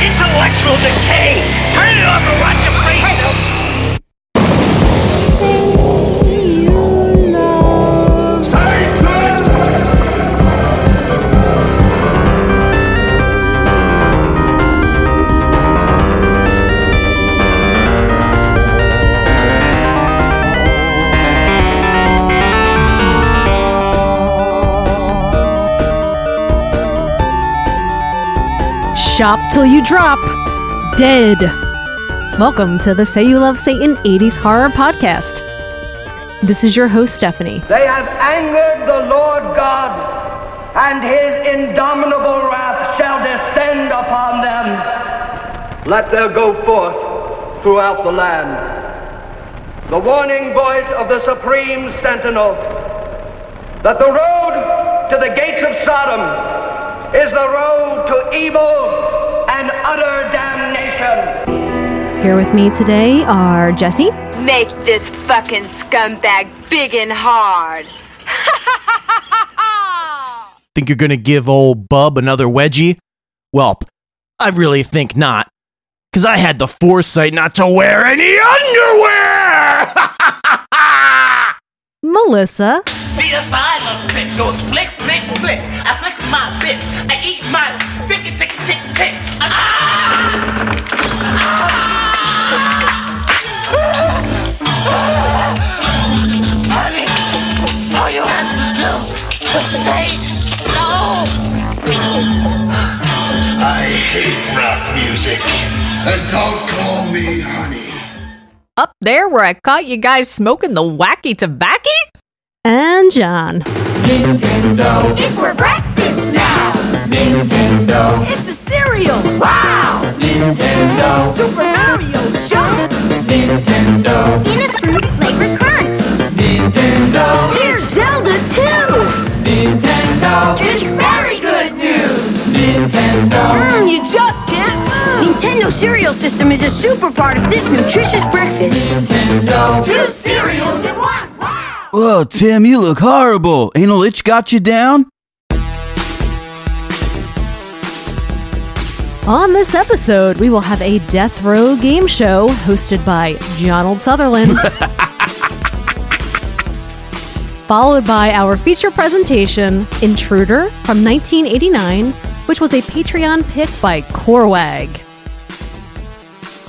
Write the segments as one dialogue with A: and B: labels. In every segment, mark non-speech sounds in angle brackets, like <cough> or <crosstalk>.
A: Intellectual decay! Turn it off and watch your face!
B: Shop till you drop dead. Welcome to the Say You Love Satan 80s Horror Podcast. This is your host, Stephanie.
C: They have angered the Lord God, and his indomitable wrath shall descend upon them. Let there go forth throughout the land the warning voice of the supreme sentinel that the road to the gates of Sodom is the road to evil and utter damnation.
B: Here with me today are Jesse,
D: Make this fucking scumbag big and hard.
E: Think you're going to give old Bub another wedgie? Welp, I really think not. Because I had the foresight not to wear any <laughs> underwear!
B: Melissa,
F: The asylum pick goes flick, flick, flick. I flick my bit. I eat my pick it, tick, tick, tick. Ah! Honey, all you had to do was say no.
G: I hate rock music. And don't call me honey.
H: up there where I caught you guys smoking the wacky tobacco?
B: and John.
D: It's for breakfast now. Nintendo. It's a cereal. Wow. Nintendo. Super Mario jumps. Nintendo. Peanut fruit flavor crunch. Nintendo. Here's Zelda too. Nintendo. It's very good news. Mm. Nintendo. you just can't move. Nintendo cereal system is a super part of this nutritious breakfast. Nintendo. Two cereals in one. Wow.
I: Whoa, Oh, Tim, you look horrible. Anal itch got you down?
B: On this episode, we will have a death row game show hosted by Donald
E: <laughs>
B: Sutherland, followed by our feature presentation, Intruder from 1989, which was a Patreon pick by Corwag.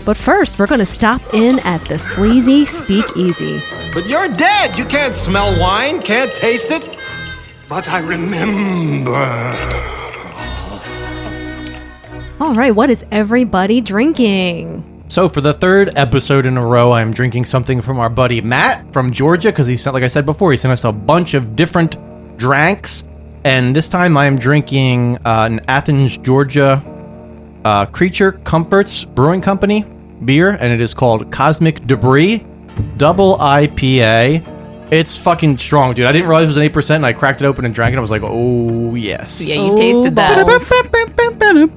B: But first, we're going to stop in at the sleazy speakeasy.
J: But you're dead. You can't smell wine, can't taste it.
G: But I remember.
B: All right, what is everybody drinking?
E: So, for the third episode in a row, I'm drinking something from our buddy Matt from Georgia because he sent, like I said before, he sent us a bunch of different dranks. And this time I am drinking uh, an Athens, Georgia uh, Creature Comforts Brewing Company beer, and it is called Cosmic Debris Double IPA. It's fucking strong, dude. I didn't realize it was an 8%, and I cracked it open and drank it. I was like, oh, yes.
H: Yeah, you tasted that.
B: balls.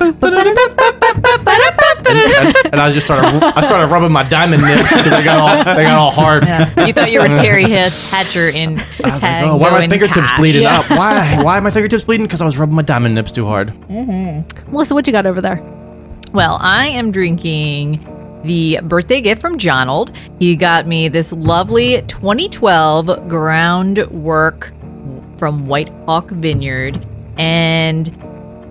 E: and, and I just started I started rubbing my diamond nips because they got all they got all hard.
H: You thought you were Terry
B: <laughs>
H: Hith- Hatcher in
E: I was like, oh, why are my fingertips bleeding up? Why? Why are my fingertips bleeding? Because I was rubbing my diamond nips too hard.
B: Melissa, what you got over there?
H: Well, I am drinking the birthday gift from Jonald. He got me this lovely 2012 groundwork from White Hawk Vineyard, and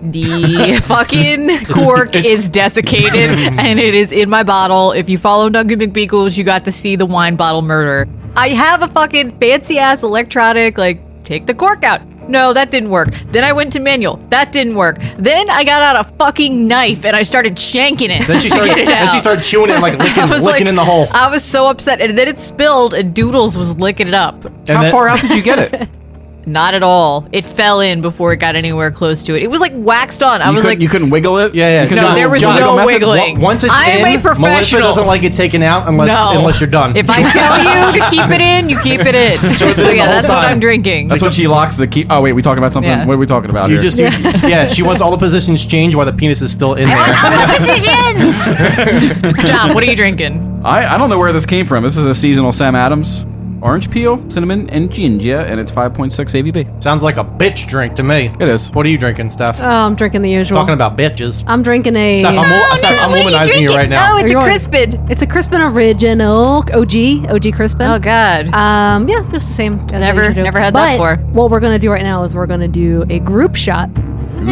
E: <laughs>
H: the fucking cork
E: it's- <laughs>
H: is desiccated, and it is in my bottle. If you follow Duncan McBeagles, you got to see the wine bottle murder. I have a fucking fancy ass electronic, like take the cork out. No, that didn't work. Then I went to manual. That didn't work. Then I got out a fucking knife and I started shanking it.
E: Then she
H: <laughs> to
E: started.
H: get it
E: then she
H: out.
E: started chewing it and, like
H: <laughs> I
E: licking,
H: was
E: licking
H: like- "Uh,
E: in the hole.
H: I was so upset, and then it spilled, and Doodles was licking it up.
E: And
I: How
E: then-
I: far out did you get it?
K: <laughs>
H: Not at all. It fell in before it got anywhere close to it. It was like waxed on. I
I: you
H: was
I: couldn't-
H: like,
I: you couldn't wiggle it?
E: Yeah, yeah.
I: You couldn't
H: no,
I: do a
H: there was
I: John Wiggle
H: no
I: method?
H: wiggling.
E: Wa- Once it's
H: I'm
E: in,
H: a
E: Melissa
H: professional.
E: doesn't like it taken out unless
H: No.
E: unless you're done.
H: If
E: <laughs>
H: I tell you to keep it in, you keep it in. So,
I: in
H: yeah,
I: the whole
H: that's what
I: time.
H: I'm drinking.
I: That's
H: <laughs>
I: when she locks the key. Oh, wait, we talking about something?
H: Yeah.
I: What are we talking about
E: you
I: here?
E: just
H: <laughs>
E: yeah. She wants all the positions changed while the penis is still in
H: <laughs>
E: there. <laughs>
H: John, what are you drinking?
I: I, I don't know where this came from. This is a seasonal Sam Adams.
K: orange peel, cinnamon, and ginger, and it's 5.6 ABV.
E: Sounds like a bitch drink to me.
K: It is.
E: What are you drinking, Steph?
B: Oh, I'm drinking the usual.
E: Talking about bitches.
B: I'm drinking a. uh,
E: Steph, I'm, wo- Steph, I'm womanizing you, right now.
B: Oh,
H: it's a Crispin.
B: It's a Crispin original. OG. OG Crispin.
H: Oh, God.
B: Um, yeah, just the same. as I
H: Never-
B: usually do.
H: never had
B: but
H: that before.
B: What we're gonna do right now is we're gonna do a group shot.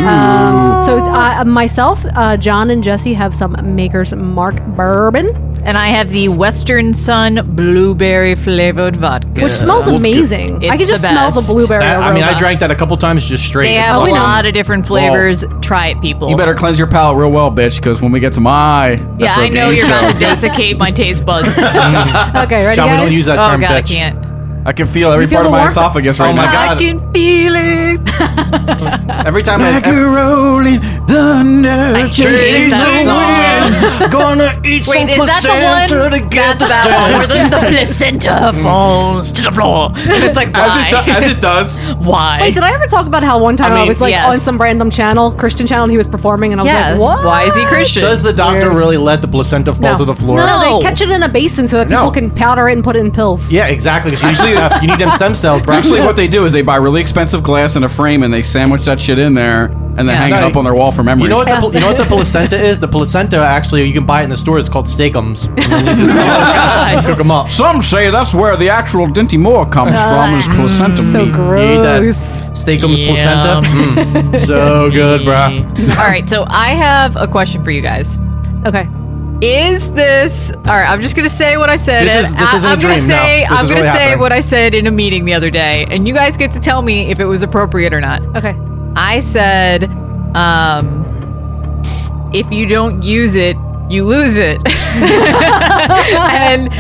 B: Um, so uh, myself, uh, John, and Jesse have some Maker's Mark bourbon,
H: and I have the Western Sun blueberry flavored vodka,
B: which smells amazing. I can just smell the blueberry.
E: That- I mean, I
B: aroma.
E: drank that a couple times just straight.
H: They
E: It's
H: have a
E: fucking-
H: lot of different flavors. Try it, people.
K: You better cleanse your palate real well, bitch, because when we get to my.
H: Yeah,
K: retro
H: I know
K: game
H: you're
K: show-
H: about to desiccate my
E: <laughs>
H: taste buds.
B: okay, ready,
K: John, we
B: guys?
K: don't use that
H: oh
K: term,
H: god, I
K: bitch.
H: can't.
K: I can feel every
B: You feel
K: part of
B: the
K: my
B: warmth?
K: esophagus right
E: Oh my
K: now.
E: God.
H: I can feel it.
E: Every time I.
K: Like a rolling thunder, chasing the
H: <laughs>
K: wind. Gonna eat
H: Wait, is that the one? That's that one. Where the, the placenta falls to the floor. And it's like
K: As it,
H: why?
K: do- as it does.
H: <laughs> why?
B: Wait, did I ever talk about how one time I,
K: I mean,
B: was like
H: yes.
B: on some random channel, Christian channel, and he was performing, and I was
H: yeah.
B: like, "What?
H: Why is he Christian?
E: Does the doctor really let the placenta fall
B: no.
E: to the floor?
B: No,
H: No.
B: they catch it in a basin so that
E: No.
B: people can powder it and put it in pills.
E: Yeah, exactly. 'cause usually, Steph, you need them stem cells, bro.
K: Actually, what they do is they buy really expensive glass in a frame and they sandwich that shit in there and then hang it
E: No,
K: up on their wall for memories.
E: You know, what the, pl- you know what the placenta is? The placenta, actually, you can buy it in the store. It's called steakums.
H: Uh,
E: Cook them up.
K: Some say that's where the actual Dinty Moore comes from, is placenta
B: So
K: meat.
E: You eat that
B: gross.
E: steakums
H: Yum.
E: placenta. Mm. So good, bro.
H: <laughs> All right, so I have a question for you guys.
B: Okay.
H: Is this all right? I'm just gonna say what I said.
E: This
H: and
E: is- this
H: I,
E: isn't a
H: I'm gonna
E: dream, no.
H: say
E: This
H: I'm
E: is
H: gonna
E: really
H: say
E: happening.
H: what I said in a meeting the other day, and you guys get to tell me if it was appropriate or not.
B: Okay.
H: I said, um, if you don't use it, you lose it. <laughs> and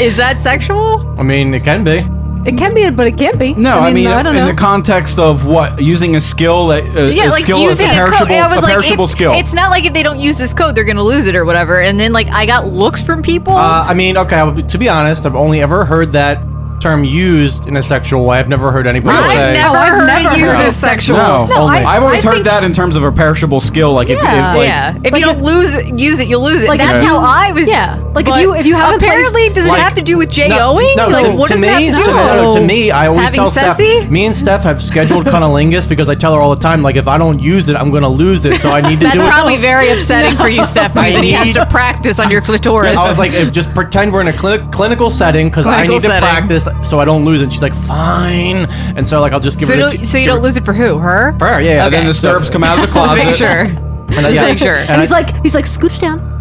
H: is that sexual?
E: I mean, it can be.
B: It can be, but it can't be.
K: No, I mean,
B: I don't
K: in
B: know.
K: the context of what using a skill that uh, a skill is a perishable,
H: I
K: a perishable
H: if-
K: skill.
H: It's not like if they don't use this code, they're gonna lose it or whatever. And then like I got looks from people.
E: Uh, I mean, okay. I'll be- To be honest, I've only ever heard that term used in a sexual way. I've never heard anybody
H: Oh, I've
E: say.
H: never
B: No, I've
H: heard
B: never
H: it used
B: heard
H: as
B: it.
H: sexual.
K: no,
B: No, I-
K: I've always
B: I
K: heard
B: think-
K: that in terms of a perishable skill. Like if,
B: Yeah.
K: if like,
H: yeah, if
B: Like
H: you don't
B: if-
H: lose use it, you'll lose it.
B: Like if
H: That's
B: you-
H: how I was.
B: yeah. Like if
H: but
B: you- if you haven't
H: apparently
B: placed-
H: does it
E: Like-
H: have to do with J
E: No,
H: Oing?
E: No,
H: like,
E: to,
H: what
E: to
H: does
E: me,
H: it have to
E: to,
H: do?
E: no, to me, I always
H: Having
E: tell Steph.
H: sexy?
E: Me and Steph have scheduled cunnilingus because I tell her all the time, like if I don't use it, I'm gonna lose it. So I need to
H: <laughs> That's
E: do it. <laughs>
H: probably very upsetting for you, Stephanie,
E: I
H: that he has
E: need- <laughs>
H: to practice on your clitoris.
E: I was like, eh, just pretend we're in a clinic, clinical setting because I
H: Clinical
E: need to
H: setting.
E: practice so I don't lose it. She's like, fine, and so like I'll just give
H: so,
E: it.
H: you
E: A
H: don't,
E: t-
H: so you
E: give
H: don't
E: her-
H: lose it for who? Her?
E: for her. Yeah, yeah.
H: Okay.
K: then the
E: So-
K: stirrups come out of the
H: <laughs> Just
K: closet.
H: make sure.
E: And I- <laughs>
H: Just
E: yeah. <laughs>
H: make sure.
E: And
B: he's
E: I-
B: like, he's like, scooch down.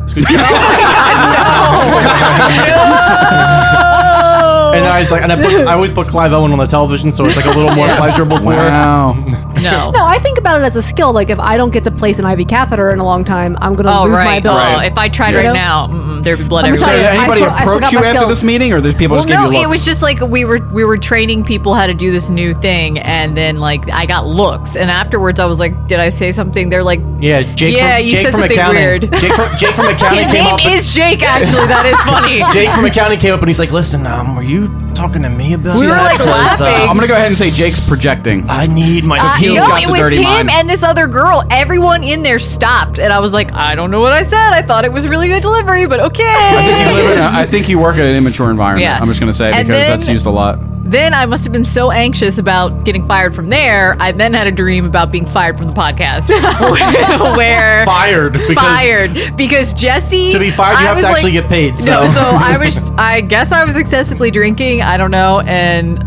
E: And I was like, and I, put, I always put Clive Owen on the television, so it's like a little
H: <laughs>
E: more pleasurable for her.
K: <laughs> Wow.
H: No.
B: No, I think about it as a skill. Like if I don't get to place an IV catheter in a long time, I'm gonna
H: Oh,
B: lose my
H: right.
B: ability.
H: Oh, if I tried
B: You
H: right
B: know?
H: now, mm-mm, there'd be blood
B: Let me
K: so
B: tell
K: did
H: everywhere.
B: you, I
K: anybody
B: still- I still
K: approach
B: got
K: you
B: my
K: after this
B: skills.
K: meeting, or there's people
H: Well,
K: just gave
H: no,
K: you
H: it
K: looks?
H: was just like we were we were training people how to do this new thing, and then like I got looks, and afterwards I was like, did I say something? They're like,
E: Yeah, Jake.
H: Yeah,
E: from,
H: you
E: Jake
H: said
E: from
H: something
E: accounting.
H: weird.
E: Jake from Jake
H: <laughs>
E: from accounting
H: his
E: came
H: name
E: up. and-
H: is Jake. Actually, that is <laughs> funny.
E: Jake from accounting came up and he's like, "Listen, um, were you talking to me about
H: We were,
E: that?
H: like,
E: 'Cause, uh,
H: laughing.
K: I'm gonna go ahead and say Jake's projecting.
E: I need my
H: Uh,
E: skills.
H: no,
K: got
H: it
K: the
H: was
K: dirty
H: him
K: mind.
H: and this other girl. Everyone in there stopped, and I was like, I don't know what I said. I thought it was really good delivery, but okay. <laughs>
K: I think you live in a, I think you work in an immature environment.
H: Yeah.
K: I'm just gonna say
H: And
K: because
H: then-
K: that's used a lot.
H: then I must have been so anxious about getting fired from there. I then had a dream about being fired from the podcast, <laughs> where
E: fired because
H: fired because Jesse
E: to be fired, you
H: I
E: have
H: was
E: to
H: like-
E: actually get paid. So.
H: No, so I
E: <laughs>
H: was. I guess I was excessively drinking. I don't know. And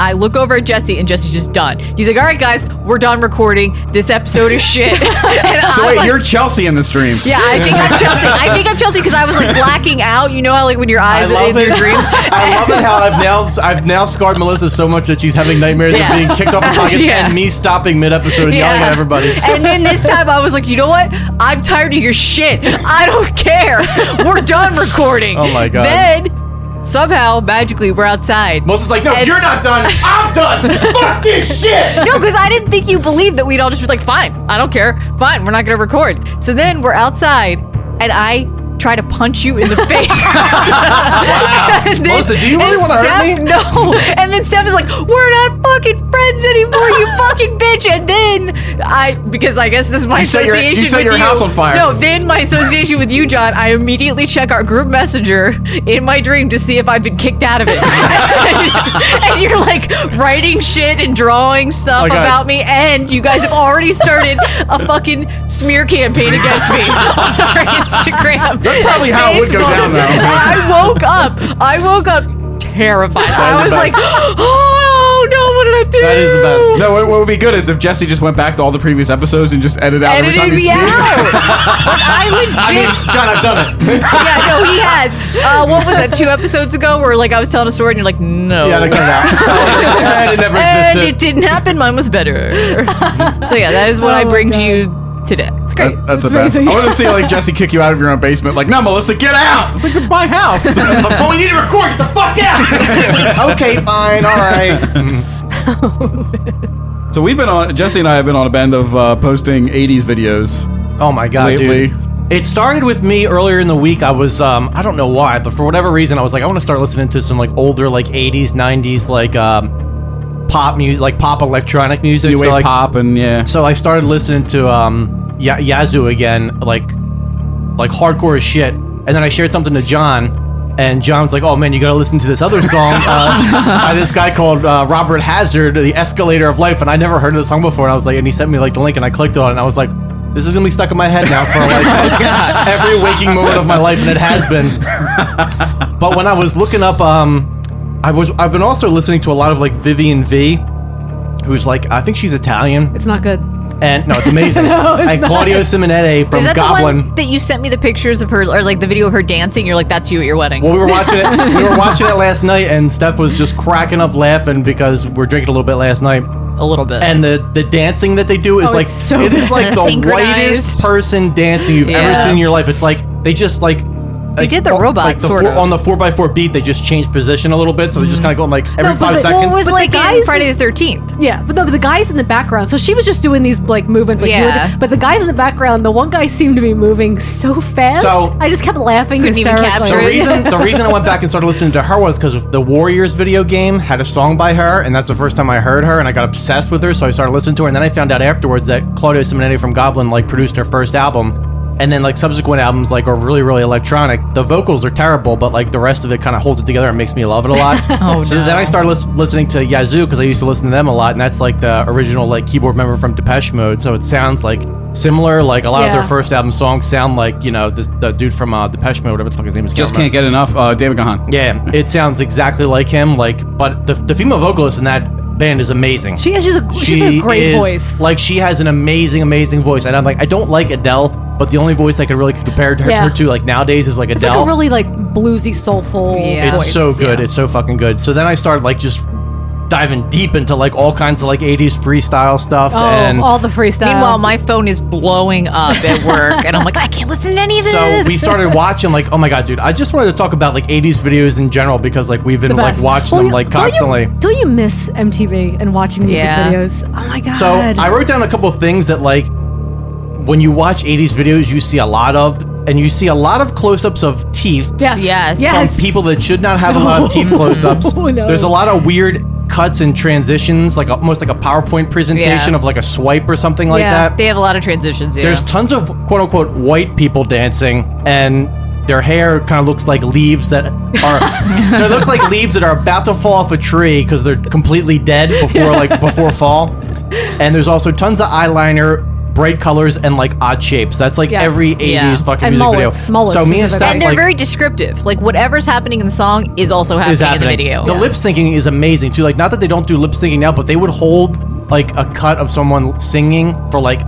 H: I look over at Jesse, and Jesse's just done. He's like, "All right, guys, we're done recording. This episode is shit." <laughs> and
K: So
H: I'm
K: wait,
H: like-
K: you're Chelsea in this dream.
H: Yeah, I think I'm Chelsea. I think I'm Chelsea because I
E: <laughs>
H: was like blacking out. You know how like when your
E: I
H: eyes are
E: love
H: in
E: it.
H: your dreams.
E: I
H: <laughs>
E: love it how I've now I've now scarred Melissa so much that she's having nightmares
H: Yeah.
E: of being kicked off the podcast
H: <laughs> Yeah.
E: and me stopping mid episode and yelling at everybody.
H: <laughs> And then this time I was like, you know what? I'm tired of your shit. I don't care. We're done recording.
E: Oh my God.
H: Then somehow magically we're outside.
E: Melissa's like, "No,
H: And-
E: you're not done. I'm done. Fuck this shit."
H: <laughs>
E: <laughs>
H: No, because I didn't think you believed that we'd all just be like, fine, I don't care. Fine, we're not going to record. So then we're outside and I try to punch you in the <laughs>
K: <laughs>
H: face. <laughs> And then-
E: Melissa, do you really
H: and
E: wanna hurt
H: Steph-
E: me?
H: <laughs> No. And then Steph is like, "We're not fucking friends anymore,
K: <laughs>
H: you fucking bitch." And then I, because I guess this is my
K: You set your- you
H: association
K: set
H: with
K: your
H: you.
K: house on fire.
H: No, then my association with you, John. I immediately check our group messenger in my dream to see if I've been kicked out of it. <laughs> and you're like writing shit and drawing stuff
K: Oh, God.
H: about me, and you guys have already started a fucking smear campaign against me <laughs> on our Instagram.
K: That's probably how it would go
H: Facebook.
K: down, though.
H: I woke up. I woke up terrified.
K: That
H: I
K: is
H: was
K: the
H: like, <gasps>
K: best.
H: oh no, what did I do?
K: That is the best. No, what, what would be good is if Jesse just went back to all the previous episodes and just edited out every time
H: Edited
K: he
H: me
K: speaks.
H: out. But I legit
K: <laughs> John, I've done
H: <laughs>
K: it.
H: yeah, no, he has. Uh, what was that? Two episodes ago, where like I was telling a story, and you're like, no,
E: <laughs>
K: Yeah, that cut <laughs> it out. I was like, "Eh, it never
H: and
K: existed."
H: it didn't happen. Mine was better.
E: <laughs>
H: so yeah, that is what I bring to you today. Oh, It's great.
K: That- that's the
H: It's
K: best. I
H: amazing.
K: want to see like Jesse kick you out of your own basement. Like, no, Melissa, get out. It's like it's
E: <laughs>
K: my house. but we need to record. Get the fuck out. okay, fine. All <laughs> right. so we've been on Jesse and I have been on a band of uh, posting '80s videos.
E: Oh my god,
K: lately.
E: dude. It started with me earlier in the week. I was um I don't know why, but for whatever reason I was like I want to start listening to some like older like 80s, 90s like um pop music, like pop electronic music,
K: New wave
E: like,
K: pop and yeah.
E: So I started listening to um ya Yazoo again, like like hardcore as shit. And then I shared something to John, and John's like, "Oh man, you gotta listen to this other song uh, by this guy called uh, Robert Hazard, The Escalator of Life." And I never heard of the song before. And I was like, and he sent me like the link, and I clicked on it, and I was like. This is gonna be stuck in my head now for like every waking moment of my life, and it has been. But when I was looking up, um, I was I've been also listening to a lot of like Vivian V, who's like I think she's Italian.
B: It's not good.
E: And no, it's
H: <laughs>
E: amazing.
B: No, it's
E: and
B: not.
E: Claudio Simonetti
H: Is
E: from
H: that the
E: Goblin.
H: one that you sent me the pictures of her, or like the video of her dancing? You're like, that's you at your wedding.
E: Well, we were watching it. We were watching it last night, and Steph was just cracking up laughing because we we're drinking a little bit last night.
H: A little bit.
E: And the the dancing that they do is
H: Oh,
E: like
H: it's so
E: it is
H: good.
E: like the
H: Synchronized.
E: whitest person dancing you've ever
H: Yeah.
E: seen in your life. It's like they just like. They
H: did the robot,
E: like the
H: sort
E: four,
H: of. Mm-hmm.
E: on the four x four beat. They just changed position a little bit, so they're just kind of going like every five
B: but the-
E: seconds.
B: what was
H: But
B: like
H: the
B: in
H: guys-
B: Friday
H: the Thirteenth.
B: Yeah, but the, but the guys in the background. So she was just doing these like movements, like
H: Yeah.
B: doing- but the guys in the background, the one guy seemed to be moving so fast.
E: So-
B: I just kept laughing.
H: Couldn't even
B: hysterically.
E: the
H: capture it.
B: <laughs>
E: reason the reason I went back and started listening to her was because the Warriors video game had a song by her, and that's the first time I heard her, and I got obsessed with her. So I started listening to her, and then I found out afterwards that Claudio Simonetti from Goblin like produced her first album, and then like subsequent albums like are really really electronic. The vocals are terrible, but like the rest of it kind of holds it together and makes me love it a lot.
H: <laughs> Oh,
E: so
H: no.
E: then I started lis- listening to Yazoo because I used to listen to them a lot, and that's like the original like keyboard member from Depeche Mode. So it sounds like similar. Like a lot of
B: Yeah.
E: their first album songs sound like you know this the dude from uh, Depeche Mode, whatever the fuck his name is.
K: Just
E: remember.
K: can't get enough. Uh, David Gahan.
E: Yeah, it sounds exactly like him. Like, but the, the female vocalist in that band is amazing.
B: She has she's a she has a great voice.
E: Like, she has an amazing, amazing voice. And I'm like, I don't like Adele, but the only voice I could really compare her,
B: Yeah.
E: her to like nowadays is like
B: It's
E: Adele.
B: like a really like bluesy, soulful.
H: Yeah.
E: it's
B: voice.
E: so good. It's so fucking good. So then I started like just diving deep into like all kinds of like 80s freestyle stuff.
B: Oh,
E: and
B: all the freestyle.
H: Meanwhile, my phone is blowing up at work, and I'm like, I can't listen to any of this.
E: so we started watching like, oh my god, dude! I just wanted to talk about like '80s videos in general because like we've been
B: The
E: like
B: best.
E: watching
B: Well,
E: them
B: you-
E: like
B: don't you-
E: constantly.
B: Don't you, miss MTV and watching music
H: Yeah.
B: videos? Oh my god.
E: So I wrote down a couple of things that like when you watch 80s videos you see a lot of and you see a lot of close-ups of teeth
B: yes,
H: Yes.
B: yes.
E: from people that should not have a
B: <laughs>
E: lot of teeth close-ups.
B: Oh, no.
E: There's a lot of weird cuts and transitions like almost like a PowerPoint presentation
H: Yeah.
E: of like a swipe or something like
H: yeah,
E: that.
H: they have a lot of transitions. Yeah.
E: There's tons of quote unquote white people dancing and their hair kind of looks like leaves that
H: <laughs>
E: are they look like leaves that are about to fall off a tree because they're completely dead before
H: <laughs>
E: like before fall. And there's also tons of eyeliner, bright colors, and like odd shapes. That's like
B: Yes.
E: every 80s
H: Yeah.
E: fucking
B: And
E: music
B: mullets,
E: video.
B: mullets
E: so me and
B: specifically.
E: Steph
H: and they're
E: like,
H: very descriptive. Like whatever's happening in the song is also happening,
E: is happening.
H: in the video.
E: lip syncing is amazing too. Like not that they don't do lip syncing now, but they would hold like a cut of someone singing for like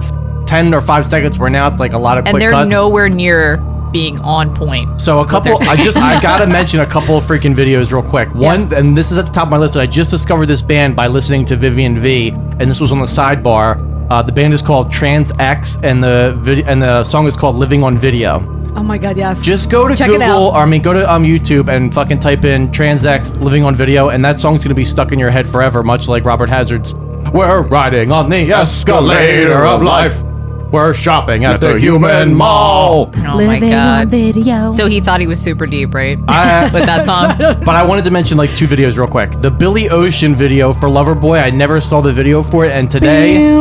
E: ten or five seconds. Where now it's like a lot of
H: and
E: quick
H: they're
E: cuts.
H: nowhere near being on point.
E: So a couple,
H: they're
E: I just <laughs> I gotta mention a couple of freaking videos real quick. One, and this is at the top of my list. And I just discovered this band by listening to Vivian V, and this was on the sidebar. Uh, the band is called Trans X, and the vid- and the song is called "Living on Video."
B: oh my god, yes.
E: Just go to
B: Check It
E: Google,
B: out.
E: or I mean, go to um YouTube and fucking type in Trans X "Living on Video," and that song's gonna be stuck in your head forever, much like Robert Hazard's "We're riding on the escalator of life." We're shopping at, the, human mall.
H: Oh my god. So he thought he was super deep, right? <laughs>
E: I-
H: With that song.
E: but I wanted to mention like two videos real quick. The Billy Ocean video for Loverboy. I never saw the video for it, and today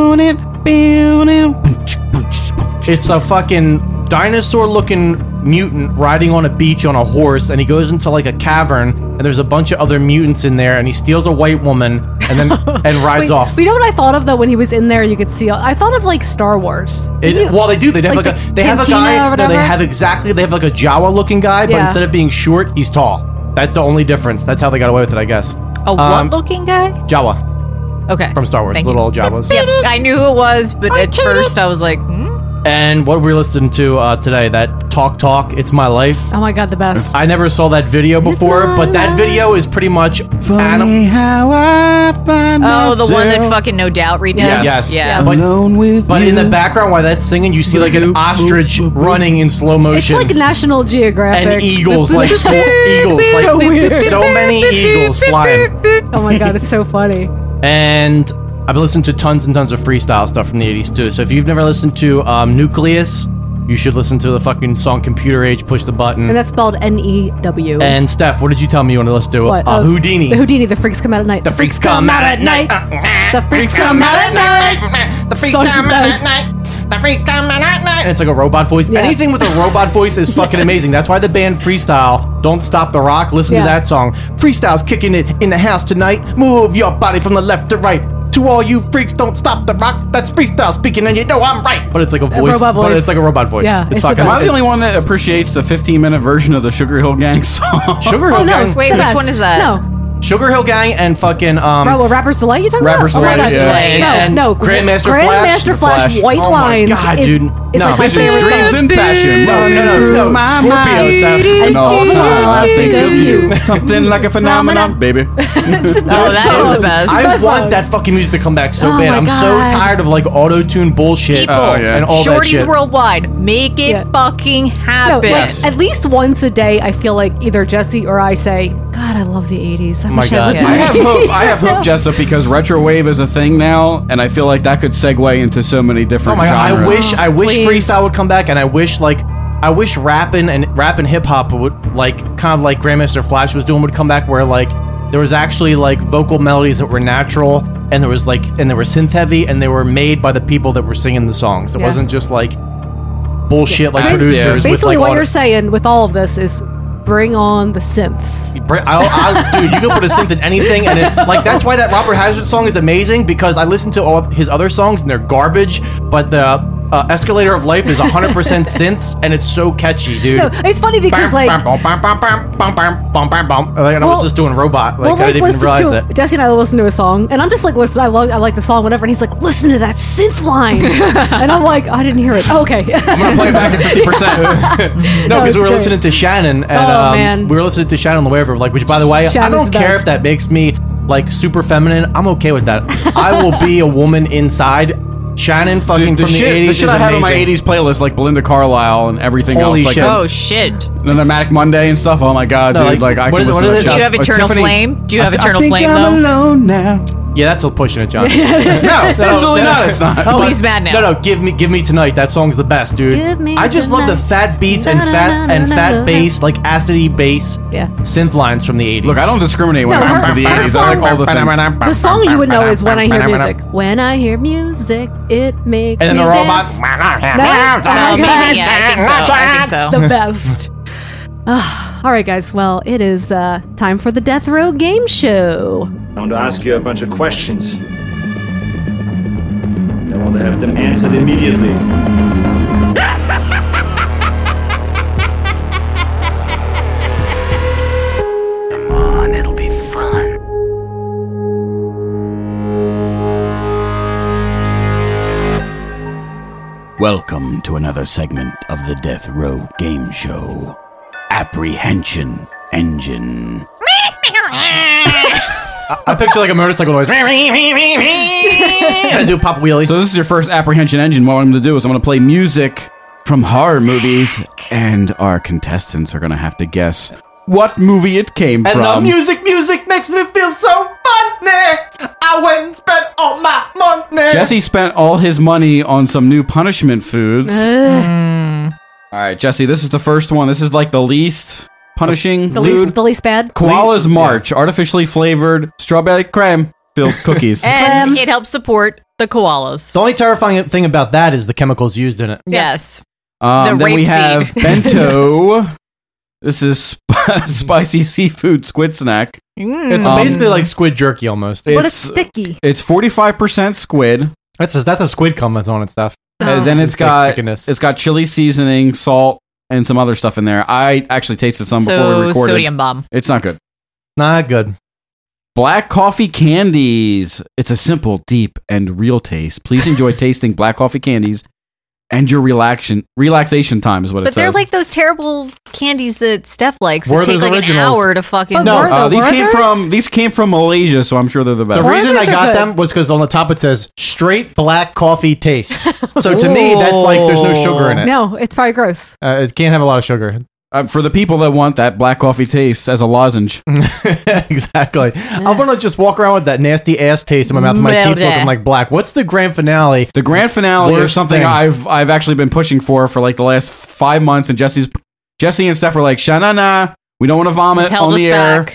E: it's a fucking dinosaur-looking mutant riding on a beach on a horse, and he goes into like a cavern, and there's a bunch of other mutants in there, and he steals a white woman,
B: <laughs>
E: and then and rides
B: Wait,
E: off.
B: You know what I thought of though when he was in there? You could see. I thought of like Star Wars.
E: It, well, they do. They have
B: Like
E: like, a,
B: the
E: they have a
B: cantina or
E: guy. No, they
B: whatever?
E: have exactly. They have like a Jawa looking guy, but
B: Yeah.
E: instead of being short, he's tall. That's the only difference. That's how they got away with it, I guess.
H: A
E: Um,
H: what looking guy?
E: Jawa
H: Okay.
E: from Star Wars,
H: Thank
E: little old Jawas.
H: Yep, I knew who it was, but at first I was like, hmm?
E: And what we listening to uh, today? That talk talk. It's my life.
B: Oh my god, the best.
E: I never saw that video before, but that video is pretty much anim-
H: oh, the one that fucking No Doubt redid?
E: Yes. Yes.
H: Yeah.
E: But,
I: with
E: but in the background while that's singing, you see like an ostrich running in slow
B: It's
E: motion.
B: like National Geographic.
E: and eagles, like so
B: <laughs>
E: eagles, like
B: so weird.
E: so many eagles flying.
B: Oh my god, it's so funny.
E: And I've listened to tons and tons of freestyle stuff from the 80s too. So if you've never listened to um, Nucleus, you should listen to the fucking song Computer Age, Push the Button.
B: And that's spelled N E W.
E: And Steph, what did you tell me you wanted to listen to?
B: What?
E: Uh,
B: Oh,
E: Houdini.
B: The Houdini. The freaks come out at night. The,
E: freaks come out at night.
B: The freaks come out at night.
F: The freaks
B: Song's
F: come
B: the
F: out at
B: best.
F: night. The freaks come out at night.
E: And it's like a robot voice.
F: Yeah.
E: Anything with a robot voice is fucking amazing. That's why the band Freestyle, Don't Stop the Rock, listen
F: Yeah.
E: to that song. Freestyle's kicking it in the house tonight. Move your body from the left to right. To all you freaks, don't stop the rock. That's freestyle speaking, and you know I'm right. But it's like a voice.
K: robot
E: But
K: voice.
E: it's like a robot voice. it's, fucking.
K: Am I the only one that appreciates the 15 minute version of the Sugar Hill Gang <laughs> song?
E: Sugar Hill Gang.
H: Wait, which one is that?
B: No. Oh,
E: Sugar Hill Gang and fucking um.
B: Bro, what, Rapper's Delight you talking
E: Rapper's
B: about?
E: Delight,
B: oh my god,
E: yeah. Yeah.
B: No, no.
E: Grandmaster Flash.
B: Grandmaster Flash,
E: Flash.
B: White
E: Oh my
B: Lines.
E: God,
B: is,
E: dude.
B: Is
E: No.
B: like my
E: Visions,
B: favorite
E: dreams,
B: song.
E: and passion. No, no, no, no. Scorpio stuff.
K: And
E: No,
K: all the time I
E: do
K: think of
E: you.
K: you. Something like a phenomenon, baby.
H: <laughs> Oh, that is the best.
E: I
H: Best
E: want
H: song.
E: that fucking music to come back so
H: Oh
E: bad.
H: my
E: I'm
H: God.
E: so tired of like auto tune bullshit
H: People,
E: Oh, and all that
H: shorties
E: shit.
H: worldwide, make it fucking
B: No,
H: happen.
B: like, at least once a day, I feel like either Jesse or I say, God, I love the 80s. I
K: Oh my
B: wish
K: god!
B: I,
K: I have
B: lived in the
K: hope. I
B: 80s."
K: have hope, Jessup, because retro wave is a thing now, and I feel like that could segue into so many
E: Oh
K: different.
E: my god! I
K: genres. <laughs>
E: wish I wish freestyle would come back, and I wish like I wish rapping and rap and hip hop would like kind of like Grandmaster Flash was doing would come back, where like there was actually like vocal melodies that were natural, and there was like and they were synth heavy, and they were made by the people that were singing the songs. It
B: Yeah.
E: wasn't just like bullshit like
B: Basically-
E: producers. with,
B: Basically,
E: like,
B: what
E: auto-
B: you're saying with all of this is bring on the synths.
E: Bra- I'll, I'll, dude, you can put a synth in anything, and it, like that's why that Robert Hazard song is amazing because I listen to all his other songs and they're garbage, but the uh, Escalator of Life is 100%
B: <laughs>
E: synths, and it's so catchy, dude.
B: No, it's funny because, like-
E: Bam, bam, bam, bam, bam, bam, bam, bam, bam, bam. Like, and I was
B: Well-
E: just doing robot, like I didn't even
B: listen
E: realize
B: to
E: it.
B: Jesse and I listen to a song, and I'm just like, listen, I love, I like the song, whatever. And he's like, listen to that synth
E: <laughs>
B: line, and I'm like, I didn't hear it. Oh, okay, <laughs>
E: I'm gonna play it back at <laughs> 50%. no,
B: No,
E: because
B: it's
E: we were
B: great.
E: listening to Shannon, and
B: Oh,
E: um,
B: man.
E: we were listening to Shannon on the way over. Like, which, by the way,
B: Shannon's
E: I don't
B: the
E: care
B: best.
E: if that makes me like super feminine. I'm okay
B: <laughs>
E: with that. I will be a woman inside. Shannon fucking
K: the
E: from
K: shit,
E: the 80s
K: the shit
E: is
K: I have in my
E: amazing.
K: '80s playlist, like Belinda Carlisle and everything
E: Holy
K: else, like
E: shit.
K: the-
H: oh shit.
K: and the Manic Monday and stuff. Oh my god,
E: No,
K: dude!
E: like,
K: Like, I
E: what
K: can
E: is it- what
K: listen to
E: is
K: that
E: it?
H: Do
K: shit.
H: you have
K: Like,
H: Eternal
K: Tiffany-
H: Flame? Do you have
K: I-
H: Eternal
K: I think
H: Flame
K: I'm
H: though?
K: alone now. <laughs>
E: Yeah, that's still pushing it,
B: <laughs>
E: John. <laughs>
K: no, absolutely not. It's not.
H: Oh, he's mad now.
E: No, no, give me, give me tonight. That song's the best, dude.
B: Give me
E: I just love the
B: tonight.
E: fat beats and fat and fat bass, like acidy bass,
B: Yeah.
E: synth lines from the 80s.
K: Look, I don't discriminate when
B: No,
K: it comes
B: her-
K: to the
B: her
K: '80s. I like
B: song-
K: all the things.
B: the song you would know is when I hear music. When I hear music, it makes
E: And then
B: me
E: the
B: dance.
E: robots.
B: That- oh my God,
H: yeah, I think so, I think so.
B: that's the best. <laughs> Ah, all right, guys. Well, it is uh, time for the Death Row Game Show.
L: I want to ask you a bunch of questions. I want to have them answered immediately.
I: Welcome to another segment of the Death Row Game Show. Apprehension Engine.
E: I picture like a motorcycle noise. I do pop wheelie.
K: So this is your first apprehension engine. What I'm going to do is I'm going to play music from horror movies, and our contestants are going to have to guess what movie it came
E: And
K: from.
E: the music, music makes me feel so funny. I I went and spent all my money.
K: Jesse spent all his money on some new punishment foods.
B: Uh-huh.
H: Hmm.
K: All right, Jesse, this is the first one. This is like the least punishing
B: The
K: food.
B: least, the least bad.
K: Koala's March, artificially flavored strawberry creme filled
B: <laughs>
K: cookies.
H: and it helps support the koalas.
E: The only terrifying thing about that is the chemicals used in it.
H: Yes.
K: Um,
H: The
K: then we have
H: rapeseed. <laughs>
K: bento. this is sp- <laughs> spicy seafood squid snack.
B: Mm.
E: It's
K: Um,
E: basically like squid jerky almost.
B: But it's sticky.
K: It's forty five percent squid.
E: That's a, that's a squid comment on it stuff.
H: Oh.
K: And then it's
E: like
K: got
E: thickness.
K: it's got chili seasoning, salt, and some other stuff in there. I actually tasted some Um, before we
H: So
K: recorded.
H: sodium bomb.
K: It's not good.
E: Not good.
K: Black coffee candies. It's a simple, deep, and real taste. Please
H: <laughs>
K: enjoy tasting black coffee candies and your relaxation relaxation time is what
H: But
K: it says.
H: they're like those terrible candies that Steph likes
K: Were
H: that take
K: those
H: like an
K: originals?
H: hour to fucking.
K: no, uh, these came from these came from Malaysia, so I'm sure they're the best.
E: The reason I got them was because on the top it says straight black coffee taste. So to me, that's like there's no sugar in it.
B: No, it's probably gross.
E: Uh, it can't have a lot of sugar. <laughs>
K: Uh, for the people that want that black coffee taste as a lozenge,
B: Mm.
E: exactly. I want to just walk around with that nasty ass taste in my mouth, and my
K: Well,
E: teeth
K: yeah.
E: looking like black. What's the grand finale?
K: The grand finale
E: Worst
K: is something
E: thing.
K: I've I've actually been pushing for for like the last five months, and Jesse's Jesse and Steph were like, "Shanana, we don't want to vomit
H: Held
K: on
H: us
K: the air,"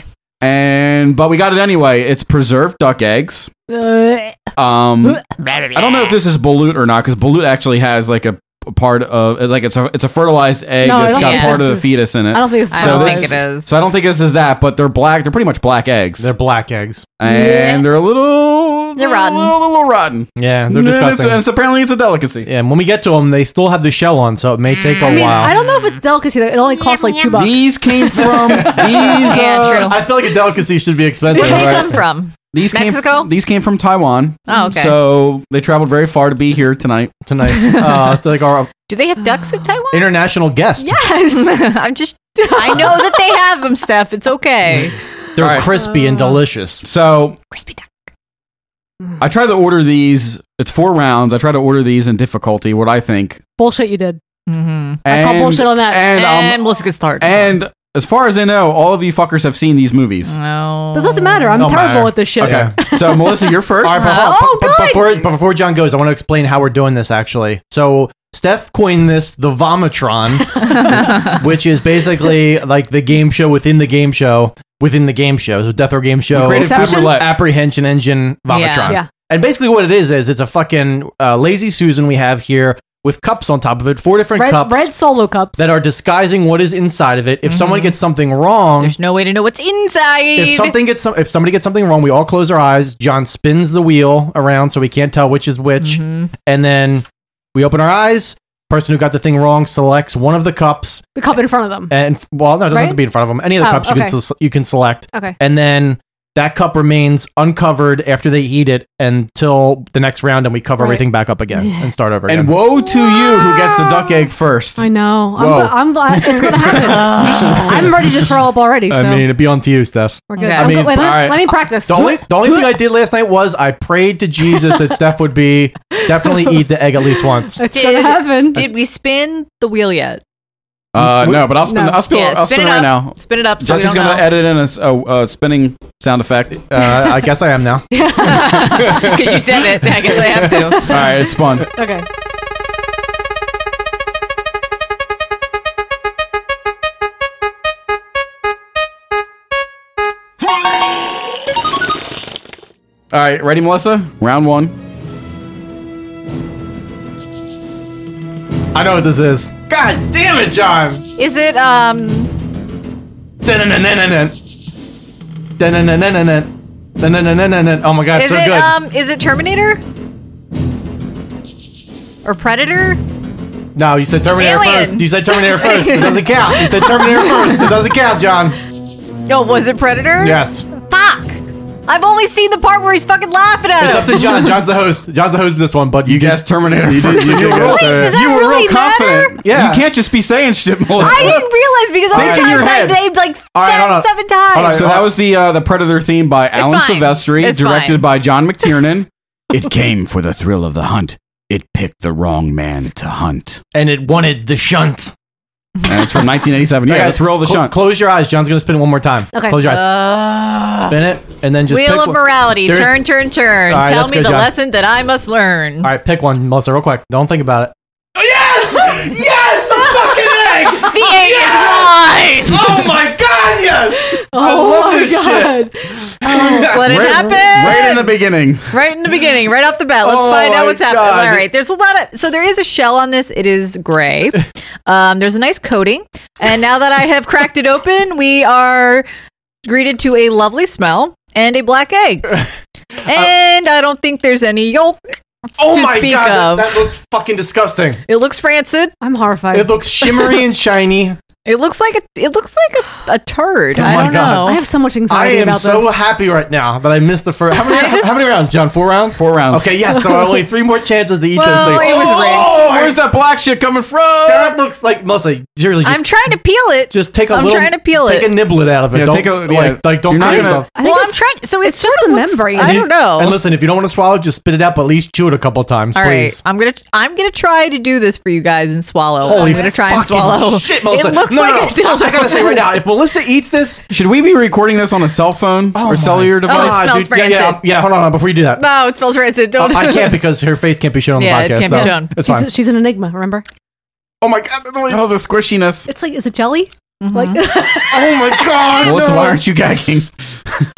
K: and but we got it anyway. It's preserved duck eggs.
H: <laughs>
K: Um, I don't know if this is balut or not because balut actually has like a a part of it's like it's a it's a fertilized egg
B: No, I
K: that's
B: don't
K: got
B: think
K: part of
B: this
K: the
B: is-
K: fetus in it.
B: I don't think this is I don't fertilized. think it is.
K: So I don't think this is that, but they're black. They're pretty much black eggs. They're
E: black eggs,
K: and they're a little
H: They're rotten.
K: little, little rotten.
E: Yeah, they're
K: And it's-
E: disgusting.
K: and it's apparently it's a delicacy.
E: Yeah, and when we get to them, they still have the shell on, so it may take a
B: I mean,
E: while.
B: I don't know if it's delicacy. though. It only costs like two bucks.
E: <laughs>
K: These came from these.
H: Yeah,
E: I feel like a delicacy should be expensive.
H: Where do they
K: right.
H: come from?
K: These
H: Mexico?
K: Came, these came from Taiwan.
H: Oh, okay.
K: So they traveled very far to be here tonight.
E: Tonight, uh, it's like our
H: Do they have ducks
K: <sighs>
H: in Taiwan?
E: international guest.
H: Yes. <laughs> I'm just. I know that they have them, Steph. It's
K: <laughs>
H: okay.
E: They're crispy and delicious.
K: So crispy duck. I tried to order these. It's four rounds. I tried to order these in difficulty. What I think.
B: bullshit you did.
H: Mm-hmm.
B: I call
K: And-
B: bullshit on that.
K: and, um, And
H: let's get started.
K: And as far as I know, all of you fuckers have seen these movies.
E: Mm.
H: No.
B: That doesn't matter. I'm
K: Don't
B: terrible
K: matter.
B: with this shit.
K: Okay. So Melissa, you're first.
E: All right, but hold on. B- b- Before, before John goes, I want to explain how we're doing this actually. So Steph coined this the Vomitron, which is basically like the game show within the game show within the game show. So Death or Game Show,
K: created Food Inception? Roulette.
E: apprehension engine Vomitron.
K: Yeah. Yeah.
E: And basically, what it is is it's a fucking uh, lazy Susan we have here with cups on top of it, four different
B: Red,
E: cups
B: red solo cups.
E: that are disguising what is inside of it. If someone
H: Mhm.
E: gets something wrong,
H: There's no way to know what's inside.
E: if something gets some, if somebody gets something wrong, we all close our eyes. John spins the wheel around so we can't tell which is which,
B: Mm-hmm.
E: and then we open our eyes. Person who got the thing wrong selects one of the cups,
B: the cup in front of them.
E: and well, no, it doesn't have to
B: Right?
E: be in front of them. Any of the
B: Oh,
E: cups you
B: okay.
E: can se- you can select.
B: Okay.
E: and then that cup remains uncovered after they eat it until the next round, and we cover
B: Right.
E: everything back up again and start over.
K: And
E: again.
K: woe to you who gets the duck egg first.
B: I know. I'm,
E: Whoa.
B: gl- I'm glad it's going to
E: <laughs>
B: happen. I'm ready to throw up already. So
E: I mean, it'd be on to you, Steph.
B: we're good. I'm go- wait, let, let me practice.
E: The only, the only thing I did last night was I prayed to Jesus that Steph would be
B: <laughs>
E: definitely eat the egg at least once.
B: It's
H: did,
B: gonna happen.
H: Did we spin the wheel yet?
K: Uh, no, but I'll spin.
H: No.
K: I'll spin.
H: Yeah,
K: I'll
H: spin
K: spin,
H: it
K: right
H: up.
K: now.
H: Spin it up so we
K: Jesse's
H: don't
K: gonna
H: know.
K: edit in a, s- a- a spinning sound effect. Uh,
H: <laughs>
E: I guess I am now.
H: Because you said it. I guess I have
K: All <laughs>
H: to.
K: right, it's spun.
B: Okay.
K: All right, ready, Melissa? Round one.
E: I know what this is. God damn it, John!
H: Is it um?
E: Dun-dun-dun-dun-dun-dun. Dun-dun-dun-dun-dun. Dun-dun-dun-dun-dun. Oh my god,
H: is
E: so
H: it
E: good.
H: um? Is it Terminator? Or Predator?
E: No, you said Terminator
H: Alien.
E: first. You said Terminator first. It doesn't count. You said Terminator first. It doesn't count, John.
H: No, was it Predator?
E: Yes.
H: Fuck! I've only seen the part where he's fucking laughing at him.
E: It's up to John. John's the host. John's the host of this one, but you, guessed
K: Terminator
E: you
K: first.
E: Did, you did
K: You were
E: get
K: really-
E: there.
K: does that
E: You were
K: really
E: real confident. Yeah.
K: You can't just be saying shit, Melissa.
H: I didn't realize because all
K: Think in your
H: the times I
K: head.
E: <laughs>
H: named like
K: All right, hold on.
H: seven, seven times.
K: All right, so that was the uh, the Predator theme by Alan
H: fine.
K: Silvestri,
H: It's
K: directed by
H: fine. <laughs>
K: John McTiernan.
I: It came for the thrill of the hunt. It picked the wrong man to hunt.
E: And it wanted the shunt.
K: And it's from 1987. Yeah,
E: Okay,
K: let's roll the
E: cl-
K: shunt.
E: Close your eyes. John's gonna spin it one more time.
H: Okay.
E: Close your eyes.
H: Uh,
E: spin it, and then just pick
H: Wheel of
E: one.
H: morality.
E: There's-
H: Turn, turn, turn.
E: All right,
H: Tell
E: that's
H: me
E: good,
H: the
E: John.
H: lesson that I must learn.
E: All
H: <laughs>
E: right, pick one, Melissa, real quick. Don't think about it.
D: Yes! Yes! The fucking egg!
H: The egg is
E: <laughs>
D: Yes!
H: mine!
D: Oh my god, yes! I love this shit!
H: Oh, let's let it
K: right,
H: happen.
K: Right in the beginning.
H: Right in the beginning, right off the bat. Let's
K: Oh
H: find
K: my
H: out what's happening.
K: God.
H: All right. There's a lot of so there is a shell on this. It is
E: <laughs>
H: gray. Um, there's a nice coating. And now that I have cracked it open, we are greeted to a lovely smell and a
E: <laughs>
H: black egg.
E: Uh,
H: And I don't think there's any yolk to speak of.
E: Oh that looks fucking disgusting.
H: it looks rancid.
B: I'm horrified.
E: It
H: <laughs>
E: looks shimmery and shiny.
H: It looks like a, it looks like a, a turd.
E: Oh
H: I
E: my
H: don't
E: God.
H: know.
E: I
B: have so much
E: I
B: anxiety
E: am
B: about
E: so
B: this.
E: happy right now that I missed the first. How many,
B: I just-
E: how many rounds, John? Four rounds? Four
K: rounds.
E: Okay, yeah, so only three more chances to eat
H: Well,
E: this thing.
H: it was
E: oh,
H: rigged.
E: Where's that black shit coming from? That looks like, Melissa, seriously, just,
H: I'm trying to peel it.
E: just take a
H: I'm
E: little.
H: trying to peel
E: take
H: it.
E: a niblet out of it.
K: Yeah,
E: don't,
K: take a-
E: like,
K: yeah.
E: like, don't
K: You're not
E: cut
K: gonna-
E: yourself.
H: well, I'm trying. So it's
B: just
H: sort of
B: the
H: looks-
B: membrane.
H: I
E: And you-
H: don't know.
E: And listen, if you don't want to swallow, just spit it out, but at least chew it a couple times,
H: All
E: please.
H: right, I'm gonna I'm gonna try to do this for you guys and swallow.
E: Holy
H: I'm gonna try and
E: fucking
H: swallow.
E: shit, Melissa.
H: It looks
E: no,
H: like
E: no,
H: a
E: no.
H: dildo.
E: I gotta say right now, if Melissa eats this,
K: Should we be recording this on a cell phone
E: oh my-
K: or cellular device?
H: it smells
E: yeah, yeah,
H: rancid.
E: um, yeah. Hold on, hold on, before you do that,
H: <laughs> <laughs> no, it smells rancid.
E: Uh,
H: Don't.
E: I
H: <laughs>
E: can't because her face can't be shown on
H: Yeah,
E: the
H: it
E: podcast.
H: can't be
E: so
H: shown.
E: It's fine.
B: She's, she's an enigma, remember?
E: Oh my god, the noise.
K: Oh, the squishiness.
B: It's like, is it jelly?
H: Mm-hmm.
B: Like, <laughs>
E: Oh my god!
K: Melissa,
E: no.
K: why aren't you gagging?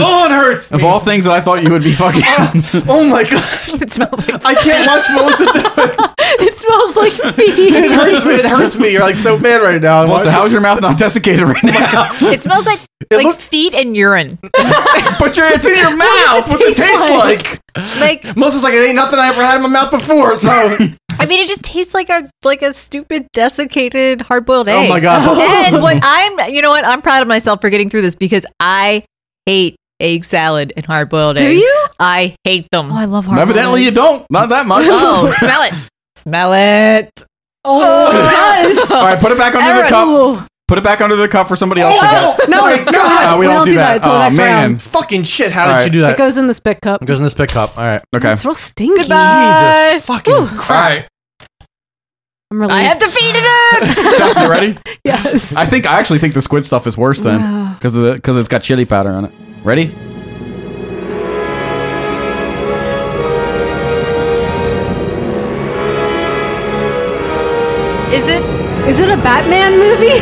E: Oh, it hurts.
K: Of all things that I thought you would be fucking.
E: <laughs>
K: <laughs>
E: Oh my god!
H: it
E: <laughs>
H: smells like
E: I can't watch Melissa do
B: <laughs>
E: it.
B: it smells like
K: <laughs>
B: feet.
E: <laughs> It hurts me. It hurts me. You're like so bad right now.
K: Melissa, how's your mouth not desiccated right now?
H: it smells like like
E: looked-
H: feet and urine.
K: But you're, it's in
H: <laughs>
K: your mouth. What's it taste like?
H: Like
E: Melissa's like it ain't nothing I ever had in my mouth before. <laughs> So
H: I mean, it just tastes like a like a stupid desiccated hard boiled egg.
E: Oh my God.
H: <laughs>
E: <laughs>
H: And what I'm you know what I'm proud of myself for getting through this because I hate egg salad and hard boiled
B: Do
H: eggs.
B: you?
H: I hate them.
B: Oh, I love hard.
K: Evidently, you
B: boiled eggs.
K: don't. Not that much.
H: <laughs> oh, smell it. Smell it.
B: Oh, it does.
K: <laughs> All right, put it back under the
H: Aaron.
K: cup.
B: Oh,
K: Put it back under the cup for somebody else.
E: Oh.
K: to get.
B: no, no,
K: Uh,
B: we, don't do that. until
K: Oh,
B: the next
K: man.
B: round.
E: fucking shit. How did
K: Alright.
E: you do
B: It
E: that?
B: goes in the spit cup.
E: It goes in this pick cup. All right.
K: Okay.
B: It's real stinky.
H: Goodbye.
E: Jesus fucking crap.
B: I'm really.
H: I have defeated it.
K: Steph, you ready?
B: <laughs> yes.
K: I think I actually think the squid stuff is worse then
B: Yeah.
K: because of because it's got chili powder on it. Ready?
H: Is it?
B: Is it a Batman movie?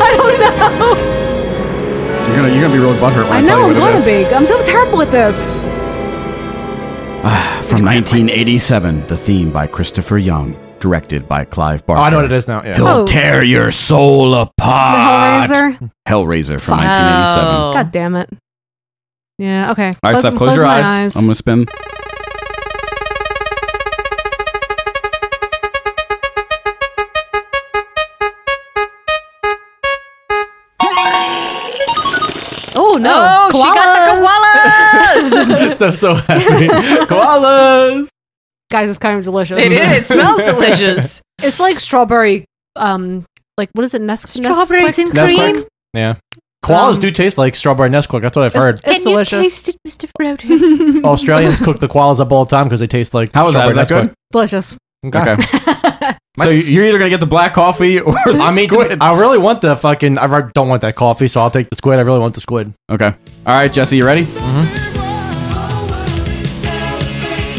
B: I don't know.
K: You're gonna you're gonna be really butthurt when I,
B: I know
K: tell
B: I'm
K: you what it
B: gonna
K: is.
B: be. I'm so terrible at this.
K: Ah,
I: From 1987, the theme by Christopher Young, directed by Clive Barker.
E: Oh, I know what it is now. Yeah.
I: He'll
E: <laughs>
B: Oh.
I: tear your soul
B: The
I: apart.
B: Hellraiser. Oh.
I: Hellraiser from
B: Fuck.
H: Oh.
I: 1987.
B: God damn it. Yeah. Okay.
K: All right, Steph, close your
B: my
K: eyes. I'm gonna spin.
B: oh no.
H: Oh, she got the koalas.
E: Steph's so happy. <laughs> Koalas.
B: Guys, it's kind of delicious.
H: <laughs> it is.
E: <laughs>
H: It smells delicious.
B: It's like strawberry. Um, like what is it? Nes-
H: Strawberries
B: Nesquik?
H: and Nesquik? cream?
E: Yeah. Koalas
B: Um,
E: do taste like strawberry Nesquik. That's what I've heard.
B: <laughs> It's, it's delicious.
H: it, Mr. Frodo?
E: Australians cook the koalas up all the time because they taste like
K: How is that? Is that
E: strawberry
K: good?
B: delicious.
E: Nesquik.
K: Okay. <laughs> so you're either gonna get the black coffee <laughs> or the
E: I mean, to
K: squid.
E: me- I really want the fucking. I re- don't want that coffee, so I'll take the squid. I really want the squid.
K: okay. All right, Jesse, you ready?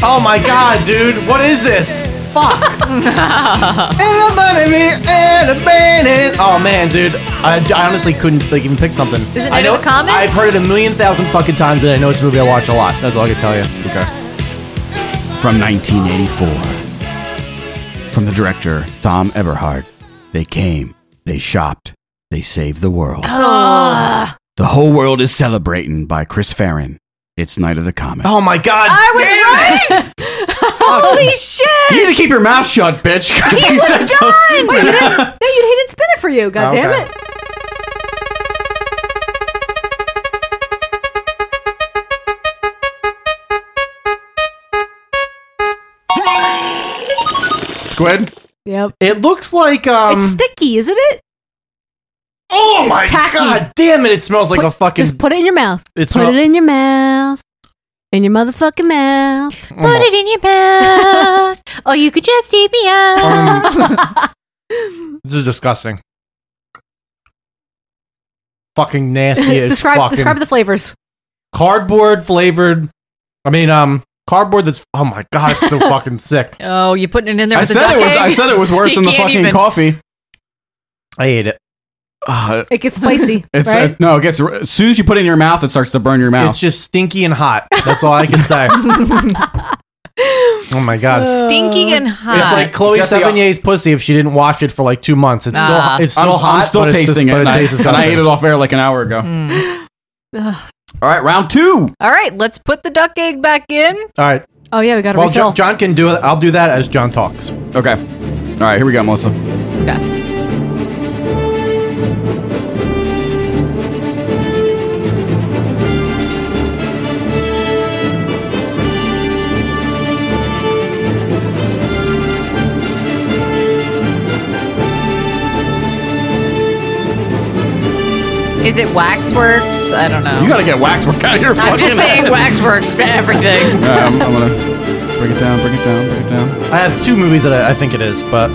E: Oh my god, dude, what is this?
B: <laughs>
E: Fuck. Everybody be animated. Oh man, dude, I, I honestly couldn't like even pick something.
H: Is it
E: I
H: Night of
E: know
H: the Comet?
E: I've heard it a million thousand fucking times, and I know it's a movie I watch a lot. That's all I can tell you. Okay.
I: From 1984. From the director Tom Everhart. They came, they shopped, they saved the world.
H: Ah.
B: Oh.
I: The whole world is celebrating by Chris Farron. It's Night of the Comet.
E: Oh my god.
H: I was right.
E: <laughs> Oh.
H: Holy shit!
K: You need to keep your mouth shut, bitch. 'cause he said so.
B: Wait, you didn't, no, you didn't spin it for you. God
E: Oh,
B: damn
E: okay.
B: it.
K: Squid.
B: Yep.
E: It looks like um.
B: it's sticky, isn't it?
E: oh my
B: tacky.
E: god, damn it! It smells like
B: Put-
E: a fucking.
B: Just put it in your mouth.
E: It
B: put
E: smell-
B: it in your mouth. In your motherfucking
E: <laughs>
B: mouth.
E: Put Oh,
B: it in your mouth. or you could just eat me out.
E: This is disgusting.
B: <laughs>
E: Fucking nasty. as
B: describe
E: fucking
B: describe the flavors.
E: cardboard flavored. I mean, um, cardboard that's. Oh my god,
K: <laughs>
E: it's so fucking sick.
H: Oh, you putting it in there?
K: I
H: with
K: said it
H: a
K: was.
H: duck
K: I
H: egg?
K: said it was
H: <laughs>
K: worse
H: He
K: than the
H: can't
K: fucking
H: even-
K: coffee.
E: I ate it.
I: Uh,
B: It gets
E: <laughs>
B: spicy,
K: it's uh,
B: right?
K: no. It gets as soon as you put it in your mouth, it starts to burn your mouth.
E: It's just stinky and hot. That's all I can
K: <laughs>
E: say. oh my god,
H: Stinky and hot.
E: It's like Chloe Sevigny's pussy if she didn't wash it for like two months. It's
H: Ah.
E: still it's still
K: I'm,
E: hot.
K: I'm still
E: but it's just-
K: tasting it,
E: but
K: and I,
E: tastes
K: and I
E: disgusting.
K: ate it off air like an hour ago.
E: Hmm.
B: Ugh.
K: All right, round two.
H: All right, let's put the duck egg back in.
E: All right.
B: Oh yeah, we got to
E: Well,
B: refill.
E: John, John can do it. I'll do that as John talks.
K: Okay. All right, here we go, Melissa.
H: Okay. Is it waxworks? I don't know.
K: You gotta get waxwork out of your
H: I'm
K: fucking
H: just saying <laughs> waxworks for everything.
K: All right, I'm, I'm gonna break it down, break it down, break it down.
E: I have two movies that I, I think it is, but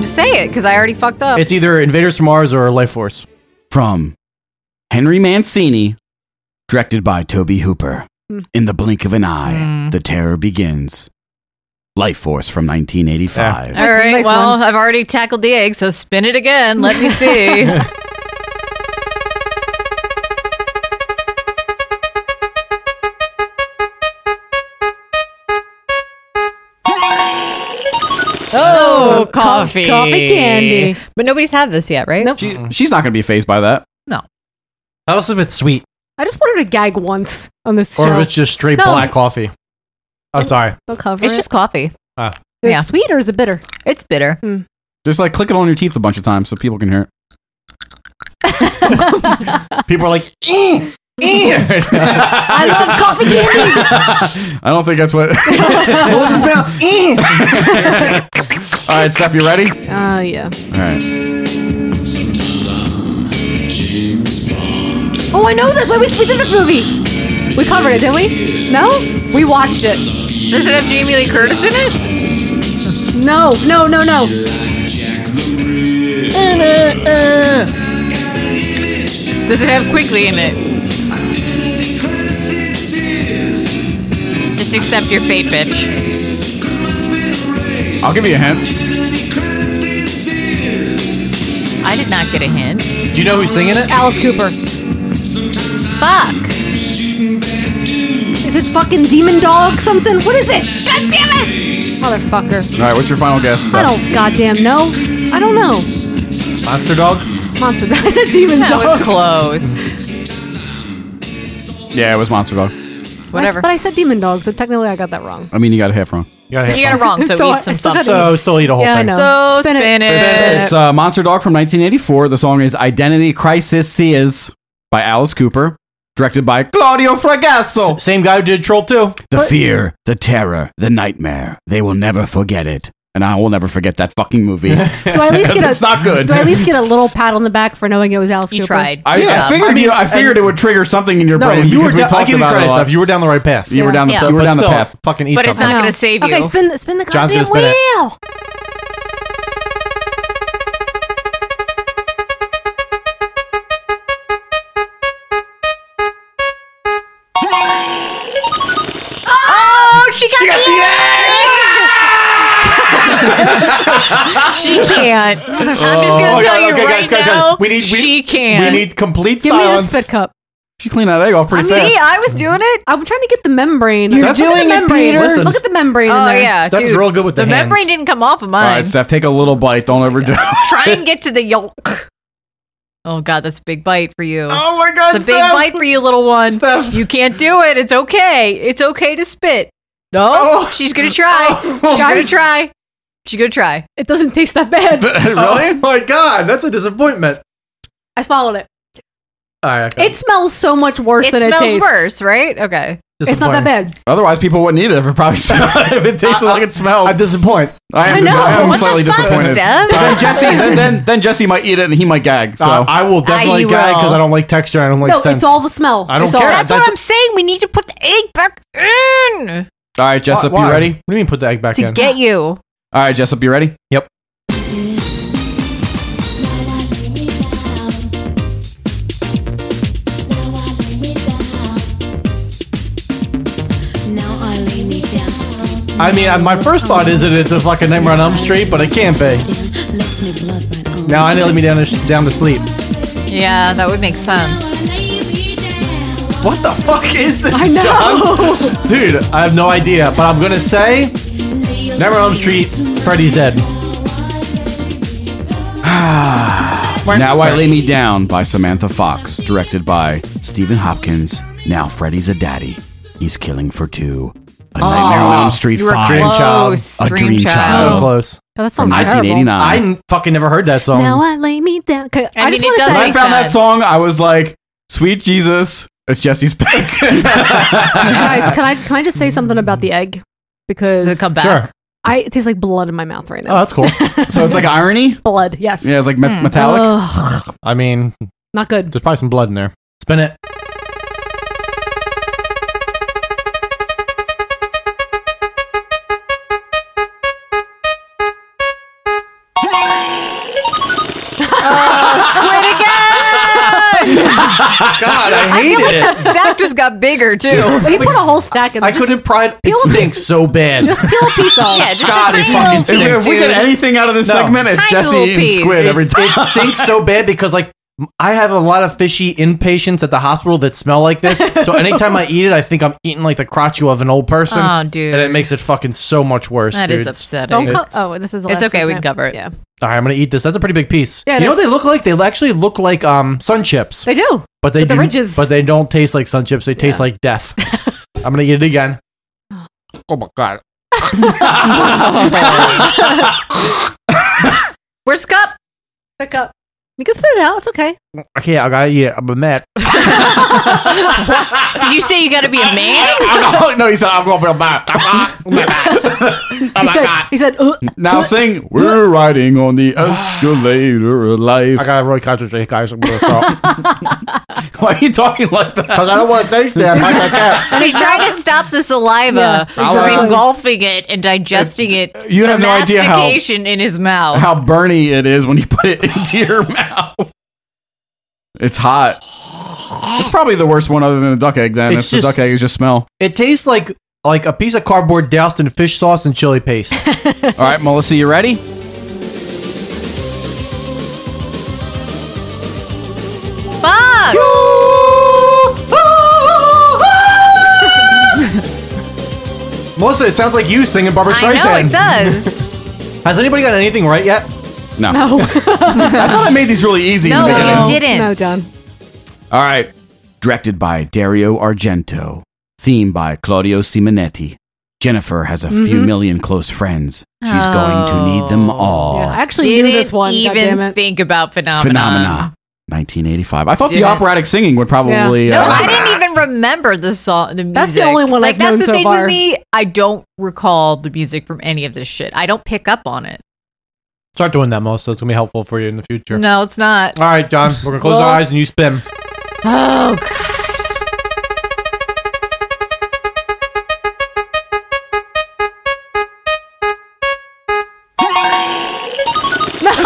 H: Just say it because I already fucked up.
E: it's either Invaders from Mars or Life Force.
I: From Henry Mancini, directed by Toby Hooper.
H: Hmm.
I: In the blink of an eye, the terror begins. Life Force from 1985.
H: All right. well, I've already tackled the egg, so spin it again. Let me see. <laughs> Oh, coffee.
B: coffee candy.
H: But nobody's had this yet, right?
B: Nope.
K: She's not gonna be phased by that.
H: No.
E: Else if it's sweet
B: I just wanted to gag once on this
E: or
B: show.
E: if it's just straight
B: No.
E: black coffee. Oh, sorry.
B: They'll cover
H: It's
B: it.
H: just coffee.
E: Ah.
B: Is it
H: yeah.
B: sweet or is it bitter?
H: It's bitter.
K: Just like click it on your teeth a bunch of times so people can hear it.
E: People are like,
B: I love coffee candies.
K: I don't think <laughs> that's what.
E: what was the smell? Eh.
K: All right, Steph, you ready?
B: <laughs>
K: All
B: Oh yeah.
K: right.
B: Oh, I know this. Why we speak of this movie? We covered it, didn't we? No, we watched it.
H: Does it have Jamie Lee Curtis in it?
B: No, no, no, no.
H: Does it have Quigley in it? Just accept your fate, bitch.
K: I'll give you a hint.
H: I did not get a hint.
E: Do you know who's singing it?
B: Alice Cooper.
H: Fuck.
B: Is it fucking demon dog something? What is it? God damn it, motherfucker!
K: All right, what's your final guess?
B: I
K: Steph?
B: don't goddamn know. I don't know.
E: Monster Dog.
B: Monster. <laughs> I said demon
H: That
B: dog. <laughs>
H: was close.
K: Yeah, it was Monster Dog.
H: Whatever.
B: But I said demon dog, so technically I got that wrong.
K: I mean, you got it half wrong.
E: You gotta
H: You
E: hit
H: got it wrong, so,
B: <laughs> So I-
H: eat some
B: so
H: stuff.
B: that-
E: So still eat a whole
B: Yeah, I
E: thing.
B: know.
H: So
B: Spin
H: spin,
B: it.
H: it.
B: Spin
E: <laughs>
B: it.
K: It's uh, Monster Dog from 1984. The song is Identity Crisis is by Alice Cooper, directed by Claudio Fragasso.
E: S- Same guy who did Troll 2.
I: The fear, the terror, the nightmare. They will never forget it. And I will never forget that fucking
K: <laughs>
I: movie.
B: Do I at least get a?
K: it's not good.
B: Do I at least get a little pat on the back for knowing it was Alice
H: You
B: Cooper?
H: tried.
K: I, I
E: Yeah.
K: figured,
E: I mean,
K: you know, I
E: and-
K: figured it would trigger something in your
E: No,
K: brain
E: you were.
K: because we
E: I
K: talked
E: give you
K: about it
E: credit
K: a lot.
E: stuff. You were down the right path.
K: You were down the,
H: Yeah.
K: you were
E: But
K: down
E: still,
K: the path.
E: Fucking eat
H: But it's
E: something.
H: not gonna save
B: Okay,
H: you.
B: spin the spin the
E: John's
B: goddamn
E: gonna spin it.
B: wheel.
H: Oh, she got, the, egg! <laughs> she can't. I'm just gonna
E: Oh,
H: tell
E: God,
H: you
E: okay,
H: right
E: guys, guys, guys.
H: now.
E: We need- we-
H: she
E: We
H: can't.
E: need complete
B: Give me the
E: silence.
B: spit cup.
K: She cleaned that egg off pretty
H: See,
K: fast.
H: I was doing it.
B: I'm trying to get the membrane.
E: You're
B: Look at the
E: doing it,
B: membrane.
E: Peter. Listen,
B: Look at the membrane. in
H: Oh
B: there.
H: yeah,
E: Steph's
H: dude.
E: real good with the hands.
H: membrane didn't come off of
K: All
H: mine.
K: right, Steph, take a little bite. Don't overdo it.
H: Try and get to the yolk. Oh god, that's a big bite for you.
E: Oh my god,
H: it's a big
E: Steph.
H: bite for you, little one.
E: Steph.
H: You can't do it. It's okay. It's okay to spit. No,
E: Oh.
H: she's gonna try.
E: Oh.
H: She's
E: <laughs>
H: gonna try. She's gonna try.
B: It doesn't taste that bad.
E: <laughs>
K: <laughs>
E: Oh my god, that's a disappointment.
B: I swallowed it.
E: All right, okay.
B: It smells so much worse
H: it
B: than
H: smells
B: it tastes.
H: worse, right? Okay.
B: It's not that bad.
K: Otherwise, people wouldn't eat it if it probably <laughs> smelled. if it tasted like it smelled.
E: I'm disappointed.
K: I am,
B: I
K: dis-
B: know.
K: I am
B: What the
K: slightly
H: fuck,
K: disappointed.
H: Steph?
K: But then Jesse, then, then then Jesse might eat it and he might gag. So
E: Uh, I will definitely
H: you
E: gag
H: will.
E: because I don't like texture. I don't like
B: no,
E: sense.
B: it's all the smell.
E: I don't
B: It's all-
E: care.
H: That's what I'm saying. We need to put the egg back in
K: all right, Jessup,
E: Why-
K: you
E: why?
K: ready?
E: What do you mean put the egg back
H: to
E: in?
H: get you.
K: All right, Jessup, you ready?
E: yep. I mean, I- my first thought is that it's a fucking Nightmare on Elm Street, but it can't be. Now I need to let me down to, sh- down to sleep.
H: Yeah, that would make sense.
E: What the fuck is this?
H: I know.
E: John? Dude, I have no idea, but I'm gonna say Nightmare on Elm Street, Freddy's dead.
I: now I Lay Me Down by Samantha Fox, directed by Stephen Hopkins. Now Freddy's a daddy. He's killing for two. A
E: Aw,
I: Nightmare on Elm Street
E: you were
I: five.
E: Dream
H: Oh,
E: Child. close,
I: A Dream,
E: Um, Dream Child.
I: Child.
E: So close.
B: Oh, that
I: From
B: sounds terrible.
I: 1989.
E: I fucking never heard that song.
B: Now I lay me down. 'Kay, I, just
H: mean, it
B: want to
H: does
B: say,
K: When I found that song, I was like, "Sweet Jesus, it's
E: <laughs>
K: Jesse's back."
B: guys, can I can I just say something about the egg? Because
K: Does it come back? Sure.
B: I it tastes like blood in my mouth right now.
E: Oh,
B: <laughs>
E: cool.
K: so it's like irony.
B: blood. Yes.
K: Yeah, it's like
B: Hmm.
K: met- metallic.
E: Oh.
B: Ugh,
E: I mean,
B: not
E: <laughs>
B: good.
E: there's probably some blood in there. Spin it. God, I
H: I feel
E: hated
H: like
E: it.
H: that stack just got bigger too.
B: <laughs> he put a whole stack in.
E: I couldn't pry it. It stinks so bad.
B: Just peel a piece off.
H: <laughs> Yeah, just
E: God, it fucking
K: If we-
E: stinks.
K: if we get anything out of this segment, it's Tiny Jesse little eating piece. squid every time.
E: It stinks so bad because like I have a lot of fishy inpatients at the hospital that smell like this. So anytime I eat it, I think I'm eating like the crotchu of an old person.
H: Oh, dude.
E: and it makes it fucking so much worse.
H: That
E: dude.
H: is
E: It's-
H: upsetting.
B: Don't co-
E: it's-
B: oh, this is the
H: It's
B: last
H: okay, we
B: segment.
H: can cover it.
B: Yeah,
E: All right, I'm gonna eat this. That's a pretty big piece.
B: Yeah, it
E: you know what
B: is.
E: they look like? They actually look like um sun chips,
B: they do.
E: but they
B: with the
E: do-
B: ridges.
E: but they don't taste like sun chips. They taste
B: <laughs>
E: like death. I'm gonna eat it again. Oh my god.
H: Where's cup?
B: Pick up. You can spit it out. It's okay.
E: Okay, I gotta eat it. I'm mad.
H: Did you say you got to be
K: <laughs>
H: a man?
K: no, he said I'm going to back. <laughs> Oh
B: he said. He said. "Uh, "Ugh."
K: Now sing. We're riding on <sighs> the escalator of life. I
E: gotta really concentrate, guys. I'm
B: <laughs>
E: gonna stop.
K: <laughs> Why are you talking like that?
E: Because I don't want to taste that. Mike, I can't.
H: And he's trying to stop the saliva
K: Yeah,
H: from
K: exactly.
H: engulfing it and digesting it.
K: you
H: the
K: have no idea how-
H: mastication in his mouth.
K: How burny it is when you put it <laughs> into your mouth. It's hot. It's probably the worst one other than the duck egg. Then
E: It's
K: it's, the
E: just-
K: duck egg. It's just smell.
E: It tastes like like a piece of cardboard doused in fish sauce and chili
H: <laughs>
E: paste.
K: All right, Melissa, you ready?
H: Fuck!
E: Melissa, it sounds like you singing Barbara
H: I
E: Streisand.
H: know it does.
E: Has anybody got anything right yet?
K: No.
B: No.
K: <laughs> I thought I made these really easy. in
H: No,
K: the beginning.
H: you didn't.
B: oh, No, John.
I: All right. Directed by Dario Argento. Theme by Claudio Simonetti. Jennifer has a
H: Mm-hmm.
I: few
B: Mhm.
I: million close friends. She's going to need them
H: Oh.
I: all.
B: I actually
H: Didn't
B: knew this one. God damn
H: even
B: it.
H: think about phenomenon.
I: Phenomena. 1985.
K: I thought the operatic singing would probably.
H: No,
K: uh,
H: I didn't even remember the song. The music.
B: That's the only one
H: Like
B: I've
H: that's
B: known
H: the
B: so
H: thing
B: far.
H: with me. I don't recall the music from any of this shit. I don't pick up on it.
E: Start doing that, Melissa. It's gonna be helpful for you in the future.
H: No, it's not. <laughs>
E: All right, John. We're gonna close
H: Well-
E: our eyes and you spin.
H: Oh God.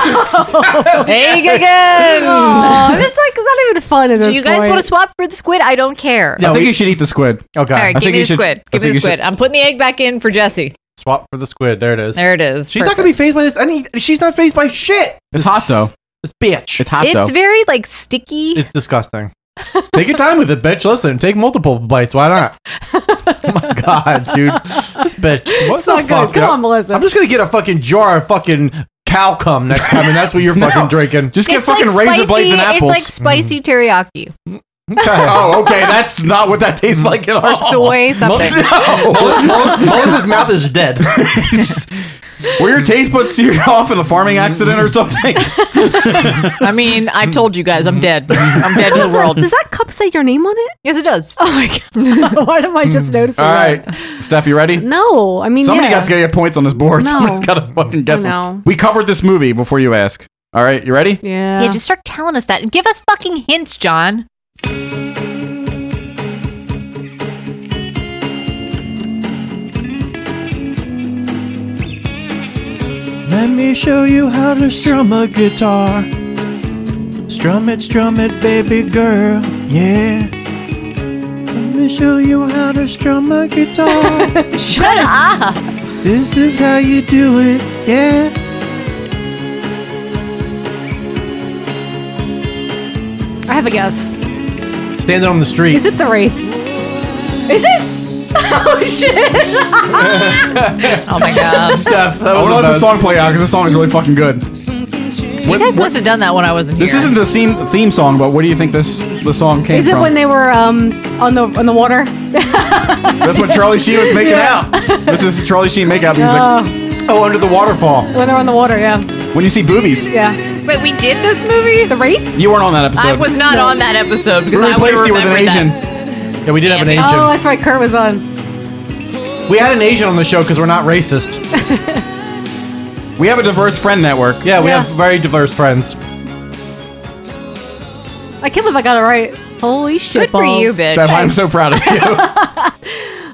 H: Egg again.
B: Oh, it's like it's <laughs> not even fun at
H: Do
B: this
H: you guys
B: point.
H: want to swap for the squid? I don't care.
K: I think you should eat the squid.
E: Okay.
H: All right,
K: I
H: give
K: think
H: me
K: you
H: the
K: should-
H: squid.
K: I
H: Give me
K: think
H: the
K: you should-
H: squid. I'm putting the egg back in for Jesse.
E: Swap for the squid. There it is.
H: There it is.
E: She's not gonna be phased by this. Any. She's not phased by shit.
K: It's hot though.
E: This bitch.
K: It's hot
H: It's
K: though.
H: very like sticky.
E: It's disgusting. <laughs> take your time with it, bitch. Listen, take multiple bites. Why not? oh my god,
H: <laughs>
E: dude. This bitch. What
B: It's
E: the
B: not good.
E: fuck?
B: Come
E: yo?
B: on, Melissa.
E: I'm just gonna get a fucking jar of fucking cow cum next time, and that's
H: <laughs>
E: what you're fucking drinking.
K: Just get
H: It's
K: fucking
H: like
K: razor
H: spicy,
K: blades and apples. Mm.
H: It's like spicy teriyaki
K: <laughs> oh, okay. That's not what that tastes like at all. <laughs>
H: or soy something.
E: Mel- Melissa's mouth is dead.
K: Were your taste buds seared off in a farming accident or something?
H: I mean,
K: Mm.
H: I told you guys, I'm dead. I'm dead <laughs> to the world.
B: Does that cup say your name on it? <laughs>
H: Yes, it does.
B: Oh my god! <laughs> Why am I just noticing?
K: All
B: that?
K: right, Steph, you ready?
B: No, I mean
K: Somebody
B: yeah.
K: got to get points on this board. <laughs>
B: No.
K: Somebody's got to fucking guess.
B: I
K: it.
B: know.
K: We covered this movie before you ask. All right, you ready?
B: Yeah.
H: Yeah, just start telling us that and give us fucking hints, John.
E: <laughs> Let me show you how to strum a guitar. Strum it, strum it, baby girl. Yeah.
B: <laughs>
E: Let me show you how to strum a guitar.
H: Shut up.
M: This is how you do it, yeah.
B: I have a guess.
E: Standing on the street.
B: Is it the Wraith? Is it? <laughs> Oh shit!
H: oh my god. <laughs>
K: Steph, I
H: that was
K: want to let
H: about-
K: the song play out because the song is really fucking good.
H: You guys must have done that when I wasn't
K: This
H: here.
K: isn't the theme theme song, but where do you think this the song came
B: Is it
K: from?
B: when they were um on the on the water?
K: That's what Charlie Sheen was making
B: Yeah.
K: out. This is Charlie Sheen make out music.
B: Oh.
K: oh, under the waterfall.
B: When they're on the water, yeah,
K: When you see boobies.
B: yeah.
H: Wait, we did this movie?
B: The Wraith?
K: You weren't on that episode.
H: I was not on that episode because
K: we
H: I would
K: replaced
H: have
K: you with an
H: remembered
K: Asian.
H: that.
E: Yeah, we did have an Asian.
B: Oh, that's right. Kurt was on.
E: We had an Asian on the show because we're not racist.
K: we have a diverse friend network.
E: Yeah, we
B: Yeah.
E: have very diverse friends.
B: I can't believe I got it right. Holy shit!
H: Good for you, bitch.
I: Steph, I'm so proud of
K: <laughs>
I: you.
B: I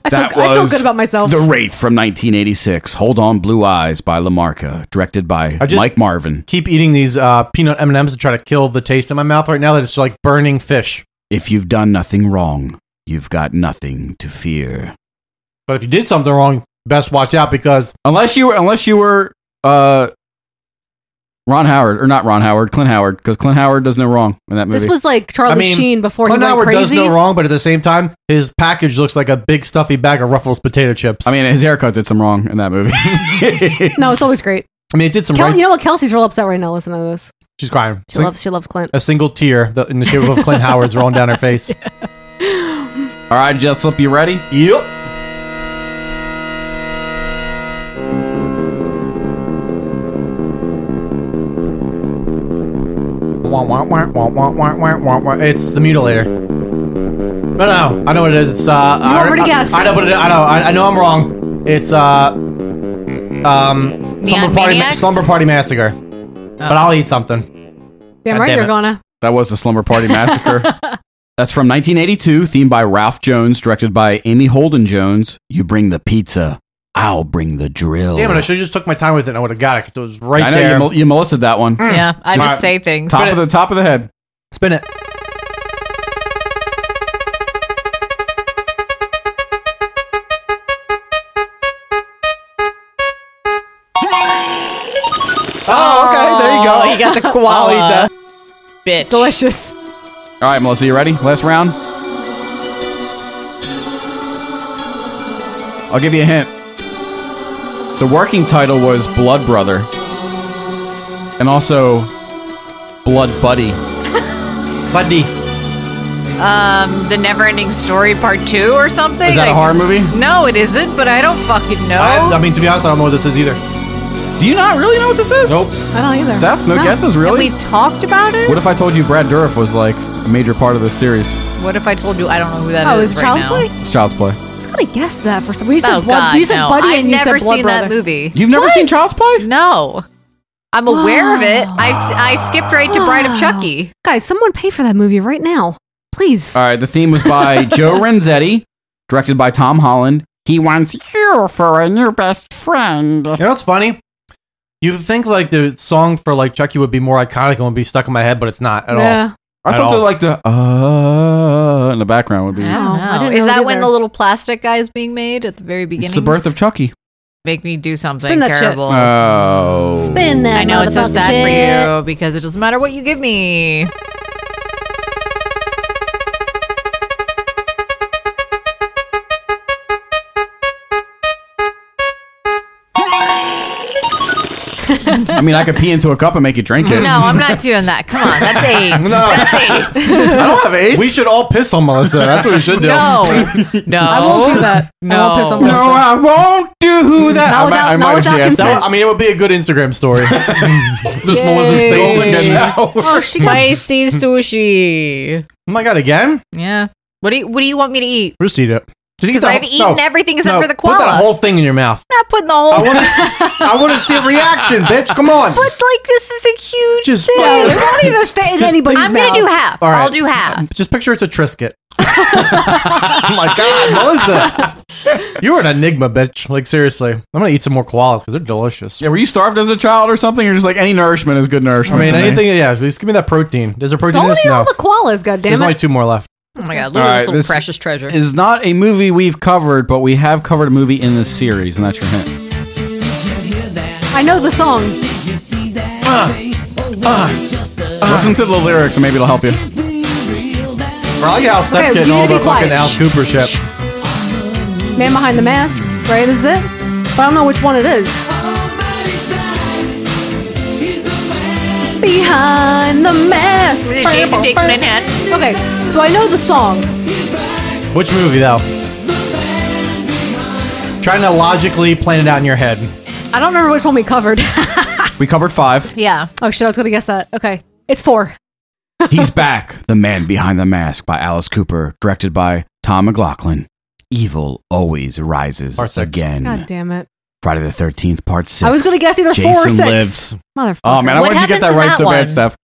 B: feel, I feel good about myself.
I: The Wraith from 1986. Hold on, Blue Eyes by Lamarca, directed by
E: I just-
I: Mike Marvin.
E: Keep eating these uh, peanut M and M's to try to kill the taste in my mouth right now. That it's like burning fish.
I: If you've done nothing wrong, you've got nothing to fear.
E: But if you did something wrong, best watch out because
K: unless you unless you were uh Ron Howard or not Ron Howard, Clint Howard, because Clint Howard does no wrong in that movie.
B: This was like Charlie
E: I mean,
B: Sheen before
E: Clint
B: he went
E: Howard
B: crazy.
E: does no wrong, but at the same time, his package looks like a big stuffy bag of Ruffles potato chips.
K: I mean, his haircut did some wrong in that
H: <laughs>
K: movie. <laughs> I
B: No, it's always great.
E: mean, it did some
B: Kel-
E: right.
B: You know what? Kelsey's real upset right now. Listen to this.
E: She's crying.
B: She loves. She loves Clint.
E: a single tear the- in the shape of Clint Howard's rolling down
B: <laughs>
E: her face.
K: All right, Jessup, you ready?
E: Yep. Wah, wah, wah, wah, wah, wah, wah, wah, wah. It's the mutilator. No, no, I know what it is. It's uh,
B: You already
E: I,
B: guessed.
E: I know, but it, I know, I, I know, I'm wrong. It's uh, um, slumber party, ma-
B: Maniacs? Oh.
E: slumber party massacre. But I'll eat something.
B: Damn
K: God
B: right,
K: damn
B: you're
K: it.
B: gonna.
K: That was the Slumber Party Massacre.
H: <laughs>
K: That's from 1982, themed by Ralph Jones, directed by Amy Holden Jones.
I: You bring the pizza, I'll bring the drill.
E: Damn it! I should have just took my time with it. and I would have got it because it was right
K: I know
E: there.
K: You, mol- you molested that one.
H: Yeah, I
K: Top-
H: just say things.
K: Mm. Top of the top of the head.
E: Spin it.
K: Oh, okay. There you go. <laughs>
H: You <laughs> got the
K: I'll
H: koala.
K: eat that.
H: uh, Bitch. Delicious.
K: All right, Melissa, you ready? Last round. I'll give you a hint. The working title was Blood Brother, and also Blood Buddy.
E: Buddy.
H: Um, the Never Ending Story Part Two or something.
K: Is that a
H: Like-
K: horror movie?
H: No, it isn't. But I don't fucking know.
E: I, I mean, to be honest, I don't know what this is either.
K: Do you not really know what this is? Nope.
H: I don't either.
K: Steph, no guesses, really?
H: Have we talked about it?
K: What if I told you Brad Dourif was like a major part of this series?
H: What if I told you I don't know who that is?
B: Oh, is it
H: right
B: Child's
H: now?
B: Play?
K: It's Child's Play.
B: I was gonna guess that for some. When you said
H: oh
B: blood,
H: God,
B: you said
H: no.
B: buddy,
H: I've
B: and you
H: never
B: said blood
H: seen
B: brother.
H: that movie.
K: You've never seen Child's Play?
H: No, I'm aware of it. I I skipped right to Bride
B: <gasps>
H: of Chucky.
B: Guys, someone pay for that movie right now, please.
K: All right, the theme was by Joe Renzetti, directed by Tom Holland. He wants you for a new best friend.
E: You know what's funny? You would think like the song for like Chucky would be more iconic and would be stuck in my head, but it's not at
B: Yeah.
E: all.
K: I
E: At
K: thought
E: all.
K: that like the uh in the background would be.
H: I don't know.
B: Oh, I didn't
H: is
B: know
H: that
B: it
H: when
B: either.
H: the little plastic guy is being made at the very beginning?
K: It's the birth of Chucky.
H: Make me do something
B: Spin that shit.
H: terrible.
K: Oh.
B: Spin that
H: I know it's so
B: motherfucking
H: sad
B: shit.
H: for you because it doesn't matter what you give me.
K: I mean, I could pee into a cup and make you drink it.
H: No, I'm not doing that. Come
K: <laughs>
H: on, that's AIDS. That's AIDS. <laughs>
K: I don't have AIDS.
E: We should all piss on Melissa. That's what we should do.
K: <laughs>
H: No, no,
B: I won't do that. I won't piss on
H: No.
K: No,
B: myself.
K: I won't do that.
B: Not
K: I might-
B: without-
K: I might
B: not
K: have
B: without
K: just asked
E: That
K: that.
E: would- I mean, it would be a good Instagram story. Just Melissa's face
K: Golden
E: again.
K: shower.
B: Oh, she got
H: Spicy sushi.
E: Oh my god, again?
H: Yeah. What do you What do you want me to eat?
E: Just eat it. Did you get
H: Because
E: the
H: I've
E: whole-
H: eaten
E: no,
H: everything except
E: no,
H: for the
E: Put
H: koala.
E: that whole thing in your mouth.
H: I'm not putting the whole.
E: I
H: <laughs>
E: want to. See, I want to see a reaction, bitch. Come on.
H: but like this is a huge
E: Just
H: thing.
E: fucking-
B: It won't even fit in
E: <laughs> Just
B: anybody's
H: I'm gonna
B: mouth.
H: do half.
E: All right. Um,
H: I'll do half.
E: Just picture it's
B: <laughs>
E: a Trisket. <laughs> oh my god, Melissa, you're an enigma, bitch. Like seriously, I'm gonna eat some more koalas because they're delicious.
K: Yeah, were you starved as a child or something? Or just like any nourishment is good
E: I
K: nourishment.
E: mean,
K: to me?
E: anything. Yeah, just give me that protein. There's a protein in
B: Don't
E: this?
B: eat all
E: No.
B: the koalas,
E: There's
B: goddammit.
E: only two more left.
H: Oh my god,
K: look at All this right, little this-
H: precious treasure.
K: is not a movie we've covered, but we have covered a movie in this series, and that's your hint.
B: I know the song.
K: Listen to the lyrics and maybe it'll help you. For all you house that's
B: Okay,
K: getting
B: you
K: all
B: be
K: the fucking
B: quiet.
K: Alice Cooper shit.
B: Man Behind the Mask, right? Is it? But I don't know which one it is. Behind the Mask. Okay, so I know the song.
E: Which movie though? Trying to logically plan it out in your head.
B: I don't remember which one we covered. <laughs>
K: We covered five.
B: yeah. Oh shit, I was gonna guess that. Okay, it's four.
I: He's back. The Man Behind the Mask by Alice Cooper, directed by Tom McLaughlin. Evil always rises again.
B: God damn it.
I: Friday the Thirteenth Part Six.
B: I was gonna guess either
I: Jason
B: four or six.
I: Lives.
B: Motherfucker.
I: Oh man, I
B: What
I: wanted you to get
B: happens
I: that
B: in
I: right
B: that
I: so
B: one?
I: bad, Steph.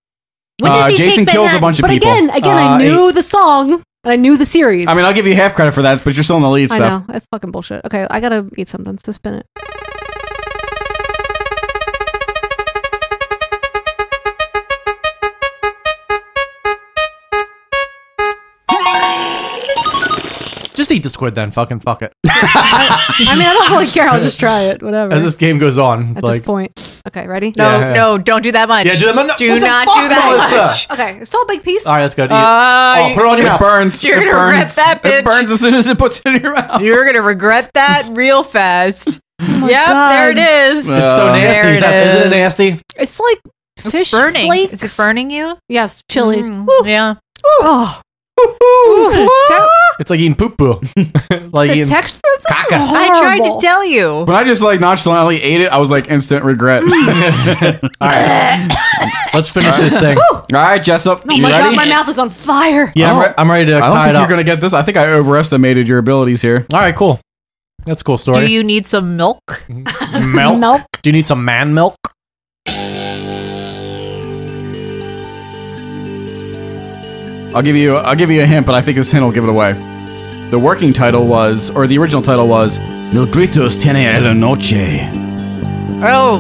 B: When does
K: Uh,
B: he
K: Jason
B: take
K: kills a
B: Manhattan?
K: bunch of
B: but
K: people.
B: again, again,
K: Uh,
B: I knew the song and I knew the series.
K: I mean, I'll give you half credit for that, but you're still in the lead,
B: I
K: Steph.
B: know that's fucking bullshit. Okay, I gotta eat something. So spin it.
E: Just eat the squid then. Fucking fuck it. <laughs>
B: I mean, I don't really care. I'll just try it. Whatever.
E: As this game goes on, it's
B: At
E: like
B: this point. Okay, ready?
E: No, Yeah. no,
B: don't do that much.
E: Yeah, do that much. No,
H: Oh, Do
E: what the
H: not
E: fuck,
H: do that
E: Melissa?
H: much.
B: Okay, it's all a big piece.
E: All right, let's go. To eat.
H: Uh,
E: oh, put it on your
H: it
E: mouth.
H: burns. You're It gonna burns. regret that, It bitch. burns
K: as soon as it puts it in your mouth.
H: You're gonna regret
E: <laughs>
H: that real fast.
E: Oh
H: yep, there it is.
E: It's so nasty.
H: There
E: Is, that,
H: it
E: is it
H: is.
E: nasty?
B: It's like fish
H: burning.
B: flakes.
H: Is it burning you? Hmm.
B: Yes, chilies.
H: Yeah.
B: Oh.
E: It's like eating poo poo. <laughs> like
B: the
E: eating
B: texture of this is
K: Caca.
B: horrible.
H: I tried to tell you.
K: When I just like nonchalantly ate it, I was like
B: <laughs>
K: instant regret. <laughs> All right,
E: let's finish this thing.
K: All right, Jessup,
B: Oh
K: you
B: my
K: ready?
B: god, my mouth is on fire.
K: Yeah,
E: I'm re- I'm ready to
K: Oh. I don't
E: tie
K: think
E: it
K: you're
E: up.
K: gonna get this. I think I overestimated your abilities here.
E: All right, cool. That's a cool story.
H: Do you need some milk?
E: milk? Do you need some man milk?
K: I'll give you I'll give you a hint, but I think this hint will give it away. The working title was, or the original title was, Mil gritos tiene el noche.
E: Mm.
H: Oh,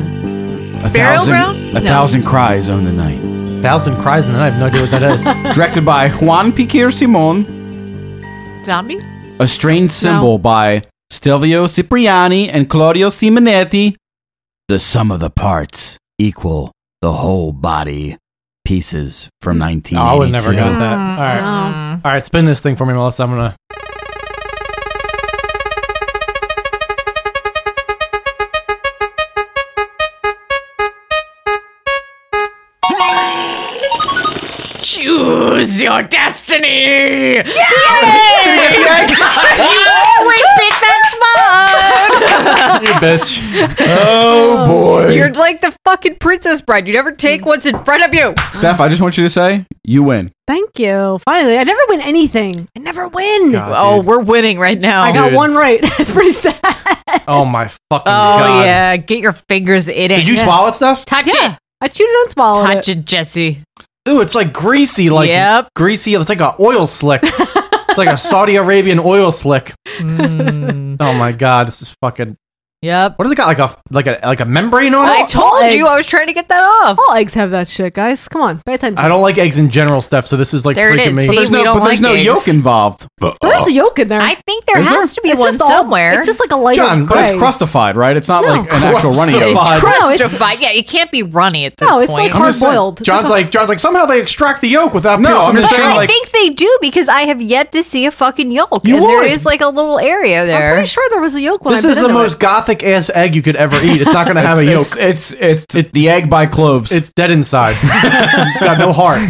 I: A
H: Burial
I: thousand,
H: ground?
I: A
H: No.
I: thousand cries on the
H: <laughs>
I: night.
E: Thousand cries in the night. I have no idea what that is. Oh,
K: Directed by Juan Piquer Simon.
H: zombie?
K: A strange symbol by Stelvio Cipriani and Claudio Simonetti.
I: The sum of the parts equal the whole body pieces
H: Hmm.
I: from 1982.
E: Oh, I would never got
H: <laughs>
E: that. All right, all right. Spin this thing for me, Melissa. I'm gonna.
D: Choose your
H: <laughs>
D: destiny! Yay!
H: You always pick that <laughs>
E: You bitch.
K: Oh
H: spot.
K: boy.
H: You're like the fucking princess bride. You never take what's in front of you.
K: Steph, I just want you to say you win.
B: Thank you. Finally, I never win anything. I never win.
H: oh, we're winning right now.
B: I got
E: Dude,
B: one
E: it's-
B: right. <laughs> That's pretty sad.
E: Oh my fucking oh,
H: Oh
E: god.
H: yeah, get your fingers in it.
E: Did you swallow it, stuff?
H: Touch it.
B: I chewed it on swallow.
H: Touch it, Jesse.
E: Ooh, it's like greasy, like
H: Yep.
E: greasy. It's like an oil slick. it's like a Saudi Arabian oil slick. Oh my god, this is fucking.
H: Yep.
E: What does it got? Like a like a like a membrane on
H: I
E: it.
H: told
B: all
H: you I
B: eggs.
H: was trying to get that off.
B: All eggs have that shit, guys. Come on, pay attention.
E: I don't like eggs in general, Steph. So this is like
H: There it
E: freaking
H: is.
E: me.
H: See, But there's we no- don't but there's like no eggs. yolk
K: involved.
B: But there's a yolk in there.
H: I think there
K: Is
H: has
K: there?
H: to be
B: It's
H: one
B: just all-
H: somewhere.
B: it's just like a light
K: John, but it's
B: gray.
K: crustified, right? It's not
B: No.
K: like an actual runny
E: Crustified.
K: yolk.
E: It's
B: No, it's-
H: crustified. Yeah, it can't be runny at this
B: No, it's like
H: point.
B: hard boiled.
E: John's like John's like somehow they extract the yolk without
K: No,
E: piercing
K: I'm just
E: the
H: But
K: saying,
E: shell.
H: I
K: like-
H: think they do because I have yet to see a fucking yolk,
E: You
H: and there
E: would.
H: is like a little area
B: I'm
H: there.
B: pretty sure there was a yolk when
E: This
B: I bit
E: is the
B: into
E: most
B: It.
E: gothic ass egg you could ever eat.
H: <laughs>
E: It's not going to have a yolk.
K: It's it's, it's, it's the egg by cloves.
E: It's dead inside. <laughs> it's got no
H: <laughs>
E: heart.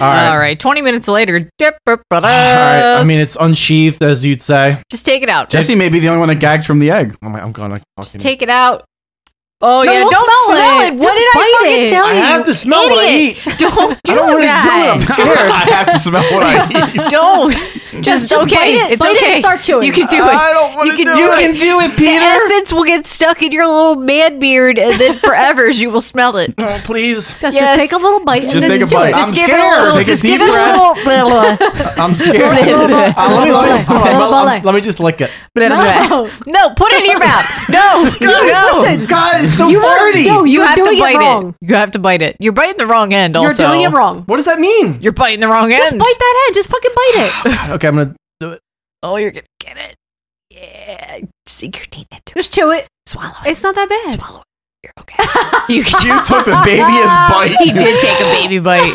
E: All
H: All right.
E: right.
H: Twenty minutes later,
E: All right. I mean, it's unsheathed, as you'd say. Oh
H: just take it out. Just,
K: Jesse may be the only one that gags from the egg.
E: I'm, I'm going to fucking.
H: take it out. Oh
B: No,
H: yeah,
B: don't
H: don't,
B: smell
H: smell,
B: it.
H: it. What
B: Just
H: did I
B: bite
H: fucking
B: it.
E: <laughs>
H: tell
E: I
H: you?
E: have to smell what I
H: idiot. Don't do
E: I don't want to do it. I'm
H: that.
E: <laughs> scared.
K: <laughs> I have to smell what I
E: <laughs>
K: eat.
H: <laughs> don't. Just,
B: just
H: okay.
B: bite it.
H: It's
B: Bite it
H: okay.
B: and start chewing.
H: You can do it.
K: I don't wanna
H: You can
K: do
H: do
K: it.
H: it.
K: You can do it, Uh, Peter.
H: The essence will get stuck in your little man beard, and then forever you will smell it.
E: Oh, please.
B: Just,
H: Yes.
B: take a little bite. and
K: Just
B: then
K: take a
B: chew it.
K: bite. I'm
H: Just give it a
K: scared.
H: little.
K: Take a
H: just
K: deep
H: give it
K: breath.
H: a little. Blah,
E: <laughs>
H: blah, <laughs>
E: I'm scared. Uh, let, me, let, me, hold on,
B: Blah, blah,
E: let me- let me just lick it.
H: blah, blah.
B: No.
H: no, put it in your mouth. <laughs> No, no, no.
B: Listen,
E: God, it's so
B: <laughs> you are,
E: dirty.
B: no, you, are doing it wrong.
H: You have to bite it. You're biting the wrong end.
B: You're
H: Also,
B: doing it wrong.
E: What does that mean?
H: You're biting the wrong
B: Just
H: end.
B: bite that end. Just fucking
H: <gasps>
B: bite it.
E: Okay, I'm going to do it.
H: Oh, you're gonna get it. Yeah, sink your teeth into
B: <laughs>
H: it.
B: Just chew it.
H: Swallow it.
B: It's not that bad.
H: Swallow You, <laughs>
K: you took the babyest bite.
H: He did take a
B: <laughs>
H: baby bite.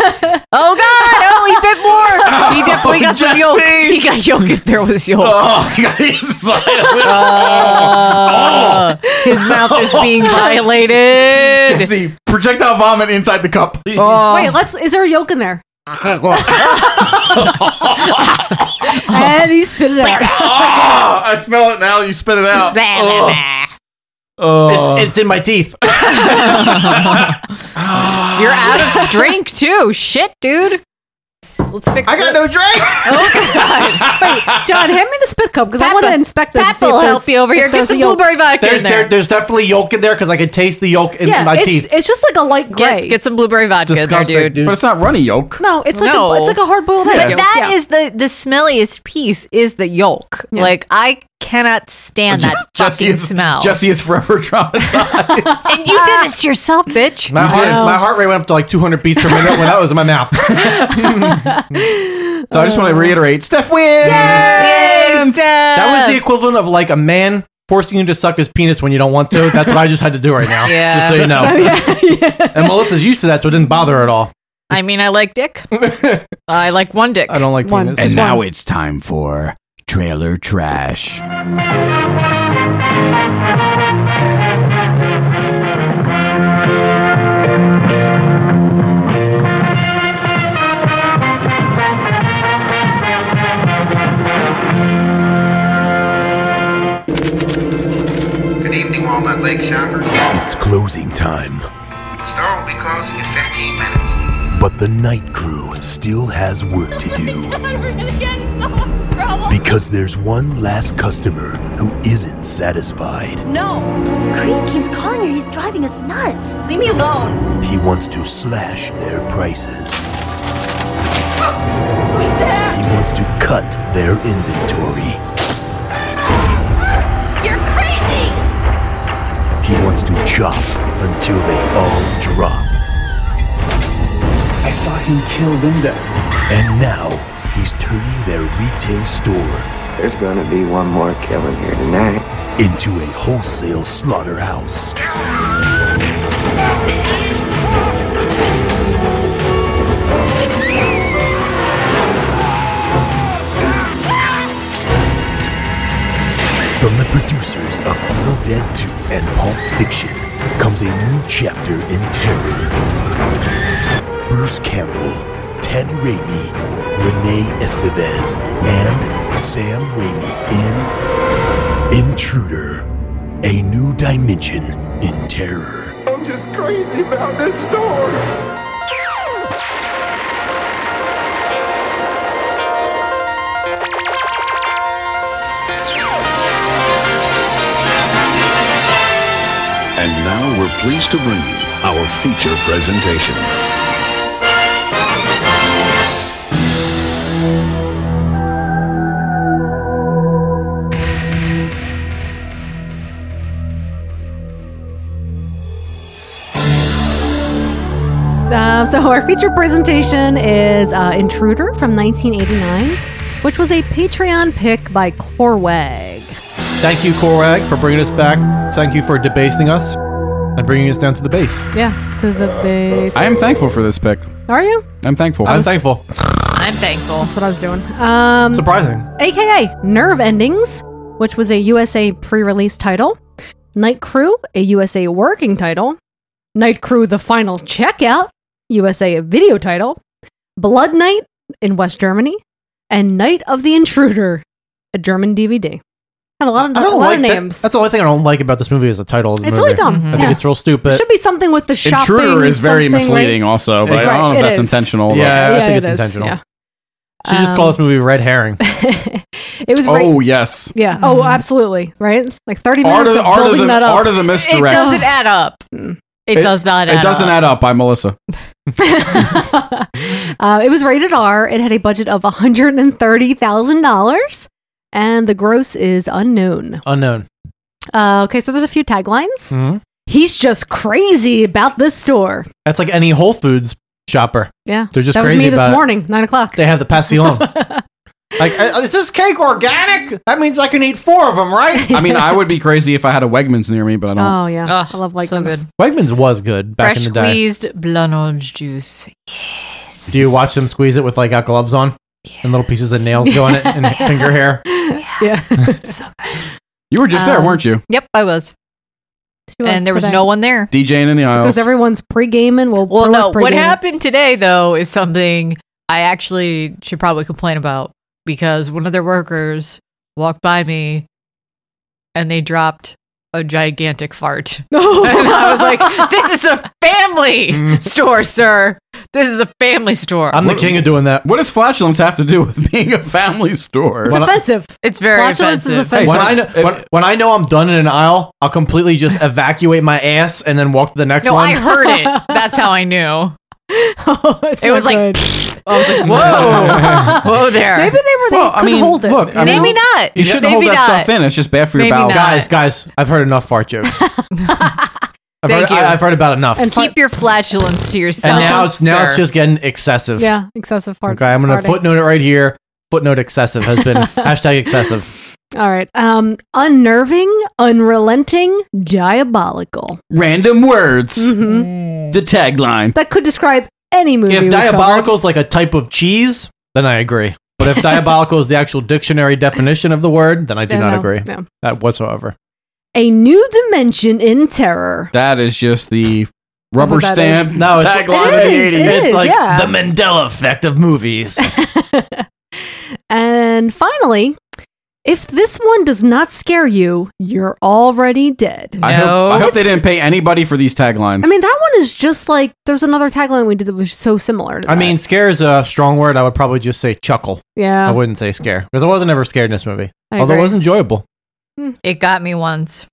H: Oh God! Oh, he bit more. He definitely got some yolk. He got yolk if there was yolk.
B: <laughs>
K: <laughs> Oh, he got
H: Uh, His mouth is
B: <laughs>
H: being violated.
K: Jesse, projectile vomit inside the cup. <laughs> Oh.
B: Wait, let's. Is there a yolk in
K: <laughs>
B: there? and he spit it
K: <laughs>
B: out.
K: Ah, I smell it now. You spit it
H: <laughs>
K: out.
B: Blah, blah,
K: Oh. Oh.
E: It's, it's in my
K: <laughs>
E: teeth.
B: Oh.
H: You're out of drink too. Shit, dude. Let's fix.
B: I got
H: no
K: drink.
B: Oh God! Wait, John, hand me the spit cup because I want to inspect this.
H: Papa will help you over here. Get some blueberry vodka
E: There's there, there's definitely yolk in there because I could taste the yolk in
B: yeah,
E: my
B: it's,
E: teeth.
B: it's just like a light gray.
H: Get, some blueberry vodka
E: Disgusting,
K: But it's not runny yolk.
B: No, it's like
H: No.
B: a, it's like a hard boiled egg.
H: But that is the the smelliest piece is the yolk. Like I cannot stand that
K: Jesse
H: fucking
K: is,
H: smell.
K: Jesse is forever <laughs> traumatized.
H: and you did this to yourself, bitch.
E: My heart, my heart rate went up to like 200 beats per minute when that was in
B: <laughs>
E: my mouth.
K: So I just want to reiterate, Steph wins.
E: That was
B: Uh,
E: the equivalent of like a man forcing you to suck his penis when you don't want to. That's what I just had to do right now.
H: Yeah.
E: Just
B: <laughs>
E: so you know.
B: Oh,
E: And Melissa's used to that, so it didn't bother her at all.
H: I mean, I like
E: <laughs>
H: dick. I like one dick.
E: I don't like One. penis.
I: And now it's time for trailer trash.
N: Good evening, Walnut Lake shoppers.
O: It's closing time,
N: Store will be closing in 15 minutes.
O: but the night crew still has work to do
D: We're gonna get in so much trouble.
O: because there's one last customer who isn't satisfied.
D: No. This creep keeps calling her. He's driving us nuts. Leave me alone.
O: He wants to slash their prices. He wants to cut their inventory.
D: You're crazy.
O: He wants to chop until they all drop.
L: I saw him kill Linda.
O: And now he's turning their retail store. There's gonna be one more killing here tonight. Into a wholesale slaughterhouse. From the producers of Evil Dead 2 and Pulp Fiction comes a new chapter in terror. Bruce Campbell, Ted Raimi, Renee Estevez, and Sam Raimi in Intruder, a new dimension in terror.
D: I'm just crazy about this store.
P: And now we're pleased to bring you our feature presentation.
B: Uh, so our feature presentation is uh, Intruder from 1989, which was a Patreon pick by Corweg.
E: Thank you, Korag, for bringing us back. Thank you for debasing us and bringing us down to the base.
B: Yeah, to the base.
K: I am thankful for this pick.
B: Are you?
K: I'm thankful.
E: I'm thankful.
H: I'm thankful.
B: That's what I was doing. Um,
E: Surprising.
B: AKA Nerve Endings, which was a USA pre release title, Night Crew, a USA working title, Night Crew The Final Checkout, USA video title, Blood Night in West Germany, and Night of the Intruder, a German DVD. Had a lot of, a lot
E: like
B: of
E: that-
B: names.
E: that's the only thing I don't like about this movie is the title. Of the
B: It's
E: movie.
B: really dumb.
E: I
B: Yeah.
E: think it's real stupid.
B: It should be something with the shopping.
K: Intruder is very
B: something, right?
K: misleading, also, but I
B: Right,
K: don't know if
B: it
K: that's
B: is.
K: intentional. though.
E: Yeah, I
B: Yeah,
E: think
B: it
E: it's
B: is,
E: intentional.
B: yeah.
E: She just called this movie Red Herring.
B: <laughs> It was.
K: Oh
B: ra-
K: yes.
B: Yeah. Oh, absolutely. Right. Like thirty minutes
K: Art of
B: of,
K: the- art of
B: building
K: the-
B: that up.
K: art of the misdirect.
H: It doesn't add up. It, does not add
K: It doesn't
H: up.
K: add up by Melissa.
B: <laughs> Uh, it was rated R. It had a budget of one hundred and thirty thousand dollars, and the gross is unknown.
E: Unknown.
B: Uh, okay, so there's a few taglines.
K: Mm-hmm.
E: Mhm.
B: He's just crazy about this store.
E: That's like any Whole Foods shopper.
B: Yeah,
E: They're just
B: that
E: crazy
B: was me this
E: about it.
B: morning, nine o'clock.
E: <laughs> They have the Passion. Like, uh, is this cake organic? That means I can eat four of them, right?
K: I mean, I would be crazy if I had a Wegmans near me, but I don't.
B: Oh yeah, I love like
H: so good.
E: <laughs> Wegmans was good back
H: Fresh
E: in the day.
H: squeezed blood orange juice.
E: Do you watch them squeeze it with like uh, gloves on and little pieces of nails go in it and
H: <laughs>
E: finger hair?
B: <laughs>
K: <laughs>
B: Yeah.
H: so good.
K: You were just there,
B: oh.
H: Um,
K: weren't you?
H: Yep, I was.
B: was
H: and there was
B: today.
H: no one there.
K: DJing in the aisles.
B: Because everyone's pre-gaming. Well, well,
H: No,
B: <laughs>
H: what happened <laughs> today though is something I actually should probably complain about because one of their workers walked by me and they dropped a gigantic fart. <laughs> and I was like, "This is a
E: <laughs>
H: family store, sir. This is a family store."
E: Mm. I'm the king of doing that.
K: What does flatulence have to do with <laughs> being a family store?
E: When I-
B: offensive.
H: It's very offensive.
E: When I, know, when, when I know I'm done in an aisle, I'll completely
H: <laughs>
E: just evacuate my ass and then walk to the next
H: no,
E: one.
H: I heard it. That's how I knew.
B: <laughs> Oh,
H: it was <laughs> like I
E: <laughs>
H: was like,
K: Whoa.
H: "Whoa, whoa, there."
B: Maybe they were. They
K: Well, I
B: could
K: mean,
B: hold it.
K: look, I mean,
H: Maybe not.
K: You shouldn't hold
H: Maybe
K: that
H: not.
K: stuff in. It's just bad for your
H: Maybe
K: bowels.
H: not.
E: guys, guys, I've heard enough fart
H: <laughs>
E: jokes. I've
H: Thank
E: heard,
H: you.
E: I, have heard about enough.
H: and keep your flatulence to yourself.
E: And now it's now it's
H: sir.
E: just getting excessive.
B: Yeah, excessive fart.
E: Okay, I'm gonna
B: farting.
E: footnote it right here. Footnote excessive
B: <laughs>
E: has been hashtag excessive.
B: All right. Um, unnerving, unrelenting, diabolical.
K: Random words.
H: Mm-hmm.
B: Mhm.
K: The tagline.
B: That could describe any movie.
E: If
B: we've covered.
E: diabolical is like a type of cheese, then I agree. But if diabolical is the actual dictionary definition of the word, then I do
B: Yeah,
E: not
B: no,
E: agree.
B: no.
E: That whatsoever.
B: a new dimension in terror.
K: That is just the rubber
B: What that
K: stamp.
B: is.
E: No, it's-
K: tagline
B: It
K: of the
B: is, it
K: 80s.
B: is,
E: It's like
B: yeah.
E: the Mandela effect of movies.
B: And finally, if this one does not scare you, you're already dead.
K: I hope, I hope they didn't pay anybody for these taglines.
B: I mean, that one is just like there's another tagline we did that was so similar. To
E: <laughs> I
B: that.
E: mean, scare is a strong word. I would probably just say chuckle.
B: Yeah.
E: I wouldn't say scare because I wasn't ever scared in this movie.
B: Oh. I
E: Although
B: agree.
E: it was enjoyable.
H: It got me once.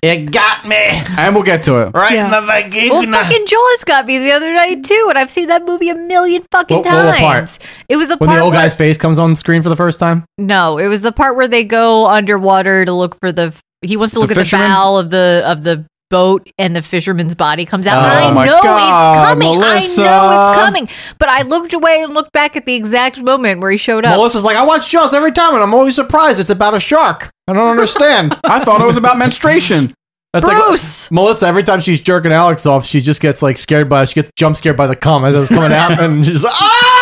E: It got me
K: and we'll get to it.
E: right
H: Yeah.
E: in the vagina.
H: Well, fucking Jaws got me the other night too, and I've seen that movie a million fucking
E: What- what part?
H: times. It was the
E: when
H: part
E: the old
H: where-
E: guy's face comes on the screen for the first time.
H: No, it was the part where they go underwater to look for the. He wants
E: The
H: to look at
E: fisherman?
H: the bow of the of the boat, and the fisherman's body comes out.
K: Oh
H: and I
K: my
H: know
K: God,
H: it's coming.
K: Melissa.
H: I know it's coming. But I looked away and looked back at the exact moment where he showed up.
E: Melissa's like, I watch Jaws every time, and I'm always surprised it's about a shark. I don't
H: <laughs>
E: understand.
K: I thought it was about menstruation.
E: That's
H: Bruce!
E: <laughs> Like, Melissa, every time she's jerking Alex off, she just gets like scared by she gets jump scared by the cum as it's coming out, and she's like, ah!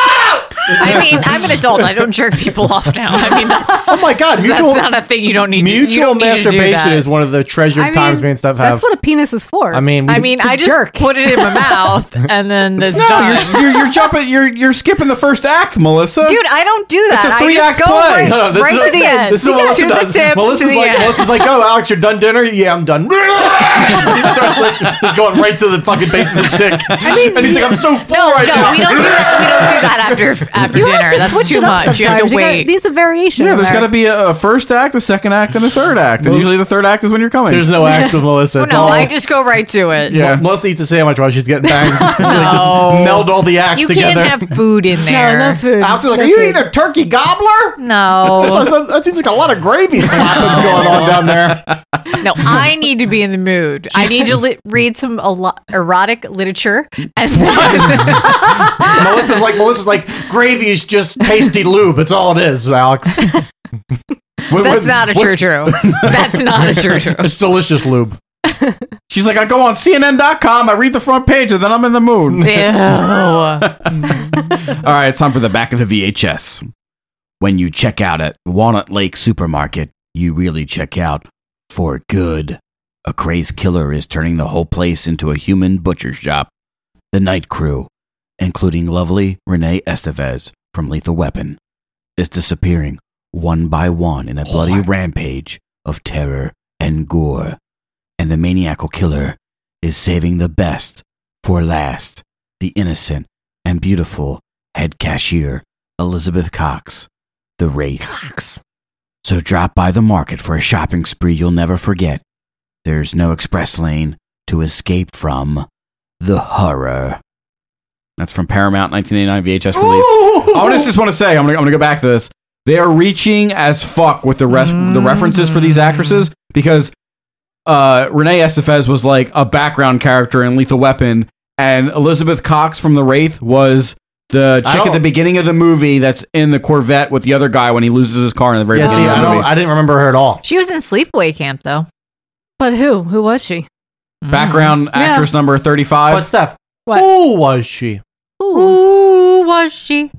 H: I mean, I'm an adult. I don't jerk people off now. I mean,
E: <laughs>
H: that's,
E: oh my god, mutual-
H: that's not a thing you don't need. to- you
E: Mutual
H: don't need to do
E: masturbation
H: that.
E: is one of the treasured
B: I mean,
E: times me and stuff have.
B: That's what a penis is for.
E: I mean, we-
H: I mean,
B: It's a
H: I just
B: jerk.
H: put it in <laughs> my mouth, and then it's
K: No,
H: done.
K: you're, you're, you're jumping. You're you're skipping the first act, Melissa.
H: <laughs> Dude, I don't do that.
K: It's a
H: I
K: three
H: just
K: act
H: go
K: play.
H: Right,
K: No, no, this
H: right
K: is-
H: to the end.
E: This is what Melissa
H: to
E: does.
H: The tip,
E: Melissa's
H: to the
E: like,
H: end.
E: Melissa's like, oh, Alex, you're done dinner? Yeah, I'm done. <laughs> he starts like, just going right to the fucking basement dick. and he's like, I'm so full
H: no,
E: right
H: no,
E: now.
H: we don't do that. We don't do that after after
B: you
H: dinner.
B: have to
H: That's
B: switch
H: too
B: it up
H: much.
B: sometimes.
H: You have to
B: You gotta-
H: wait.
B: These are variations.
K: yeah, there's got
B: to
K: to be a, a first act, a second act, and a third act, and usually the third act is when you're coming.
E: There's no act with Melissa. It's
H: no,
E: all,
H: I just go right to it.
E: yeah. Melissa eats a sandwich while she's getting
H: <laughs>
E: banged. She's like,
H: No.
E: just meld all the acts
H: You
E: together.
H: can't have food in there.
B: no food.
E: Alex is like,
B: No
E: are you
B: food.
E: eating a turkey gobbler?
H: No,
E: That, that seems like a lot of gravy slapping going on down
H: <laughs>
E: there.
H: no, I need to be in the mood. I need to li- read some elo- erotic literature, and then,
E: Melissa's like, Melissa's like, gravy is just tasty lube. It's all it is, Alex.
K: What-
H: that's
K: what-
H: not a
K: what's-
H: true true. That's not a
E: <laughs>
H: true true.
E: It's delicious lube.
K: She's like, I go on CNN.com, I read the front page, and then I'm in the <laughs> mood.
H: Ew.
I: All right, it's time for the back of the VHS. When you check out at Walnut Lake Supermarket, you really check out for good. A crazed killer is turning the whole place into a human butcher shop. The night crew, including lovely Renee Estevez from Lethal Weapon, is disappearing one by one in a bloody rampage of terror and gore. And the maniacal killer is saving the best for last, the innocent and beautiful head cashier, Elizabeth Cox, the Wraith. Cox. So drop by the market for a shopping spree you'll never forget. There's no
K: <laughs>
I: express lane to escape from the horror.
K: That's from Paramount 1989 VHS release.
I: Oh,
K: I wanna- just want to say, I'm going to I'm gonna go back to this. They are reaching as fuck with the, res- the references for these
I: Mm.
K: actresses because uh, Renee Estefez was like a background character in Lethal Weapon, and Elizabeth Cox from The Wraith was
I: The
K: I
I: chick at
K: don't-
I: the beginning of the movie that's in the Corvette with the other guy when he loses his car in the very
E: Yeah, see,
I: beginning of
E: I
I: the
E: don't,
I: movie.
E: I didn't remember her at all.
H: She was in sleepaway camp though. Mm.
B: But who? Who was she?
I: Background
B: Yeah.
I: actress number 35.
E: But Steph,
B: What?
E: who was she?
H: Who was she?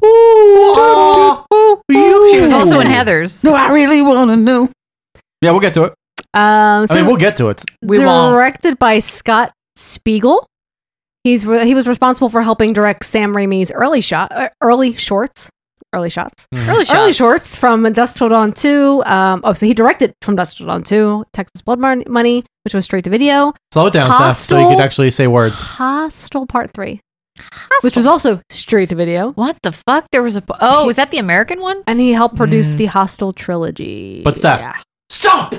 H: She was also in Heather's.
M: No, I really want to know.
I: Yeah, we'll get to it.
B: Um, so
E: I mean, we'll get to it.
H: We won't.
B: directed by Scott Spiegel. He's re- he was responsible for helping direct Sam Raimi's early shot, uh, early shorts, early shots,
E: Mm-hmm.
H: Mhm. Early
B: early
H: shots.
B: shorts from Dust Till Dawn Two. Um, oh, so he directed from Dust Till Dawn Two, Texas Blood Mon- Money, which was straight to video.
E: Slow it down, Steph, so you
B: Hostel.
E: could actually
B: <laughs>
E: say words.
B: Hostel Part Three, which was also straight to video.
H: What the fuck? There was a oh, was that the American one?
B: And he helped produce the Hostel trilogy.
E: Mm. But Steph,
B: <laughs> stop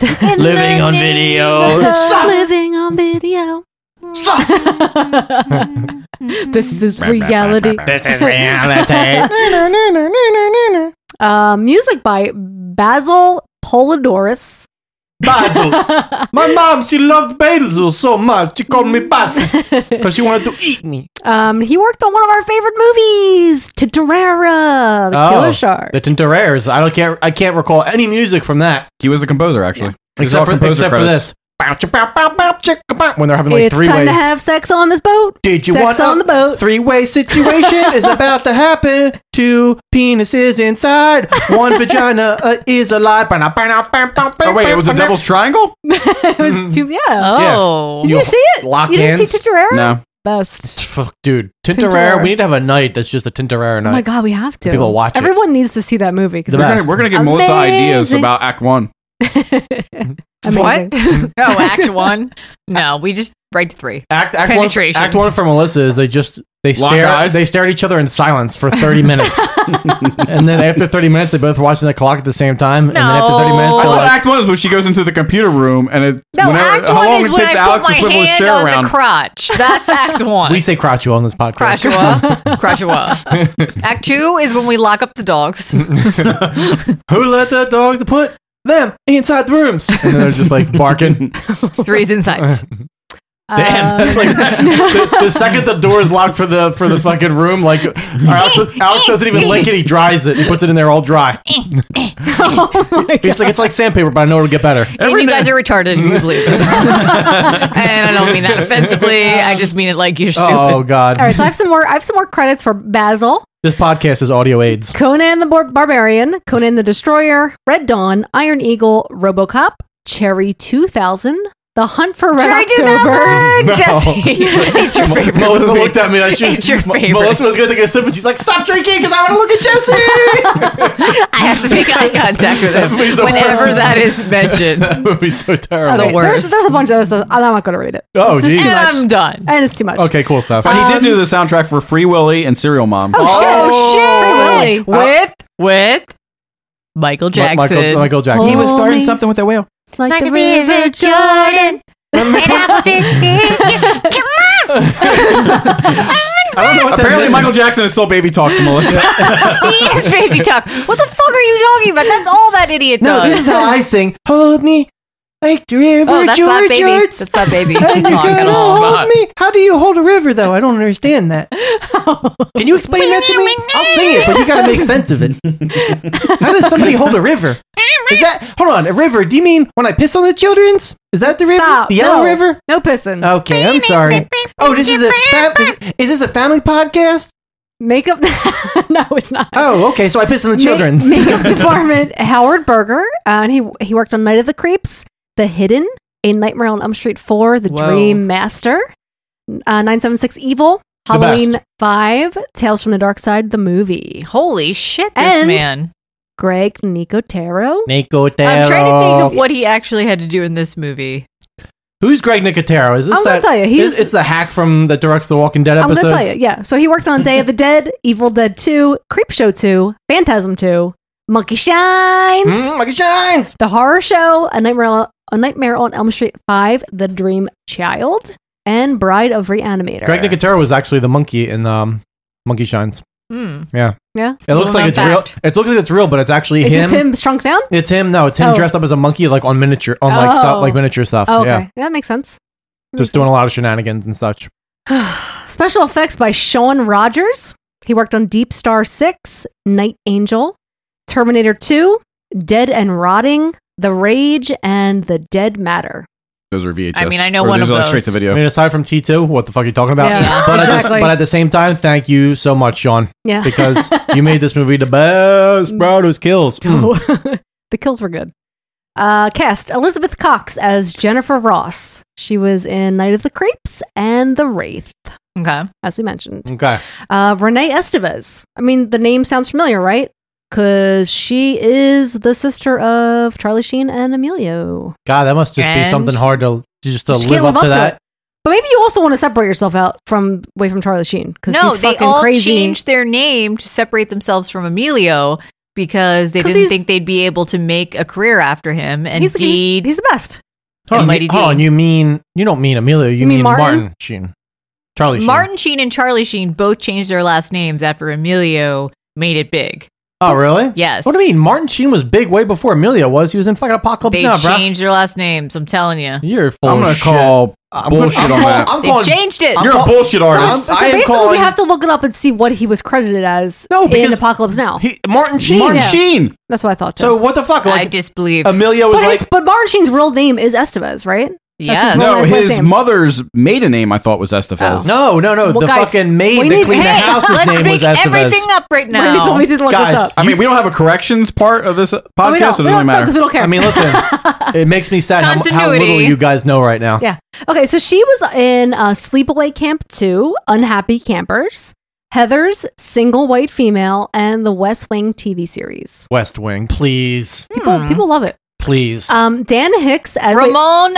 E: living on video.
B: Stop living on video. Stop. <laughs> this is reality.
E: This is reality.
B: <laughs> uh, music by Basil Polidorus.
E: Basil. My mom, she loved basil so much. She called me
B: <laughs>
E: Basil because she wanted to eat me.
B: Um, he worked on one of our favorite movies, Todorera, The Killer Shark.
E: Oh, The Tintoreres. I don't can't I can't recall any music from that.
I: He was a composer actually. It's all
E: Except for
I: composer
E: except for
I: credits.
E: this. Bow, chicka, bow, bow, bow, chicka, bow, When they're having like
B: it's
E: three
B: time
E: way.
B: to have sex on this boat. <laughs>
E: Did you
B: sex
E: want
B: on the
E: a
B: boat?
E: Three way
B: <laughs>
E: situation is about to happen. Two penises inside. One vagina uh, is alive. Oh
I: wait, it was a devil's triangle?
B: it was two. Yeah.
E: Mm-hmm. Oh.
B: Did you,
E: You
B: see it?
E: lock
B: you didn't
E: hands?
B: see Todorera?
I: No.
B: Best.
E: Fuck, dude.
B: Tintorera.
E: Tintorera. We need to have a night that's just a Tintorera night.
B: Oh my god, we have to.
E: People watch it.
B: Everyone needs to see that movie because
E: The
I: We're
E: best.
I: gonna, we're gonna give Melissa ideas
B: Amazing. <laughs>
E: <laughs>
I: about Act One.
H: What? oh, Act One. No, we just right to three.
E: Act, act one,
H: penetration.
E: act one for Melissa is they just they
I: Lock
E: stare
I: eyes?
E: they stare at each other in silence for
B: <laughs>
E: thirty minutes, and then after thirty minutes they both watching the clock at the same time, and then after thirty minutes
K: I
E: they're
K: thought
E: like,
K: Act One is when she goes into the computer room and it.
H: No,
K: whenever-
H: Act
K: how
H: One
K: long
H: is
K: it
H: when
K: takes
H: I
K: Alex
H: put
K: to
H: my
K: swivel his
H: hand
K: chair
H: on
K: around.
H: the crotch. That's <laughs> Act One.
E: we say crotchua on this podcast.
H: Crotchua. <laughs> Crotchua. Act Two is when we lock up
K: <laughs>
H: the dogs.
E: Who let the dogs put them inside the rooms? And then they're just like barking.
H: Three's insights.
E: <laughs> Damn,
H: Um,
E: that's
H: <laughs>
B: Um,
E: like the, the second the door is locked for the for the fucking room, like
H: Eh,
E: Alex, Alex doesn't even lick it; he dries it. He puts it in there all dry.
H: Eh,
E: <laughs>
H: Oh
E: He's like, it's like sandpaper, but I know it'll get better.
H: and you guys are retarded. <laughs> and You believe this. and I don't mean that offensively. I just mean it like you're stupid.
E: Oh God!
B: All right, so I have some more. I have some more credits for Basil,
E: this podcast is audio aids.
B: Conan the Bar- Barbarian, Conan the Destroyer, Red Dawn, Iron Eagle, RoboCop, Cherry 2000, The Hunt for Red
H: Cherry
B: October.
H: 2000, <laughs> Jesse.
E: <laughs>
H: It's your favorite
E: Melissa
H: movie.
E: looked at me like she was.
H: It's your
E: Mo-
H: favorite.
E: Melissa was going to take a sip, and she's like, "Stop drinking, because I want to look at Jesse."
H: <laughs> <laughs> I have to make eye contact with
E: That
H: him
E: movie's the
H: whenever
E: worst.
H: that is <laughs> mentioned.
E: that movie's so terrible.
B: Okay, There's, there's a bunch of other stuff. I'm not going to read it.
E: Oh,
B: it's just
E: geez.
B: too
E: And
B: much.
H: I'm done.
B: And it's too
H: um,
B: much.
E: Okay, cool stuff.
I: But he did do the soundtrack for Free Willy and Serial Mom.
B: Oh,
H: Really?
B: shit! Free Willy.
H: With with Michael
I: Mi-
H: Jackson.
I: Michael- Michael Jackson.
H: He was
I: Hold
H: starting
I: me.
H: something
I: with that whale.
B: Like,
H: the
B: the River Jordan.
K: I don't know
I: what that
K: Apparently,
I: means.
K: Michael Jackson is still baby talk
H: <laughs>
K: to Melissa.
I: <laughs>
H: He is baby talk. What the fuck are you talking about? That's all that idiot
E: No,
H: does.
E: this is how I sing. Hold me like the river
H: Oh, that's not
E: George.
H: baby. That's not baby.
E: And you
H: Talk at
E: gotta
H: all.
E: hold me. How do you hold a river though? I don't understand that. Can you explain that to me? I'll sing it, but you gotta make sense of it.
B: <laughs>
E: How does somebody hold a river? Is that hold on, a river? Do you mean when I piss on the children's? Is that the <laughs> river?
B: Stop.
E: The yellow
B: No.
E: river?
B: No pissing.
E: Okay, I'm sorry. <laughs>
H: <laughs>
E: Oh, this is a fam- is, is this a family podcast?
B: Makeup. <laughs> no, it's not.
E: Oh, okay. So I pissed on the
B: Ma-
E: children's.
B: makeup department Howard Berger, uh, and he he worked on Night of the Creeps, The Hidden, A Nightmare on Elm Street Four, The
H: Whoa.
B: Dream Master, uh, Nine Seven Six Evil,
H: The
B: Halloween
H: best.
B: Five, Tales from the Dark Side, the movie.
H: Holy shit, this
B: And-
H: man.
B: Greg Nicotero.
E: Nicotero.
H: I'm trying to think of what he actually had to do in this movie.
E: Who's Greg Nicotero? Is this
B: I'm gonna
E: that?
B: tell you, he's-
E: is- it's the hack from that directs the Walking Dead
B: I'm
E: episodes.
B: gonna tell you, yeah. So he worked on Day of the Dead, <laughs> Evil Dead Two, Creep Show Two, Phantasm Two, Monkey Shines,
E: Mm, Monkey Shines,
B: The Horror Show, A Nightmare on, A Nightmare on Elm Street Five, The Dream Child, and Bride of Reanimator.
E: Greg Nicotero was actually the monkey in um, Monkey Shines.
H: Hmm.
E: Yeah,
B: Yeah.
E: it looks like it's real. It looks like it's real, but it's actually
B: Is
E: him.
B: this him shrunk down?
E: It's him. No, it's him
B: Oh.
E: dressed up as a monkey, like on miniature, on like
B: Oh.
E: stuff, like miniature stuff.
B: Oh, okay,
E: Yeah,
B: that makes sense.
E: just doing a lot of shenanigans and such.
B: Special effects by Sean Rogers. He worked on Deep Star 6, Night Angel, Terminator 2, Dead and Rotting, The Rage, and The Dead Matter.
K: Those are VHS.
H: I mean, I know one
K: those
H: of
K: are, like,
H: those.
K: straight to video.
E: I mean, aside from Tito, what the fuck are you talking about?
B: Yeah,
E: <laughs> but, at the,
B: exactly.
E: but at the same time, thank you so much, Sean.
B: Yeah. <laughs>
E: Because you made this movie the best Broadway's kills. Mm.
B: The kills were good. Uh, cast Elizabeth Cox as Jennifer Ross. She was in Night of the Creeps and The Wraith.
H: Okay.
B: As we mentioned.
E: Hmm. Okay.
B: Uh, Renee Estevez. I mean, the name sounds familiar, right? Because she is the sister of Charlie Sheen and Emilio.
E: God, that must just be
B: And-
E: something hard to just to
B: She
E: live up to that.
B: it. But maybe you also want to separate yourself out from away from Charlie Sheen because
H: No,
B: he's
H: they
B: fucking
H: all
B: crazy.
H: changed their name to separate themselves from Emilio because they
B: 'Cause
H: didn't
B: he's-
H: think they'd be able to make a career after him. And
B: He's- he's-
H: Dee,
B: he's the best.
E: Hold
H: And
E: on,
H: Mighty
E: you, hold
H: D.
E: on, you mean you don't mean Amelia, you,
H: mean
E: mean,
H: Martin?
E: Martin? Sheen. Charlie Sheen.
H: Martin Sheen and Charlie Sheen both changed their last names after Emilio made it big.
E: Oh, really?
H: Yes.
E: What do you mean? Martin Sheen was big way before Amelia was. He was in fucking Apocalypse
H: They
E: Now, bro.
H: changed their last names. I'm telling you.
E: You're full
K: I'm gonna
E: of shit.
K: call
E: I'm
K: bullshit
E: I'm
K: on
E: call-
K: that.
E: I'm
H: They
E: calling-
H: changed it.
K: You're a bullshit
B: So,
K: artist.
B: so
K: I am
B: basically,
K: calling
B: we have to look it up and see what he was credited as
E: no,
B: in
E: because-
B: Apocalypse Now.
E: He, Martin Sheen.
B: Martin
K: Sheen.
B: That's what I thought. Too.
E: So what the fuck?
H: I
E: Like,
H: disbelieve.
E: Amelia was
B: but, his,
E: like,
B: but Martin Sheen's real name is Estevez, right?
H: Yes. <laughs>
K: no,
B: last
K: his
B: name.
K: mother's maiden name I thought was Estefels.
H: Oh.
E: no, no, no.
B: Well,
E: the
B: guys,
E: fucking maid
B: we
E: that
B: need-
E: cleaned
B: hey,
E: the house's
H: let's
E: name
H: make
E: was Estevez.
H: everything up right
B: Wait, we told-
H: now.
B: we didn't look this
E: Guys,
B: up.
K: I mean, we don't have a corrections part of this podcast,
B: Oh, we don't-
K: so it
B: we
K: doesn't really
B: don't- no,
K: matter.
B: 'cause we don't care.
E: I mean, listen, it makes me sad how, how little
H: Continuity.
E: you guys know right now.
B: Yeah. Okay, so she was in uh, Sleepaway Camp 2, Unhappy Campers, Heather's Single White Female, and the West Wing TV series.
E: West Wing, please,
B: People, people love it.
E: please.
B: Um, Dan Hicks as wait,
H: Hmm. Ramon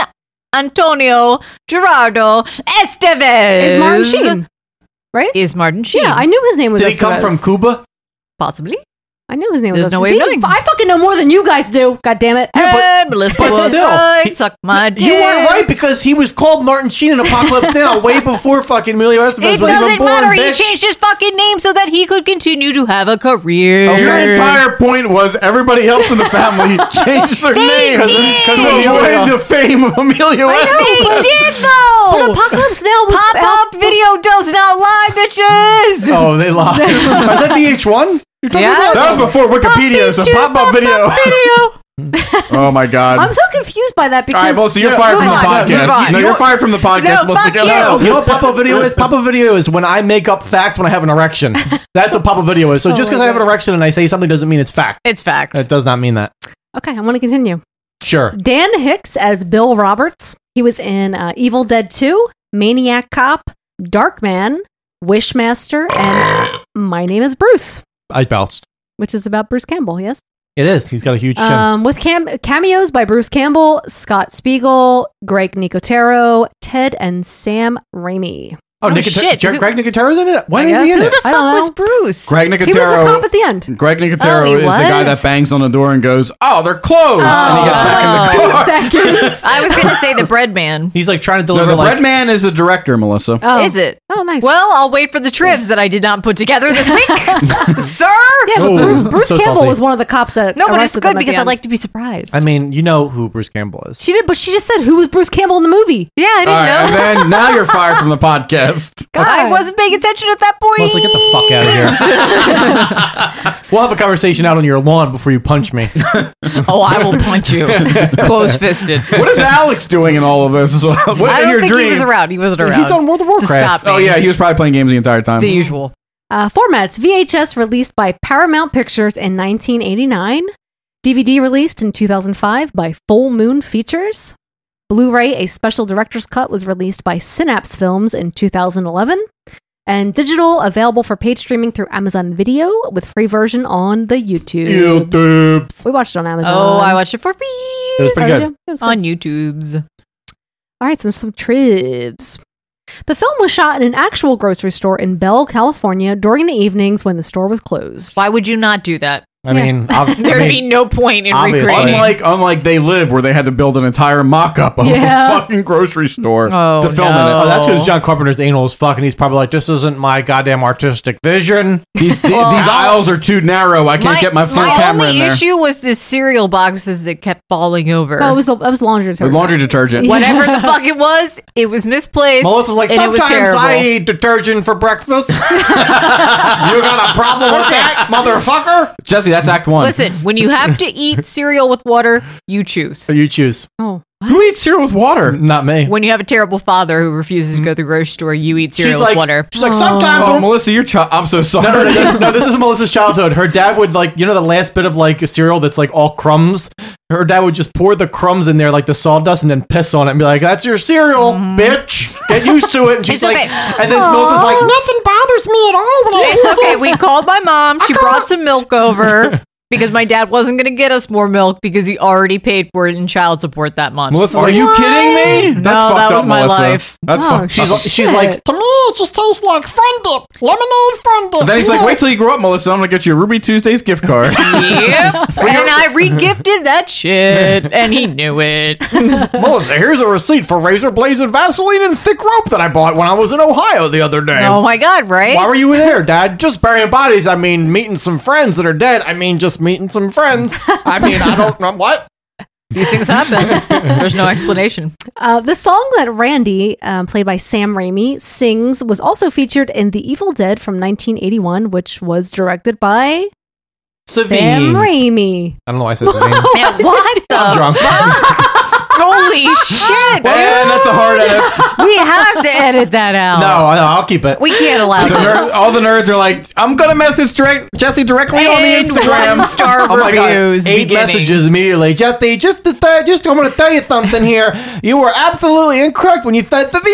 H: Antonio Gerardo Estevez
B: is Martin Sheen. right?
H: Is Martin Sheen?
B: Yeah, I knew his name was.
E: Did he come
B: Estevez.
E: from Cuba?
H: possibly.
B: I knew his name was.
H: There's no
B: Estevez.
H: way of
B: See,
H: knowing.
B: I fucking know more than you guys do. God damn it!
H: And Melissa
E: but
H: was
E: still,
H: right.
E: he-
H: Suck my dick.
E: You weren't right because he was called Martin Sheen in Apocalypse Now way <laughs> before fucking Emilio Estevez
H: It
E: was
H: doesn't
E: even born.
H: matter.
E: bitch.
H: He changed his fucking name so that he could continue to have a career.
K: Oh, Your entire point was everybody else in the <laughs> family changed their
H: They
K: name
H: did.
K: to avoid the fame of Emilio
H: I
K: Estevez.
H: know,
B: <laughs>
H: they did though.
B: But Apocalypse Now was
H: Pop up
B: out-
H: video does not lie, bitches.
E: Oh, they lied. Is that VH1? You're talking
H: Yes.
E: about?
K: That was before Wikipedia, so pop up video. <laughs>
H: Video.
K: Oh my god.
B: I'm so confused by that because.
K: All right, well, so you're fired from the
B: move on,
K: podcast.
B: move on.
K: No, you're fired from the podcast.
H: No,
K: Melissa.
H: fuck
K: Get
H: you.
K: out.
E: No, Oh, you know what Papa Video is? Papa Video is when I make up facts when I have an erection. That's what Papa Video is. So just because I have an erection and I say something doesn't mean it's fact.
H: It's fact.
E: It does not mean that.
B: Okay, I want to continue.
E: Sure.
B: Dan Hicks as Bill Roberts. He was in uh, Evil Dead 2, Maniac Cop, Darkman, Wishmaster, and My Name is Bruce,
E: I bounced.
B: which is about Bruce Campbell, yes?
E: It is. He's got a huge chin.
B: Um, with cam- cameos by Bruce Campbell, Scott Spiegel, Greg Nicotero, Ted, and Sam Raimi.
E: oh,
H: oh,
E: Nicota-
H: shit.
E: Jer-
H: Who-
E: Greg Nicotero's in it? When
B: I
E: is he
B: guess.
E: in
H: Who
E: it?
H: the
B: I don't
H: fuck was
B: know.
H: Bruce?
K: Greg
B: He was the cop
K: Nicotero.
B: at the
K: <laughs>
B: end.
K: Greg Nicotero
H: Oh, he
K: is the guy that
H: was?
K: bangs on the door and goes, "Oh, they're closed," and he gets back in the
H: Oh.
K: car.
B: <laughs> Seconds.
H: I was gonna say the bread man.
E: He's like trying to
K: No,
E: deliver
K: the
E: like
K: bread man is the director, Melissa.
B: Oh.
H: Is it?
B: Oh, nice.
H: Well, I'll wait for the trivs that I did not put together
B: <laughs>
H: this week, sir.
B: yeah, but
E: Ooh,
B: Bruce, Bruce
E: so
B: Campbell
E: salty.
B: was one of the cops that.
H: No, but it's
B: arrested them
H: good
B: at the
H: because I
B: end.
H: like to be surprised.
E: I mean, you know who Bruce Campbell is.
B: She did, but she just said who was Bruce Campbell in the movie.
H: yeah, I didn't
K: All right,
H: know.
K: and then now you're fired
B: <laughs>
K: from the podcast.
H: I wasn't paying attention at that point.
E: Mostly get the fuck out of here. we'll have a conversation out on your lawn before you punch me.
H: Oh, I will punch you, close fisted.
K: What is Alex doing in all of this? Is What, what
H: I
K: in
H: don't
K: your
H: think
K: dream?
H: he was around. He wasn't around.
E: He's on World of
H: to
E: Warcraft.
H: stop me.
K: Oh yeah, he was probably playing games the entire time.
H: the usual.
B: Uh, formats VHS released by Paramount Pictures in 1989, DVD released in 2005 by Full Moon Features, Blu ray, a special director's cut, was released by Synapse Films in 2011, and digital available for paid streaming through Amazon Video with free version on the YouTube.
E: YouTubes.
B: We watched it on Amazon.
H: Oh, I watched it for free.
E: It was pretty
B: Oh,
E: good.
B: yeah, it was good.
H: on YouTube's.
B: All right, some some trivs. The film was shot in an actual grocery store in Bell, California during the evenings when the store was closed.
H: Why would you not do that?
E: I mean,
K: ob-
H: <laughs> There'd
K: I
H: be
K: mean,
H: no point in
K: obviously.
H: recreating.
K: Unlike, unlike They Live, where they had to build an entire mock up of
H: Yeah.
K: a fucking grocery store
H: Oh,
K: to film in it.
E: Oh, that's because John Carpenter's anal is fucking. He's probably like, this isn't my goddamn artistic vision.
K: These, these aisles are too narrow. I can't get my full camera
H: only
K: in there.
H: issue was the cereal boxes that kept falling over. <laughs>
B: No, it was the, that was laundry
K: With
B: detergent.
K: laundry detergent.
H: Whatever the fuck it was, it was misplaced.
E: Melissa's like,
H: and it was
E: sometimes
H: terrible."
E: I eat detergent for breakfast. <laughs> you got a problem with that, motherfucker?
K: Jesse, that's Act One.
H: Listen, when you have to eat cereal with water, you choose.
E: You choose.
H: Oh.
K: Who eats cereal with water?
E: Not me.
H: When you have a terrible father who refuses to go to the grocery store, you eat cereal
E: She's
H: with
E: like-
H: water.
E: she's like, "Sometimes
K: Oh,
E: when-
K: Melissa, your child. I'm so sorry.
E: <laughs> No, no, no, no, no, This is Melissa's childhood. Her dad would like, you know, the last bit of like cereal that's like all crumbs. Her dad would just pour the crumbs in there like the sawdust and then piss on it and be like, "That's your cereal, bitch. Get used to it." And she's
H: Mm-hmm. It's
E: like,
H: okay.
E: and then Melissa's like, "Nothing bothers me at all when I
H: It's
E: eat
H: okay.
E: this."
H: We called my mom. She brought some milk over because my dad wasn't going to get us more milk because he already paid for it in child support that month.
K: Melissa's like, <laughs> Are you kidding me?
H: No, that was my life. Oh,
K: That's fucked
E: She's
K: up.
E: like- she's like, to me, it just tastes like friend dip, lemonade friend dip.
K: And then he's like, wait till you grow up, Melissa. I'm going to get you a Ruby Tuesdays gift
H: <laughs>
K: card.
H: Yep. and I regifted that shit, and he knew it.
E: Melissa, here's a receipt for razor blades and Vaseline and thick rope that I bought when I was in Ohio the other day.
H: Oh my god! Right?
E: Why were you there, Dad? Just burying bodies. I mean, meeting some friends that are dead. I mean, just meeting some friends. I mean, I don't know what.
H: These things <laughs> happen. There's no explanation.
B: Uh, the song that Randy, um, played by Sam Raimi, sings was also featured in The Evil Dead from 1981, which was directed by Sam
E: Savines.
B: Raimi.
E: I don't know why I said
H: <laughs>
E: Savines.
B: <laughs>
H: Man, what the?
E: I'm drunk. <laughs>
H: Holy shit!
K: And that's a hard edit.
H: <laughs> We have to edit that out.
K: No, I- I'll keep it.
H: We can't
B: <laughs>
H: allow
K: The
H: this.
K: ner- all the nerds are like, I'm going to message direct- Jesse directly
H: And
K: on the Instagram.
H: one star
E: Oh my God.
H: reviews
E: Eight
H: beginning.
E: messages immediately. Jesse, just to th- just I'm going to tell you something here. You were absolutely incorrect when you said Savines.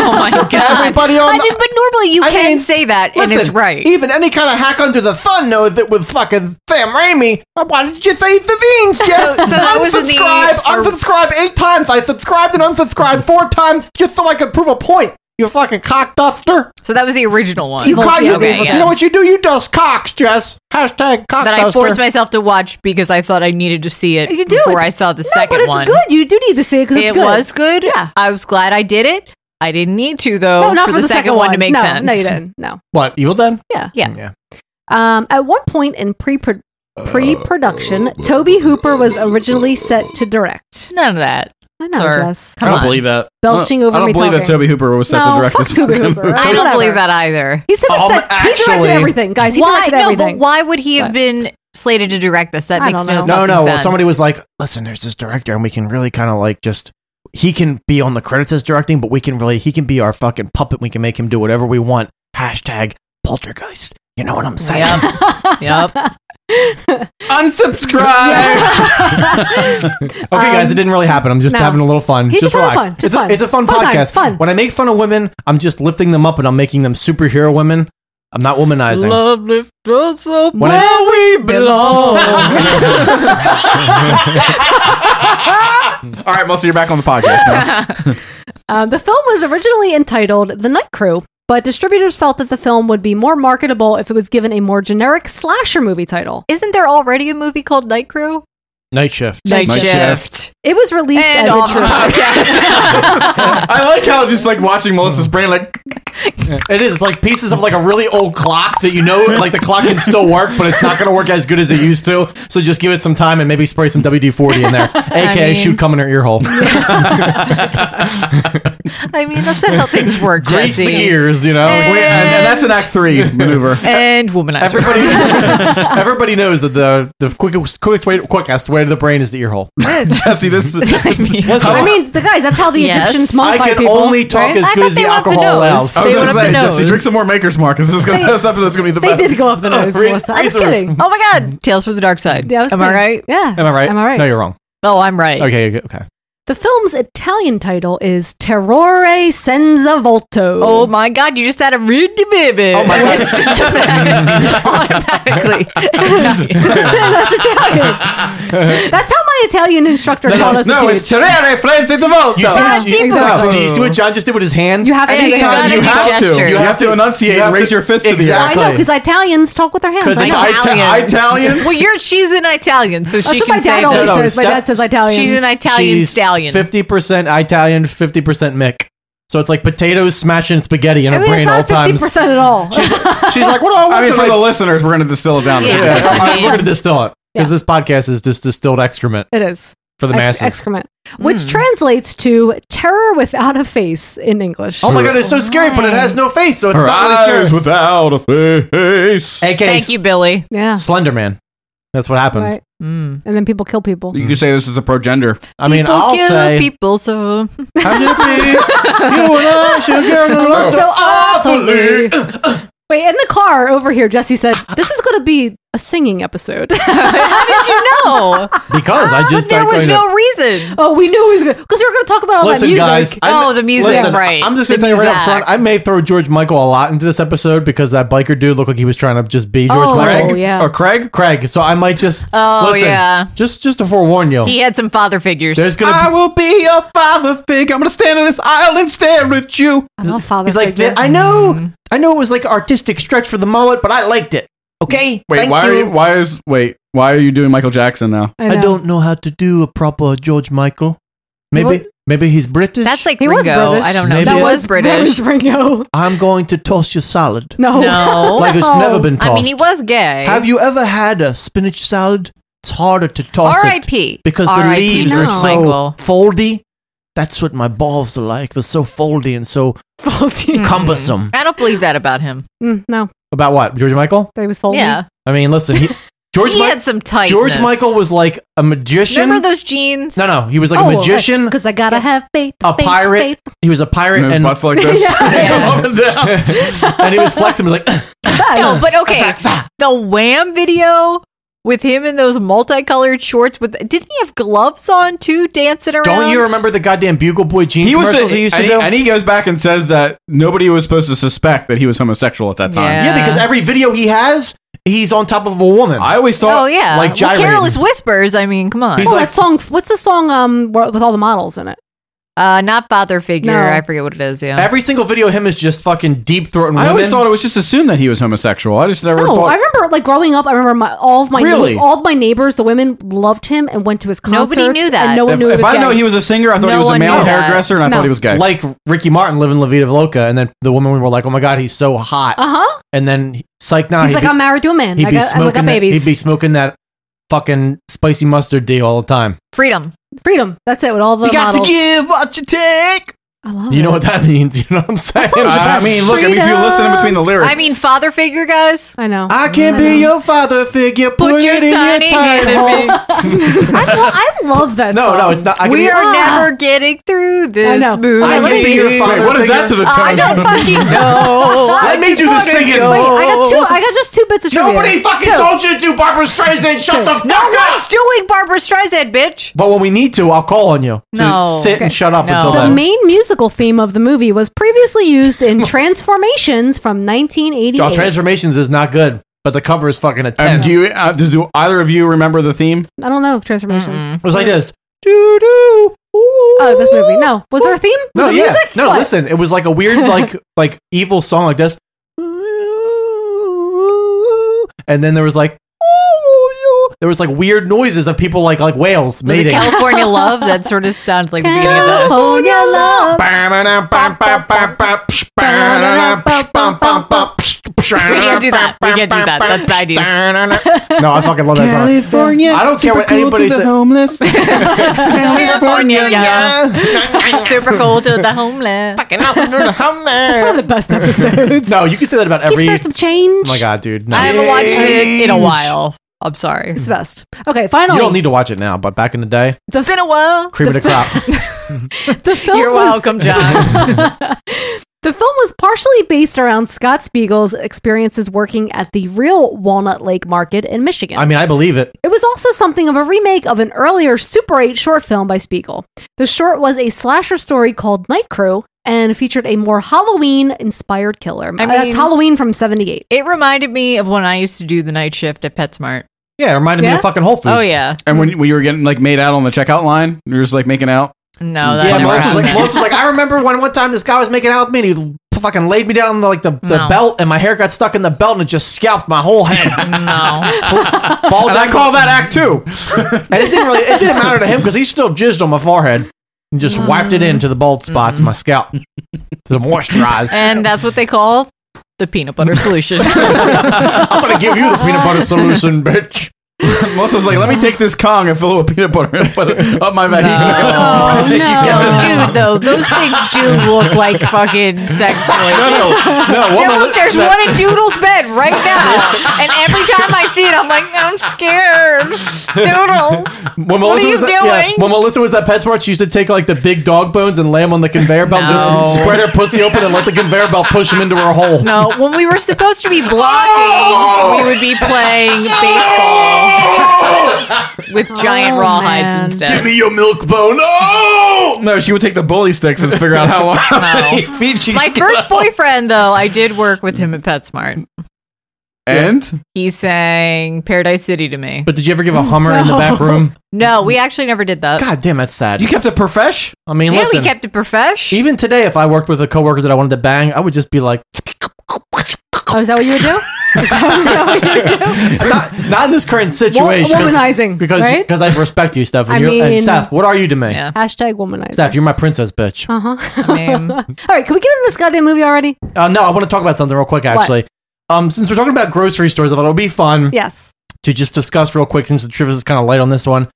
H: <laughs> Oh my god!
E: Everybody on
H: I
E: the-
H: mean, but normally you
E: I
H: can
E: mean,
H: say that, and it's
E: Listen,
H: right.
E: Even any kind of hack under the sun knows that with fucking Sam Raimi, why did you say the
H: <laughs>
E: veins? Yes.
H: so that was in the-
E: unsubscribe,
H: or-
E: unsubscribe eight times. I subscribed and unsubscribed four times just so I could prove a point. You fucking cock duster.
H: So that was the original one.
E: You cock. You,
H: Okay,
E: you
H: yeah.
E: know what you do? You dust cocks, Jess. Hashtag cock
H: that I
E: duster.
H: forced myself to watch because I thought I needed to see it
B: You do,
H: before
B: it's-
H: I saw the
B: No,
H: second
B: but it's
H: one.
B: good. You do need to see it because
H: It
B: it's good.
H: was good. I was glad I did it. I didn't need to though
B: no, not
H: for, the, second, one. to make
B: no,
H: sense.
B: No, you didn't. No.
E: What Evil Dead?
B: Yeah.
H: Yeah.
B: Um, at one point in pre pre production, Toby Hooper was originally set to direct.
H: None of that.
B: I know,
H: Sir.
B: Jess.
H: Come
K: I don't
H: on.
K: believe that.
B: Belching
K: I don't-
B: over
K: I don't
B: me
K: believe that
B: talking.
K: Toby Hooper was set
B: No,
K: to direct
B: fuck
K: this.
B: Toby
K: fucking
B: Hooper.
K: movie.
H: I don't
B: Whatever.
H: believe that either.
B: He's super
K: Um,
B: set. he directed
K: actually-
B: everything, guys. He
H: why?
B: directed
H: No,
B: everything.
H: but why would he have been slated to direct this? That
B: I
H: makes
B: don't
H: no
B: know.
E: No,
H: fucking
E: no. Well,
H: sense.
E: somebody was like, "Listen, there's this director, and we can really kind of like just." He can be on the credits as directing, but we can really he can be our fucking puppet. We can make him do whatever we want. Hashtag poltergeist. You know what I'm saying? <laughs>
H: Yep. yep.
B: <laughs>
K: Unsubscribe.
E: Okay, guys, it didn't really happen. I'm just
B: Um, no.
E: having a little fun.
B: He's
E: Just
B: just having
E: relax.
B: fun. Just
E: it's,
B: fun.
E: A, it's a fun,
B: Fun
E: podcast.
B: times, fun.
E: When I make fun of women, I'm just lifting them up and I'm making them superhero women. I'm not womanizing.
H: Love lift us up
E: When I-
H: where we
E: <laughs>
H: belong.
K: All right, Melissa, you're back on the podcast
B: <laughs>
K: now.
B: Um, the film was originally entitled The Night Crew, but distributors felt that the film would be more marketable if it was given a more generic slasher movie title.
H: Isn't there already a movie called Night Crew? Eh,
E: Night shift. <laughs>
H: Night,
K: Night
H: shift.
K: Shift.
B: It was released
H: And
B: as a
H: off the
B: trailer. <laughs>
K: I like how just like watching Melissa's brain, like,
E: It is like pieces of like a really old clock that you know, like the clock can still work, but it's not going to work as good as it used to. So just give it some time and maybe spray some WD 40 in
B: <laughs>
E: there, aka
H: mean-
E: shoot cum in her ear hole.
H: I mean, that's not how <laughs> things work,
E: Grease
H: Jesse.
E: the gears, you know.
K: wait, and, and that's an act <laughs> three maneuver.
H: And
E: <laughs>
H: womanizer.
E: Everybody, everybody knows that the the quickest quickest way quickest way to the brain is the ear hole.
B: <laughs>
K: Jesse, this
E: <laughs>
H: I mean,
B: I mean, the guys, that's how the
H: Yes.
B: Egyptians
E: I
B: mummified
E: can
B: people.
E: only talk
B: right?
E: as
H: I
E: good
H: thought
E: as the
H: they went up the
E: alcohol
H: nose.
E: allows.
K: I was
H: They
K: gonna
H: went up
K: say,
H: the
K: Jesse,
H: nose.
K: drink some more Maker's Mark. 'cause This is gonna
B: They-
K: this episode's gonna be the
B: They
K: best.
B: did go
E: <laughs>
B: up the nose.
E: Reese-
B: Melissa. I was
E: Reese-
B: kidding.
H: oh my God, Tales from the Dark Side.
B: Yeah, I was
H: Am I
B: kidding.
H: right?
B: Yeah.
E: Am I right?
B: Am I right?
E: No, you're wrong.
H: Oh, I'm right.
E: Okay, okay, okay.
B: The film's Italian title is Terrore Senza Volto. <laughs>
H: Oh my God, you just had a read the baby. Oh <laughs>
E: my God. <laughs>
H: Automatically. Italian.
E: <laughs>
B: that's Italian. that's how my my Italian instructor
E: No, no,
B: taught us
E: no,
B: to
E: it's
B: teach.
E: Tenere,
K: Friends in the vote.
E: You see,
B: That's
E: what, you,
B: deeper.
E: do you see what John just did with his hand?
B: You have to-
E: Anytime
B: you gotta
E: you
B: do
E: have to.
B: gestures.
E: You have to enunciate and raise your fist to the air.
B: I know because Italians talk with their hands.
E: 'Cause
B: I
E: it's
B: know.
E: Ita- Italians. Italians?
H: Well, you're she's an Italian, so
B: That's
H: she
B: what
H: can
B: my
H: say
B: dad always
H: that.
B: says. My dad says Italian.
H: She's an Italian stallion.
E: Fifty percent Italian, fifty percent Mick. So it's like potatoes smashing spaghetti in
B: I
E: her
B: mean, it's
E: brain all
B: not fifty
E: times.
B: percent at all.
E: She's like, what do I want
K: I mean,
E: to
K: for
E: like-
K: the listeners, we're going to distill it down. a
E: Yeah,
K: <laughs> bit.
E: I mean, we're gonna distill it because this podcast is just distilled excrement
B: <laughs> It is
E: for the
B: Ex-
E: masses. Hmm.
B: excrement, which translates to terror without a face in English.
E: Oh my god, it's so scary, but it has no face, so it's
K: Her
E: not really scary.
K: eyes without a face.
E: AKA
H: Thank you, Billy.
B: Yeah.
E: Slender Man. That's what happened.
B: Right. And then people kill people.
K: You could say this is a pro
B: <laughs>
K: gender.
E: I mean,
H: people
E: I'll
H: kill
E: say-
H: people, so <laughs>
E: you and I should get along Oh, so awfully.
B: Wait, in the car over here, Jesse said, "This is going to be a singing episode." <laughs>
H: How did you know?
E: Because I just
H: Ah, There
E: started
H: was
E: going to-
H: no reason.
B: Oh, we knew it was because we were going to talk about all
E: Listen,
B: that music.
E: guys. I'm-
H: Oh, the music,
E: listen,
H: right.
E: I'm just
H: The
E: going to tell you right up front.
H: music.
E: I may throw George Michael a lot into this episode because that biker dude looked like he was trying to just be George
H: Oh,
E: Michael.
H: Craig? yeah.
E: Or Craig? Craig. So I might just.
H: Oh,
E: listen,
H: yeah.
E: Just, just to forewarn you.
H: He had some father figures.
E: Oh. There's gonna I be-
K: will be your father figure. I'm gonna stand in this aisle and stare at you.
B: I love father
E: He's like, I
H: Mm-hmm.
E: know, I know it was like artistic stretch for the mullet, but I liked it. Okay.
K: Wait,
E: Thank
K: why are
E: you.
K: you, why is wait, why are you doing Michael Jackson now?
E: I, don't know how to do a proper George Michael. Maybe,
K: What?
E: maybe he's British.
H: That's like Ringo. I don't know. That was British.
B: Ringo. <laughs>
E: I'm going to toss you salad.
B: No. <laughs>
H: <laughs> No.
E: <laughs> like it's never been tossed.
H: Oh. I mean, he was gay.
E: Have you ever had a spinach salad? It's harder to toss
H: R.I.P..
E: it because the
H: R.I.P.
E: leaves
H: No.
E: are so <laughs>
H: Michael.
E: foldy. That's what my balls are like. They're so foldy and so
H: Hmm.
B: foldy.
H: Mm.
E: cumbersome.
H: I don't believe that about him.
B: Mm, no,
E: About what, George Michael?
B: that he was folding.
H: Yeah.
E: I mean, listen,
H: <laughs>
E: he, George.
H: he
E: Mi-
H: had some tightness.
E: George Michael was like a magician.
H: Remember Oh, those jeans?
E: No, no, he was like a magician,
B: Because Oh, I gotta have faith.
E: a
B: faith,
E: pirate.
B: faith.
E: He was a pirate and <laughs> butts
K: like
B: this. <laughs> Yeah.
H: <laughs>
E: and he was flexing. He was like, <clears throat>
H: No, but okay. the Wham video with him in those multicolored shorts with didn't he have gloves on too dancing around?
E: don't you remember the goddamn Bugle Boy jean
K: He was a-
E: commercials he used to
K: and,
E: do?
K: he, and he goes back and says that nobody was supposed to suspect that he was homosexual at that time.
E: Yeah, because every video he has, he's on top of a woman.
K: I always thought
H: Oh yeah,
K: like
H: well,
K: gyrating.
H: Careless Whispers. I mean, come on.
B: oh, that song. What's the song? Um, wh- with all the models in it.
H: uh, not father figure.
B: No.
H: I forget what it is. Yeah,
E: Every single video of him is just fucking deep throating women.
K: Uh-huh. I always thought it was just assumed that he was homosexual. I just never
B: No,
K: thought
B: I remember like growing up. I remember my, all of my
K: Really?
B: all of my neighbors, the women loved him and went to his concerts.
H: Nobody knew that.
B: And no one
K: if,
B: knew. he
K: if
B: was
K: I
B: gay.
K: know he was a singer, I thought
B: No
K: he was a
B: one
K: male
B: knew that.
K: hairdresser, and I
B: No.
K: thought he was gay.
E: Like Ricky Martin living La Vida Loca, and then the woman we were like, "Oh my god, he's so hot,"
B: Uh-huh.
E: and then he- psych, now
B: He's like, "I'm married to a man.
E: He'd
B: I
E: be
B: got- I
E: smoking.
B: got
E: that,
B: babies."
E: he'd be smoking that fucking spicy mustard D all the time.
H: freedom.
B: Freedom. That's it. With all the
D: You got to
B: models.
D: give what you take.
B: I love
E: You know what that <laughs> means? You know what I'm saying?
K: song's the I best. mean, look, I mean, if you listen
B: Uh,
K: in between the lyrics-
H: I mean, father figure guys.
B: I know.
E: I can be your father figure. Put,
H: Put your
E: it in
H: tiny
E: your time
H: hand in me.
B: I, lo- I love that.
E: <laughs> No,
B: song.
E: no, it's not. I can
H: we
E: be-
H: are
E: Ah.
H: <laughs> never getting through this
B: know.
H: movie.
E: I can be your father.
K: what is
E: figure.
K: that to the
H: I
K: tone?
H: don't fucking know.
E: Let me do the singing.
B: Wait, I got two. I got just two bits of trivia.
E: Nobody fucking
B: Two.
E: told you to do Barbara Streisand. Shut the
H: No
E: fuck up.
H: one's doing Barbara Streisand, bitch.
E: But when we need to, I'll call on you. to
H: No.
E: sit and shut up
H: No.
E: until
B: The
E: then.
B: main musical theme of the movie was previously used
E: <laughs>
B: in Transformations from
E: Y'all,
B: 1988.
E: Transformations is not good, but the cover is fucking a ten. <laughs>
K: Um, do you? Uh, does- do either of you remember the theme?
B: I don't know if Transformations.
E: it was like this.
B: Oh, this movie. No, was there a theme? Was
E: No,
B: there
E: yeah.
B: music?
E: No,
B: What?
E: listen. It was like
B: <laughs>
E: a weird, like, like evil song like this, and then there was like, there was like weird noises of people like like whales
H: Was it
E: mating.
H: California Love? That sort of sounds like the beginning of the.
B: California love.
H: We can't do that. We can't do that. That's nineties.
E: No, I fucking love that song.
K: California.
E: I don't care what anybody
K: says.
E: said.
K: <laughs> homeless.
H: California, yeah. <laughs> Super cool to the homeless.
E: Fucking awesome, you're the
B: That's one of
E: homeland.
B: the best episodes.
E: No, you can say that about
B: Can you
E: every.
B: spare some change?
E: Oh my god, dude! No.
H: <laughs> I haven't watched it in a while. I'm sorry.
B: It's the best. Okay, finally.
E: You don't need to watch it now, but back in the day,
H: It's been a while.
E: cream of
B: <laughs>
E: the crop.
B: the film
H: You're
B: was-
H: welcome, John.
B: <laughs>
H: <laughs>
B: The film was partially based around Scott Spiegel's experiences working at the real Walnut Lake Market in Michigan.
E: I mean, I believe it.
B: It was also something of a remake of an earlier Super 8 short film by Spiegel. The short was a slasher story called Night Crew and featured a more Halloween inspired killer.
H: I
B: That's
H: mean-
B: Halloween from 78.
H: It reminded me of when I used to do the night shift at PetSmart.
E: Yeah, it reminded me
H: Yeah?
E: of fucking Whole Foods.
H: Oh, yeah.
K: And when we were getting like made out on the checkout line, you were just like making out. <laughs>
H: No, that
E: yeah,
H: never
E: Melissa's
H: happened.
E: like, Melissa's like, I remember when one time this guy was making out with me and he fucking laid me down on the, like the, the
H: No.
E: belt and my hair got stuck in the belt and it just scalped my whole head. <laughs>
H: <laughs>
E: No. Bald
K: And I call that act two.
E: <laughs> and it didn't really it didn't matter to him because he still jizzed on my forehead and
H: Mm.
E: just wiped it into the bald spots in my scalp <laughs> to moisturize.
H: <laughs> and that's what they call the peanut butter <laughs> solution.
E: I'm gonna give you the peanut butter solution, bitch.
K: Melissa's like, let me take this Kong and fill it with peanut butter and put it up my
E: <laughs>
K: back.
H: Oh
K: <laughs> Thank you, Kevin.
H: no, dude! Though those things do look like fucking sex toys.
K: No, no, no, what
H: There-
K: Meli-
H: there's
K: that-
H: one in Doodle's bed right now, and every time I see it, I'm like, I'm scared. Doodles,
E: When
H: what are
E: Melissa
H: you
E: was
H: doing?
E: at- yeah, when Melissa was at PetSmart, she used to take like the big dog bones and lay them on the conveyor belt, and
H: No.
E: just spread her pussy open and let the conveyor belt push them into her hole.
H: No, when we were supposed to be blocking,
E: Oh!
H: we would be playing baseball with giant rawhides instead.
K: me your milk bone. No! No, she would take the bully sticks and figure out how long <laughs> how many feet
E: <laughs>
K: she
H: My
K: could
H: first
K: go.
H: boyfriend, though, I did work with him at PetSmart.
K: And?
H: He sang Paradise City to me.
E: But did you ever give a Hummer in the back
H: No. <laughs>
E: room?
H: No, we actually never did that.
E: God damn, that's sad.
K: You kept it profesh?
E: I mean,
H: yeah,
E: listen.
H: we kept it profesh.
E: even today, if I worked with a coworker that I wanted to bang, I would just be like,
B: <laughs>
E: <laughs>
B: Oh, is that what you would do? Is that- is that what you would do?
E: not, not in this current <laughs> situation. 'cause-
B: womanizing,
E: because
B: right?
E: <laughs> because I respect you, Steph. And,
B: I
E: you're, and
B: mean-
E: Steph, what are you to me?
B: Hashtag womanizer.
E: Steph, you're my princess, bitch.
B: Uh huh. <laughs> All right, can we get in this goddamn movie already?
E: Uh, no, I want to talk about something real quick, actually. Um, since we're talking about grocery stores, I thought it would be fun
B: Yes.
E: to just discuss real quick, since the Travis is kind of light on this one.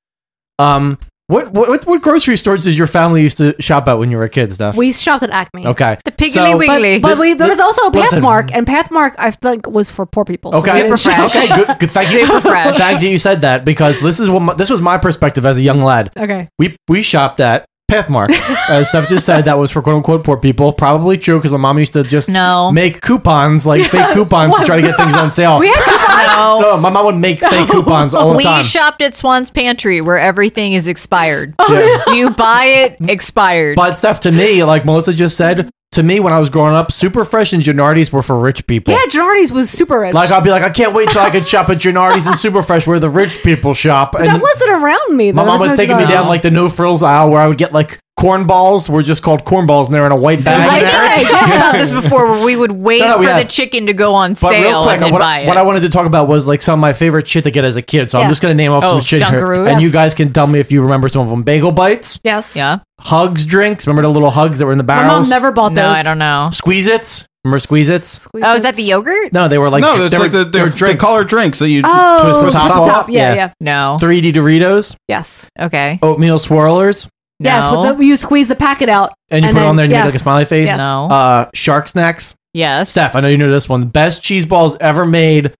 E: Um, what what what grocery stores did your family used to shop at when you were a kid, Steph?
B: We shopped at Acme.
E: okay,
H: The Piggly
E: So-
H: Wiggly.
B: But we, there was also a
E: Listen.
B: Pathmark, and Pathmark I think was for poor people.
E: Okay. Okay. Good. good thank you. <laughs>
B: Super fresh.
E: Thank you. You said that because this is what my, this was my perspective as a young lad.
B: Okay.
E: We we shopped at
H: <laughs>
E: Pathmark. As Steph just said, that was for quote unquote poor people. Probably true because my mom used to just
H: No.
E: make coupons like fake
H: <laughs>
E: coupons to try to get things on sale.
H: We
E: <laughs>
H: had
E: no.
H: coupons?
E: my mom would make
H: <laughs>
E: fake coupons all the
H: we
E: time.
H: shopped at Swan's Pantry where everything is expired.
E: <laughs> Yeah.
H: You buy it expired.
E: but Steph, to me, like Melissa just said, to me when I was growing up, Super Fresh and Gennardi's were for rich people.
B: Yeah, Gennardi's was super rich.
E: Like I'll be like, I can't wait till I can shop at Gennardi's and Superfresh where the rich people shop. And
B: that wasn't around me.
E: My
B: though.
E: mom
B: There's
E: was
B: no
E: taking me
B: Gennardi's.
E: down like the no frills aisle where I would get like corn balls were just called corn balls and they're in a white bag.
H: I think I talked
E: <laughs>
H: about this before where we would wait
E: No, no, we
H: for
E: had-
H: the chicken to go on
E: But real
H: sale
E: quick,
H: and then
E: what,
H: buy it.
E: what I wanted to talk about was like some of my favorite shit to get as a kid. So I'm
H: Yeah.
E: just gonna name off
H: Oh,
E: some shit here,
H: Dunkaroos.
E: and you
H: Yes.
E: guys can tell me if you remember some of them. Bagel bites,
B: yes,
H: yeah,
E: hugs, drinks. Remember the little hugs that were in the
B: My
E: barrels?
B: mom never bought
H: no,
B: those.
H: I don't know.
E: Squeeze its. Remember squeeze its?
H: Oh, is that the yogurt?
E: No, they were like
K: no, it's
E: they were-
K: like the,
E: they
K: the,
E: were
K: the colored drinks that you
B: Oh, twist the
E: off.
B: top. Yeah, yeah.
H: No.
E: 3D Doritos,
B: Yes.
H: Okay.
E: oatmeal swirlers,
B: Yes.
H: No.
B: With the, you squeeze the packet out
E: and you put it
B: then-
E: on there and you
B: yes.
E: make like a smiley face.
B: Yes.
E: Uh, shark snacks.
H: Yes.
E: Steph, I know you know this one. The best cheese balls ever made.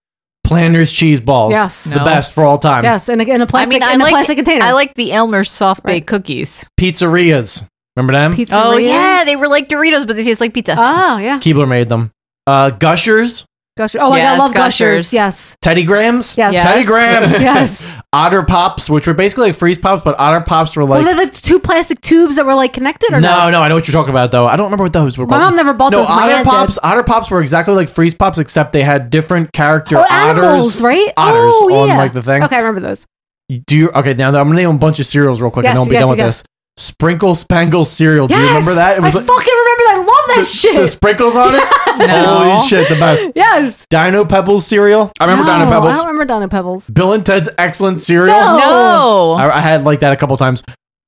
E: Planters cheese balls.
B: Yes.
E: The
H: No.
E: best for all time.
B: Yes, in a, in a
H: I
B: plastic,
H: mean, I
B: in a
H: like
B: plastic container.
H: I like the Elmer's soft baked cookies.
E: Pizzerias. Remember them?
B: Pizzerias?
H: Oh yeah, they were like Doritos, but they taste like pizza.
B: Oh yeah,
E: Keebler made them. Uh, Gushers.
B: gushers. Oh, my God, I
H: Yes,
B: love gushers.
H: Gushers.
B: Yes,
E: Teddy Grahams.
B: Yes.
E: Teddy Grahams.
B: <laughs> Yes.
E: <laughs> Otter Pops, which were basically like freeze pops, but Otter Pops were like.
B: were they the two plastic tubes that were like connected or
E: no,
B: no?
E: no, I know what you're talking about though. I don't remember what those were
B: My
E: called.
B: mom never bought
E: no,
B: those, my
E: Otter
B: aunt
E: Pops. Otter Pops were exactly like freeze pops, except they had different character
B: Oh,
E: otters,
B: animals, right?
E: Otters
B: oh,
E: on
B: yeah.
E: like the thing.
B: Okay, I remember those.
E: Do you, okay, now I'm gonna name a bunch of cereals real quick,
B: Yes,
E: and I'll be
B: yes,
E: done with
B: yes.
E: this. Sprinkle Spangle cereal. Do
B: yes,
E: you remember that?
B: I
E: like-
B: fucking remember that. I love that
E: the,
B: shit.
E: the sprinkles
B: <laughs>
E: on it. Holy shit, the best.
B: yes.
E: Dino Pebbles cereal. I remember
B: No, I don't remember Dino Pebbles.
E: Bill and Ted's excellent cereal.
B: No.
H: Oh. No.
E: I, I had like that a couple times.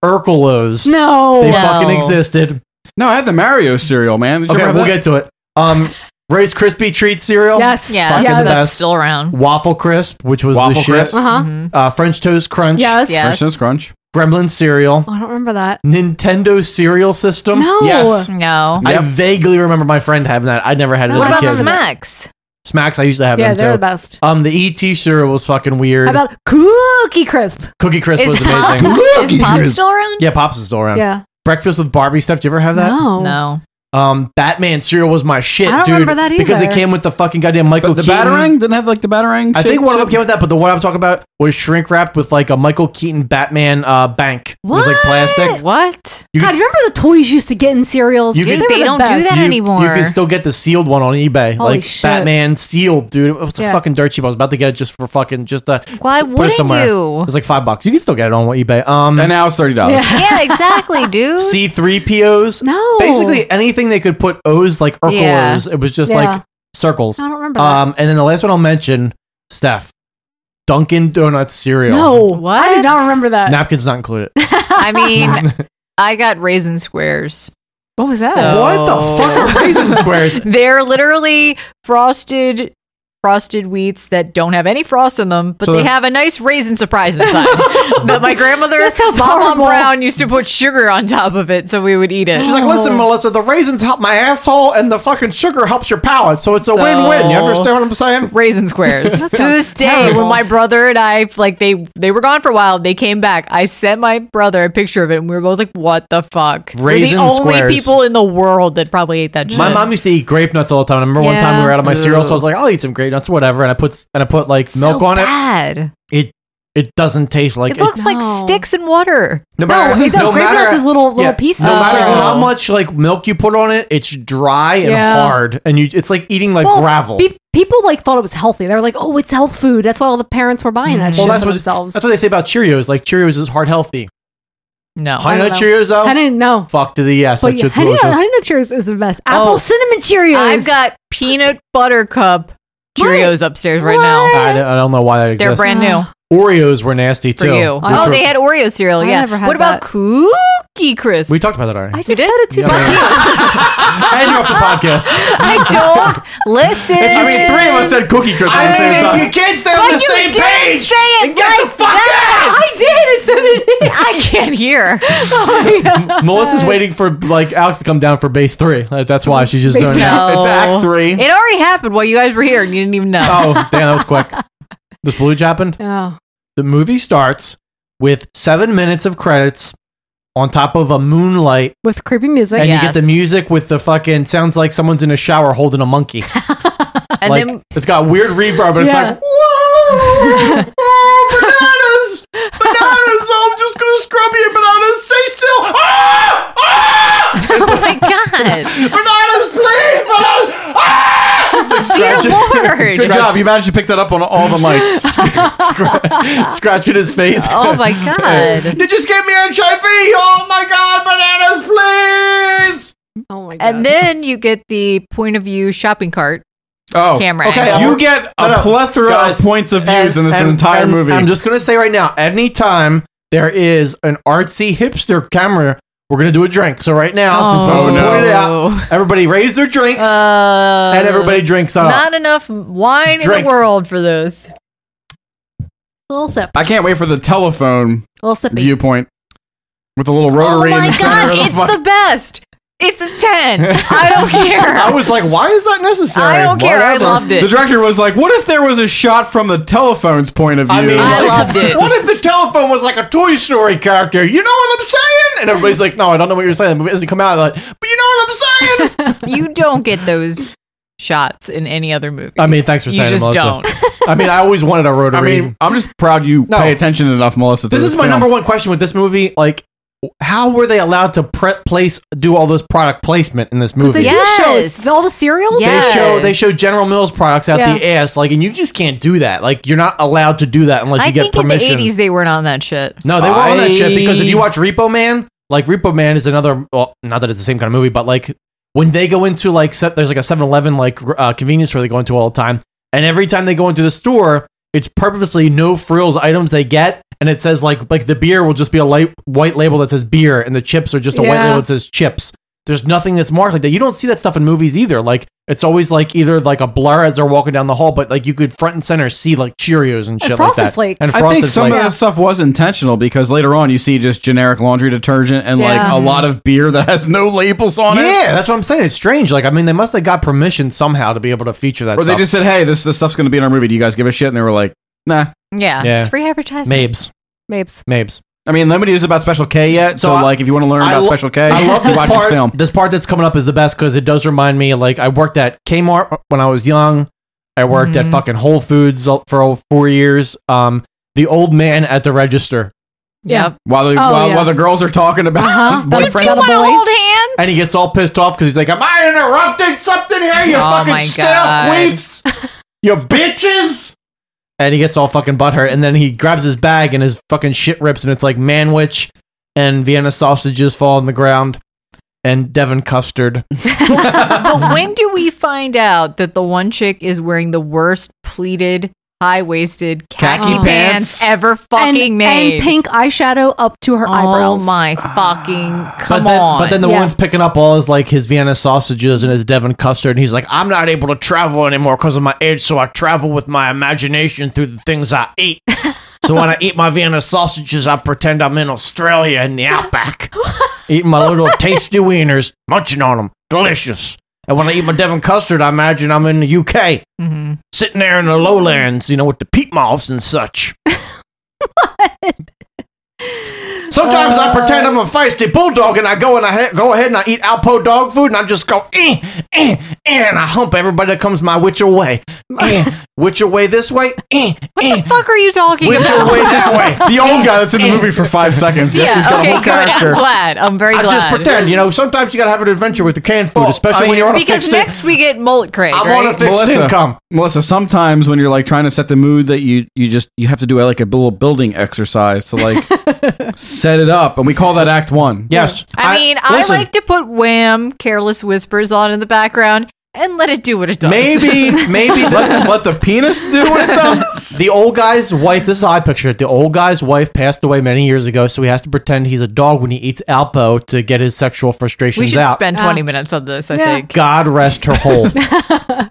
E: Urkelos.
B: No.
E: They
H: No.
E: fucking existed.
K: No, I had the Mario cereal, man. Did you
E: Okay,
K: ever have
E: we'll
K: that?
E: get to it. Um, Rice Krispie treat cereal.
B: Yes.
H: Yeah,
E: Fucking
B: Yes.
E: the
H: that's
E: best.
H: still around.
E: Waffle crisp, which was the
K: Waffle
E: shit.
K: Crisp.
B: Uh-huh.
E: Uh, French toast crunch.
B: Yes.
H: Yes.
K: Fresh Toast Crunch.
E: Gremlin cereal.
B: Oh, I don't remember that.
E: Nintendo cereal system.
B: No.
E: Yes.
H: No.
E: I vaguely remember my friend having that. I never had it
H: What
E: as a
H: about
E: kid.
H: Smacks?
E: Smacks, I used to have
B: Yeah,
E: them too.
B: they're the best.
E: Um, the ET cereal was fucking weird.
B: How about Cookie Crisp?
E: Cookie Crisp
H: Is
E: was
H: Pops,
E: amazing. <laughs>
H: is Pops still around?
E: yeah, Pops is still around.
B: Yeah.
E: Breakfast with Barbie stuff. Do you ever have that?
B: No.
H: No.
E: Um, Batman cereal was my shit,
K: I don't
E: dude.
K: remember that
E: Because it
K: either.
E: came with the fucking goddamn Michael
K: the
E: Keaton.
K: Batarang didn't have like the Batarang.
E: I think
K: shape
E: one of them
K: shit?
E: came with that, but the one I'm talking about was shrink wrapped with like a Michael Keaton Batman uh, bank. It was like plastic.
H: What?
E: You
B: God,
E: could-
B: you remember the toys you used to get in cereals?
E: You
B: Dude,
E: could-
B: they were the best.
E: You- You can still get the sealed one on eBay,
B: Holy
E: like
B: shit.
E: Batman sealed, dude. It was
B: Yeah.
E: a fucking dirt cheap. I was about to get it just for fucking just to
Q: Why
E: to put
Q: wouldn't
E: it somewhere.
Q: you?
E: It <laughs> was like five bucks. You can still get it on eBay. Um,
K: and now it's thirty dollars.
Q: yeah, exactly, dude.
E: <laughs> C three POs.
Q: No.
E: basically anything they could put O's like Urkel
Q: Yeah.
E: O's. It was just
Q: Yeah.
E: like circles.
Q: I don't remember
E: Um, and then the last one I'll mention, Steph, Dunkin' Donuts cereal.
B: No, what? I did not remember that.
E: napkins
B: <laughs>
E: not included.
H: I
E: <laughs>
H: mean, I got raisin squares.
B: What was
H: that?
E: What the fuck are raisin squares?
H: <laughs> They're literally frosted frosted wheats that don't have any frost in them, but
E: So
H: they
E: they're-
H: have a nice raisin surprise inside. that my grandmother, Mama Brown, used to put sugar on top of it, so we would
E: <gasps>
H: eat it.
E: She's like, listen, Melissa, the raisins help my asshole, and the fucking sugar helps your palate, so it's a win-win. You understand what I'm saying?
H: Raisin squares. to this day, when my brother and I like they they were gone for a while, they came back. I sent my brother a picture of it, and we were both like, "What the fuck?"
E: Raisin
H: we're the
E: squares.
H: only people in the world that probably ate that shit.
E: My mom used to eat grape nuts all the time. I remember one time we
H: Yeah.
E: were out of my cereal, so I
H: Ugh.
E: was like, I'll eat some grape nuts, whatever. And I put and I put like
H: So
E: milk on
H: bad.
E: it. It it doesn't taste like
H: it looks like sticks and water.
E: No matter, no matter- yeah, No matter
H: Oh.
E: how much like milk you put on it, it's dry and
B: Yeah.
E: hard, and you it's like eating like
B: Well,
E: gravel.
B: pe- people like thought it was healthy. They were like, "Oh, it's health food." That's why all the parents were buying that
E: well,
B: shit
E: that's
B: for
E: what
B: themselves.
E: that's what they say about Cheerios. Like Cheerios is heart healthy.
H: No,
E: honey
B: I
E: nut
B: don't know.
E: Cheerios though.
B: I didn't know.
E: Fuck to the yes,
B: But
E: that
B: yeah,
E: shit's
B: honey, nut-
E: delicious.
B: honey nut Cheerios is the best. Apple
H: Oh.
B: cinnamon Cheerios.
H: I've got peanut butter cup Cheerios upstairs right now.
E: I don't, I don't know why that
H: They're
E: exists.
H: brand new.
E: Oreos were nasty
H: For
E: too.
H: you.
E: which
H: oh,
E: were-
H: they had Oreo cereal.
B: I
H: yeah.
B: never had
H: what about
B: that.
H: Cookie Crisp?
E: We talked about that already.
B: I just said it too.
E: and
H: <laughs>
E: you're off the podcast.
H: I <laughs>
B: <laughs>
H: don't Ah, listen.
K: If you mean three of us said cookie crisp at the same time.
H: But you didn't Say it
E: get
H: right
E: the fuck
H: then.
E: out!
H: I did. It said it. is. I can't
E: <laughs>
H: hear. Oh my God.
E: Melissa's waiting for like Alex to come down for base three. Like, that's why she's just doing it.
H: No.
K: <laughs>
H: It already happened while you guys were here and you didn't even know.
E: <laughs> Oh, damn, that was quick. This blue happened.
B: Oh.
E: The movie starts with seven minutes of credits on top of a moonlight.
B: With creepy music,
E: and you get the music with the fucking sounds like someone's in a shower holding a monkey.
H: and
E: Oh, like,
H: then
E: it's got weird reverb, and it's like oh,
D: Whoa! bananas! Bananas! I'm just gonna scrub your bananas. Stay still. Ah!
E: ah,
H: oh my
E: <laughs>
H: god.
D: Bananas, please! Bananas! Ah!
E: It's like scratching-
K: Good job. You managed to pick that up on all the <laughs> mics.
E: scratching his face.
D: Oh my
E: <laughs> God.
D: Did you just give me a HIV? Oh my god, bananas, please!
B: Oh my
H: And then you get the point of view shopping cart.
K: Oh,
H: camera.
E: okay,
H: angle.
E: I'll-
K: You get
E: No,
K: a
E: no,
K: plethora
E: guys,
K: of points of views
E: and-
K: in this
E: and-
K: entire
E: and
K: movie.
E: I'm just gonna say right now, anytime there is an artsy hipster camera, we're gonna do a drink. So right now, since
H: Oh,
E: Melissa
H: no.
E: pointed it out, everybody raise their drinks
H: Uh,
E: and everybody drinks up.
H: Not enough wine in
E: Drink.
H: the world for those.
B: little sip.
K: I can't wait for the telephone
B: little sippy.
K: viewpoint with a little rotary in the center of the
H: Oh Ah, it's
K: fuck-
H: the best. It's a
E: <laughs>
H: 10. I don't care.
K: I was like,
E: why is that necessary?
H: I don't care. I loved it.
K: The director was like, "What if there was a shot from the telephone's point of view?"
E: I mean, I
K: Like,
E: loved it. What if the telephone was like a Toy Story character? You know what I'm saying? And everybody's like, "No, I don't know what you're saying." The movie doesn't come out. Like, but you know what I'm saying?
H: <laughs> you don't get those shots in any other movie.
E: I mean, thanks for
H: You
E: saying
H: just
E: it, Melissa.
H: don't.
E: I mean, I always wanted a
K: I
E: rotary.
K: mean, I'm just proud you
E: No.
K: pay attention enough, Melissa. to
E: this is my
K: film.
E: number one question with this movie. Like, how were they allowed to pre- place do all those product placement in this movie?
B: They do shows all the cereals.
E: They show they show General Mills products out the
B: Yeah.
E: ass, like, and you just can't do that. Like, you're not allowed to do that <laughs> unless
H: I
E: you get
H: think in the
E: permission.
H: 80s they weren't on that shit.
E: No, they were on that shit because if you
H: I-
E: watch Repo Man, like Repo Man is another. Well, not that it's the same kind of movie, but like when they go into like se- there's like a 7-Eleven like r- uh, convenience store they go into all the time, and every time they go into the store, it's purposely no frills items they get, and it says like like the beer will just be a light white label that says beer, and the chips are just a white
K: Yeah.
E: label that says chips. There's nothing that's marked like that. You don't see that stuff in movies either. Like it's always like either like a blur as they're walking down the hall, but like you could front and center see like Cheerios and shit like that. And
K: I think
E: Frosted
K: some of
E: Flakes.
K: that stuff was intentional because later on you see just generic laundry detergent and
E: Yeah.
K: like a lot of beer that has no labels on it.
E: Yeah, that's what I'm saying. It's strange. Like, I mean, they must have got permission somehow to be able to feature that.
K: Or they
E: stuff.
K: just said, "Hey, this this stuff's going to be in our movie. Do you guys give a shit?" And they were like, "Nah."
H: yeah,
E: Yeah.
H: it's free advertisement.
E: Mabes,
B: Mapes.
E: Mabes.
K: I mean, nobody is about Special K yet. So,
E: So I-
K: like, if you want to learn about
E: lo-
K: Special K,
E: I love this
K: watch
E: part.
K: this
E: This,
K: film.
E: part that's coming up is the best because it does remind me. Like I worked at Kmart when I was young. I worked
K: Mhm.
E: at fucking Whole Foods all- for all four years. Um, the old man at the register,
K: Yeah. While the
E: Oh,
K: while,
E: yeah.
K: while the girls are talking about <laughs> boyfriends,
H: hands?
E: and he gets <laughs> all pissed off because he's like, "Am I interrupting something here? You
K: Oh my
E: fucking
K: God.
E: stale weeps, <laughs> you bitches!" And he gets all fucking butthurt, and then he grabs his bag and his fucking shit rips, and it's like manwich and Vienna sausages fall on the ground, and Devon custard. <laughs>
H: but when do we find out that the one chick is wearing the worst pleated, high waisted khaki,
B: Khaki
H: pants, ever fucking
B: and,
H: made?
B: and pink eyeshadow up to her
H: oh
B: eyebrows. <laughs>
H: my fucking come
E: Ah. but then,
H: on!
E: But then the one's picking up all his like his Vienna sausages and his Devon custard, and he's like, "I'm not able to travel anymore because of my age, so I travel with my imagination through the things I eat. so when I eat my Vienna sausages, I pretend I'm in Australia in the outback, eating my little tasty wieners, munching on them, delicious. And when I eat my Devon custard, I imagine I'm in the UK,
B: Mm-hmm.
E: sitting there in the lowlands, you know, with the peat moths and
H: <laughs>
E: such." Sometimes I pretend I'm a
H: Uh.
E: feisty bulldog and I go and I ha- go ahead and I eat Alpo dog food and I just go eh, eh, eh, and I hump everybody that comes my witcher
H: <laughs>
E: way. Eh, witcher way this way. Eh,
H: what the fuck are you talking
E: witcher
H: about?
E: way that way.
K: <laughs> The old guy that's in the movie for five seconds.
H: Yeah,
K: Yes, he's got
H: okay,
K: a whole
H: good.
K: character. <laughs>
H: I'm glad. I'm <laughs> very
E: I
H: glad. oh,
E: just pretend, you know. Sometimes you gotta have an adventure with the canned food, especially when you're on a
H: because
E: fixed.
H: next we get mullet Craig.
E: I'm
H: right?
E: on a fixed income.
K: Melissa, sometimes when you're like trying to set the mood that you you just you have to do uh, like a little building exercise to like set it up, and we call that Act One. Yes,
H: I, mean,
K: listen.
H: I like to put Wham! Careless Whispers on in the background and let it do what it does.
E: Maybe, maybe
K: let, let the penis do what it
E: <laughs>
K: does.
E: The old guy's wife. This is how I picture it. The old guy's wife passed away many years ago, so he has to pretend he's a dog when he eats Alpo to get his sexual frustrations
H: <laughs> we should
E: out.
H: spend
B: Uh,
H: 20 minutes on this, I
E: Yeah.
H: think.
E: God rest her whole.
H: Uh-huh.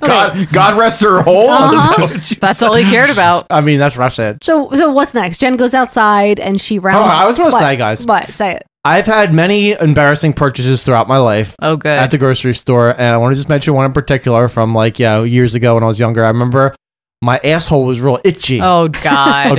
K: God, God rest her whole.
B: Uh-huh.
H: That's all he cared about.
E: I mean, that's what I said.
B: So, so what's next? Jen goes outside and she rounds.
E: Hold on, I was gonna
B: what?
E: say, guys.
B: What? Say it.
E: I've had many embarrassing purchases throughout my life.
H: Oh, good.
E: At the grocery store, and I want to just mention one in particular from like you know years ago when I was younger. I remember my asshole was real itchy.
H: Oh, <laughs> God.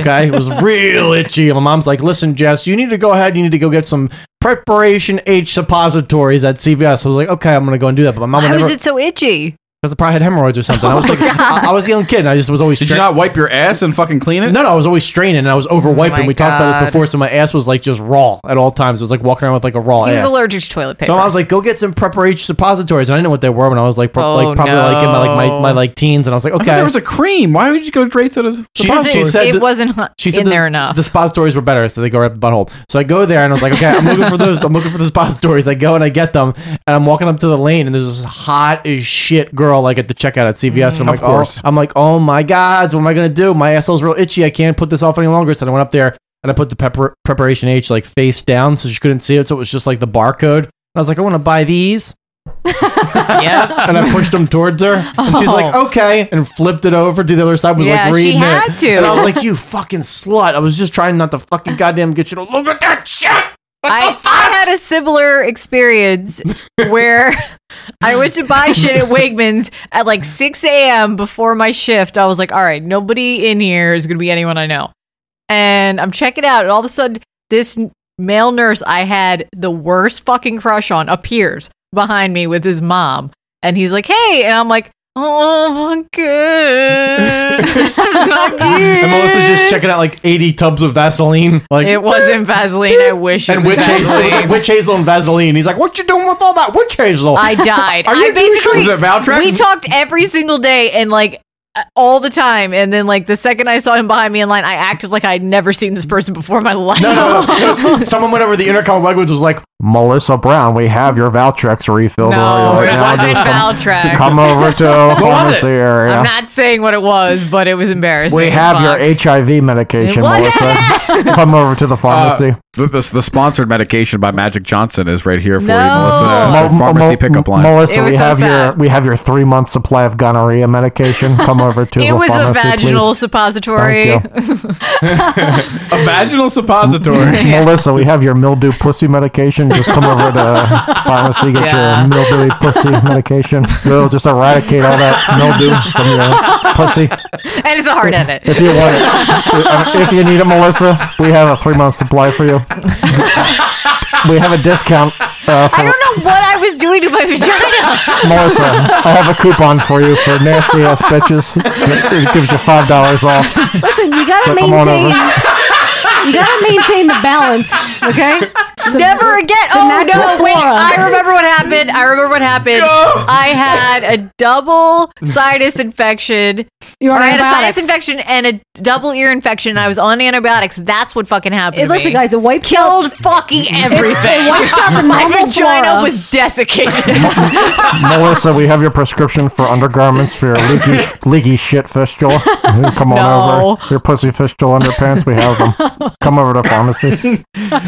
E: <laughs> okay, it was real itchy. and My mom's like, "Listen, Jess, you need to go ahead. You need to go get some preparation H suppositories at CVS." I was like, "Okay, I'm gonna go and do that." But my mom
H: Why
E: would never
H: was it so itchy?
E: because I probably had hemorrhoids or something. I was like, I, I was a young kid. And I just was always. Did
K: you not wipe your ass and fucking clean it?
E: No, no, I was always straining, and I was over wiping.
K: my
E: we talked about
K: God.
E: this before, so my ass was like just raw at all times. It was like walking around with like a raw
H: He was
E: ass.
H: allergic to toilet paper.
E: So I was like, go get some preparation suppositories. And I didn't know what they were when I was like, pro-
H: Oh,
E: like probably like in my like my,
H: no.
E: my like teens, and I was like,
K: I
E: okay.
K: thought there was a cream. Why would you go straight to the?
E: She-
K: suppository?
E: she said
H: it
E: that-
H: wasn't hu-
E: she said
H: in there
E: the-
H: enough.
E: The suppositories were better, so they go right up the butthole. So I go there and I was like, okay, I'm looking for those. I'm looking for the suppositories. I go and I get them, and I'm walking up to the lane, and there's this hot as shit girl like at the checkout at CVS. and I'm
K: Of
H: Mm,
E: like,
K: course.
E: Oh, I'm like, oh my god, what am I gonna do? My asshole's real itchy. I can't put this off any longer. So I went up there and I put the pepper- preparation H like face down, so she couldn't see it. So it was just like the barcode. And I was like, I want to buy these.
H: yeah.
E: And I pushed them towards her, and she's like,
K: Oh.
E: "Okay," and flipped it over to the other side. Was like
K: Yeah, she
E: reading it.
K: had to.
E: And I was like, "You fucking slut!" I was just trying not to fucking goddamn get you to look at that shit.
H: I, I had a similar experience where I went to buy shit at Wegmans at like 6 a.m. before my shift. I was like, all right, nobody in here is going to be anyone I know. And I'm checking out, and all of a sudden, this n- male nurse I had the worst fucking crush on appears behind me with his mom. And he's like, hey. And I'm like, oh, my
E: <laughs>
H: <laughs> God. This is not good.
E: And Melissa's just checking out like eighty tubs of Vaseline. Like
H: It wasn't Vaseline. I wish it
E: and
H: was
E: witch hazel,
H: Vaseline.
E: It was witch hazel and Vaseline. He's like, "What you doing with all that witch hazel?"
H: I died.
E: Are you
H: I basically
E: Is it Valtrex?
H: we talked every single day and like uh, all the time. And then like the second I saw him behind me in line, I acted like I'd never seen this person before in my life.
E: <laughs> No, no,
H: <laughs>
E: no. <laughs> It was- Someone went over the intercom. Wegwoods was like, "Melissa Brown, we have your Valtrex refilled
H: No,
E: earlier
H: it
E: now.
H: wasn't
E: Just come-
H: Valtrex. <laughs>
E: over to
H: What was it?
E: area.
H: I'm not saying what it was, but it was embarrassing.
E: We
H: as
E: have
H: fuck.
E: your HIV medication,
H: It wasn't <laughs>
E: Melissa. Come over to the pharmacy.
K: Uh, The, the, the sponsored medication by Magic Johnson is right here for you,
H: No.
K: Melissa.
E: Mo-
K: at the pharmacy
E: Mo-
K: pickup line.
E: Melissa, we
H: was so
E: have your
H: sad.
E: we have your three month supply of gonorrhea medication. Come over to
H: <laughs> It
E: the
H: was a
E: pharmacy,
H: vaginal suppository. <laughs>
K: a vaginal suppository.
H: <laughs>
E: please. Melissa, we have your mildew pussy medication. Just come over to pharmacy, get
H: Yeah.
E: your mildewy pussy medication. We'll just eradicate all that mildew from your pussy.
H: and it's a hard edit.
Q: If you want it, if you need it, Melissa, we have a three month supply for you. we have a discount uh, for
H: I don't know what I was doing to my vagina.
Q: Melissa. I have a coupon for you for nasty ass bitches. It gives you five dollars off.
B: Listen, you gotta
Q: So come on
B: maintain.
Q: over.
B: <laughs> You gotta maintain the balance, okay?
H: Never again.
B: the
H: Oh
B: natural
H: no! Wait,
B: flora.
H: I remember what happened. I remember what happened. I had a double sinus
B: <laughs>
H: infection.
B: You
H: Or
B: are
H: I had a
B: antibiotics.
H: sinus infection and a double ear infection. I was on antibiotics. That's what fucking happened.
B: Hey,
H: to
B: listen,
H: me.
B: guys, it wiped
H: killed fucking everything. <laughs>
B: it wipes out the
H: My
B: normal
H: vagina
B: flora.
H: was desiccated.
Q: Melissa, we have your prescription for undergarments for your leaky leaky shit fistula.
H: <laughs>
Q: Come on
H: No.
Q: over. Your pussy fistula underpants, we have them. Come over to
D: <laughs>
Q: pharmacy.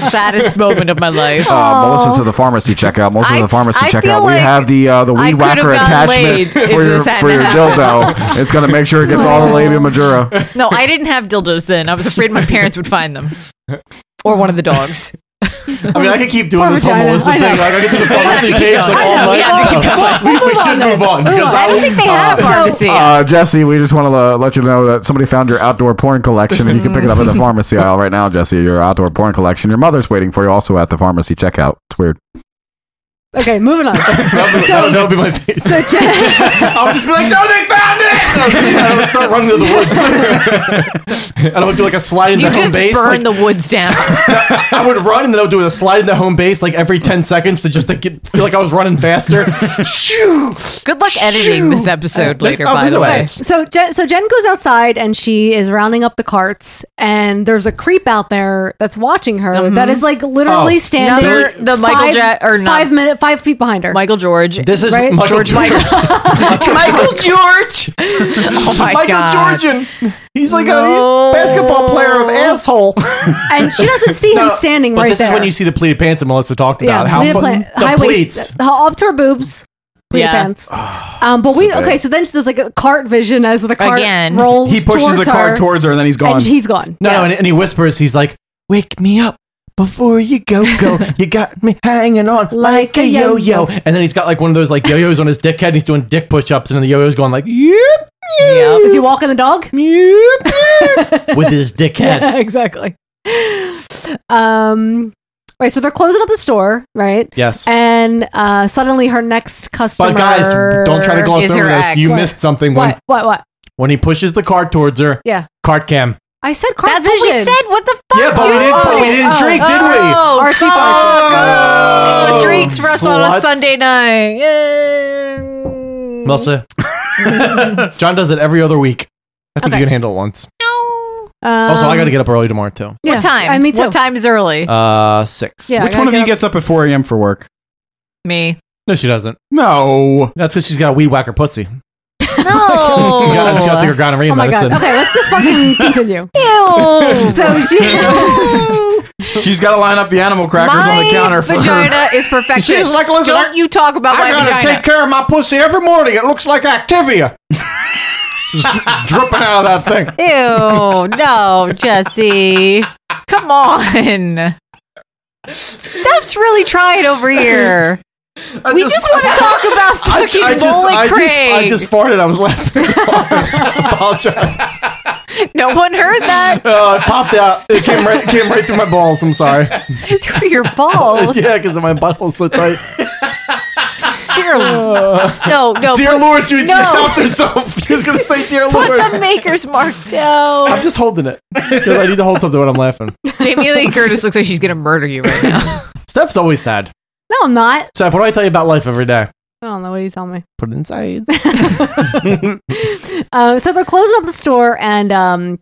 H: Saddest moment of my life.
K: <laughs> Uh, Melissa to the pharmacy checkout. Melissa to the pharmacy
H: I feel
K: checkout. we
H: like
K: have the uh, the
H: I
K: weed
H: could've
K: whacker
H: gotten
K: attachment <laughs>
H: laid
K: for
H: if
K: your
H: this hadn't
K: for your
H: happened.
K: dildo.
H: <laughs>
K: It's gonna make sure it gets all the labia majora.
H: No, I didn't have dildos then. I was afraid my parents would find them, or one of the dogs.
E: I mean, I could keep doing
H: Oh, Poor
E: this whole
H: vagina.
E: Melissa
H: I
E: thing.
H: know.
E: Like, I get to the
H: We have
E: pharmacy
H: to keep
E: page like
H: going. <laughs> I
E: all
H: know, we
E: night.
H: have to keep
E: I'm like, we, we should move on because I,
K: Uh, Uh, Jesse, we just want to uh, let you know that somebody found your outdoor porn collection, and you can pick it up in
H: <laughs>
K: the pharmacy aisle right now, Jesse. Your outdoor porn collection. Your mother's waiting for you, also at the pharmacy checkout. It's weird.
B: Okay, moving on.
E: so, that would be my
H: <laughs>
E: face. <laughs>
B: So,
E: I'll just be like, no, they found it! I would start running to the woods. <laughs> and I would do like a slide into
H: You
E: home
H: just
E: base.
H: burn
E: like,
H: the woods down.
E: <laughs> I would run and then I would do a slide into home base like every 10 seconds to just to get, feel like I was running
H: <laughs>
E: faster. Shoo!
H: Good luck editing this episode
E: Let's-
H: later,
E: oh,
H: by
E: there's
H: the
E: a
H: way.
E: way.
B: So Jen, so Jen goes outside and she is rounding up the carts, and there's a creep out there that's watching her that is like literally
H: Oh.
B: standing
H: Mm-hmm. Another- the Michael
B: five,
H: Ja- or not-
B: five minute five feet behind her.
H: Michael George. <laughs>
E: This is
B: Right?
E: Michael
B: George
E: George. <laughs> Michael George!
H: Oh my
E: Michael
H: God.
E: Georgian! He's like
B: No.
E: a basketball player of asshole.
B: and she doesn't see him
E: No,
B: standing
E: but
B: right
E: this
B: there.
E: is when you see the pleated pants that Melissa talked about. How
B: pleated
E: fu-
B: pla-
E: the
B: high
E: pleats.
B: waist, how- up to her boobs, pleated
E: Yeah.
B: pants.
E: Ah,
B: Um, but we
K: So bad.
B: okay. So then there's like a cart vision as the cart
H: Again.
B: rolls.
K: He pushes the
B: towards
K: car
B: her,
K: towards her, and then he's gone.
B: and he's gone.
E: No, no, and, and he whispers, he's like, wake me up before you go, go. you got me hanging on like a yo yo. And then he's got like one of those like yo yo's on his dick head and he's doing dick push ups, and then the yo yo's going like, yep,
B: Is he walking the dog?
E: with his dick head.
B: Yeah, <laughs> exactly. Um, right. So they're closing up the store, right?
E: Yes.
B: And uh, suddenly her next customer.
E: But guys, don't try to gloss over this. You
B: What?
E: missed something when,
B: What? What? What?
E: when he pushes the cart towards her.
B: Yeah.
E: Cart cam.
B: I said cart
H: That's what she
B: vision.
H: said. What the fuck?
E: Yeah, but we
H: dude?
E: didn't- but we didn't drink, did we?
H: Oh,
B: RC
H: fuck.
E: Oh,
H: drinks for us on a
E: sluts.
H: Sunday night.
E: Melissa. John does it every other week. I think
B: Okay.
E: you can handle it once.
B: Um,
E: also, Oh, I got to get up early tomorrow too.
B: yeah.
H: What time?
B: Uh, me too.
H: What time is early?
E: Uh, six.
B: Yeah, I
K: Which
B: gotta
K: one of
B: get
K: you
B: up-
K: gets up at 4 a.m. for work?
H: <laughs> Me.
E: No, she doesn't.
K: No.
E: That's because she's got a weed whacker pussy.
H: No.
E: <laughs> You gotta check out your gonorrhea
B: Oh my
E: medicine.
B: god. Okay, let's just
E: <laughs>
B: fucking continue.
H: <laughs> Ew.
B: So she.
K: She's got to line up the animal crackers on the counter for
H: vagina
K: <laughs>
H: is perfection.
K: She's like, "Listen,
H: Don't
K: I-
H: you talk about my vagina.
K: care of my pussy every morning. It looks
E: <laughs>
K: like Activia. Just dripping out of that thing. <laughs>
H: Ew, no, Jesse. Come on. Steph's really trying over here. we just, want to talk about
E: <laughs>
H: fucking
E: I
H: Molly
E: just, I
H: Craig.
E: just, I just farted. I was
H: <laughs>
E: laughing. I apologize.
H: <laughs> no one heard that
E: Uh, it popped out. It came right, it came right through my balls. I'm sorry.
H: through your
K: <laughs>
E: <laughs>
H: balls.
E: yeah, because my butthole's so tight.
H: <laughs> Dear, no, no.
E: dear
H: put-
E: Lord, she, she
H: Oh, no.
E: stopped herself. <laughs> She was gonna say, "Dear Lord."
H: Put the maker's mark
E: <laughs>
H: down.
E: I'm just holding it because I need to hold something when I'm laughing.
H: <laughs> Jamie Lee Curtis looks like she's gonna murder you right now.
E: Steph's always sad.
B: No, I'm not.
E: Steph, what do I tell you about life every day?
B: I don't know what do you tell me. <laughs>
E: Put it inside.
B: Uh, so they're closing up the store, and um,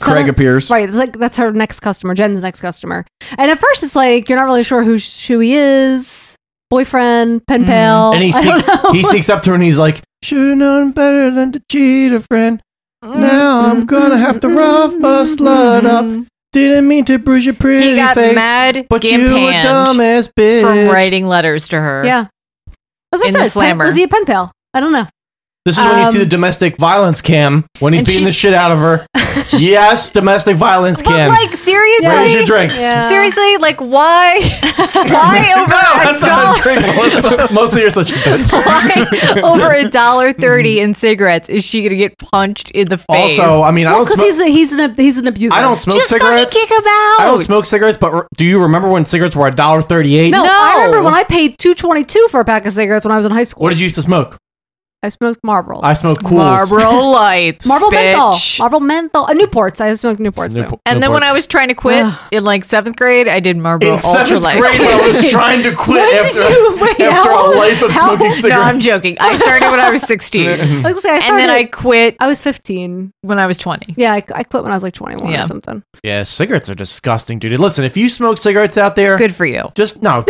K: Craig
B: someone-
K: appears.
B: Right, it's like that's her next customer, Jen's next customer. And at first, it's like you're not really sure who sh- who he is, boyfriend,
H: Mm-hmm.
B: pen pal.
E: And he,
B: <laughs> I don't
E: sneak,
B: know.
E: he sneaks up to her and he's like, Should have known better than to cheat a friend. Now I'm gonna have to rough a slut up. Didn't mean to bruise your pretty
H: He got
E: face.
H: mad
E: but you a
H: gimpanned
E: dumbass bitch.
K: eh?
H: From writing letters to her.
B: yeah. That's what
H: In
B: I said.
H: the
B: Pen-
H: slammer.
B: was he a pen pal? I don't know.
E: This is when you see the
B: Um,
E: domestic violence cam when he's
B: and
E: beating
B: she-
E: the shit out of her. yes, domestic violence cam.
H: Like seriously,
E: Raise your drinks. Yeah.
H: Seriously,
B: <laughs>
H: like why?
E: <laughs>
H: why over a dollar?
E: Mostly you're such a bitch.
H: Why <laughs> over a dollar thirty in cigarettes is she gonna get punched in the face?
E: Also, I mean, I don't
B: because
E: smoke-
B: he's a, he's an he's an abuser.
E: I don't smoke
B: Just fucking
E: cigarettes.
B: Kick him out.
E: I don't smoke cigarettes, but r- do you remember when cigarettes were a dollar thirty-eight?
B: No, I remember when I paid two twenty two for a pack of cigarettes when I was in high school.
E: What did you used to smoke?
B: I smoked Marlboro.
E: I smoked Cools. <laughs>
H: Lights,
B: Marlboro menthol,
H: bitch.
B: Marlboro menthol, uh, Newports. I smoked Newports.
E: Newpo-
B: <laughs> though.
H: and then when I was trying to quit in like seventh grade, I did Marlboro
B: In
H: Ultra
B: seventh
H: Lights.
E: grade, I
H: <laughs>
E: was trying to quit When did
B: <laughs>
E: after- you- wait, after a how- life of how- smoking
H: <laughs> No, I'm
E: cigarettes.
H: joking. I started when
B: <laughs>
H: I
E: <laughs>
H: was 16,
B: I was gonna say, I
H: and then
B: started-
H: I quit.
B: I was 15
H: when I was 20.
B: Yeah, I, I quit when I was like 21 or something.
E: Yeah, cigarettes are disgusting, dude. Listen, if you smoke cigarettes out there,
H: good for you.
E: Just no,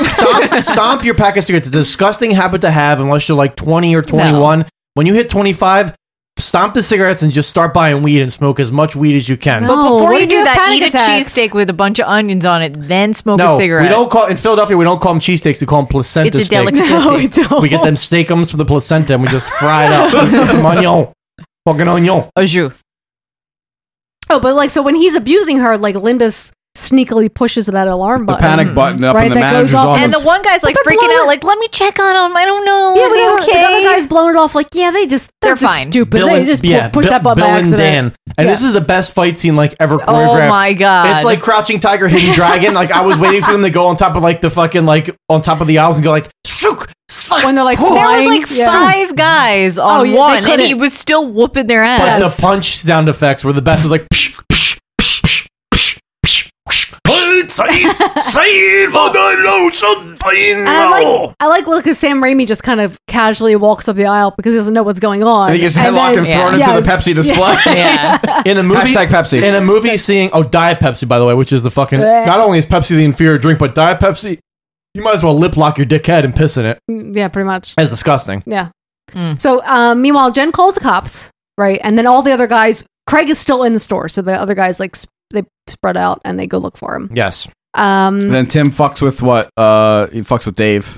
E: stomp, stomp your pack of cigarettes. It's a disgusting habit to have unless you're like 20 or 21. When you hit 25, stomp the cigarettes and just start buying weed and smoke as much weed as you can.
H: But before
B: Oh, what
H: you
B: if you
H: do
B: have
H: that,
B: panic
H: eat a
B: attacks? <laughs>
H: cheesesteak with a bunch of onions on it, then smoke
E: no,
H: a cigarette.
E: we don't call in Philadelphia. We don't call them cheesesteaks. We call them placenta
H: It's a
B: <laughs>
E: steaks.
H: delicacy. No, we don't.
E: get them steakums from the placenta and we just fry it up. Some onion, fucking onion.
H: Au jus.
B: Oh, but like so when he's abusing her, like Linda s- sneakily pushes that alarm button,
K: panic button up in the
B: that goes
K: manager's
B: off.
K: office.
H: And the one guy's like freaking out, like, let me check on them. I don't know.
B: Yeah,
H: Are
B: but
H: they
B: the other-
H: okay?
B: the other guy's blowing it off like, yeah, they just they're, just
H: fine.
B: stupid.
E: Bill
B: they
E: and-
B: just pu-
E: yeah,
B: push
E: Bill-
B: that button
E: Bill
B: by
E: and
B: accident.
E: Dan. And this is the best fight scene like ever choreographed.
H: Oh my God.
E: It's like crouching tiger, hidden dragon. Like I was waiting for them to go on top of like the fucking like on top of the aisles and go like shook.
B: when they're like
H: there was
B: flying,
H: like
B: yeah.
H: five guys on
B: Oh, yeah, they
H: one, and
B: couldn't.
H: he was still whooping their
Q: <laughs>
E: But
H: ass.
E: the punch sound effects were the best. It was like psh, psh, psh, psh, psh, psh, psh, psh, Said, said, oh, God, no, something,
B: And I
E: no.
B: like I like because Sam Raimi just kind of casually walks up the aisle because he doesn't know what's going on.
E: I think he's
B: And
E: headlocked
B: then-
E: and thrown
B: <laughs>
E: into the Pepsi display. In a movie,
K: Hashtag Pepsi.
E: In a movie, seeing oh Diet Pepsi, by the way, which is the fucking. Not only is Pepsi the inferior drink, but Diet Pepsi, you might as well lip lock your dickhead and piss in it.
B: Mm, Yeah, pretty much.
E: That's disgusting.
B: Yeah.
E: Mm.
B: So um, meanwhile, Jen calls the cops, right? And then all the other guys. Craig is still in the store, so the other guys like sp- they spread out and they go look for him.
E: Yes.
B: Um,
K: then Tim fucks with what? Uh, he fucks with Dave.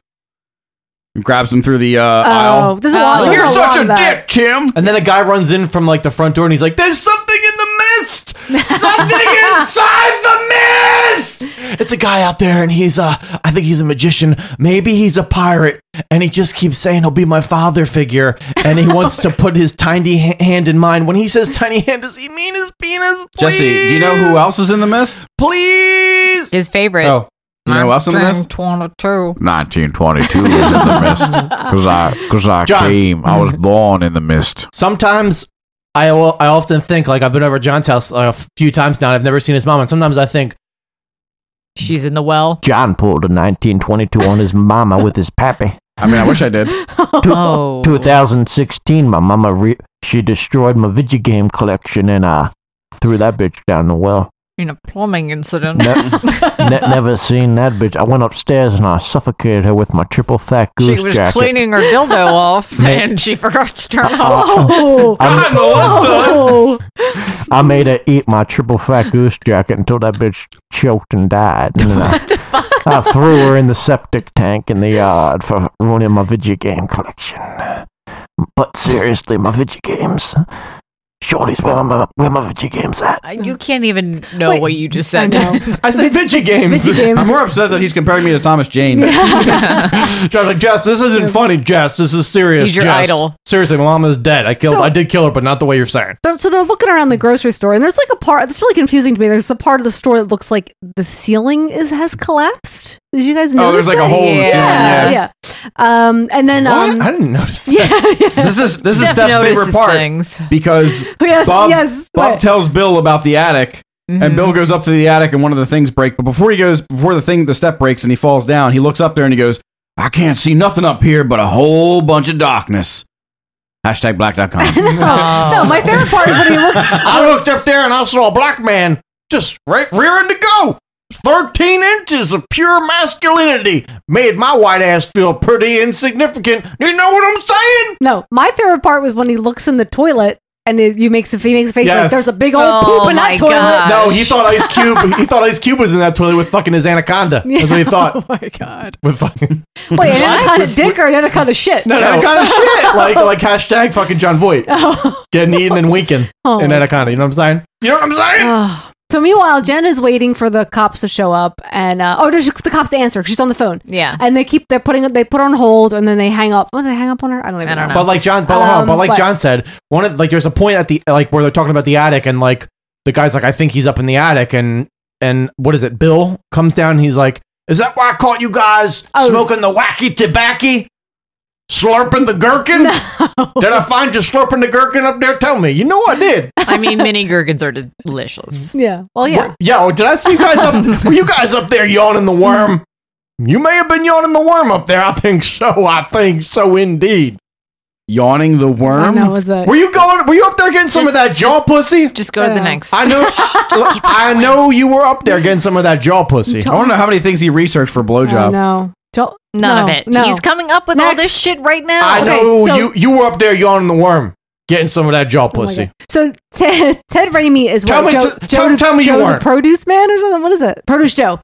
K: He grabs him through the uh, aisle.
B: there's a lot-
K: You're
B: there's a lot
K: such a
B: of Oh, that. <laughs>
K: dick, Tim.
E: And then a guy runs in from like the front door and he's like, "There's something in the mist. Something inside the mist." It's a guy out there and he's uh I think he's a magician. Maybe he's a pirate and he just keeps saying he'll be my father figure and he wants to put his tiny ha- hand in mine. When he says tiny hand, does he mean his penis?
K: Jesse, do you know who else is in the mist?
E: Please.
H: <laughs> His favorite.
K: Oh. You know who else in the mist?
H: 22.
R: 1922 is in the
B: <laughs>
R: mist because I because I
E: John.
R: came. I was born in the mist.
E: Sometimes I al- I often think like I've been over at John's house like, a few times now and I've never seen his mom and sometimes I think
H: she's in the well. <laughs>
Q: John pulled a 1922 on his mama with his pappy.
K: I mean, I wish I
Q: <laughs>
K: did.
Q: Two-
H: Oh.
Q: 2016, my mama re- she destroyed my video game collection and uh threw that bitch down the well.
H: In a plumbing incident. <laughs>
Q: Ne- never seen that bitch. I went upstairs and I suffocated her with my triple fat
H: she
Q: goose
H: was
Q: jacket.
H: cleaning her
Q: <laughs>
H: dildo off,
Q: Ma-
H: and she forgot to turn it
Q: <laughs> Oh.
H: off.
Q: I'm-
H: Whoa.
Q: I made her eat my triple fat goose jacket until that bitch choked and died. And then I, I threw her in the septic tank in the yard for ruining my video game collection. But seriously, my video games. Shorty's where my, where my video games at?
H: Uh, You can't even know
Q: Wait.
H: what you just said.
Q: I
H: <laughs>
E: I said video games. <laughs>
K: I'm more upset that he's comparing me to Thomas Jane.
E: John's like, Jess, this isn't funny, Jess. This is serious.
B: He's your
E: Jess.
B: idol.
E: Seriously, my mom is dead. I killed.
B: So-
E: I did kill her, but not the way you're saying.
B: So- So they're looking around the grocery store, and there's like a part. It's really confusing to me. There's a part of the store that looks like the ceiling is has collapsed. Did you guys
K: Oh,
B: notice?
K: there's like a
B: that?
K: hole in the ceiling, yeah.
B: yeah. Um, and then um,
E: I didn't notice.
B: <laughs> Yeah,
E: <laughs>
B: yeah.
K: <laughs> This is this is
B: Steph
K: Steph's
B: notices
K: favorite part
H: things.
K: because
B: Yes,
K: Bob,
B: yes, Mm-hmm.
K: Bob
B: what?
K: tells Bill about the attic, and Bill goes up to the attic, and one of the things break. But before he goes, before the thing, the step breaks, and he falls down. He looks up there and he goes, "I can't see nothing up here but a whole bunch of darkness."
B: <laughs>
K: Hashtag
B: <laughs>
K: black.com. <laughs>
B: No, my favorite part is when he looks.
E: I looked up there and I saw a black man just right rearing to go. Thirteen inches of pure masculinity made my white ass feel pretty insignificant. You know what I'm saying?
B: No, my favorite part was when he looks in the toilet and it, you makes a, he makes a face like
E: Yes.
B: there's a big old
H: Oh
B: poop in
H: my
B: that toilet.
H: gosh.
E: No, he thought Ice <laughs> Cube. He thought Ice Cube was in that toilet with fucking his anaconda. That's what he
B: <laughs> Oh
E: thought.
B: my god.
E: With fucking
B: Wait, another kind of dick or another kind of shit?
E: no,
B: <laughs>
E: anaconda shit. Like like hashtag fucking John Voight
B: Oh.
E: getting eaten and winking
B: <laughs> Oh.
E: in anaconda. You know what I'm saying? You know what I'm saying?
B: so meanwhile, Jen is waiting for the cops to show up, and uh, oh, no, she, the cops to answer. 'cause She's on the phone.
H: Yeah.
B: and they keep they're putting they put her on hold, and then they hang up. Oh, they hang up on her. I don't even know.
E: But like John, but, hold on,
B: Um,
E: but like
B: but-
E: John said, one of like there's a point at the like where they're talking about the attic and like the guy's like, I think he's up in the attic and and what is it? Bill comes down. and He's like, Is that why I caught you guys
O: Oh,
E: smoking the wacky tobacco, slurping
B: <laughs>
E: the gherkin? Did I find you slurping the gherkin up there? Tell me. You know I did.
H: I mean, mini gherkins are delicious.
B: yeah. Well, yeah.
E: Were- Yo, did I see you
B: <laughs>
E: guys up? were you guys up there yawning the worm? You may have been yawning the worm up there. I think so. I think so indeed.
I: Yawning the worm.
B: I know, it's a-
E: Were you going? Were you up there getting some of
B: Just-
E: that jaw pussy?
H: Just go to the next.
B: <laughs>
E: I know. I know you were up there getting some of that jaw pussy.
K: I want to know how many things he researched for blowjob.
B: No. Don't,
H: None
B: no,
H: of it.
B: No.
H: He's coming up with all this shit right now.
E: I know you. You were up there yawning the worm, getting some of that
B: Oh
E: jaw pussy.
B: So <laughs> Ted Ted Raimi is
E: Tell
B: what
E: me-
B: Joe,
E: t-
B: Joe,
E: tell- tell me you
B: Joe the
E: weren't.
B: produce man or something. What is it? Produce Joe.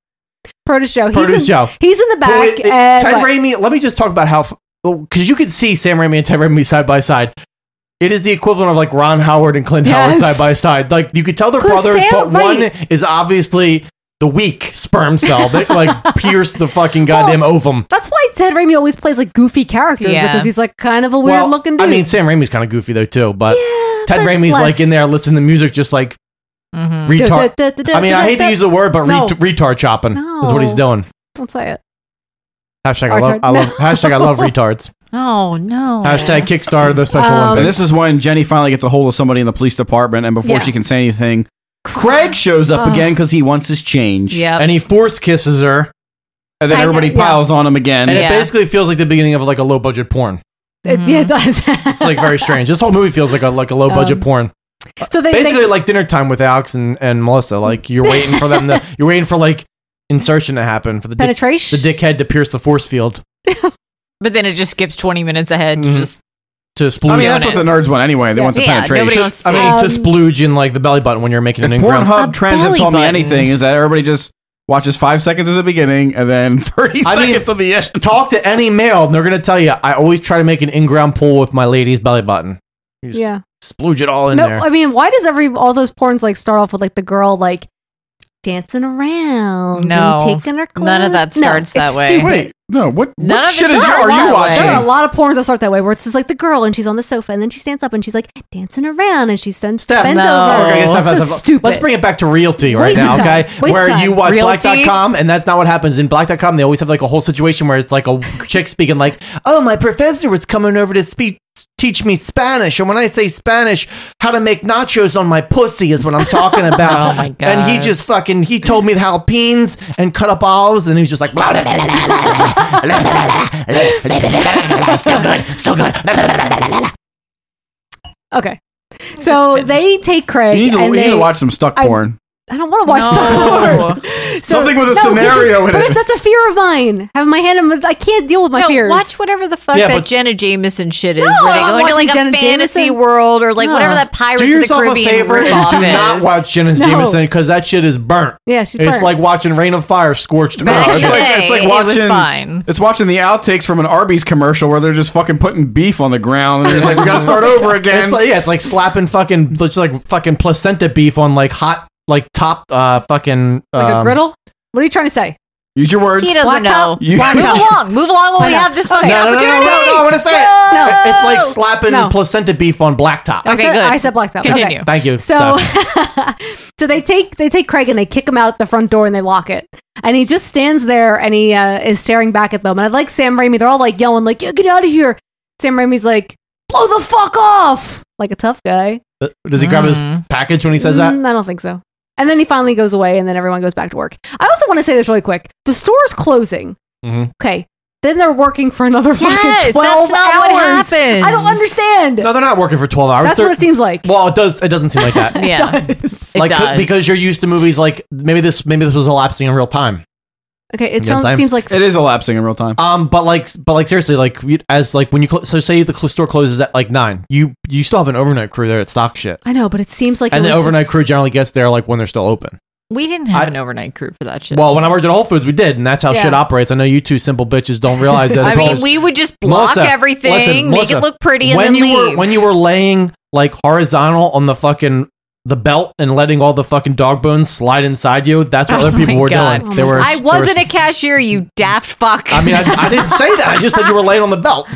B: Produce Joe. He's
E: Produce
B: in,
E: Joe.
B: He's in the
E: But
B: back.
E: wait, it-
B: and
E: Ted
B: what?
E: Raimi. Let me just talk about how because you could see Sam Raimi and Ted Raimi side by side. It is the equivalent of like Ron Howard and Clint Howard
B: Yes.
E: side by side. Like you could tell they're
B: 'Cause
E: brothers,
B: Sam-
E: but
B: right.
E: one is obviously the weak sperm cell
B: <laughs>
E: that like pierced the fucking goddamn ovum.
B: That's why Ted Raimi always plays like goofy characters
E: Yeah.
B: because he's like kind of a weird
E: Well,
B: looking dude.
E: I mean, Sam Raimi's kind of goofy though too, but Ted
B: but
E: Raimi's like
B: less. Mm.
E: in there listening to music, just like
H: Mm-hmm.
E: retard. I mean, I hate to use the word, but re-
B: No.
E: retard chopping is what he's doing.
B: don't say it.
E: Hashtag I love,
B: Retard.
E: I love
B: <laughs>
E: hashtag I love
B: No.
E: retards.
H: Oh no.
E: Hashtag Kickstarter the Special
B: Um,
E: Olympics.
K: And this is when Jenny finally gets a hold of somebody in the police department, and before
B: Yeah. Uh.
K: she can say anything, Craig shows up
B: Ugh.
K: again because he wants his change.
B: Yep.
E: And he force kisses her.
K: And then
B: I-
K: everybody
B: yeah.
K: piles on him again.
E: and it basically feels like the beginning of like a low budget porn.
B: It, Yeah, it does.
E: It's like very strange. This whole movie feels like a like a low budget
B: Um,
E: porn.
B: <laughs> so they
E: Basically,
B: they,
E: like dinner time with Alex and, and Melissa. Like you're waiting for
B: <laughs>
E: them to you're waiting for like insertion to happen for the dick-
B: Penetration?
E: the dickhead to pierce the force field
H: But then it just skips 20 minutes ahead.
E: Mm-hmm.
H: to Just
E: to splooge.
K: I mean, that's what the nerds want anyway. They
H: Yeah.
K: want the
H: Yeah, nobody
K: penetration.
H: wants
E: I
H: to-
E: mean, to
H: Um,
E: splooge in like the belly button when you're making an
K: If
E: ingram.
K: Pornhub Trends have
H: belly
K: told me
H: button.
K: anything, is that everybody just watches five seconds at the beginning and then <laughs> 30
E: <laughs> I mean,
K: seconds of the end.
E: Talk to any male, and they're going to tell you. I always try to make an in-ground pull with my lady's belly button. You just
B: yeah.
E: splooge it all in
B: No,
E: there.
B: I mean, why does every all those porns like start off with like the girl like dancing around?
H: No.
B: and taking her clothes.
H: None of that
B: No,
H: starts that
B: it's
H: way.
B: stupid.
K: Wait, no, what,
H: None
K: what
H: of it
K: shit is
H: does.
K: your, are
H: That
K: you
H: way.
K: watching?
B: There are a lot of porns that start that way, where it's just like the girl and she's on the sofa and then she stands up and she's like dancing around and she stands
E: Steph,
B: bends
H: no.
B: over.
E: Okay, Steph,
B: so
E: Steph,
B: stupid.
E: Let's bring it back to realty right
B: Waste
E: now,
B: of time.
E: okay?
B: Waste
E: where
B: of
E: you
B: time.
E: watch
B: Realty?
E: black.com and that's not what happens in black.com. They always have like a whole situation where it's like a chick speaking like, "Oh, my professor was coming over to speak teach me Spanish, and when I say Spanish, how to make nachos on my pussy is what I'm talking about."
H: Oh, my God.
E: And he just fucking he told me the jalapenos and cut up olives, and he's just like, blah, blah, blah, blah, blah, blah, blah, blah, blah, blah, blah, "Still good, still good." blah, blah, blah, blah, blah, blah, blah."
B: Okay, so they take Craig.
K: You need, to,
B: and
K: you need
B: they-
K: to watch some stuck
B: I-
K: porn.
B: I don't want to watch
H: No. <laughs>
B: the porn. So-
K: Something with a scenario in
B: but
K: it.
B: That's a fear of mine. Have my hand. In, I can't deal with my
H: no,
B: fears.
H: watch whatever the fuck
E: Yeah,
H: that
E: but-
H: Jenna Jameson shit is.
B: No,
H: where they
B: I'm
H: go into
B: watching
H: like
B: Jenna
H: a fantasy
B: Jameson.
H: world or like
B: No.
H: whatever that Pirates
E: Do
H: of the
E: yourself a
H: Caribbean
E: favor and
H: ripoff
E: do not
H: is.
E: watch Jenna
B: No.
E: Jameson because that shit is burnt.
B: Yeah, she's
E: it's
B: burnt.
E: like watching Rain of Fire scorched.
H: Back
E: earth.
H: in
K: it's
H: the
K: like-
H: day,
K: it's like
H: it was
K: watching-
H: fine.
K: It's watching the outtakes from an Arby's commercial where they're just fucking putting beef on the ground and they're just like, we <laughs> gotta start over again.
E: It's like yeah, it's like slapping fucking it's like fucking placenta beef on like hot like top uh fucking
B: like a
E: um,
B: griddle. What are you trying to say?
K: Use your words.
H: He doesn't know.
B: Blacktop?
K: You-
H: Move along. Move along while we
B: Okay.
H: have this fucking
E: No, no, no, no,
H: opportunity.
E: no, no, I want to say it.
B: No.
E: It's like slapping
B: No.
E: placenta beef on blacktop.
B: I
H: Okay,
B: said,
H: good.
B: I said blacktop. Okay.
H: Continue.
E: Thank you.
B: So,
E: Steph.
B: <laughs> so they take they take Craig and they kick him out the front door and they lock it. And he just stands there and he uh, is staring back at them. And I like Sam Raimi. They're all like yelling, like "Yeah, get out of here!" Sam Raimi's like, "Blow the fuck off!" Like a tough guy.
E: Uh, does he grab his package when he says that?
B: Mm, I don't think so. And then he finally goes away, and then everyone goes back to work. I also want to say this really quick: the store's closing.
E: Mhm.
B: Okay, then they're working for another
H: Yes,
B: fucking
H: that's
B: twelve
H: not what
B: hours. I don't
H: happens.
B: understand.
E: No, they're not working for twelve hours.
B: that's what
E: They're-
B: it seems like.
E: well, it does. It doesn't seem like that.
H: <laughs> <laughs> Yeah.
B: It does.
H: It
E: like
H: does.
E: because you're used to movies like maybe this maybe this was elapsing in real time.
B: Okay, it
E: You know what
B: sounds,
E: I'm saying?
B: seems like
K: <laughs> It is elapsing in real time.
E: Um, but like, but like seriously, like you- as like when you cl- so say the cl- store closes at like nine, you you still have an overnight crew there at stock shit,
B: I know, but it seems like
E: and
B: it
E: the
B: was
E: overnight
B: just-
E: crew generally gets there like when they're still open.
H: We didn't have
E: I-
H: an overnight crew for that shit.
E: Well, when I worked at Whole Foods, we did, and that's how
H: Yeah.
E: shit operates. I know you two simple bitches don't realize that.
H: <laughs> I
E: It
H: mean,
E: goes-
H: we would just block
E: Melissa,
H: everything,
E: listen,
H: make
E: Melissa,
H: it look pretty, and
E: when
H: then
E: you
H: leave.
E: were when you were laying like horizontal on the fucking the belt and letting all the fucking dog bones slide inside you, that's what
H: <laughs> Oh
E: other people
H: my
E: were
H: God.
E: doing. They were.
H: I
E: they were-
H: wasn't a cashier, you daft fuck.
E: I mean, I, I didn't say that. I just said you were laying on the belt.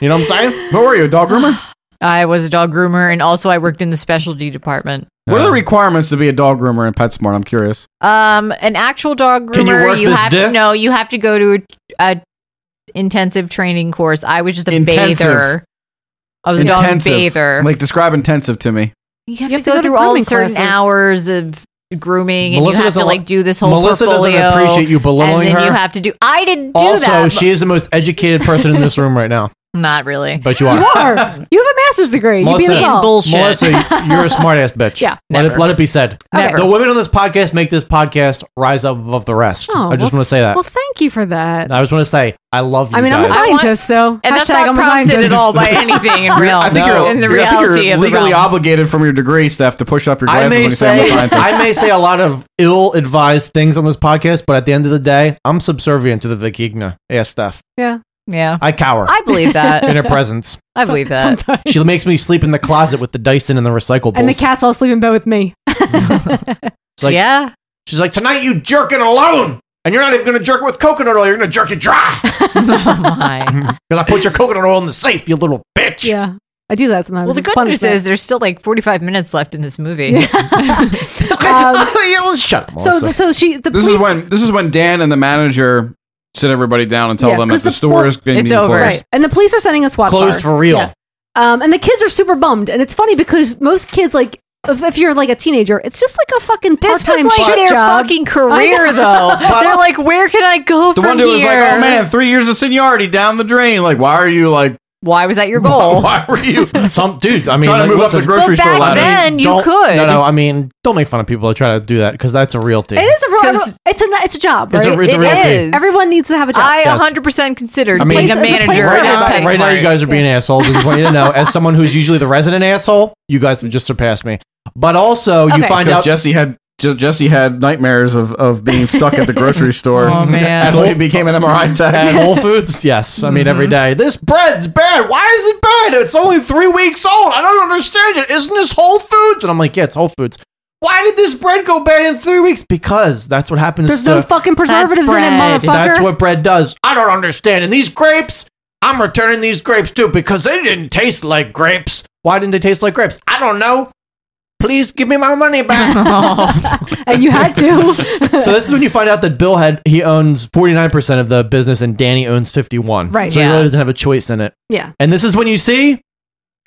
E: You know what I'm saying? Where were you, a dog groomer?
H: I was a dog groomer, and also I worked in the specialty department.
K: What are the requirements to be a dog groomer in PetSmart? I'm curious.
H: Um, an actual dog groomer.
K: Can you work this
H: have to
K: dick?
H: no. You have to go to a, a intensive training course. I was just a
K: Intensive.
H: bather. I was
K: Intensive.
H: a dog bather.
K: Like describe intensive to me.
H: you have, to, go, through all
B: grooming
H: certain
B: classes.
H: hours of grooming, and
E: Melissa
H: you have to
E: doesn't
H: like
E: like-
H: do this whole
E: Melissa doesn't
H: portfolio.
E: appreciate you belittling
H: and then
E: her.
H: You have to do. I didn't do
E: Also,
H: that.
E: she is the most educated person in this room
B: <laughs>
E: right now.
H: Not really.
E: But you are.
B: You are. You have a master's degree. you beat us all.
E: Melissa, you're a smart ass bitch.
B: Yeah.
E: Let it,
B: Never.
E: let it be said.
B: Never.
E: The women on this podcast make this podcast rise up above the rest.
B: Oh,
E: I just
B: well,
E: want to say that.
B: Well, thank you for that.
E: I just want to say, I love you
B: I mean, I'm
E: guys.
B: a scientist, so
H: and that's
B: hashtag
H: not
B: I'm a
H: prompted
B: scientist.
H: at all by anything in real.
K: I think you're,
H: in the
K: you're- I think you're
H: reality of the
K: legally
H: realm.
K: obligated from your degree stuff to push up your glasses
E: I
K: when
E: may
K: you say,
E: say
K: I'm a scientist.
E: I may say a lot of ill-advised things on this podcast, but at the end of the day, I'm subservient to the Vikigna ass stuff.
B: Yeah.
H: Yeah.
E: I cower.
H: I believe that.
K: <laughs>
E: in her presence.
H: I believe that.
E: She makes me sleep in the closet with the Dyson and the recyclables.
B: And the cats all sleep in bed with me.
E: She's like,
H: yeah.
E: She's like, tonight you jerk it alone, and you're not even gonna jerk it with coconut oil. You're gonna jerk it dry. <laughs>
H: <laughs>
E: Because I put your coconut oil in the safe, you little bitch. <laughs>
B: Yeah. I do that sometimes.
H: Well, the
B: It's
H: good
B: punishment.
H: news is there's still like 45 minutes left in this movie.
E: <laughs> Shut up,
B: So,
K: Melissa.
B: so she. The
K: this
B: police,
K: is when this is when Dan and the manager sit everybody down and tell
B: Yeah,
K: them
B: 'cause
K: that the,
B: the
K: store
B: po-
K: is going to be closed.
B: Right. And the police are sending a SWAT
K: Closed
B: car.
K: for
E: <laughs>
K: real.
B: Yeah. Um, and the kids are super bummed. And it's funny because most kids, like, if, if you're like a teenager, it's just like a fucking
H: <laughs> This
B: part-time
H: was like
B: shit
H: their
B: job.
H: fucking
B: I
H: career,
B: know.
H: though. They're like, where can I go
K: The
H: from
K: one dude
H: here?
K: was like, "Oh man, three years of seniority down the drain. Like, why are you like?
H: Why was that your
K: Why,
H: goal?
K: were you?
E: <laughs> Some dude. I mean,
K: Trying to
E: like,
K: move up
E: listen,
K: the grocery
H: Well,
K: store
H: back
K: ladder.
H: then,
E: don't-
H: you could.
E: No, no. I mean, don't make fun of people that try to do that because that's a real thing.
B: It is a real.
H: 'Cause-
B: It's a it's a job.
E: It's a-
B: right?
E: it's a
B: It
E: real
B: is.
E: thing.
B: Everyone needs to have a job.
H: I
E: Yes.
H: 100% considered
E: I mean,
H: being
E: it's
H: a
E: a place
H: manager.
E: Right
H: at
E: now,
H: PetSmart.
E: right now you guys are being assholes. I just want you to know, as someone who's usually the resident asshole, you guys have just surpassed me. But also, you
B: Okay.
E: find
K: Because
E: out
K: Jesse had just Jesse had nightmares of, of being stuck at the grocery store.
H: Oh, man.
K: Until he became an MRI tech.
E: at Whole Foods. Yes, I mean
B: Mm-hmm.
E: every day. This bread's bad. Why is it bad? It's only three weeks old. I don't understand it. Isn't this Whole Foods? And I'm like, yeah, it's Whole Foods. Why did this bread go bad in three weeks? Because that's what happens.
B: There's
E: to-
B: no fucking preservatives in it,
E: bread.
B: motherfucker.
E: That's what bread does. I don't understand. And these grapes, I'm returning these grapes too because they didn't taste like grapes. Why didn't they taste like grapes? I don't know. Please give me my money
B: <laughs>
E: back.
B: <laughs> and you had to.
E: <laughs> so this is when you find out that Bill had he owns 49% of the business and Danny owns 51.
B: Right.
E: So he
B: Yeah.
E: really doesn't have a choice in it.
B: Yeah.
E: And this is when you see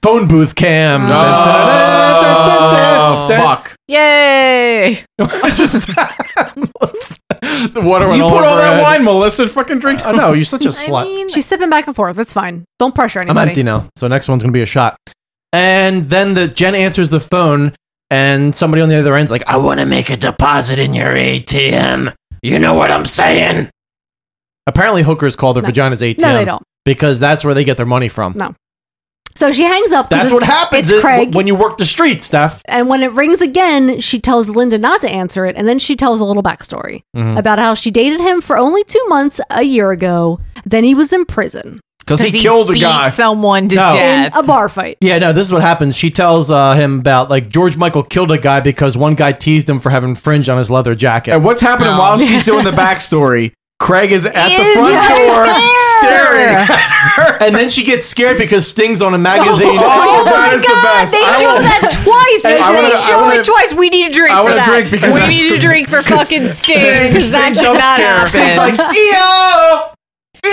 E: phone booth cam.
K: <laughs>
E: <laughs>
K: Oh, fuck.
H: Yay!
E: Just the water went
K: you
E: all
K: put all
E: over
K: that
E: it.
K: wine, Melissa. Fucking drink.
E: I know you're
B: <laughs>
E: such a slut.
B: She's sipping back and forth. That's fine. Don't pressure
E: I'm
B: anybody.
E: empty now. So next one's gonna be a shot. And then the Jen answers the phone, and somebody on the other end's like, "I want to make a deposit in your ATM." You know what I'm saying? Apparently, hookers call their vaginas ATM.
B: No, they don't.
E: Because that's where they get their money from.
B: No. So she hangs up. 'cause
E: That's
B: it-
E: what happens
B: It's
E: is-
B: Craig.
E: when you work the streets, Steph.
B: and when it rings again, she tells Linda not to answer it, and then she tells a little backstory
K: Mm-hmm.
E: Mhm.
B: about how she dated him for only two months a year ago. Then he was in prison
K: Because he, killed a
B: beat
K: guy.
H: someone
E: to No. death.
B: in a bar fight.
K: <laughs>
E: Yeah, no, this is what happens. She tells uh, him about like George Michael killed a guy because one guy teased him for having fringe on his leather jacket.
K: And what's happening while she's
E: <laughs>
K: doing the backstory? Craig is at the
E: Is
K: front
E: right
K: door staring.
E: there. <laughs> and then she gets scared because Sting's on a <laughs> magazine.
K: Oh, that
H: my
K: is the
H: God,
K: best.
H: they
K: I
H: showed
K: will-
H: that twice.
K: Hey, I wanna-
H: they
K: I
H: show
K: wanna-
H: it twice. We need a drink.
K: I
H: for
K: wanna
H: that.
K: drink because
H: we
K: that's
H: need a
K: the- <laughs>
H: drink for fucking Sting because that did not happen.
E: Sting's like,
K: EO!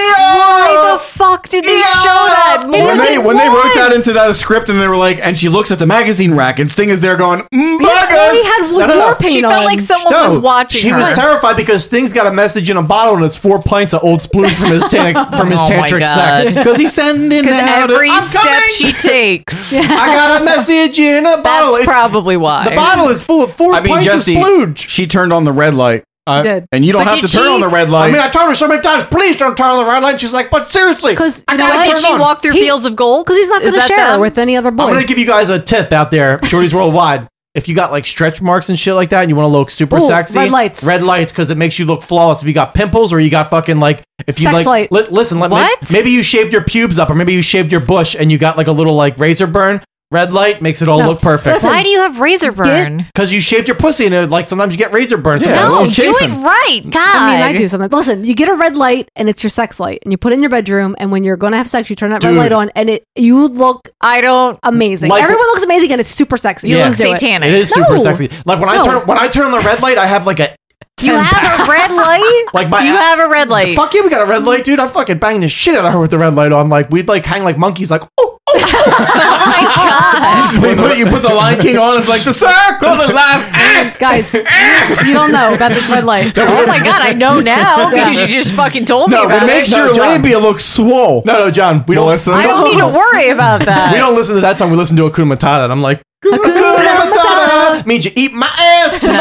H: Why the fuck did they show that? More
K: When they
H: than
K: when they wrote
H: once?
K: that into that script and they were like, and she looks at the magazine rack and Sting is there going, mm,
H: Yeah,
K: buggers."
H: we had one more paint She felt on. like someone was watching
E: She was
H: her.
E: terrified because Sting's got a message in a bottle and it's four pints of old sploon from his
H: <laughs>
E: tan- from his
H: Oh my
E: tantric
H: God.
E: sex. Because he's sending
H: Because
E: out a-
H: every
E: I'm
H: step
E: coming!
H: she takes,
E: I got a message in a bottle.
H: <laughs> That's
E: It's-
H: probably why.
E: The bottle is full of four
K: I mean,
E: pints
K: Jesse,
E: of sploon.
K: she turned on the red light. Uh,
B: He did.
K: And you don't
B: But
K: have to
B: did
K: turn
B: she-
K: on the red light.
E: I mean, I told her so many times, please don't turn on the red light. She's like, but seriously,
B: because
E: I gotta turn it on.
B: through fields of gold? Because he's not
H: Is
B: going to
H: that
B: share
H: them?
B: with any other boy.
E: I'm gonna give you guys a tip out there, shorties worldwide. If you got like stretch marks and shit like that, and you want to look super
B: Ooh,
E: sexy,
B: red lights.
E: red lights, because it makes you look flawless. If you got pimples or you got fucking like, if you
B: Sex
E: like,
B: light.
E: li- listen, let
B: What?
E: Me, maybe you shaved your pubes up, or maybe you shaved your bush, and you got like a little like razor burn. Red light makes it all
S: No.
E: look perfect.
S: Why do you have razor burn?
E: Because you shaved your pussy, and it, like sometimes you get razor burn. sometimes
S: no,
E: it's
S: do it
H: <laughs>
E: chafing.
S: right. God.
B: I mean, I do something. Listen, you get a red light and it's your sex light, and you put it in your bedroom, and when you're going to have sex, you turn that
E: Dude.
B: red light on, and it you look I don't amazing.
E: Like-
B: Everyone looks amazing, and it's super sexy.
E: Yeah.
B: just do
E: It
H: <laughs>
E: is
B: No.
E: super sexy. Like when I
B: No.
E: turn when I turn on the red light, I have like a
B: You have a red
S: light.
E: Like my
H: You have a red light.
E: Fuck yeah, we got a red light, dude. I fucking bang the shit out of her with the red light on. Like we'd like hang like monkeys, like
B: <laughs>
E: oh, <laughs> oh. my
K: Wait, what, you put the Lion King on, it's like, "The circle
B: <laughs>
K: of
B: life. Guys, you don't know about this red light.
H: oh my god, I know now
B: Yeah.
H: because you just fucking told me
K: No, it
H: about it.
K: makes your labia look swole.
E: No, no, John, we don't listen.
H: <laughs> I don't need to worry about that.
E: We don't listen to that song. We listen to Akuna Matata, and I'm like. Hakuna Matata means you eat my ass tonight.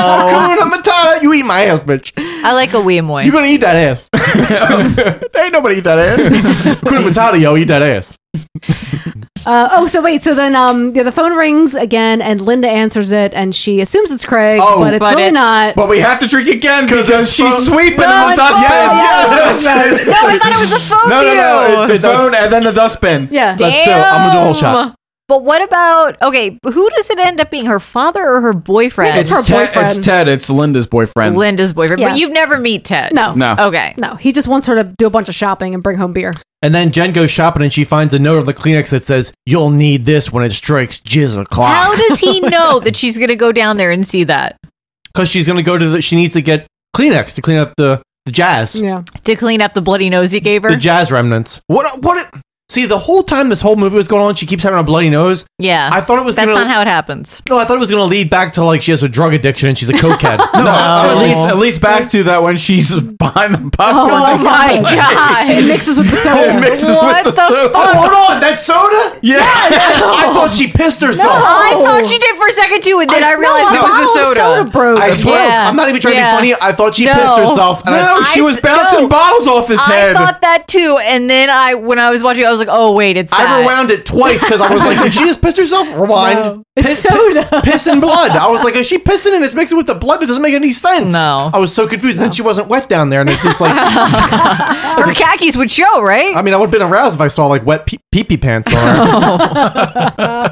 E: Hakuna Matata, you eat my ass, bitch.
H: I like a wee moy.
E: You gonna eat that <laughs> ass? Ain't nobody eat that ass. Hakuna Matata, yo, eat that ass.
B: Uh, oh, so wait. So then, um, yeah, the phone rings again, and Linda answers it, and she assumes it's Craig,
K: Oh,
B: but it's
K: but
B: really
K: it's-
B: not.
K: But we have to drink again because
E: it's
K: she's
E: phone-
K: sweeping
B: No,
K: the
B: it's
K: dustbin.
B: phone, yes. No, I thought it was
S: the
E: <laughs>
S: phone
K: No, no, no.
S: view.
K: it- The phone and then the dustbin.
S: Yeah.
K: Let's do it. I'm gonna do a whole shot.
S: Damn. But what about okay? Who does it end up being? Her father or her boyfriend?
K: It's, Ted, it's Ted. It's Linda's boyfriend.
H: Linda's boyfriend,
B: Yeah.
H: but you've never meet Ted.
B: No.
K: No.
H: Okay.
B: No, he just wants her to do a bunch of shopping and bring home beer.
E: And then Jen goes shopping and she finds a note on the Kleenex that says, You'll need this when it strikes jizz
H: How
E: o'clock.
H: does he know that she's gonna go down there and see that?
E: Because she's going to go to the, she needs to get Kleenex to clean up the, the jazz.
H: To clean up the bloody nose he gave her.
E: The jazz remnants. What, what, it, see, the whole time this whole movie was going on, she keeps having a bloody nose.
H: yeah.
E: I thought it was
H: That's
E: gonna-
H: not how it happens.
E: No, I thought it was going to lead back to like she has a drug addiction and she's a cokehead.
K: No,
E: Oh.
K: It, leads, it leads back to that when she's <laughs> behind the popcorn.
E: Oh my
K: god!
B: It mixes with the soda.
K: It mixes
E: What
K: with the,
E: the
K: soda.
E: fuck? <laughs> Oh, hold on, that soda?
K: Yeah.
E: I thought she pissed herself.
H: I thought she did for a second too, and then Oh. I, realized it was the soda.
E: I swear,
H: Yeah.
E: I'm not even trying
H: Yeah.
E: to be funny. I thought she
H: No.
E: pissed herself. And
H: No,
E: I,
H: she was bouncing
K: bottles off
H: I thought that too, and then I, when I was watching, I was like, "Oh wait, it's."
E: I
H: that.
E: rewound it twice because I was like, did she just piss
H: <laughs>
E: herself? Rewind. Piss,
B: soda.
E: Piss and blood. I was like, is she pissing and it's mixing with the blood? It doesn't make any sense. No. I was so confused. And then she wasn't wet down there. And it's
H: <laughs>
E: just like,
H: Her khakis would show, right?
E: I mean, I would have been aroused if I saw like wet pee pee pants
H: <laughs>
E: on her.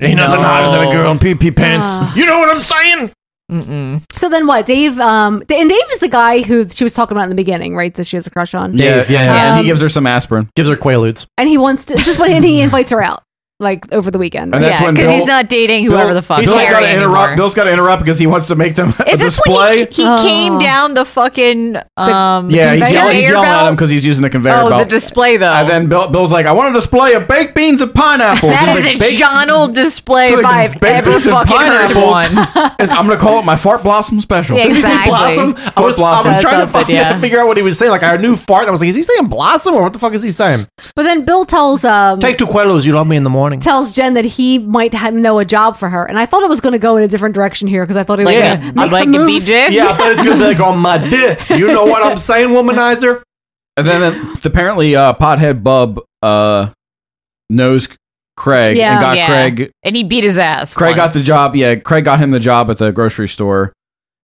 E: Ain't nothing hotter than a girl in pee pee pants. You know what I'm saying?
H: Mm-mm.
B: So then what? Dave, um, D- and Dave is the guy who she was talking about in the beginning, right? That she has a crush on.
K: Yeah, yeah, yeah. and
B: Um,
K: he gives her some aspirin.
E: Gives her Quaaludes.
B: And he wants to, this is when and he <laughs> invites her out, like over the weekend.
K: And that's
H: yeah,
K: when
H: because
K: Bill-
H: he's not dating whoever the fuck.
K: Bill's
H: Harry
K: got to interrupt.
H: anymore. Oh.
K: Bill's got to interrupt because he wants to make them a
H: Is this
K: display.
H: when he, he came down the fucking um?
K: yeah, he's yelling, he's
H: conveyor
K: yelling at
H: belt?
K: him because he's using the conveyor
H: Oh,
K: belt.
H: the display though.
K: and then Bill, Bill's like, "I want to display of baked beans and pineapples."
H: That
K: He's
H: is
K: like,
H: a
K: "Baked
H: John old display
K: Like
H: if I've
K: baked
H: ever
K: beans and
H: fucking heard
K: pineapples.
H: <laughs>
K: <laughs>
H: one.
K: It's- I'm gonna call it my fart blossom special.
H: Yeah,
E: Is he saying
H: exactly.
E: Blossom? I
K: Fart
E: was, I
K: blossom.
E: was
K: That's
E: trying to
K: something,
E: find,
K: yeah.
E: figure out what he was saying. Like, I knew fart. And I was like, is he saying Blossom or what the fuck is he saying?
B: But then Bill tells um,
E: Take two Quaaludes. You love me in the morning.
B: tells Jen that he might have, know a job for her, and I thought it was going to go in a different direction here because I thought he was
E: yeah,
B: going to make some moves.
E: <laughs> Yeah, I thought it was gonna be like on my dick. You know what I'm saying, womanizer?
K: And then uh, apparently, uh, pothead Bub uh, knows Craig and got Craig.
H: and he beat his ass.
K: Craig got the
H: once.
K: job. Yeah, Craig got him the job at the grocery store,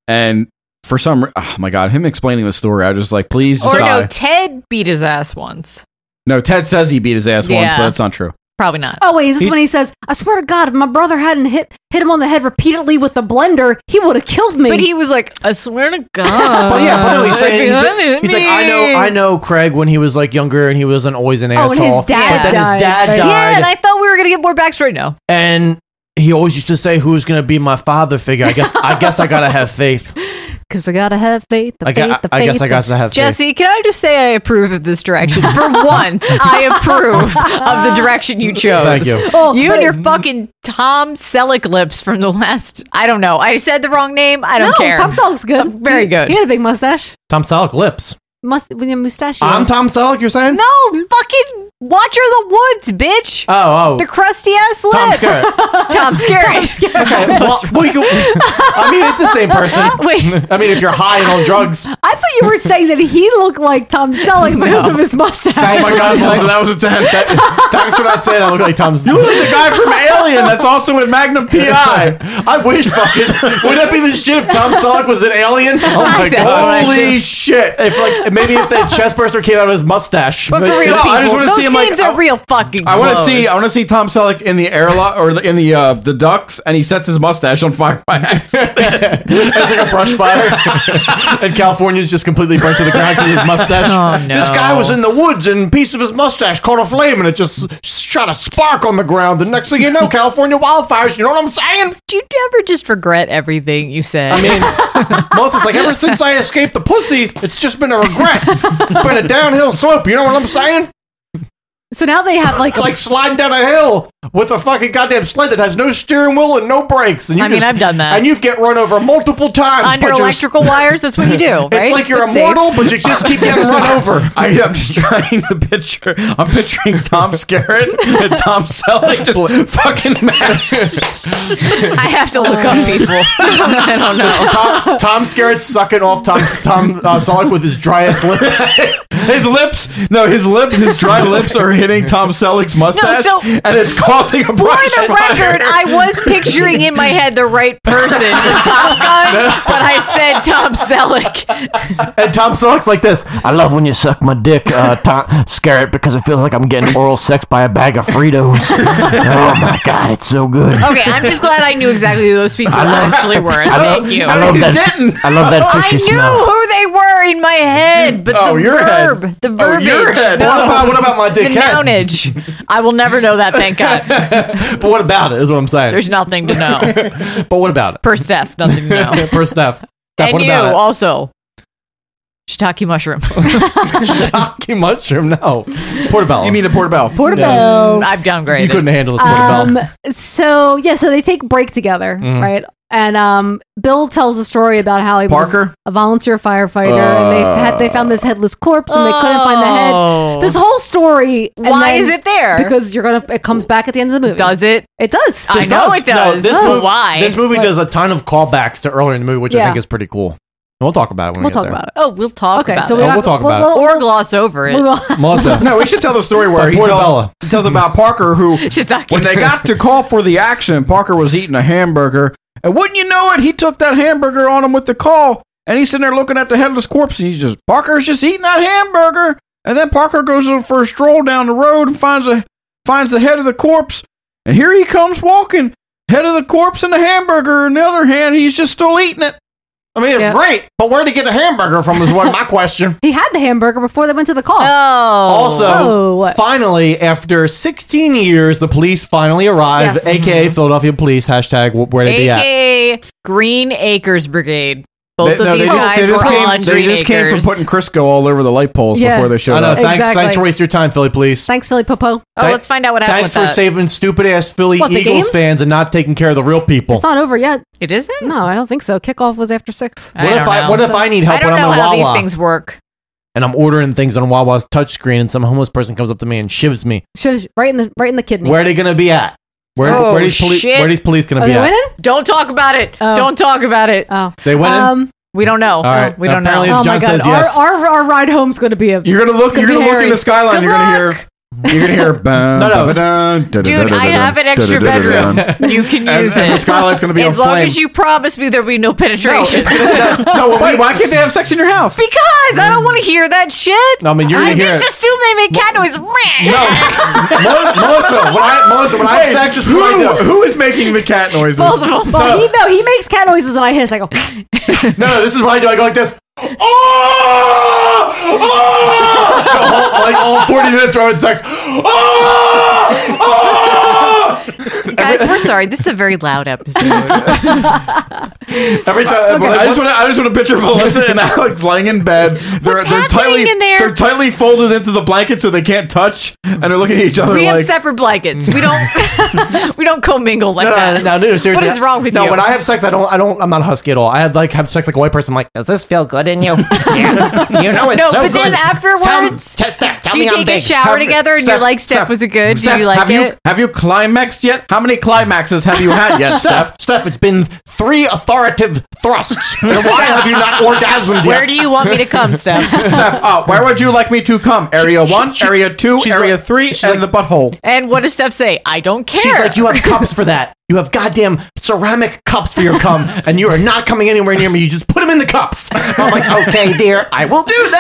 K: and for some, re- oh my god, him explaining the story, I was just like, please just
H: Or
K: die.
H: no, Ted beat his ass once.
K: no, Ted says he beat his ass once,
H: Yeah.
K: but it's not <laughs> true.
H: Probably not.
B: Oh wait, is this
K: He-
B: when he says, "I swear to God, if my brother hadn't hit hit him on the head repeatedly with the blender, he would have killed me."
H: But he was like, I swear to
E: <laughs>
H: God.
E: But yeah, but no, he's saying
H: Uh,
E: he's, like- he's like, I know, I know Craig when he was like younger and he wasn't always an
H: Oh, and his
E: asshole.
H: dad
E: but then
H: died.
E: his dad
H: Yeah,
E: died,
H: and I thought we were gonna get more backstory. No,
E: and he always used to say, "Who's gonna be my father figure?" I guess, I guess I gotta have faith.
B: Because I gotta have faith. The
E: I got-
B: faith, the
E: I- I guess
B: faith,
E: I
B: the-
E: gotta have faith.
H: Jesse, can I just say I approve of this direction
E: <laughs>
H: for once? I approve of the direction you chose.
E: Thank you. Oh,
B: Oh,
H: you and your fucking Tom Selleck lips from the last. I don't know. I said the wrong name. I don't
B: no,
H: care.
B: Tom Selleck's good.
H: Very
B: He-
H: good.
B: He had a big mustache.
E: Tom Selleck lips.
B: Must with your mustache.
E: I'm Tom Selleck. You're saying?
H: No, fucking Watcher of the Woods, bitch.
E: Oh, oh.
H: The crusty ass
E: Tom
H: lips.
E: Skerritt.
H: <laughs> Tom
S: I'm
E: <laughs>
S: scared.
E: I'm scared.
H: <laughs>
K: <laughs>
E: Okay, well, well, you, I mean, it's the same person. I mean, if you're high and on drugs,
B: I thought you were saying that he looked like Tom Selleck because of his mustache.
K: Thanks for not listening. That was a ten. <laughs> That-
E: thanks for not saying I look like Tom.
K: You look like the guy from Alien. That's also in Magnum PI.
E: <laughs> I wish fucking. Would that be the shit if Tom Selleck was an alien? Oh my
K: That's what I
E: god!
K: said.
E: shit! If like maybe if that chest burster came out of his mustache.
S: But for
E: <laughs>
S: real
K: No,
S: people,
K: I just wanna
S: those
K: see him, like,
S: scenes are real fucking.
K: I want to
S: close.
K: see. I want to see Tom Selleck in the airlock or the, in the uh, the ducks, and he sets his mustache on fire by accident.
E: it's like a brush fire, <laughs> and California's just completely burnt to the ground because his mustache.
K: Oh, no.
E: This guy was in the woods, and a piece of his mustache caught a flame, and it just shot a spark on the ground. The next thing you know, California wildfires. You know what I'm saying?
H: Do you ever just regret everything you said?
E: I mean, <laughs> Melissa's like, ever since I escaped the pussy, it's just been a regret. It's been a downhill slope. You know what I'm saying?
B: So now they have like
E: It's like sliding down a hill with a fucking goddamn sled that has no steering wheel and no brakes. And you
H: I mean,
E: just-
H: I've done that.
E: And you get run over multiple times.
H: Under
E: but you're-
H: electrical wires, that's what you do, right?
E: <laughs> It's like you're
H: That's safe.
E: immortal, but you just keep getting run over. <laughs>
K: I am just trying to picture. I'm picturing Tom Skerritt and Tom Selleck <laughs> just fucking
H: I have to look up people. <laughs> I don't know.
E: Tom, Tom Skerritt's sucking off Tom Tom uh, Selleck with his driest lips.
K: his lips, no, his lips, his <laughs> dry lips are hitting Tom Selleck's mustache,
H: so-
K: and it's causing a
H: For
K: brush
H: the
K: fire.
H: record,
K: <laughs>
H: I was picturing in my head the right person for Top Gun, but I said Tom Selleck.
Q: <laughs>
E: And Tom Selleck's like this.
Q: I love when you suck my dick, uh, Tom Scarrett, because it feels like I'm getting oral sex by a bag of Fritos. <laughs> oh my god, it's so good.
H: Okay, I'm just glad I knew exactly who those people actually were.
Q: I love-
H: Thank you. Oh,
Q: I
H: <laughs>
Q: love that. I love that
H: I
Q: fishy
H: knew
Q: smell.
H: who they were in my head, but
K: Oh,
H: the
K: your head.
H: verb, the
K: Oh,
H: verbiage.
K: your head. What about- what about my dick
H: The
K: head?
H: nounage. I will never know that. Thank God.
E: But what about it? Is what I'm saying. <laughs>
H: There's nothing to know.
E: but what about <laughs> it?
H: Per Steph, nothing
E: <laughs>
H: to know.
E: Per Steph. Steph,
H: and
E: what
H: you
E: about it?
H: also. Shiitake
E: <laughs>
H: mushroom. <laughs>
E: Shiitake mushroom. No, portobello. You
K: mean a portobello?
B: Portobello.
H: I've downgraded.
E: You couldn't handle this portobello.
B: Um, so yeah, so they take a break together,
E: Mhm.
B: right? And um, Bill tells a story about how he was a-
K: Parker?
B: a, volunteer firefighter, and they had they found this headless corpse, and they couldn't find the
H: Oh.
B: head. This whole story. and
H: Why
B: then-
H: is it there?
B: Because you're gonna. It comes back at the end of the movie. Does
H: it?
B: It does.
H: I know it does.
E: this
B: Oh.
E: movie, This movie does a ton of callbacks to earlier in the movie, which I
B: Yeah.
E: think is pretty cool. And we'll talk about it when
B: We'll
E: we get
B: talk
E: there.
B: about it.
H: Oh, we'll talk
B: Okay,
H: about
B: so
H: it.
B: we're
E: Oh,
B: not-
E: we'll talk about it.
H: or gloss over it.
B: we will-
E: Melissa.
K: No, we should tell the story where
E: But
K: he tells,
E: portobello.
K: he tells about Parker, who
H: Shiitake. <laughs>
K: when they got to call for the action, Parker was eating a hamburger, and wouldn't you know it, he took that hamburger on him with the call, and he's sitting there looking at the headless corpse, and he's just Parker's just eating that hamburger, and then Parker goes for a stroll down the road and finds a finds the head of the corpse, and here he comes walking, head of the corpse and the hamburger in the other hand, he's just still eating it.
E: I mean, it's
B: Yeah.
E: great, but where would he get a hamburger from is <laughs> what my question.
B: He had the hamburger before they went to the
H: Oh.
B: call.
E: Also,
B: Oh, what?
E: finally, after 16 years, the police finally arrived,
H: Yes.
E: aka Philadelphia Police, hashtag wh- where they be at.
H: AKA Green Acres Brigade. Both
K: They-
H: of
K: no,
H: these
K: they just-
H: guys
K: they just
H: were
K: came-
H: on
K: they
H: Green
K: just came
H: Acres.
K: from putting Crisco all over the light poles
B: Yeah.
K: before they showed
E: I know,
K: up.
E: thanks,
B: Exactly.
E: thanks for wasting your time, Philly Police.
B: thanks, Philly Popo.
H: oh, let's find out what happened.
E: Thanks
H: with
E: for
H: that.
E: saving stupid ass Philly
B: What, the
E: Eagles
B: game?
E: fans and not taking care of the real people.
B: It's not over yet.
H: It isn't.
B: No, I don't think so. Kickoff was after six.
E: What if I what if I need help
H: I don't
E: when I'm
H: know
E: in
H: how
E: Wawa
H: these things work.
E: and I'm ordering things on Wawa's touchscreen and some homeless person comes up to me and shivs me?
B: Should've- right in the right in the kidney. Oh,
E: Where are they gonna be at? Where
H: Oh,
E: where these police
H: shit.
E: where these police gonna
B: Are
E: be
B: they
E: at?
B: winning?
H: Don't talk about it.
B: Oh.
H: Don't talk about it.
B: Oh,
E: They went in?
H: we don't know.
E: right.
H: We don't
E: Apparently
H: know.
E: John says yes.
B: Our, our our ride home's going to be a.
E: <laughs>
K: You're gonna look.
B: It's
K: You're
B: gonna
K: gonna
B: be
K: look in
B: hairy.
K: the skyline.
B: Good
K: you're gonna hear. You're gonna hear. <laughs> Bam,
E: No, no.
H: Dude, I have an extra bedroom.
E: <laughs>
H: You can
K: And-
H: use
K: and
H: it.
K: the skylight's gonna be
H: as
K: on
H: long
K: flame.
H: as you promise me there'll be no penetration. <laughs>
K: <laughs> no, wait. Why can't they have sex in your house?
H: because I don't want to hear that shit.
E: No, I mean, you're
H: I
E: gonna hear
H: just
E: it.
H: assume they make cat noise.
E: Mel- Melissa, when I Melissa, when I have
K: Wait,
E: sex, this is what I
K: who,
E: do.
K: who is making the cat noises?
H: Both of
B: <laughs>
H: them.
B: Well, he no, he makes cat noises and I hiss. I go.
E: No, no, this is what I do. I go like this. Oh! Oh! The whole- like all 40 minutes we're having sex. Oh! Oh!
H: Guys,
E: <laughs>
H: we're sorry. This is a very loud episode.
E: Every time,
K: I just want to. I just want to picture Melissa and <laughs> Alex lying in bed. They're
H: What's
K: they're
H: happening
K: tightly
H: in there?
K: they're tightly folded into the blanket so they can't touch, and they're looking at each other
H: we have
K: like.
H: separate blankets.
E: <laughs>
H: We
B: <laughs>
H: don't we don't commingle like
E: No, no,
H: that.
E: no, no, seriously.
H: What is wrong with
E: no,
H: you?
E: when I have sex, I don't, I don't, I'm not husky at all. I had like have sex like a white person. I'm like, does this feel good
H: <laughs>
E: in you? yes, you know it's
H: no,
E: so
H: but
E: good.
H: then afterwards,
E: Tell- t- Steph, tell
H: do you
E: me I'm
H: take a
E: big.
H: shower
K: Have-
H: together and
K: Steph,
H: you're like, "Steph,
K: Steph,
H: was it good?
K: Steph,
H: do you like
K: have you
H: it?"
K: have you climaxed climaxed yet? How many climaxes have you had
H: <laughs>
K: yet, Steph?
E: Steph, it's been three authoritative thrusts. <laughs> And why have you not orgasmed yet?
H: Where do you want me to come,
E: <laughs>
H: Steph?
K: Steph, oh, where would you like me to come? Area one, area two, area three, and the butthole.
H: And what does Steph say? I don't care.
E: She's like, you have cups for that. You have goddamn ceramic cups for your cum, and you are not coming anywhere near me. You just put them in the cups. I'm like, okay, dear, I will do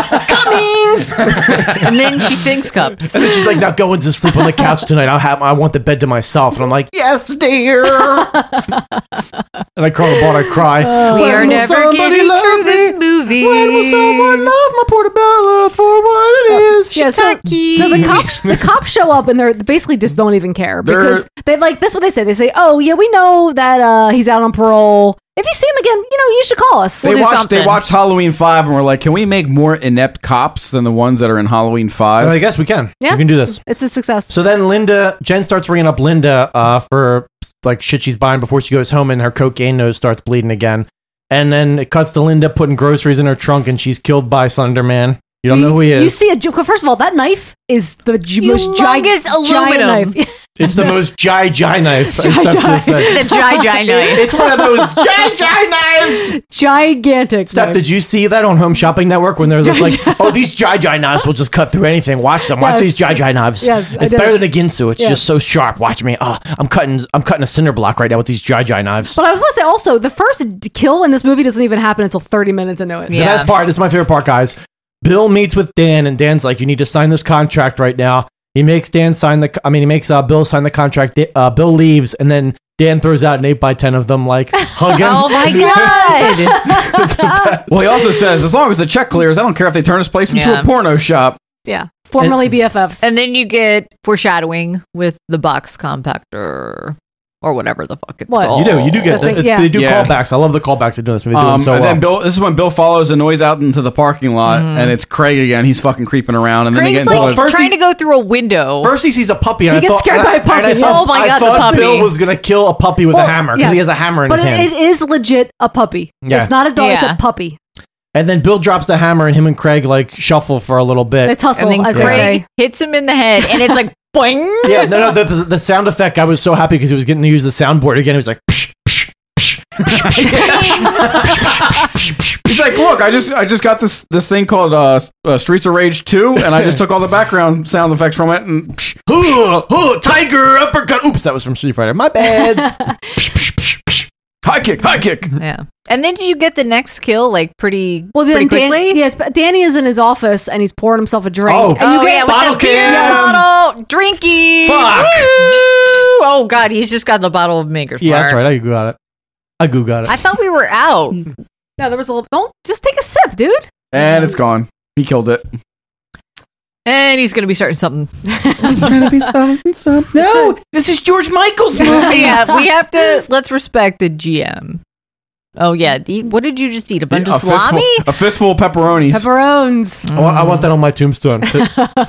E: that. <laughs> Cummings.
H: And then she
E: <laughs>
H: sings cups.
E: And then she's like, now go and just sleep on the couch tonight. I'll have. I want the bed to myself. And I'm like, yes, dear. and I curl up and I cry.
S: we
E: When
S: are
E: will
S: never
E: somebody
S: getting
E: love
S: through
E: me?
S: this movie.
E: When will someone love my portobello for what it is?
B: Yeah, so, so
H: <laughs>
B: the cops the cops show up and they're they basically just don't even care
E: They're-
B: because they like that's what they say. They say, "Oh yeah, we know that uh, he's out on parole. If you see him again, you know you should call us."
K: They watched, they watched Halloween 5 and we're like, can we make more inept cops than the ones that are in Halloween 5?
E: I guess we can.
B: Yeah.
E: We can do this.
B: It's a success.
E: So then Linda, Jen starts ringing up Linda uh, for like shit she's buying before she goes home, and her cocaine nose starts bleeding again. And then it cuts to Linda putting groceries in her trunk, and she's killed by Slender Man. You don't know who he is.
B: You see a ju- first of all, that knife is the gi- most gi-
H: Humongous
B: giant
H: aluminum.
B: knife. <laughs>
E: it's the most jai jai knife. as
B: Jai
E: Steph
B: jai. <laughs>
E: just said.
H: The jai jai
E: <laughs>
H: knife.
E: It's one of those jai jai
H: knives.
B: Gigantic.
E: Steph,
B: knife.
E: did you see that on Home Shopping Network when there's like, oh, these Jai Jai knives will just cut through anything. Watch them. Watch
B: Yes.
E: these Jai Jai knives.
B: Yes, I
E: it's
B: did.
E: better than a Ginsu. It's
B: Yeah.
E: just so sharp. Watch me. Oh, I'm cutting. I'm cutting a cinder block right now with these Jai Jai knives.
B: But I was going to say also, the first d- kill in this movie doesn't even happen until 30 minutes into it.
E: The best part, this is my favorite part, guys. Bill meets with Dan, and Dan's like, "You need to sign this contract right now." He makes Dan sign the. I mean, he makes uh, Bill sign the contract. Da- Uh, Bill leaves, and then Dan throws out an eight by ten of
B: <laughs>
E: them, like hug him.
H: <laughs> Oh my <laughs> god!
K: well, he also says, as long as the check clears, I don't care if they turn this place into
H: Yeah.
K: a porno shop.
B: yeah. Formerly BFFs.
H: And then you get foreshadowing with the box compactor or whatever the fuck it's
B: What?
H: called.
E: You do. You do get.
B: think-
E: they-
B: yeah.
E: They do
K: Yeah.
E: callbacks. I love the callbacks they do in this movie. They do
K: Um,
E: them so
K: and
E: well.
K: then Bill, this is when Bill follows the noise out into the parking lot,
H: Mhm.
K: and it's Craig again. He's fucking creeping around, and then
H: Craig's
K: they get into
H: like
K: the
H: trying to go through a window.
E: First, he sees a puppy, and
H: He
E: I
H: gets
E: thought,
H: scared
E: and I-
H: by a puppy.
E: and I thought-
H: Oh my God,
E: I
H: the
E: thought
H: puppy.
E: Bill was gonna kill a puppy with
B: Well,
E: a hammer because he
B: yes.
E: has a hammer in
B: but
E: his
B: it- it
E: hand.
B: is legit a puppy.
E: Yeah.
B: It's not a dog,
H: Yeah.
B: it's a puppy.
E: and then Bill drops the hammer, and him and Craig like shuffle for a little bit.
B: They tussle,
H: and then
B: as they
H: Craig
B: say.
H: hits him in the head, and
B: <laughs>
H: it's like boing.
E: Yeah, no, no. The, the, the sound effect. I was so happy because he was getting to use the soundboard again. He was like, psh, psh, psh, psh, psh,
K: He's like, look, I just I just got this this thing called uh, uh, Streets of Rage Two, and I
H: <laughs>
K: just took all the background sound effects from it, and psh,
E: hoo, hoo, tiger uppercut. Oops, that was from Street Fighter. My
H: <laughs>
E: bad.
K: high kick, high kick.
H: Yeah. And then did you get the next kill like pretty
B: Well, then
H: pretty
B: Dan-
H: quickly?
B: yes, but Danny is in his office and he's pouring himself a drink.
E: Oh.
B: and
H: Oh, yeah, with
E: bottle
H: the beer
E: can.
H: bottle, drinky.
E: Fuck.
H: Woo! Oh god, he's just got the bottle of Maker's
E: yeah,
H: Mark.
E: that's right. I Googled got it. I Googled got it.
H: I thought we were
B: <laughs>
H: out.
B: No, there was a little. Don't just take a sip, dude.
K: and it's gone. He killed it.
H: And he's gonna be starting something.
M: No, this is George Michael's movie.
H: yeah, we have to let's respect the GM. Oh yeah, the- what did you just eat? A bunch
K: a
H: of
K: <laughs>
H: salami?
K: fistful, a fistful of pepperonis.
B: Pepperones.
E: Oh, I want, I want that on
B: <laughs>
E: my tombstone.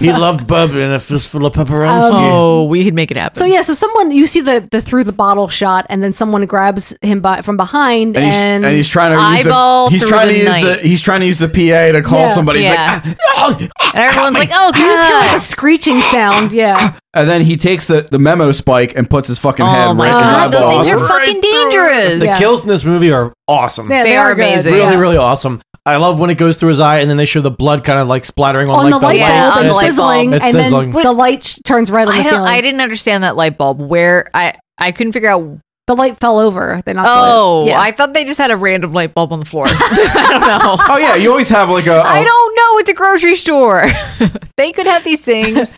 E: he loved bourbon and a fistful of pepperoni.
H: Oh, we could make it happen.
B: So yeah, so someone you see the the through the bottle shot, and then someone grabs him by, from behind,
K: and he's,
B: <laughs>
K: and, he's trying to use the,
H: eyeball
K: he's
H: through
K: trying to
H: the
K: use
H: night.
K: the he's trying to use the PA to call
B: Yeah.
K: somebody. He's
H: Yeah.
K: like, "Ah, ah,
H: and everyone's like, oh
B: you just hear like
H: god,
B: a screeching sound.
H: Ah.
B: Yeah,
K: and then he takes the, the memo spike and puts his fucking head right in
H: Oh God,
K: that
H: Ah, those
K: ball.
H: things are fucking dangerous.
E: The kills in this movie are awesome.
B: Yeah,
H: They are
B: good.
H: amazing.
E: really,
B: Yeah.
E: really awesome. I love when it goes through his eye, and then they show the blood kind of like splattering on,
B: on
E: like
B: the light bulb
H: Yeah, on
B: and
H: the light bulb.
B: sizzling,
E: It's
B: and
E: sizzling.
B: then the light sh- turns red on the
H: I don't.
B: ceiling.
H: I didn't understand that light bulb. Where I I couldn't figure out.
B: the light fell over. They knocked
H: Oh,
B: it. Yeah.
H: I thought they just had a random light bulb on the floor. <laughs> I don't know.
K: <laughs> Oh yeah, you always have like a. a-
H: I don't know. It's a grocery store. they could have these things.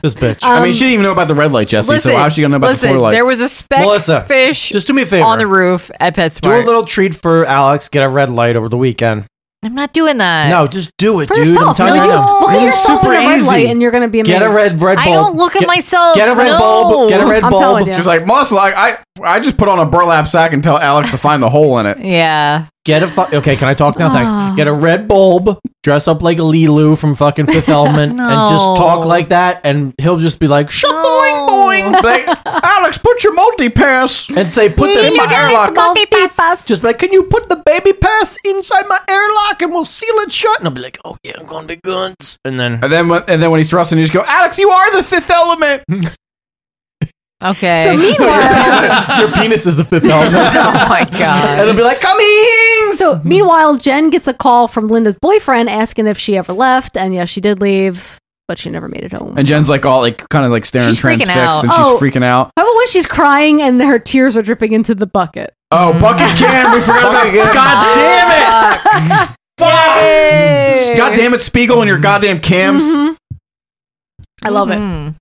E: this bitch.
B: Uh,
K: I mean, she didn't even know about the red light, Jesse.
H: um, listen,
K: so how's she gonna know about
H: listen,
K: the floor light?
H: there was a speck
E: Melissa,
H: fish
E: just do me a favor.
H: on the roof at
E: do a
H: PetSmart.
E: little treat for Alex. Get a red light over the weekend.
H: I'm not doing that.
E: No, just do it,
B: For
E: dude.
B: yourself,
E: I'm telling
B: no,
E: you.
B: you-
E: now.
B: look at
E: It is
B: yourself in
E: super
B: a red
E: easy.
B: light and you're gonna be
E: Get a
B: amazed.
E: red red bulb.
H: I don't look at
E: Get-
H: myself.
E: Get a red
H: No.
E: bulb. Get a red
B: I'm telling
E: bulb.
B: you.
K: She's like, Melissa, like, I I just put on a burlap sack and tell Alex to find the hole
H: <laughs>
K: in it.
H: Yeah.
E: Get a fu- okay. Can I talk now?
B: Ah.
E: Thanks. Get a red bulb. Dress up like a Lilu from
B: <laughs>
E: fucking Fifth Element, and just talk
H: No.
E: like that, and he'll just be like, "Shut
K: Boing, boing. Like, Alex, put your multi pass.
E: and say, "Put that in my airlock." Just be like, "Can you put the baby pass inside my airlock, and we'll seal it shut?" And I'll be like, "Oh yeah, I'm gonna be guns." And then
K: And then when, and then when he's thrusting, you just go, Alex, you are the fifth element.
H: Okay.
B: So
E: <laughs>
B: meanwhile,
E: Your penis is the fifth element.
H: <laughs> oh
E: <laughs>
H: my god!
E: It'll be like Cummings.
B: So meanwhile, Jen gets a call from Linda's boyfriend asking if she ever left, and yeah, she did leave, but she never made it home.
K: And Jen's like all like kind of like staring
B: She's freaking
K: transfixed
B: out.
K: and she's
B: Oh.
K: freaking out.
B: How about when she's crying and her tears are dripping into the bucket?
K: Oh,
H: Mm.
K: bucket can. We forgot about God damn it.
B: Yay!
K: God damn it, Spiegel and your goddamn cams.
H: Mm-hmm.
B: Mhm. I love it.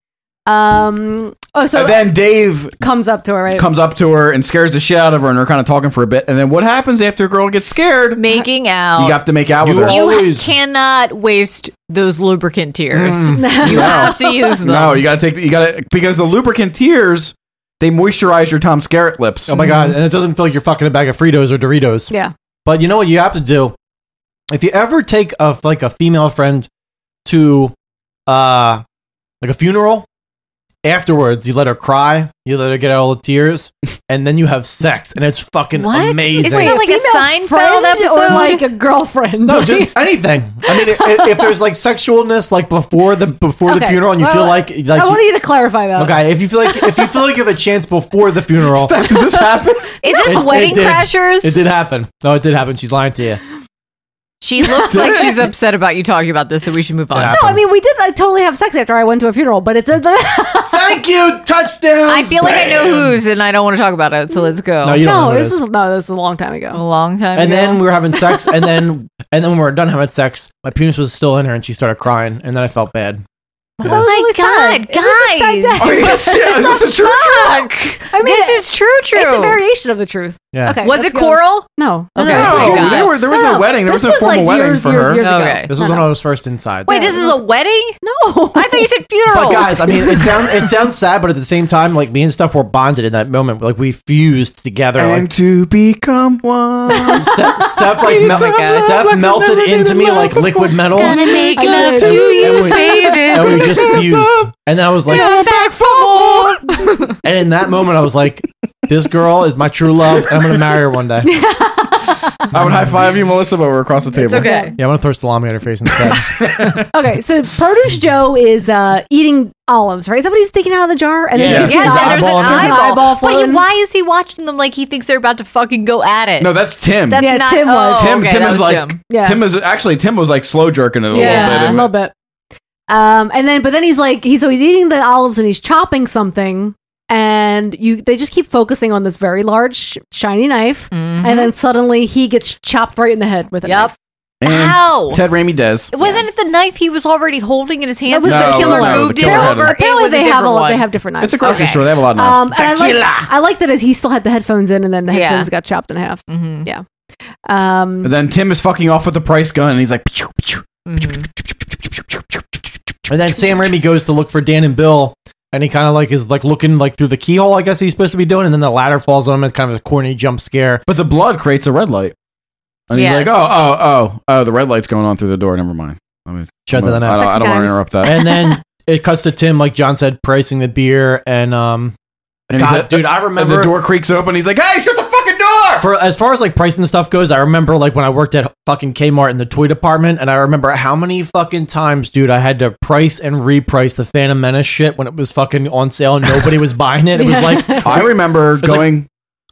B: Um. Oh, so
K: and then Dave
B: comes up to her, right? <laughs>
K: comes up to her and scares the shit out of her, and they're kind of talking for a bit. And then what happens after a girl gets scared?
H: Making out.
K: You have to make out with
H: You
K: her.
H: ha- cannot waste those lubricant tears.
E: Hmm.
H: <laughs> You
K: No.
H: have to use them.
K: No, you gotta take. You gotta because the lubricant tears they moisturize your Tom Skerritt lips.
E: Oh my god! And it doesn't feel like you're fucking a bag of Fritos or Doritos.
B: Yeah.
E: But you know what you have to do? If you ever take a like a female friend to uh like a funeral, afterwards you let her cry, you let her get out all the tears, and then you have sex, and it's fucking
H: What?
E: amazing.
H: Isn't that like a Seinfeld
B: friend
H: episode?
B: or like a girlfriend?
E: <laughs> no, just anything. I mean, i- i- if there's like sexualness, like before the before the
B: Okay.
E: funeral, and you feel
B: Well,
E: like like
B: I wanted you to clarify that.
E: okay, if you feel like if you feel like you have a chance before the <laughs> funeral,
K: did this happen?
S: Is this
E: It- it
S: Wedding
E: did.
S: Crashers?
E: It did happen. No, it did happen. She's lying to you.
H: She looks
E: <laughs>
H: like she's upset about you talking about this, so we should move on.
E: Yeah.
B: No, I mean we did like, totally have sex after I went to a funeral, but it's
E: thank you touchdown.
H: I feel like I know who's, and I don't want to talk about it. So let's go.
B: <laughs>
E: No, you don't know who it
B: this
E: is. Oh
B: was no, this was a long time ago. A
H: long time.
E: And then we were having sex, and <laughs> then and then when we were done having sex, my penis was still in her, and she started crying, and then I felt bad.
B: Oh my god, guys!
E: Are you serious? Oh, Is this the true
H: <laughs>
B: I mean,
H: this is true, true.
B: <laughs> It's a variation of the truth.
E: Yeah.
B: Okay.
H: Was
B: let's
H: it
B: go.
H: Coral?
B: No.
H: Okay.
E: No,
H: thank
E: they
H: God.
E: were- there was no wedding. There
B: this
E: was no formal
B: like
E: wedding
B: years,
E: for
B: years,
E: her.
B: Years ago.
H: Okay.
E: This was when I was first inside.
H: Wait, this is
E: <laughs>
H: a wedding?
B: No.
H: I thought you said funeral.
E: But guys, I mean, it sounds <laughs> it sounds sad, but at the same time, like me and stuff were bonded in that moment. Like we fused together.
K: And
E: like
K: to become one.
E: <laughs> Steph, Steph like, mel-
K: Oh my God.
E: Steph melted into me like liquid metal.
D: Gonna make
E: I
D: love
E: did.
D: to you,
E: and we,
D: baby.
E: And we just fused. And then I was like,
D: back for more.
E: and in that moment, I was like, this girl is my true love, and I'm gonna marry her one day.
K: I would high five you, Melissa, but we're across the table.
B: It's okay.
E: Yeah, I'm gonna throw salami at her face instead.
B: Okay, so Produce Joe is uh, eating olives, right? Somebody's sticking it out of the jar, and
E: Yeah.
B: then he
E: Yes,
B: gets
E: and
B: an
E: there's
B: eyeball
E: an
B: in there.
E: eyeball.
H: But
B: floating.
H: why is he watching them like he thinks they're about to fucking go at it?
K: No, that's Tim.
H: That's
B: Yeah,
H: not
B: Tim was.
H: oh,
K: Tim.
H: okay,
K: Tim
H: that
K: is
H: was
K: like.
H: Tim.
B: Yeah.
K: Tim is actually Tim was like slow jerking it a little bit.
B: yeah, a little bit. Um, and then, but then he's like, he's so he's eating the olives and he's chopping something, and you they just keep focusing on this very large sh- shiny knife,
H: Mm-hmm.
B: and then suddenly he gets chopped right in the head with a yep. knife.
K: And
H: Ow.
K: Ted Raimi does.
H: Wasn't it the knife he was already holding in his
B: That
H: hands?
B: was
K: No,
B: the killer.
K: no, no,
B: moved
K: the
B: it
K: killer had
B: over.
K: it.
B: Apparently,
H: It was a
B: they have a
H: different
B: lot. They
H: one.
B: have different knives.
K: It's a grocery store. They have a lot of knives.
B: Um, and I like, I like that as he still had the headphones in, and then the
H: Yeah.
B: headphones got chopped in half.
H: Mm-hmm.
B: Yeah. Um,
K: And then Tim is fucking off with the price gun, and he's like, "Pachoo, pachoo."
E: And then Sam Raimi goes to look for Dan and Bill, and he kind of like is like looking like through the keyhole. I guess he's supposed to be doing, and then the ladder falls on him. It's kind of a corny jump scare.
K: but the blood creates a red light, and he's like,
H: Yes.
K: "Oh, oh, oh, oh, the red light's going on through the door. Never mind. Let me
E: Shut that
K: I
E: up.
K: don't, I don't want to interrupt that."
E: And then it cuts to Tim, like John said, pricing the beer, and um,
K: And
E: God,
K: he's like-
E: dude, I remember
K: and the door creaks open. He's like, "Hey, shut the fucking door!"
E: for as far as like pricing the stuff goes, I remember like when I worked at fucking Kmart in the toy department, and I remember how many fucking times, dude, I had to price and reprice the Phantom Menace shit when it was fucking on sale and nobody was buying it. It was like
K: I remember
E: like-
K: going.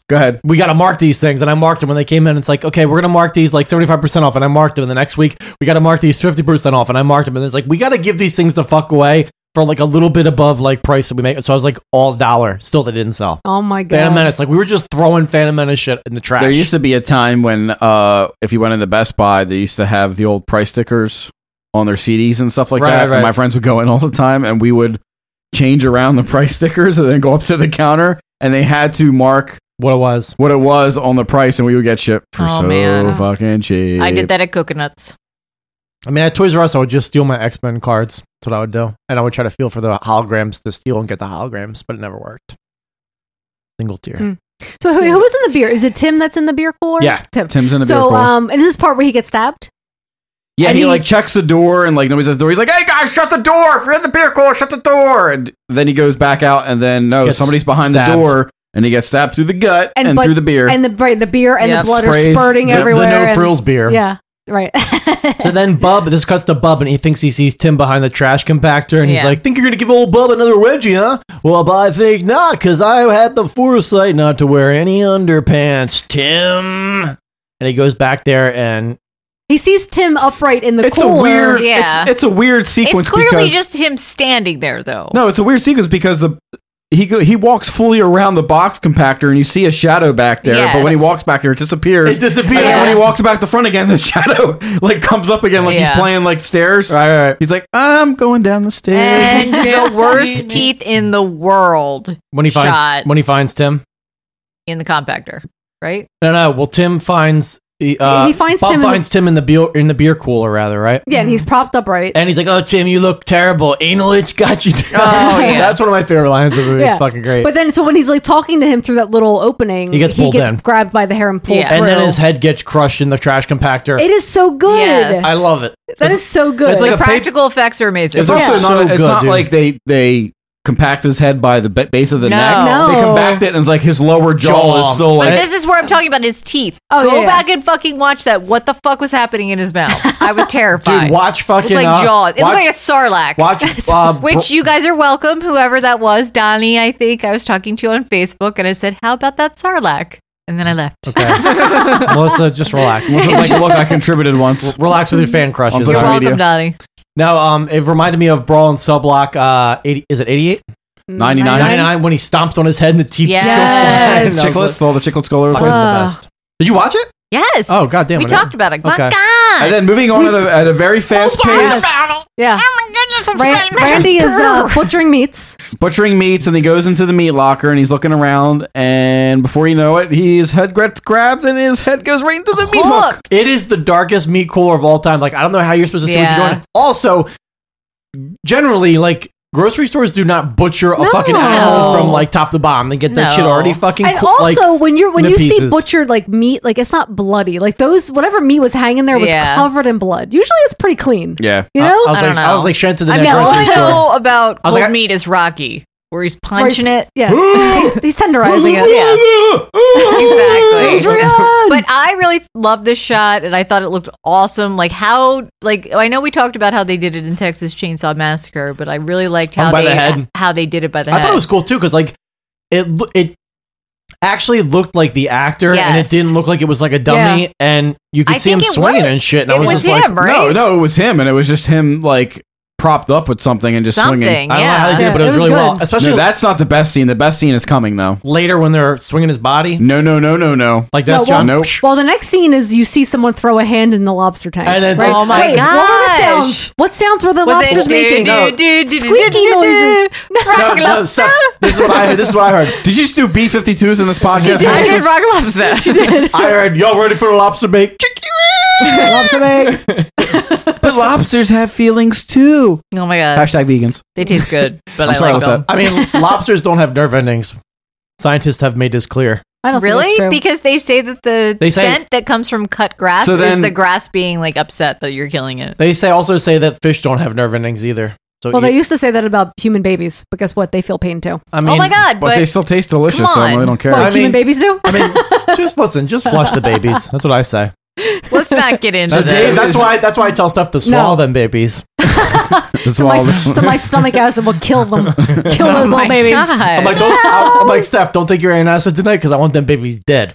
K: go ahead.
E: We got to mark these things, and I marked them when they came in. It's like, okay, we're gonna mark these like seventy five percent off, and I marked them. And the next week, we got to mark these fifty percent off, and I marked them. And it's like, we got to give these things the fuck away for like a little bit above like price that we make. So I was like, all dollar, still they didn't sell.
B: oh my god.
E: Phantom Menace, like we were just throwing Phantom Menace shit in the trash.
K: There used to be a time when, uh, if you went into Best Buy, they used to have the old price stickers on their CDs and stuff like
E: Right,
K: that.
E: right.
K: And my friends would go in all the time, and we would change around the price stickers and then go up to the counter, and they had to mark
E: what it was.
K: what it was on the price, and we would get shipped for so
H: Oh, man.
K: fucking cheap.
H: I did that at Coconuts.
E: I mean, at Toys R Us, I would just steal my X Men cards. That's what I would do, and I would try to feel for the holograms to steal and get the holograms, but it never worked. Single tier.
B: Hmm. So who, who was in the beer? Is it Tim that's in the beer cooler?
E: Yeah,
B: Tim.
K: Tim's in the
B: so,
K: beer cooler.
B: um, and this is part where he gets stabbed.
K: Yeah,
B: And
K: he,
B: he-
K: like checks the door and like nobody's at the door. He's like, "Hey guys, shut the door! If you're in the beer cooler, shut the door!" And then he goes back out, and then no,
E: Gets
K: somebody's behind
E: stabbed.
K: the door, and he gets stabbed through the gut and,
B: but-
K: through the beer.
B: and the right, the beer and
H: Yep.
B: the blood
K: Sprays
B: are spurting
E: The- the
B: everywhere.
E: no
B: and-
E: frills beer.
B: Yeah, Right.
E: <laughs> So then Bub, this cuts to Bub, and he thinks he sees Tim behind the trash compactor, and he's
B: Yeah.
E: like, "Think you're gonna give old Bub another wedgie, huh?" Well, but I think not, cause I had the foresight not to wear any underpants, Tim. And he goes back there, and
B: <laughs> He sees Tim upright in the
K: It's a
B: cooler.
K: weird- it's- Yeah. it's a weird sequence
H: It's clearly
K: because-
H: just him standing there, though.
K: No, it's a weird sequence because the he go, he walks fully around the box compactor and you see a shadow back there. But when he
H: Yes.
K: walks back there, it disappears.
E: It disappears.
K: And then when he
E: Yeah.
K: walks back the front again, <laughs> the shadow like comes up again, like
H: Yeah.
K: he's playing like stairs.
E: Right, right.
K: He's like, I'm going down the
B: <laughs>
K: stairs.
H: And the worst teeth in the world.
E: when he finds
H: shot
E: when he finds Tim,
H: in the compactor, right?
E: no, no. Well, Tim finds he, uh,
B: He finds
E: Bob
B: Tim in the-
E: finds Tim in the beer in the beer cooler, rather, right?
B: yeah, and he's propped upright.
E: And he's like, "Oh, Tim, you look terrible. Anal itch got you." down." <laughs>
B: Oh, yeah.
E: that's one of my favorite lines of the movie.
B: Yeah.
E: It's fucking great.
B: But then, so when he's like talking to him through that little opening,
E: He gets pulled in.
B: grabbed by the hair and pulled
E: and
B: through.
E: then his head gets crushed in the trash compactor.
B: it is so good.
E: I love it.
B: that is so good.
E: It's like
H: the
E: a pap-
H: practical effects are
K: <laughs>
H: amazing.
K: It's also
E: Yeah.
K: not.
E: So
K: it's
E: good,
K: not
E: dude.
K: like they they compact his head by the ba- base of the
H: No.
K: neck.
H: No.
K: They compact it and it's like his lower jaw,
E: Jaw.
K: is still
H: But
K: like. <laughs>
H: this is where I'm talking about his teeth.
B: Oh,
H: Go
B: yeah, yeah.
H: back and fucking watch that. What the fuck was happening in his mouth?
B: <laughs>
H: I was terrified.
E: Dude, watch
H: it
E: fucking,
H: looked
E: uh,
H: like Jaws. It
E: watch-
H: looked like a sarlacc. <laughs>
E: Watch, uh,
H: Which you guys are welcome, whoever that was. Donnie, I think I was talking to on Facebook, and I said, "How about that sarlacc?" And then I left.
B: <laughs>
E: Melissa, just relax.
K: Melissa's like, "Look, I contributed
H: <laughs>
K: once.
E: relax with your fan crushes.
K: On social You're welcome, media.
H: Donnie.
E: No, um, it reminded me of Brawl and Subblock. Uh, 80, is it eighty-eight?
K: 99.
E: 99 when he stomps on his head and the teeth
H: Yes.
E: still fly.
K: Chicklets, all the chicklets go over the
E: Fucking
K: place.
E: the best. Did you watch it?
H: Yes.
E: Oh, goddamn
H: We
E: it.
H: talked about it. My
E: Okay.
H: God.
K: And then moving on at a, at a very fast pace,
B: Yeah. Ran- Randy is
E: <laughs>
B: uh, butchering meats.
K: butchering meats, and he goes into the meat locker and he's looking around, and before you know it, his head gets grabbed and his head goes right into the meat hook.
E: It is the darkest meat cooler of all time. Like, I don't know how you're supposed to see what
K: Yeah.
E: you're doing. Also, generally, like, grocery stores do not butcher a fucking
B: No.
E: animal from, like, top to bottom. They get that shit already fucking
B: And
E: coo- like,
B: also, when you're when
E: into
B: you see
E: pieces.
B: butchered like meat, like it's not bloody. Like those, whatever meat was hanging there was
H: Yeah. Uh,
B: covered in blood. Usually, it's pretty clean.
K: Yeah.
B: You know?
E: I, I was
B: I
E: like,
B: don't
E: I was like, sent to the
H: I
E: next
H: mean, all I
E: grocery store.
H: know about
E: I was
H: cold
E: like, I-
H: meat is Rocky,
B: Where
H: where he's
B: he's-
H: punching it.
E: <gasps>
B: Yeah. he's, he's tenderizing
E: <laughs>
B: it.
K: <laughs>
H: <laughs> exactly.
B: Adrian!
H: But I really loved this shot, and I thought it looked awesome. Like how, like I know we talked about how they did it in Texas Chainsaw Massacre, but I really liked how
E: Oh, by
H: they
E: the head.
H: how they did it by the
E: I
H: head.
E: thought it was cool too because like it lo- it actually looked like the actor and
H: Yes.
E: it didn't look like it was like a dummy
H: Yeah.
E: and you could
H: I
E: see him
H: think it
E: swinging
H: worked.
E: and shit. And I
H: It
E: was,
H: was
E: just
H: him,
E: like,
H: right?
K: No, no, it was him, and it was just him like propped up with something and just swinging.
H: Something,
E: I don't know how they did it, but it was, really well. Especially
K: no, that's not the best scene. The best scene is coming though.
E: later when they're swinging his body.
K: No, no, no, no, no.
E: Like
B: No,
E: that's
B: well, <laughs>
E: John.
K: Nope.
B: well, the next scene is you see someone throw a hand in the lobster tank.
E: And then it's
B: right?
E: like- Oh my
B: Wait, What were the
H: gosh.
B: sounds? What sounds were the
H: Was it
B: lobsters
H: do,
B: making?
H: do, do, do, do,
B: Squeaky
H: do, do,
B: noises.
E: No, no, stop. This is what I heard. This is what
B: <laughs>
E: I heard.
K: Did you just do B 52s in this podcast?
E: Oh,
K: <laughs>
H: I did Rock
E: <laughs>
H: Lobster.
E: I heard y'all ready for the
B: <laughs>
E: lobster bake?
B: Lobster bake.
E: <laughs>
K: but lobsters have feelings too.
H: Oh my god,
K: Hashtag vegans.
H: they taste good, but
K: I'm
H: I
K: sorry,
H: like
K: what's
H: them.
K: that?
B: <laughs>
E: I mean, lobsters don't have nerve endings. Scientists have made this clear.
B: I don't think
H: really
B: it's true.
H: because they say that the
E: They say-
H: scent that comes from cut grass
E: So
H: is
E: then-
H: the grass being like upset that you're killing it.
E: They say also say that fish don't have nerve endings either. So
B: Well, they Oh
E: you-
B: used to say that about human babies, but guess what? They feel pain too.
E: I mean,
H: Oh my God,
K: But, they still taste delicious,
H: Come
K: so I
H: on.
K: really don't care.
B: Well,
E: I
B: human
E: mean-
B: babies do.
E: I
B: <laughs>
E: mean, just listen, just flush the babies. That's what I say.
H: Let's not
K: <laughs>
H: get into
E: So
H: this.
E: Dave, that's why that's why I tell stuff to swallow them babies.
B: So my,
E: <laughs>
B: so my stomach acid will kill them. Kill those
H: Oh my
B: little babies.
E: I'm like,
B: <laughs>
E: don't, I'm like, Steph, don't take your antacid tonight because I want them babies dead.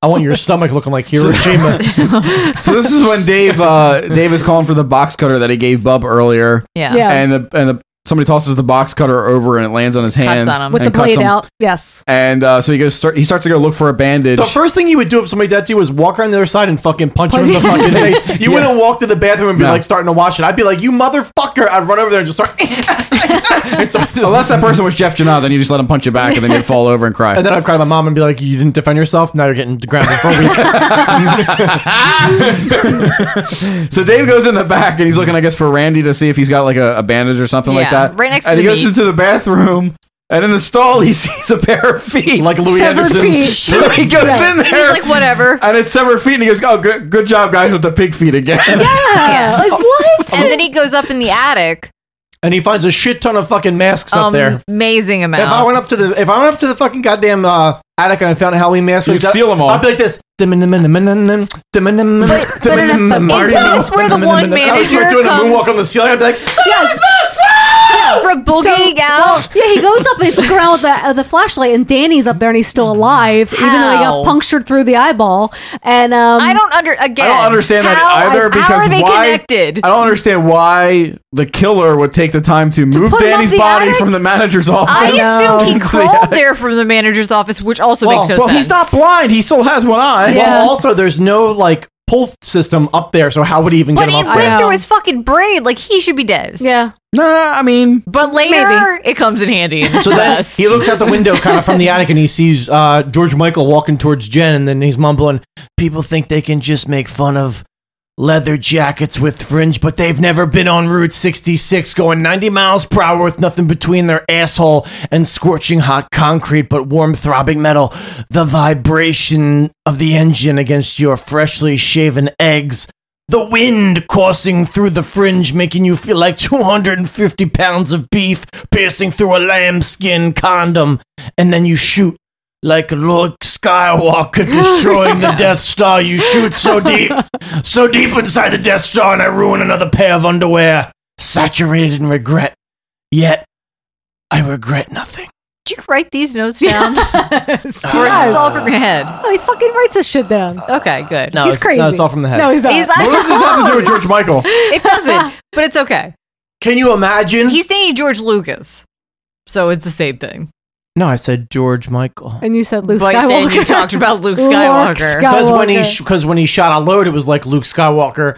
E: I want your stomach looking like Hiroshima.
K: <laughs> so this is when Dave uh, Dave is calling for the box cutter that he gave Bub earlier.
H: Yeah. Yeah.
K: And the and the somebody tosses the box cutter over and it lands on his hand
H: on him.
B: With the
K: and cuts
B: blade
K: him.
B: out. Yes.
K: And uh, so he goes start, he starts to go look for a bandage.
E: the first thing you would do if somebody did that to you was walk around the other side and fucking punch him in the fucking face. You wouldn't walk to the bathroom and be
K: No.
E: like starting to wash it. I'd be like, you motherfucker! I'd run over there and just start. <laughs> and, so-
K: Oh, <laughs>
E: <laughs>
K: Unless that person was Jeff Janot, then you just let him punch you back and then you'd fall over and cry.
E: and then I'd cry to my mom and be like, you didn't defend yourself. Now you're getting grounded for a week. <laughs>
K: so Dave goes in the back and he's looking, I guess, for Randy to see if he's got like a, a bandage or something like
H: Yeah,
K: that.
H: right next to
K: and
H: the
K: he goes
H: meat.
K: into the bathroom. And in the stall, he <laughs> sees a pair of feet,
E: Like Louis Severed Anderson's. feet.
K: <laughs>
E: <laughs>
K: So he goes
B: Yeah.
K: in
H: He's
K: there,
H: like,
K: <laughs>
H: whatever.
K: and it's severed feet, and he goes, "Oh, good, good job, guys, with the pig feet again."
H: <laughs> Yeah.
E: <laughs>
B: Like what?
H: and then he goes up in the attic.
E: and he finds a shit ton of fucking masks up
H: Um,
E: there.
H: amazing amount.
E: If I went up to the if I went up to the fucking goddamn uh, attic and I found a Halloween mask.
K: You'd steal 'em all.
E: I'd be like this. But is
S: this
E: this
S: where the one
E: I was like
S: manager
E: doing a moonwalk
S: comes-
E: on the ceiling. I'd be like,
B: Yes.
S: Rebooking out.
B: yeah, he goes up and he's looking around with the, uh, the flashlight, and Danny's up there, and he's still
H: Mm.
B: alive, even though he
S: How?
B: got punctured through the eyeball. And um,
S: I don't under again.
K: I don't understand that
S: how-
K: either because
S: how are they
K: why?
S: connected?
K: I don't understand why the killer would take the time to move
H: put him
K: Danny's
H: up the
K: body
H: attic?
K: from the manager's office.
H: I assumed
K: <laughs>
H: he
K: to the
H: crawled
K: attic.
H: there from the manager's office, which also
K: Well,
H: makes no
K: well,
H: sense.
K: he's not blind. He still has one eye.
E: well, also there's no like pull system up there, so how would he even
S: But
E: get
S: he
E: him up
S: went
E: there?
S: through his fucking brain. Like he should be dead.
B: Yeah.
K: Nah, I mean, <laughs>
H: but later it comes in handy.
E: <laughs> So then he looks out the window, kind of from the attic, and he sees uh, George Michael walking towards Jen, and then he's mumbling, "People think they can just make fun of leather jackets with fringe, but they've never been on Route 66 going 90 miles per hour with nothing between their asshole and scorching hot concrete, but warm throbbing metal. The vibration of the engine against your freshly shaven eggs." The wind coursing through the fringe, making you feel like <laughs> 250 pounds of beef piercing through a lambskin condom, and then you shoot like Luke <laughs> Skywalker destroying the <laughs> Death Star. You shoot so deep, so deep inside the Death Star, and I ruin another pair of underwear, saturated in regret. Yet, I regret nothing.
S: Did you write these notes
K: <laughs>
S: down?
B: Yes.
S: Or is this all from your head?
B: No, he's fucking writes this shit down.
H: Okay, good.
E: No,
B: he's
E: it's-
B: crazy.
E: no, it's all from the head.
B: No, he's not.
S: He's
K: What does this have to do with George Michael?
H: it doesn't, but it's okay.
E: Can you imagine?
H: He's saying George Lucas, so it's the same thing.
E: No, I said George Michael.
B: and you said Luke
H: But
B: Skywalker.
H: then
B: <laughs>
H: you talked about Luke Skywalker.
B: Oh,
E: Because when he
B: Skywalker.
E: because when he shot a load, it was like Luke Skywalker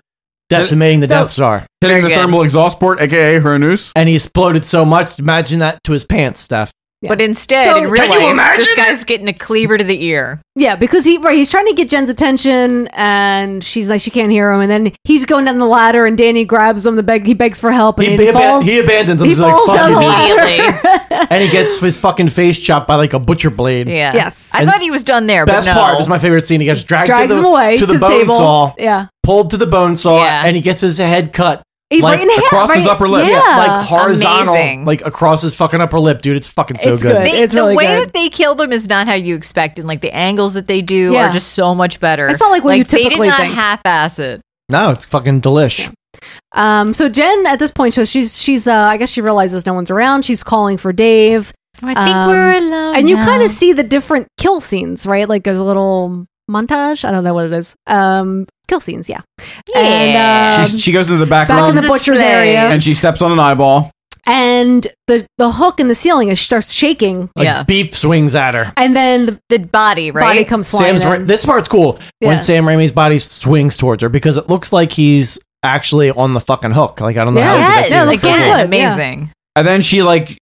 E: decimating the
K: So-
E: Death Star,
K: Hitting the thermal exhaust port, aka her noose.
E: and he exploded so much. Imagine that to his pants, Steph.
H: But instead,
B: So-
H: in real
B: Can you
H: life, this
B: imagine
H: guy's getting a cleaver to the
B: <laughs>
H: ear.
B: Yeah, because he right, he's trying to get Jen's attention, and she's like she can't hear him, and then he's going down the ladder, and Danny grabs him. The beg he begs for help, and
E: He,
B: he,
E: he, aban-
B: falls.
E: he abandons him.
B: he
E: He's like,
B: falls
E: "Fuck
B: down
E: you,
B: the
E: dude."
B: ladder.
E: and he gets his fucking face chopped by like a butcher blade.
H: Yeah.
B: Yes.
H: I
E: And
H: thought he was done there,
E: Best
H: but no.
E: part this is my favorite scene. He gets dragged
B: Drags
E: to the,
B: him away
E: to the bone
B: table.
E: saw,
B: Yeah,
E: pulled to the bone saw, and he gets his head cut.
B: He-
E: like
B: right in the head,
E: across his
B: right-
E: upper lip,
B: yeah.
E: like horizontal,
H: Amazing.
E: like across his fucking upper lip, dude. It's fucking so good.
H: They-
B: It's
H: the
B: really
H: way
B: good.
H: that they kill them is not how you expect, and like the angles that they do
B: Yeah.
H: are just so much better.
B: It's not like what you
H: They
B: typically
H: did not
B: think.
H: half-ass it.
E: No, it's fucking delish.
B: Um, so Jen at this point, so she's she's uh, I guess she realizes no one's around. She's calling for Dave.
H: I think we're alone
B: And you
H: now.
B: kind of see the different kill scenes, right? Like there's a little montage. I don't know what it is. Um, kill scenes, yeah. And um,
K: she, she goes into the back
B: back
K: room
B: in the butcher's area.
K: and she steps on an eyeball.
B: and the the hook in the ceiling is starts shaking.
E: Like beef swings at her.
B: And then the,
H: the body,
B: Body comes flying.
E: Sam's
B: in.
E: ra- this part's cool
B: Yeah.
E: when Sam Raimi's body swings towards her because it looks like he's actually on the fucking hook. Like I don't know how
B: Yeah,
E: he
B: it
E: did that scene.
B: looks
E: It's so
B: really
E: cool.
B: good, yeah.
K: And then she like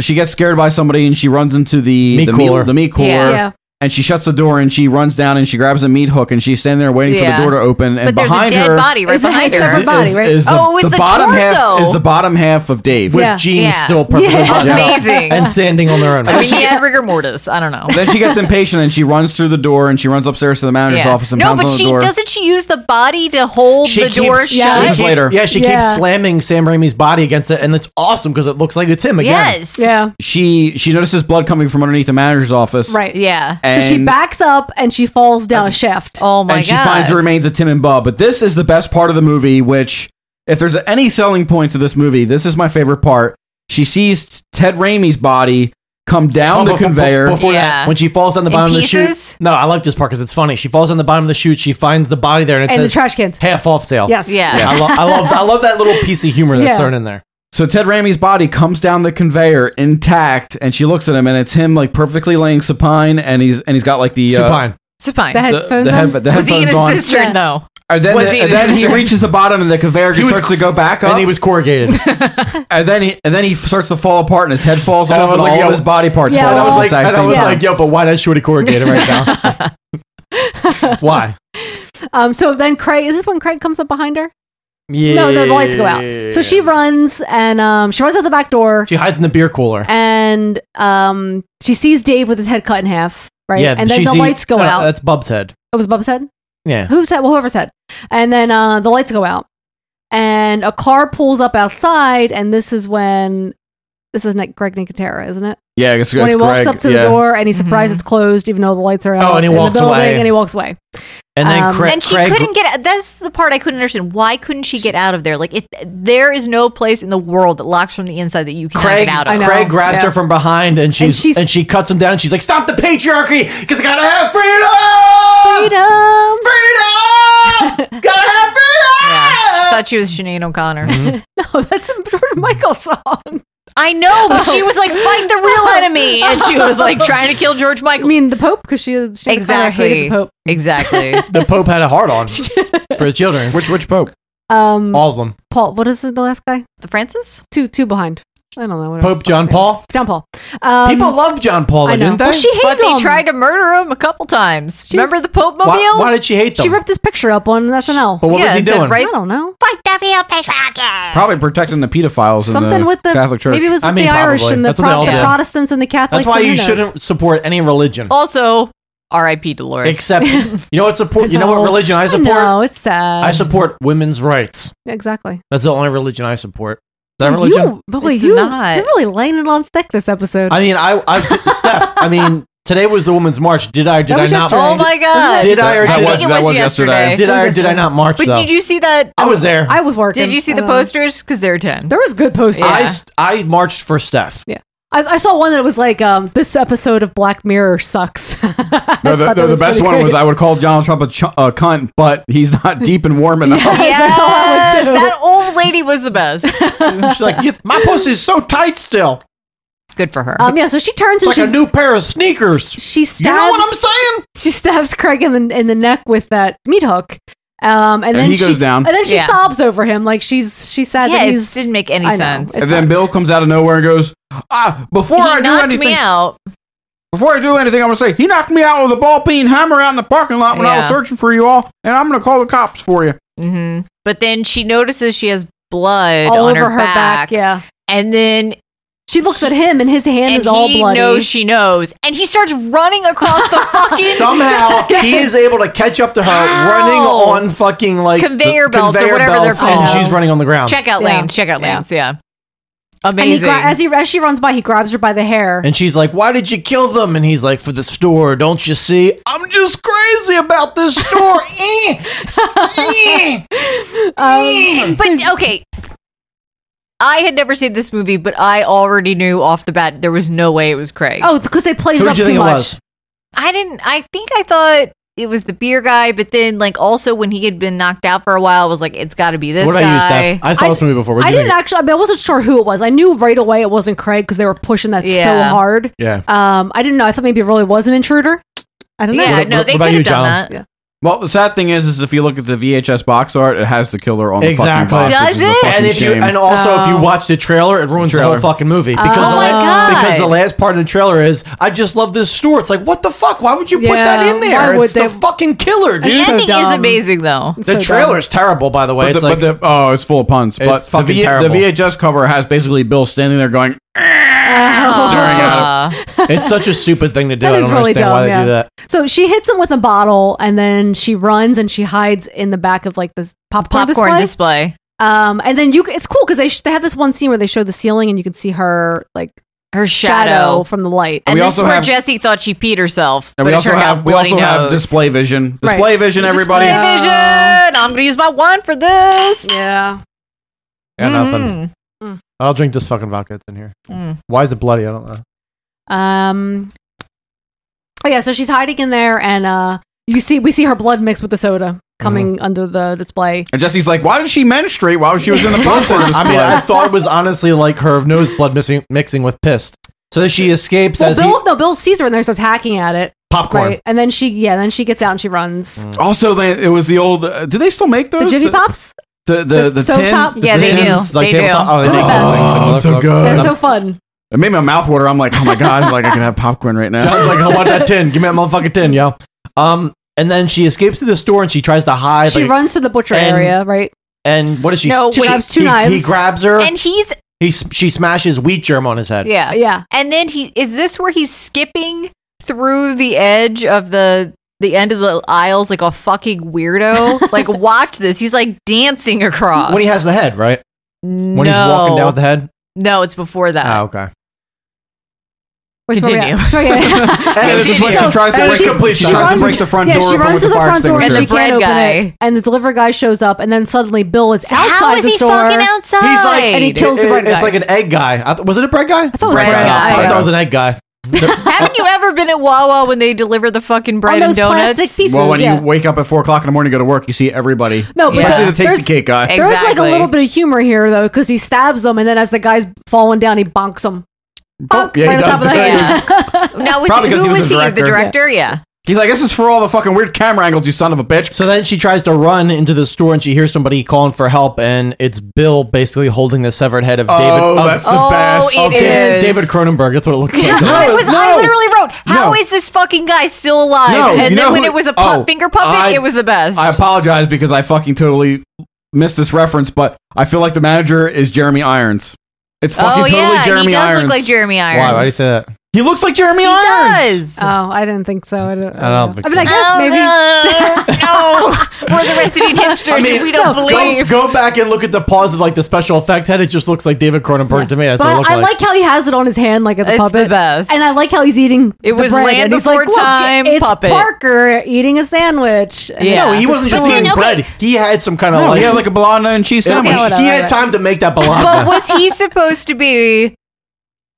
K: she gets scared by somebody and she runs into the
E: Meat
K: the,
E: cooler.
K: Meat, the meat cooler.
B: Yeah. Yeah.
K: And she shuts the door and she runs down and she grabs a meat hook and she's standing there waiting
H: Yeah.
K: for the door to open. And
H: But there's a
K: behind
H: dead
K: her
H: body right
K: is-
H: behind her.
K: is- is- is the,
H: oh, it was the,
K: bottom
H: torso.
K: half is the bottom half of
H: <laughs>
K: Dave
E: With jeans still perfectly
H: Yeah.
E: buttoned up
H: Amazing.
E: and standing on their own.
B: <laughs>
H: I mean, he had rigor mortis. I don't know.
K: then she gets impatient and she runs through the door and she runs upstairs to the manager's
H: Yeah.
K: office and
H: no,
K: pounds
H: but
K: on the
H: she
K: door.
H: doesn't. She use the body to hold the door
E: keeps-
H: shut.
E: She keeps-
K: later.
E: Yeah, she keeps
K: Yeah.
E: slamming Sam Raimi's body against it, and it's awesome because it looks like it's him again.
H: Yes.
B: Yeah.
K: She she notices blood coming from underneath the manager's office.
B: Right.
H: Yeah.
B: so she
K: And-
B: backs up and she falls down a shaft.
H: Oh
K: and she finds the remains of Tim and Bob. But this is the best part of the movie, which, if there's any selling point to this movie, this is my favorite part. She sees Ted Raimi's body come down
E: Oh,
K: the
E: befo-
K: conveyor.
E: befo- Before
H: Yeah.
E: that, when she falls on the
H: In
E: bottom of the
H: pieces?
E: chute. No, I like this part because it's funny. She falls on the bottom of the chute. She finds the body there, and it
B: And the
E: says
B: trash cans.
E: half off sale.
B: Yes. Yeah.
E: I, lo- I love. I love that little piece of humor that's
B: Yeah.
E: thrown in there.
K: So Ted Raimi's body comes down the conveyor intact, and she looks at him, and it's him like perfectly laying supine, and he's and he's got like the uh,
E: Supine.
H: Supine.
K: The- headphones the on? head- the
H: was he in
K: headphones
H: a
K: on.
H: cistern though?
K: And then,
H: was he in
K: and
H: a
K: then he
H: cistern?
K: reaches the bottom, and the conveyor just starts to go back up,
E: and he was corrugated.
K: and then he and then he starts to fall apart, and his head falls
E: And I
K: off,
E: was
K: and
E: like,
K: all
E: yo-
K: of his body parts
E: and
K: fall
E: I
K: off.
E: was
K: at the
E: like,
K: exact
E: and I
K: same
E: was
K: time.
E: like, yo, but why that shorty corrugated right now? why?
B: Um, so then Craig is this when Craig comes up behind her?
E: Yeah.
B: No, no, the lights go out. So she runs and um, she runs out the back door
E: She hides in the beer cooler.
B: and um, she sees Dave with his head cut in half, right? and then
E: she
B: the
E: sees-
B: lights go
E: no, no,
B: out.
E: uh, That's Bub's head.
B: it was Bub's head.
E: Yeah.
B: Who's head? Well, whoever's head. And then uh, the lights go out, and a car pulls up outside, and this is when This is Nick, Greg Nicotera, isn't it?
T: Yeah, it's,
B: when
T: it's
B: he walks
T: Greg,
B: up to
T: yeah.
B: the door and he's surprised it's closed, even though the lights are
E: Oh,
B: out.
T: and he
B: in the
T: walks
B: building,
T: away.
B: And he walks away.
E: And then
H: Um,
E: Cra-
H: and she
E: Craig-
H: couldn't get. That's the part I couldn't understand. Why couldn't she get out of there? Like, it, there is no place in the world that locks from the inside that you can
E: Craig,
H: get out of.
E: Craig grabs her from behind and she's, and,
H: she's-
E: she cuts him down and she's like, Stop the patriarchy because I gotta have freedom!
B: Freedom! <laughs>
E: Freedom! gotta have freedom!
U: Yeah,
H: she thought she was Sinead O'Connor.
K: Mm-hmm.
B: no, that's a Jordan Michael song.
H: I know, but she was like, fight the <laughs> real enemy. And she was like trying to kill George Michael.
B: I mean, the Pope, because she, she exactly. hated the Pope.
H: <laughs> Exactly.
E: the Pope had a heart on for the children. Which which Pope?
B: Um,
E: All of them.
B: Paul, what is the last guy?
H: The Francis?
B: Two, two behind. I don't know. whatever.
E: Pope John Paul.
B: John Paul. Um,
E: People love John Paul,
B: I know.
E: didn't they?
B: Well, she hated
H: But they
B: him.
H: tried to murder him a couple times.
B: She
H: Remember
B: was-
H: the Pope Mobile?
E: Why- why did she hate
B: She
E: them?
B: ripped his picture up on SNL.
K: But what was he
B: it said,
K: doing?
B: I don't know.
H: Fight the real patriarchy.
K: Probably protecting the pedophiles in
B: Something
K: the
B: with the
K: Catholic Church.
B: Maybe it was with the Irish and the, Pro- the Protestants and the Catholics.
E: That's why
B: and
E: you
B: who knows?
E: shouldn't support any religion.
U: Also, R.I.P. Dolores.
B: <laughs>
E: Except you know what support you know what
B: No.
E: religion I support?
B: No, it's sad.
E: I support women's rights.
B: exactly.
E: That's the only religion I support. Is that
B: Well,
E: religion?
B: You, boy, you, you're really laying it on thick this episode.
E: I mean, I, I Steph. I mean, today was the Women's March. Did I? or Did
B: That
E: I
B: was
E: not?
B: yesterday. Oh my God.
E: Did I or
B: I
E: did
B: think it was yesterday.
E: Did I or
B: It was
E: did I
B: yesterday.
E: not march?
H: But
E: though?
H: did you see that?
E: I was there.
B: I was working.
H: Did you see
B: I
H: the
B: don't know.
H: posters? Because there were
B: <laughs>
H: 10.
B: There was good posters.
E: I st- I marched
B: <laughs>
E: for Steph.
B: Yeah. I, I saw one that was like, um, this episode of Black Mirror sucks. <laughs>
K: No, the,
B: thought that
K: the, the
B: was
K: best
B: pretty
K: one
B: great.
K: was I would call Donald Trump a ch- uh, cunt, but he's
B: <laughs>
K: not deep and warm enough.
B: I saw that one
H: Yes,
B: too.
H: that old lady was
B: <laughs>
H: the best.
E: She's like, "You- my pussy's so tight still.
H: Good for her.
B: Um, yeah, so she turns
E: It's like
B: and
E: a
B: she's,
E: new pair of sneakers.
B: she stabs.
E: You know what I'm saying?
B: She stabs Craig in the in the neck with that meat hook. Um, and,
K: And
B: then
K: he
B: she,
K: goes down.
B: And then she
K: Yeah.
B: sobs over him like she's she's sad
H: Yeah,
B: that
H: it
B: he's
H: didn't make any
B: I know,
H: sense.
B: it's
K: and then Bill comes out of nowhere and goes, ah, before
H: he
K: I do
H: knocked
K: anything,
H: me out.
K: before I do anything, I'm gonna say he knocked me out with a ball peen hammer out in the parking lot when I was
H: Yeah.
K: searching for you all, and I'm gonna call the cops for you.
H: hmm But then she notices she has blood
B: all
H: on
B: over her, back.
H: back.
B: Yeah,
H: And then
B: she looks at him, and his hand
H: and
B: is all
H: he
B: bloody.
H: knows she knows, and he starts running
B: <laughs>
H: across the fucking <laughs>
E: Somehow he is able to catch up to her running on fucking like
H: Conveyor belts or
E: conveyor
H: whatever they're
E: belts, and
H: called.
E: she's running on the ground.
H: checkout
B: Um, Yeah.
H: lanes, checkout
B: Yeah.
H: lanes. Yeah,
B: and he
H: amazing.
B: gra- as he as she runs by, he grabs her by the hair.
E: And she's like, "Why did you kill them?" And he's like, "For the store, don't you see? I'm just crazy about this
H: <laughs>
E: store." Eh. Eh.
H: Um, but okay. I had never seen this movie, but I already knew off the bat there was no way it was Craig.
B: oh, because they played
E: Who
B: it
E: did
B: up
E: you
B: too
E: think it
B: much.
E: was?
H: I didn't. I think I thought it was the beer guy, but then like also when he had been knocked out for a while, I was like, it's got to be this
E: What about you,
H: guy.
E: Steph? I saw this movie before. What
B: I
E: do you
B: didn't
E: think?
B: actually. I mean, I wasn't sure who it was. I knew right away it wasn't Craig because they were pushing that so
H: Yeah.
B: hard.
E: Yeah.
B: Um, I didn't know. I thought maybe it really was an intruder. I don't know.
H: Yeah, no, they
K: about
H: could
K: you,
H: have done
K: John?
H: that.
K: Well, the sad thing is, is if you look at the VHS box art, it has the killer on
E: Exactly.
K: the fucking box. which is a fucking
E: And if you
K: shame.
E: and also if you
B: Oh.
E: watch the trailer, it ruins the
K: Trailer.
E: whole fucking movie because
K: Oh
E: the
K: my
E: la-
K: God.
E: because the last part of the trailer is, "I just love this store." It's like, what the fuck? Why would you put that
B: Yeah,
E: in
B: why
E: there?
B: would
E: It's the
B: they-
E: fucking
B: <laughs>
E: killer,
H: The
E: dude.
H: ending is amazing though.
E: The trailer is terrible, by the way.
K: But
E: it's
K: the-
E: like
K: but the- oh, it's full of puns. But
E: It's fucking
K: the, V-
E: terrible.
K: the VHS cover has basically Bill standing there going, staring at him.
E: it's such a stupid thing to
B: <laughs>
E: do.
B: That
E: I
B: is
E: don't
B: really
E: understand why
B: dumb,
E: they
B: yeah.
E: do that.
B: So she hits him with a bottle, and then she runs and she hides in the back of like this popcorn,
H: popcorn
B: display.
H: display.
B: Um, and then you, c- it's cool because they sh- they have this one scene where they show the ceiling and you can see her like
H: Her shadow.
B: from the light.
H: And,
K: we
H: this is
K: also
H: where
K: have-
H: Jesse thought she peed herself.
K: And
H: but
K: we
H: it
K: also
H: turned
K: have
H: out
K: we
H: bloody
K: also have
H: nose.
K: display vision. Display
B: Right.
K: vision, everybody.
H: Display vision. I'm gonna use my wand for this.
B: Yeah.
E: Yeah,
B: Mm.
E: nothing.
H: Mhm.
E: I'll drink this fucking vodka that's in here.
H: Mm.
E: Why is it bloody? I don't know.
B: Um. Oh yeah, so she's hiding in there, and uh, you see we see her blood mixed with the soda coming
V: Mm-hmm.
B: under the display.
K: And Jesse's like, why did she menstruate while she was in the popcorn display?
E: I mean, I thought it was honestly like her nose blood missing, mixing with piss. So that she escapes
B: Well,
E: as
B: Bill,
E: he,
B: no, Bill sees her in there, starts hacking at it.
E: Popcorn.
B: and then she, yeah, then she gets out and she runs.
V: Mm.
K: also, they, it was the old. Uh, do they still make
B: The
K: those?
B: Jiffy Pops,
K: The the, the,
B: the
K: tin.
B: stovetop?
K: the
B: Yeah, they
K: tin-
B: do.
E: like
B: They
E: tabletop.
B: do.
E: Oh, they
B: They're
E: make
B: the
E: those
B: best.
E: things.
K: Oh,
E: Look,
K: so
E: look,
K: good.
E: look.
B: they're
K: Um,
B: so fun.
K: It made my mouth water. I'm like, oh my god, like I can have popcorn right now.
E: John's like, I want <laughs> that tin. Give me that motherfucking tin, yo. Um, and then she escapes through the store and she tries to hide.
B: She
E: like-
B: runs to the butcher
E: and-
B: area, right?
E: And what does she?
B: No,
E: she
B: wait. grabs two
E: he,
B: knives.
E: He grabs her.
H: And he's
E: he s- she smashes wheat germ on his head.
H: yeah
B: Uh, yeah.
H: And then he is this where he's skipping through the edge of the the end of the aisles like a fucking weirdo. like watch this. He's like dancing across
E: When he has the head, right?
H: when
E: When he's walking down with the head.
V: No, it's before that.
E: Oh, okay.
B: Where's where we
V: Continue.
B: at? Right,
V: <laughs>
B: yeah.
V: Yeah, this is when she tries to
B: uh,
V: break- complete- she tries to
B: runs-
V: break the front
B: yeah,
V: door
B: She
V: open
B: runs
V: with
B: to
V: the
B: the
V: fire
B: front door and she
V: extinguisher.
B: can't open
V: And the bread
B: it. And the delivery guy shows up, and then suddenly Bill is
V: How
B: outside
V: is
B: the
V: he
B: store.
V: fucking outside?
E: He's like,
B: and
H: <laughs>
B: he kills
E: it-
B: the bread
E: It's
B: guy.
E: like an egg guy. I th- was it a bread guy? I thought
V: it was bread guy.
E: I thought
V: Yeah.
E: it was an egg guy.
V: Haven't you ever been at Wawa when they deliver the fucking bread and
B: those
V: donuts?
H: <laughs>
B: plastic pieces,
K: well, when you wake up at four o'clock in the morning, to go to work, you see everybody.
B: No, but
K: especially
B: the-
K: the tasty
B: there's-
K: cake guy.
B: There is like a little bit of humor here though, because he stabs him, and then as the guy's falling down, he bonks him.
E: Oh,
B: Bonk,
K: Oh, yeah, he
B: right on
K: does
B: top of the
E: <laughs>
K: do that.
B: head. <laughs>
H: Now, was
K: Probably
H: he,
K: 'cause
H: who
K: he was
H: was,
K: the
H: he? The
K: director.
H: director? Yeah.
K: He's like, this is for all the fucking weird camera angles, you son of a bitch.
E: So then she tries to run into the store and she hears somebody calling for help, and it's Bill basically holding the severed head of
K: Oh,
E: David. of-
K: that's the Oh, best. it
E: of David-
K: is.
E: David Cronenberg. That's what it looks <laughs>
H: <laughs>
E: like.
H: I was. I literally wrote, "How
E: No.
H: is this fucking guy still alive?"
K: No, you
H: and
K: know
H: then when
K: who-
H: it was a pu-
K: oh,
H: finger puppet,
K: I-
H: it was the best.
K: I apologize because I fucking totally missed this reference, but I feel like the manager is Jeremy Irons. It's fucking
H: oh
K: totally
H: yeah,
K: Jeremy
H: he does
K: Irons.
H: look like Jeremy Irons.
K: Why? Why do you say
E: that?
K: He looks like Jeremy
H: He
K: Irons.
H: does.
B: Oh, I didn't think so. I don't,
E: I don't think
B: I mean,
E: so.
B: I guess maybe.
H: Oh, <laughs> no, we're the resident hipsters.
E: I mean,
H: if we don't
E: go-
H: believe.
E: Go, back and look at the pause of like the special effect head. It just looks like David Cronenberg to me. That's
B: But
E: what it looks
B: I, I like
E: like.
B: how he has it on his hand like it's a puppet.
H: best.
B: And I like how he's eating.
H: It
B: the
H: was
B: bread,
H: land
B: and he's
H: before
B: like, "Look,
H: time
B: it's
H: puppet."
B: Parker eating a sandwich. And
E: no,
B: it's
E: he
B: the
E: wasn't just
B: store.
E: eating bread. He had some kind of
K: No,
E: like
K: he <laughs> had Oh, like a bologna and cheese
E: Yeah,
K: sandwich.
E: he- he had time to make that bologna. <laughs>
H: But was he supposed to be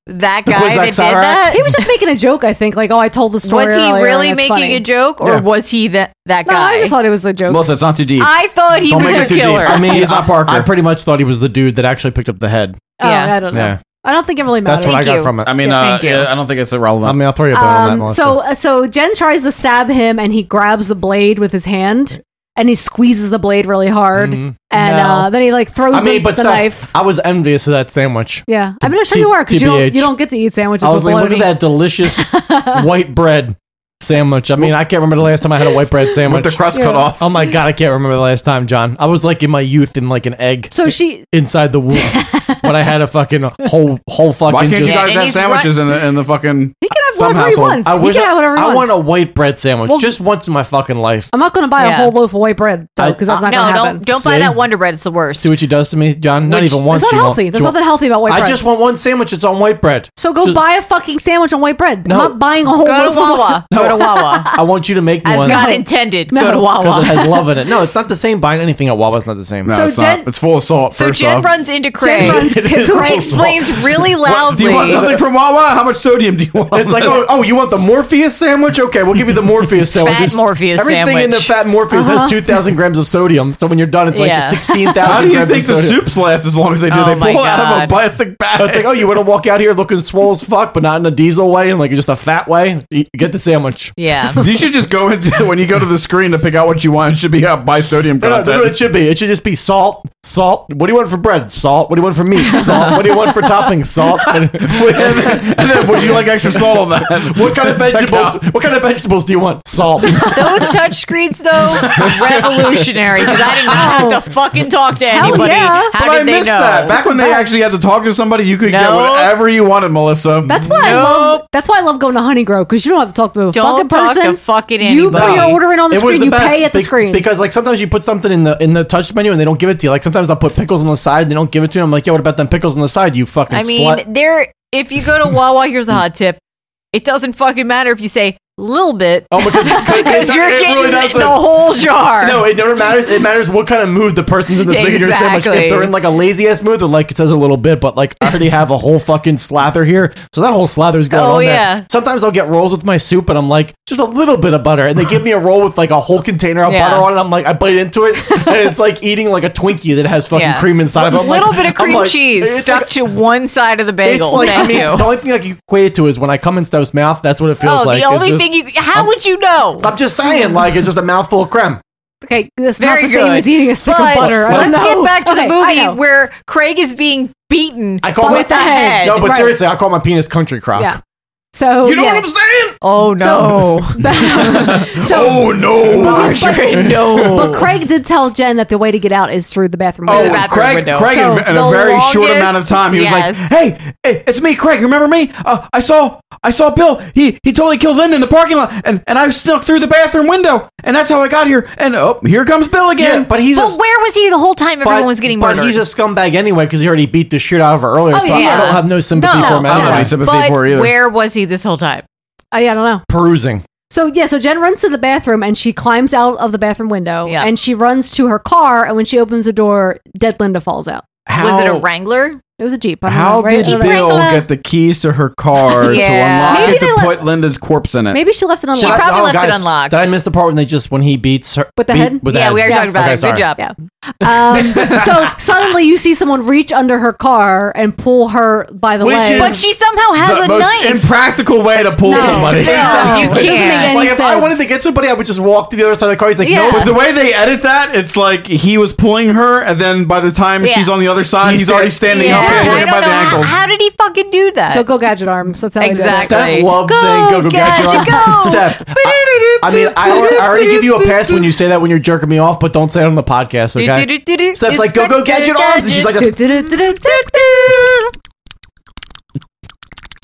H: that
E: The
H: guy
E: Quiz
H: that did
E: Xara?
H: that?
B: He was just making a joke, I think. Like, oh, I told the story.
H: Was he
B: earlier,
H: really
B: and it's
H: making
B: funny.
H: a joke, or
K: Yeah.
H: was he that that
B: No,
H: guy?
B: I just thought it was a joke.
K: Melissa, it's not too deep.
H: I thought he
K: Don't
H: was
K: make
H: the
K: it too deep.
H: killer.
E: I mean,
K: He's not Parker.
E: I pretty much thought he was the dude that actually picked up the head.
B: Oh,
H: Yeah.
B: I don't know.
E: Yeah.
B: I don't think it really matters.
E: That's what I got from it.
K: I mean, uh, I don't think it's irrelevant.
E: I mean, I'll throw you a bone on that,
B: Um,
E: Melissa.
B: so, uh, so Jen tries to stab him, and he grabs the blade with his hand, and he squeezes the blade really hard, and
E: No.
B: uh, then he like throws
E: Mm-hmm. I mean,
B: the,
E: but
B: the
E: stuff,
B: knife.
E: I was envious of that sandwich.
B: Yeah, I mean, I'm sure you are because you don't
E: TBH.
B: you don't get to eat sandwiches.
E: I was
B: with
E: like, look at
B: bologna.
E: that delicious white bread sandwich. I mean, I can't remember the last time I had a white bread sandwich
K: the crust cut Yeah. off.
E: Oh my god, I can't remember the last time, John. I was like in my youth in like an egg.
B: So she <laughs>
E: inside the womb when I had a fucking whole whole fucking.
K: Why can't you
E: just-
K: guys have sandwiches in the, in the fucking.
B: He can have
K: dumb
B: whatever he
K: household?
B: wants.
E: I
B: he
E: wish
B: can
E: I,
B: have whatever he
E: I want
B: wants.
E: a white bread sandwich just once in my fucking life.
B: I'm not going to buy a
E: Yeah.
B: whole loaf of white bread though
E: I-
B: because that's not
E: No,
B: going to
E: don't-
B: happen.
E: don't buy See? that
H: Wonder Bread. It's the worst.
E: See what she does to me, John. Not even once.
B: It's
E: she
B: not
E: won't-
B: healthy.
E: she
B: There's
E: won't-
B: nothing healthy about white
E: I
B: bread.
E: just want one sandwich. It's on white bread.
B: so go
E: Just-
B: buy a fucking sandwich on white bread.
E: No.
B: I'm not buying a whole
K: <laughs>
H: Go to
B: loaf of
H: Wawa.
E: No.
H: Go to Wawa.
E: I want you to make me
H: As
E: one.
H: God
E: <laughs>
H: intended. Go to
E: Because
H: Wawa.
E: it
B: <laughs>
E: has love in it. No, it's not the same. Buying anything at Wawa's not the same.
K: No, So it's not. Jen- It's full of salt.
H: So Jen runs into Craig.
E: runs- <laughs> It is
H: Craig
E: awful.
H: explains really
K: What, do
H: loudly.
K: you want something from Wawa? How much sodium do you want?
E: It's like, oh, oh, you want the Morpheus sandwich? Okay, we'll give you the Morpheus sandwich.
K: <laughs> Fat
E: It's-
K: Morpheus
E: Everything in the
K: sandwich.
E: fat Morpheus
K: Uh-huh.
E: has 2,000 grams of sodium. So when you're done, it's like
K: Yeah.
E: 16,000 <laughs>
K: How do you
E: grams
K: think
E: of
K: the
E: sodium.
K: soups last as long as they do?
H: Oh
K: They pull it out of a plastic bag.
E: It's like, oh, you want to walk out here looking swole as fuck, but not in a diesel way and like just a fat way? Eat- Get the sandwich.
H: Yeah.
K: You should just go into when you go to the screen to pick out what you want. It should be out by sodium
E: No, no,
K: content.
E: that's what it should be. It should just be salt, salt. What do you want for bread? Salt. What do you want for <laughs> meat? Salt. What do you want for toppings? <laughs> Salt. And,
K: then would you like extra salt on that?
E: What kind of
K: Check
E: vegetables? What kind of vegetables do you want? <laughs> Salt.
H: Those touchscreens, though, revolutionary. Because I did not have to fucking talk to anybody. How
K: but
H: did
K: I
H: they
K: missed
H: know?
K: that. Back when they actually had to talk to somebody, you could get
H: No.
K: whatever you wanted, Melissa.
B: That's why I love. That's why I love going to Honey Grove because you don't have to talk to a fucking
H: Don't talk
B: person.
H: to fucking
B: You put
H: anybody.
B: your order in on the
E: It was
B: screen. you
E: best
B: pay at the
E: be-
B: screen.
E: because like sometimes you put something in the in the touch menu and they don't give it to you. Like sometimes I'll put pickles on the side and they don't give it to you. I'm like, yo, what about them pickles on the side? You fucking
H: I mean,
E: slut.
H: there. If you go to Wawa, here's a hot tip. It doesn't fucking matter if you say
E: <laughs>
H: little bit. Oh,
E: because,
H: <laughs> because you're
E: It
H: getting
E: really doesn't.
H: the whole
E: <laughs>
H: jar.
E: No, it never matters. It matters what kind of mood the person's in that's making your sandwich.
H: Exactly.
E: If they're in like a lazy ass mood, they're like it says a little bit, but like I already have a whole fucking slather here, so that whole slather's going
H: Oh,
E: on there.
H: yeah.
E: Sometimes I'll get rolls with my soup, and I'm like just a little bit of butter, and they give me a roll with like a whole container of
H: Yeah.
E: butter on it. I'm like I bite into it, and it's like eating like a Twinkie that has fucking
H: Yeah.
E: cream inside of it.
H: A
E: I'm
H: little
E: like-
H: bit of
E: I'm
H: cream
E: like,
H: cheese
E: it's
H: stuck
E: like-
H: to one side of the bagel.
E: It's like
H: Thank
E: I mean,
H: you.
E: the only thing I can equate it to is when I come in Steph's mouth. That's what it feels
H: Oh,
E: like.
H: the
E: It's
H: only
E: just-
H: thing you. How would you know?
E: I'm just saying, like it's just a mouthful of creme.
B: okay, it's not
H: Very
B: the same
H: good.
B: as eating a stick
H: But
B: of butter. I
H: Let's
B: don't know.
H: get back to
B: Okay, <laughs>
H: the
B: I
H: movie
B: know.
H: where Craig is being beaten
E: I call
H: by
E: my
H: the head.
E: No, but
H: Right.
E: seriously, I call my penis country crock.
H: Yeah.
B: So
W: You know what
B: yeah.
W: I'm saying?
X: Oh
H: <laughs>
B: So-
W: oh no,
B: But- But Craig did tell Jen that the way to get out is through the bathroom
K: Oh,
B: window. the bathroom
K: Craig, Craig in- in, a very short amount of time, he was like, "Hey, hey, it's me, Craig. Remember me? Uh, I saw, I saw Bill. He, he totally killed Lynn in the parking lot, and and I snuck through the bathroom window, and that's how I got here. And oh, here comes Bill again.
E: but he's a-
H: But where was he the whole time everyone was getting
E: but
H: murdered?
E: he's a scumbag anyway because he already beat the shit out of her earlier.
H: Oh,
E: so
H: yeah.
E: I don't have no sympathy
H: No,
E: for him.
H: I don't have
E: anyway.
H: any sympathy But for her either. where was he this whole time?
B: Uh, I, I don't know.
E: Perusing.
B: So yeah, so Jen runs to the bathroom and she climbs out of the bathroom window and she runs to her car and when she opens the door, dead Linda falls out.
H: Was it a Wrangler?
B: It was a Jeep. I don't
K: How
B: know, right?
K: did
B: I don't know.
K: Bill get the keys to her car
B: Yeah.
K: to unlock
B: Maybe
K: it to
B: they
K: put Linda's corpse in it?
B: Maybe she left it unlocked.
E: Did I- oh, guys, Did I miss the part when they just when he beats her
B: With the
E: beat-
B: head?
E: with the head? Okay, sorry. <laughs>
B: Yeah. Um,
H: <laughs>
B: so suddenly you see someone reach under her car and pull her by the
K: Which
B: leg.
K: is But she
H: somehow
K: the most impractical way to pull
B: No.
K: somebody.
B: No, you
K: It doesn't
B: can't.
K: make any
E: Like if I
K: sense.
E: wanted to get somebody, I would just walk to the other side of the car. He's like,
K: No,
E: no,
K: but the way they edit that, it's like he was pulling her, and then by the time
H: Yeah.
K: she's on the other side, he's,
E: He's
K: already
E: sta-
K: standing
E: Yeah.
K: up
E: Yeah,
K: and
E: I
K: him by
E: don't
K: the
E: know how-
K: ankles.
H: How did he fucking do that?
B: Go go gadget arms. That's how
H: Exactly.
B: I did
E: Steph
B: it.
E: loves saying go go gadget arms. <laughs> Steph, I, I mean, I, al- I already give you a pass when you say that when you're jerking me off, but don't say it on the podcast, okay? Steph's like, go go gadget arms, and she's like,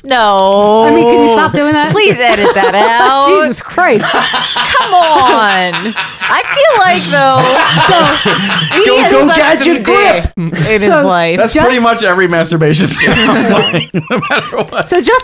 H: No.
B: I mean, can you stop doing that?
H: Please edit that
B: <laughs>
H: out.
B: Jesus Christ.
H: Come on. I feel like
K: <laughs>
H: though. he
K: Go-
H: has
K: go
H: sucked
K: gadget
H: some
K: grip.
H: dick In
B: So,
H: his life.
K: That's pretty much every masturbation.
B: So just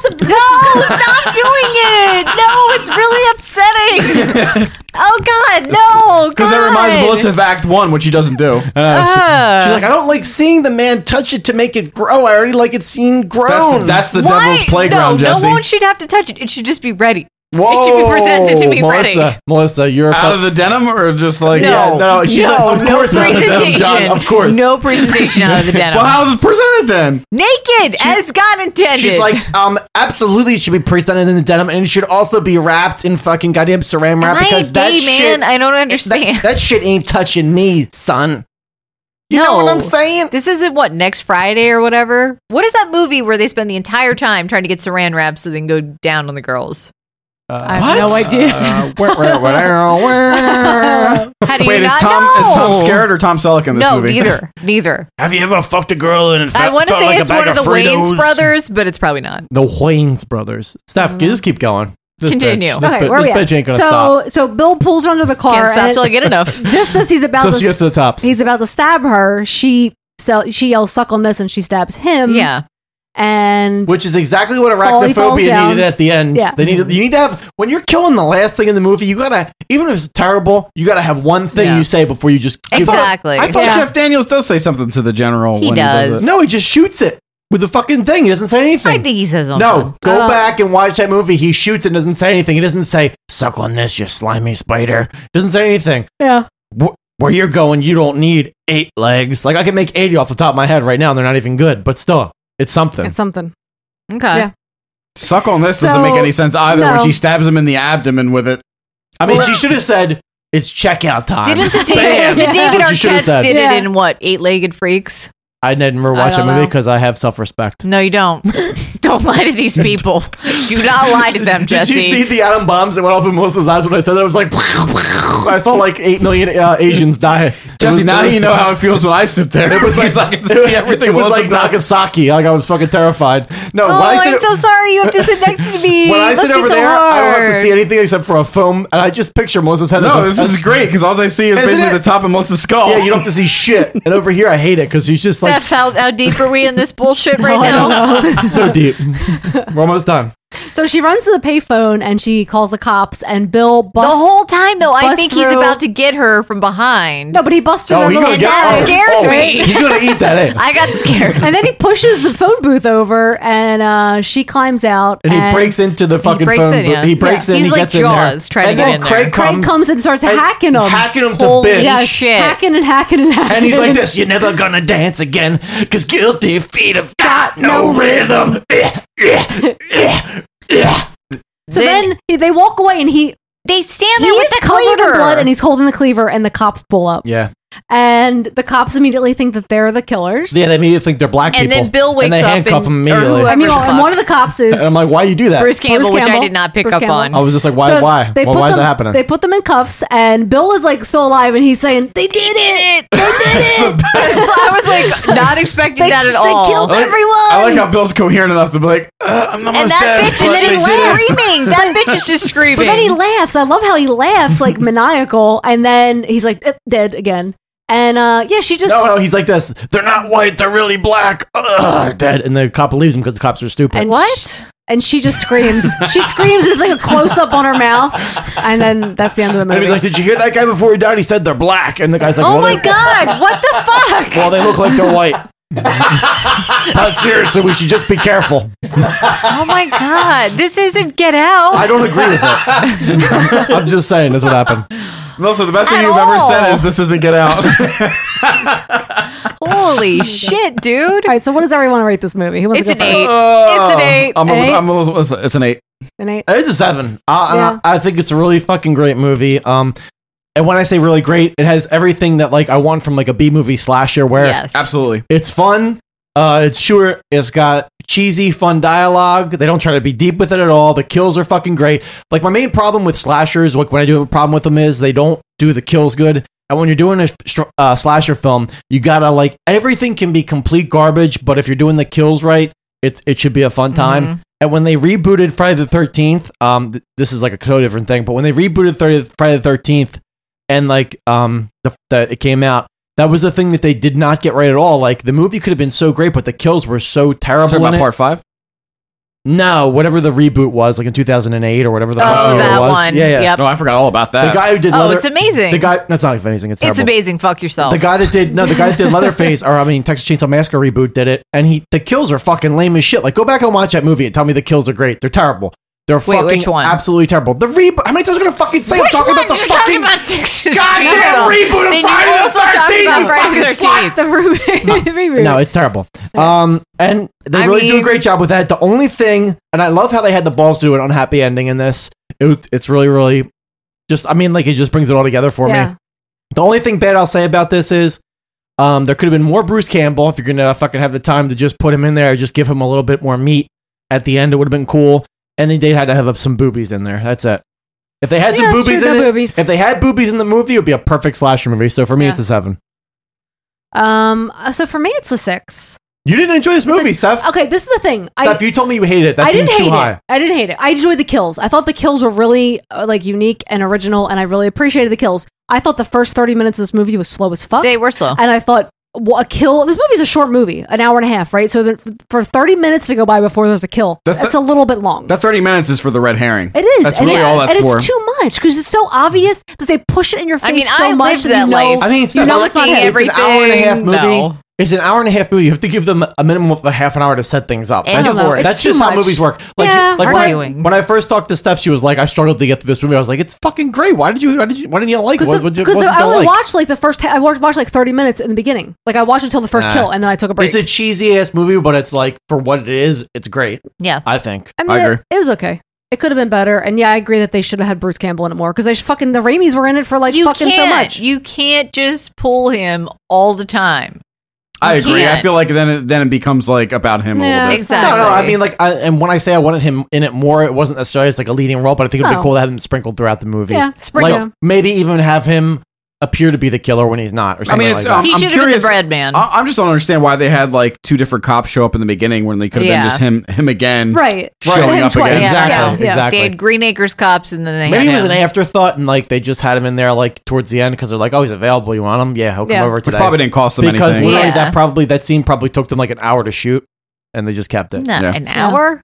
B: the
E: <laughs>
H: no, stop doing it. No, it's really
K: <laughs>
H: upsetting. oh God, no.
K: Because that reminds
H: God.
K: Melissa of Act One, which she doesn't do.
H: Uh.
E: She's like, I don't like seeing the man touch it to make it grow. I already like it seen grown.
K: that's the
H: Uh, Why?
K: devil's playground,
H: no,
K: Jesse.
H: No one should have to touch it. It should just be ready. It should be presented to
E: Whoa,
H: be
E: Melissa,
H: ready.
E: Melissa, you're a
K: out
E: fuck-
K: of the denim or just like
E: No.
K: yeah, no, she's
E: No,
K: like, of
E: no
K: course, out of the denim, John,
H: presentation.
K: of course,
H: No
K: <laughs>
H: presentation out of the denim.
K: well, how is it presented then?
H: Naked, as God intended.
E: She's like, um, absolutely, it should be presented in the denim, and it should also be wrapped in fucking goddamn saran wrap
H: I'm
E: because
H: a
E: that
H: gay
E: shit,
H: man. I don't understand.
E: that shit ain't touching me, son.
H: You
E: know what I'm
H: <laughs>
E: saying?
H: <laughs> This isn't what next Friday or whatever. What is that movie where they spend the entire time trying to get saran wrap so they can go down on the girls?
B: I have
E: Uh,
B: no idea.
H: How do you
K: Wait, is
H: not
K: Tom
H: know?
K: is Tom Scared or Tom Selleck in this
H: no,
K: movie?
H: neither, neither.
E: Have you ever fucked a girl and
H: I want to say it's one of the Wayne's brothers, but it's probably not.
E: The Wayne's brothers. Steph, just keep going. This
H: Mm-hmm. Continue.
E: Bitch,
B: <laughs>
E: this
B: okay,
E: bi-
B: where are
E: this
B: we at?
E: bitch ain't gonna
B: so,
E: stop.
B: so Bill pulls her under the car.
H: Can't stop
B: and-
H: till I get <laughs> enough.
B: <laughs> Just as he's about
E: Till
B: to,
E: she gets to the tops.
B: he's about to stab her. She sell, she yells "suck on this" and she stabs him.
E: Yeah.
B: and
E: Which is exactly what
B: Fall- he falls
E: arachnophobia
B: down.
E: needed at the end.
B: Yeah.
E: They needed, you need to have when you're killing the last thing in the movie, you gotta even if it's terrible, you gotta have one thing
K: Yeah.
E: you say before you just give up.
K: I thought, I thought <laughs> Jeff Daniels does say something to the general.
E: He
K: when He
E: does.
K: does it.
E: No, he just shoots it with the fucking thing. He doesn't say anything. I
H: think he says
E: No, go
B: Uh-huh.
E: back and watch that movie. He shoots and doesn't say anything. He doesn't say "suck on this, you slimy spider." Doesn't say anything.
B: Yeah.
E: Wh- Where you're going, you don't need eight legs. Like I can make eighty off the top of my head right now, and they're not even good. But still, it's something.
B: it's
H: <laughs>
B: something.
H: Okay.
B: Yeah.
K: Suck on this doesn't make
B: So,
K: any sense either.
B: no.
K: When she stabs him in the abdomen with it.
E: I mean, she should have said it's checkout time.
H: Didn't the
E: Bam!
H: David, the
E: That's
H: David
E: what she should have
H: Arquettes
E: said.
H: did it in what Eight Legged Freaks?
E: I never
H: I
E: watched that
H: don't
E: movie
H: know.
E: because I have self-respect.
H: No, you don't. don't lie to these people. Do not lie to
E: <laughs>
H: them,
E: Did
H: Jesse.
E: you see the atom bombs that went off in Melissa's eyes when I said that? I was like, <laughs> I saw like eight million uh, Asians die.
K: Jesse, now you know how <laughs> it feels when I sit there.
E: It was like
K: It's like
E: <laughs>
K: I
E: it
K: can see everything
E: was
K: Melissa
E: like
K: does.
E: Nagasaki. Like I was fucking terrified. No,
H: oh,
E: when I
H: I'm
E: sit,
H: so sorry. You have to sit next to
E: <laughs>
H: me.
E: when I
H: Must
E: sit
H: be
E: over
H: so
E: there, I don't have to
H: hard.
E: see anything except for a film, and I just picture Melissa's head.
K: No, this <laughs> is great because all I see is basically the top of Melissa's skull.
E: Yeah, you don't have to see shit. And over here, I hate it because she's just like
H: Steph, how, how deep are we in this bullshit right
B: I
H: now?
B: don't know.
E: so
H: <laughs>
E: deep. We're almost done.
B: <laughs> So she runs to the payphone and she calls the cops. And Bill
H: The
B: busts
H: whole time, though, I
B: bust
H: think he's
B: through-
H: about to get her from behind.
B: No, but he busts her.
H: Oh, he
B: little
H: gonna get- That oh, scares oh, me. he gonna eat
B: <laughs>
H: that ass. I got scared.
B: And then he pushes the phone booth over, and uh, she climbs out.
E: And he breaks into the fucking
B: breaks
E: phone.
B: in,
E: booth.
B: yeah.
E: He breaks
B: Yeah.
E: in.
B: He's
E: he
B: like
E: gets in there.
B: Jaws, trying to
E: And
B: get
E: then
B: in there.
E: Craig
B: Craig
E: comes.
B: comes and starts hacking him.
E: hacking him to
B: Holy
E: bits.
B: yes,
E: Shit.
B: Hacking and hacking and hacking.
E: And he's like this, you're never gonna dance again, cause guilty feet have got no rhythm. <laughs>
B: So then, he- they walk away, and he
H: they stand
B: he
H: there with
B: is
H: the
B: covered in
H: cleaver. <laughs>
B: blood, and he's holding the cleaver, and the cops pull up.
E: Yeah.
B: and the cops immediately think that they're the killers.
E: Yeah, they immediately think they're black
B: And
E: people.
B: then Bill
E: and they
B: wakes up and-
E: handcuff him
B: or
E: immediately.
B: whoever the And one of the cops is
E: And I'm like, why you do that?
B: Bruce Campbell, Bruce which I Campbell. did not pick Bruce up Campbell. on.
E: I was just like, why?
B: So
E: why?
B: They
E: why
B: put
E: why is
B: them-
E: that happening?
B: They put them in cuffs, and Bill is like still alive, and he's saying they did it. They
E: <laughs>
B: did it.
S: So I was like, not expecting
B: They-
S: that at
B: they
S: all.
B: killed
K: I like-
B: everyone.
K: I like how Bill's coherent enough to be like, "Uh, I'm not
S: And that
K: dead,
S: bitch
K: but
S: is
K: they
S: just
K: did it."
S: screaming. That bitch is just
B: But
S: screaming.
B: then he laughs. I love how he
S: <laughs>
B: laughs like maniacal, and then he's like "Eh, dead again. And uh, yeah, she just
E: no, no, he's like this. They're not white. They're really black. Ugh, dead. And the cop believes him because the cops are stupid.
B: and what? And she just screams. she screams. It's like a close up on her mouth, and then that's the end of the
E: And
B: movie.
E: he's like, did you hear that guy before he died? He said they're black. And the guy's like,
B: oh
E: well,
B: my
E: they-
B: god, what
E: <laughs>
B: the fuck?
E: Well, they look like they're white. but seriously, we should just be careful.
S: oh my
B: <laughs>
S: god, this isn't Get Out.
E: I don't agree with it. I'm just saying that's what happened.
K: No, so the best
S: At
K: thing you've ever said
S: all.
K: is this isn't Get Out. <laughs>
B: <laughs>
S: Holy shit, dude! All
B: right, so what does everyone rate this movie? Who wants
S: It's
B: to go
S: an
B: first?
S: eight. It's an eight.
K: Oh. I'm a,
B: Eight?
K: I'm a, listen, it's an eight.
B: An eight.
E: It's a seven. I,
B: Yeah.
E: I, I think it's a really fucking great movie. Um, and when I say really great, it has everything that like I want from like a B movie slasher. Where
K: Yes. Absolutely.
E: it's fun. Uh, it's sure it's got cheesy, fun dialogue. They don't try to be deep with it at all. The kills are fucking great. Like my main problem with slashers, like when I do have a problem with them is they don't do the kills good. And when you're doing a str- uh, slasher film, you gotta like everything can be complete garbage, but if you're doing the kills right, it's it should be a fun time.
K: Mhm.
E: And when they rebooted Friday the Thirteenth, um, th- this is like a totally different thing. But when they rebooted 30th, Friday the Thirteenth, and like um, the, the it came out, that was the thing that they did not get right at all. Like the movie could have been so great, but the kills were so terrible.
K: Talking
E: in
K: about
E: it.
K: part five?
E: No, whatever the reboot was, like in 2008 or whatever the
S: Oh,
E: fuck year
S: that
E: it was.
S: one.
E: Yeah, yeah.
S: Yep.
K: No, I forgot all about that.
E: The guy who did
S: Oh,
E: Leather-
S: it's amazing.
E: The guy, that's not amazing. It's terrible.
S: It's amazing. Fuck yourself.
E: The guy that did no, the guy that did Leatherface, or I mean Texas Chainsaw Massacre reboot, did it, and he the kills are fucking lame as shit. Like, go back and watch that movie and tell me the kills are great. They're terrible. They're
S: Wait,
E: fucking
S: which one?
E: absolutely terrible. The reboot. How many times am I gonna fucking say I'm
S: Which
E: talking
S: one?
E: about the
S: You're
E: fucking
S: talking about <laughs> Texas
E: goddamn
S: Chainsaw.
E: reboot
S: Then
E: of
S: you
E: Friday
S: also talked about Friday
E: the
S: the
E: Thirteenth?
B: The <laughs> reboot.
E: No, it's terrible. Um, and they
B: I
E: really do a
B: mean-
E: great job with that. The only thing, and I love how they had the balls to do an unhappy ending in this. It was, it's really, really just. I mean, like it just brings it all together for
B: Yeah.
E: me. The only thing bad I'll say about this is, um, there could have been more Bruce Campbell if you're gonna fucking have the time to just put him in there, just give him a little bit more meat at the end. It would have been cool. And then they had to have some boobies in there. That's it. If they
B: Yeah,
E: had some
B: that's
E: boobies
B: true,
E: in
B: no
E: it,
B: boobies.
E: if they had boobies in the movie, it would be a perfect slasher movie. So for me,
B: Yeah.
E: it's a seven.
B: Um. uh, So for me, it's a six.
E: You didn't enjoy this movie, Steph.
B: Okay, this is the thing.
E: Steph, you told me you hated it. That
B: I
E: seems
B: didn't hate
E: too high.
B: it. I didn't hate it. I enjoyed the kills. I thought the kills were really uh, like unique and original, and I really appreciated the kills. I thought the first thirty minutes of this movie was slow as fuck.
S: They were slow.
B: and I thought wha- a kill. This movie's a short movie, an hour and a half, right? So the, for thirty minutes to go by before there's a kill,
K: That's-
B: that's, a little bit long.
K: That 30 minutes is for the red herring.
B: It is.
K: That's
B: and
K: really
B: it's,
K: all that's
B: and
K: for.
B: it's too much because it's so obvious that they push it in your face
S: I mean,
B: so
S: I
B: much
S: lived
B: that,
S: that
B: you know.
S: life. I mean,
E: it's not
B: know
S: looking
B: it's not it.
S: every-
E: It's an hour and a half
S: Everything,
E: movie.
S: no.
E: It's an hour and a half movie. You have to give them a minimum of a half an hour to set things up.
S: I
E: That's-
S: don't know. It's
E: That's
S: too
E: just how
S: much.
E: movies work. Like,
S: Yeah,
E: like when, I,
S: arguing.
E: when I first talked to Steph, she was like, "I struggled to get through this movie." I was like, "It's fucking great. Why did you? Why did you? Why didn't you like? it?
B: Because
E: What,
B: the-
E: what, did-
B: 'cause
E: what
B: the-
E: did
B: I
E: you
B: only
E: like?"
B: watched like the first. ha- I watched, watched like thirty minutes in the beginning. Like I watched until the first
E: Nah.
B: kill, and then I took a break.
E: It's a cheesy ass movie, but it's like for what it is, it's great.
S: Yeah,
E: I think.
B: I mean, It, it was okay. It could have been better, and yeah, I agree that they should have had Bruce Campbell in it more because they sh- fucking the Raimis were in it for like
S: you
B: fucking
S: can't.
B: so much.
S: You can't just pull him all the time.
K: I
S: You
K: agree. I
S: can't.
K: feel like then it, then it becomes like about him a little bit.
S: exactly.
E: No, no. I mean, like, I, and when I say I wanted him in it more, it wasn't necessarily as like a leading role, but I think it'd
B: No.
E: be cool to have him sprinkled throughout the movie.
B: Yeah, sprinkle
E: Like,
B: him.
E: maybe even have him appear to be the killer when he's not, or something like that.
K: um, I'm curious- I, am just don't understand why they had like two different cops show up in the beginning when they could have
S: Yeah.
K: been just him him again,
B: Right.
K: Showing
E: Right. Him
K: up again,
E: twice. Exactly, exactly.
S: They had Green Acres cops, and then they
E: Maybe
S: had
E: it was
S: him.
E: an afterthought, and like they just had him in there like towards the end because they're like, "Oh, he's available. You want him? Yeah, he'll come
S: Yeah.
E: over
K: Which
E: today."
K: probably didn't cost them
E: because
K: anything.
E: literally
S: Yeah.
E: that probably that scene probably took them like an hour to shoot, and they just kept it.
S: No, an hour,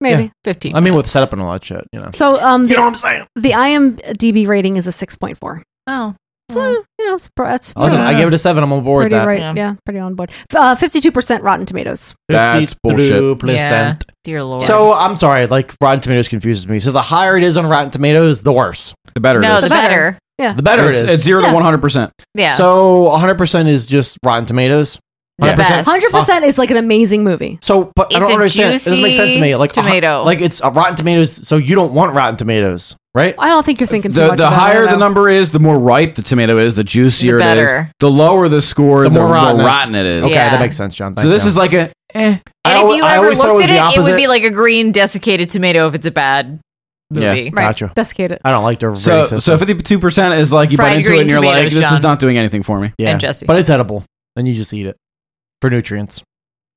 B: Maybe.
S: fifteen.
E: I mean, with setup and all that shit, you know.
B: So, um,
E: you know what I'm saying?
B: The IMDb rating is a six point four.
S: Oh,
B: so you know, it's, pr- that's
E: Listen, I gave it a seven. I'm on board with
B: pretty
E: that.
B: right. Yeah. pretty on board. Fifty two percent Rotten Tomatoes.
K: That's bullshit.
E: 52%.
S: Yeah, dear lord.
E: So I'm sorry, like Rotten Tomatoes confuses me. So the higher it is on Rotten Tomatoes, the worse.
K: The better
S: no, the better.
B: Yeah,
E: The better it
K: It's-
E: is.
K: it's zero to Yeah. 100%.
S: Yeah.
E: So 100% is just Rotten Tomatoes.
S: The best.
B: 100% is like an amazing movie.
E: So, but I
B: It's
E: don't
B: a
E: understand. It doesn't make sense to me. Like
B: juicy
E: a hu-
B: tomato.
E: like it's a Rotten Tomatoes. So you don't want Rotten Tomatoes, right?
B: I don't think you're thinking too
E: The-
B: much
E: the
B: about it.
I: higher
B: I
I: the
B: don't know.
I: number is, the more ripe the tomato is, the juicier
B: The
I: it is.
B: better.
I: The lower the score, the,
E: more
I: more rotten,
E: rotten
I: it
E: it-
I: is.
E: Okay, that Yeah. makes sense, John.
I: So
E: Thank
I: this
E: you.
I: is like a eh.
H: And
I: al-
H: if you
I: I
H: ever
I: always thought it
H: looked
I: was the
H: at it, it would
I: opposite.
H: be like a green desiccated tomato if it's a bad movie.
I: Yeah, Right. gotcha.
B: Desiccated.
E: I don't like their
I: So,
E: racist.
I: so fifty-two percent is like you
H: Fried
I: bite into it
H: green
I: and you're like,
H: tomatoes,
I: "This
H: John.
I: is not doing anything for me."
E: yeah,
H: and Jesse.
E: but it's edible, and you just eat it for nutrients.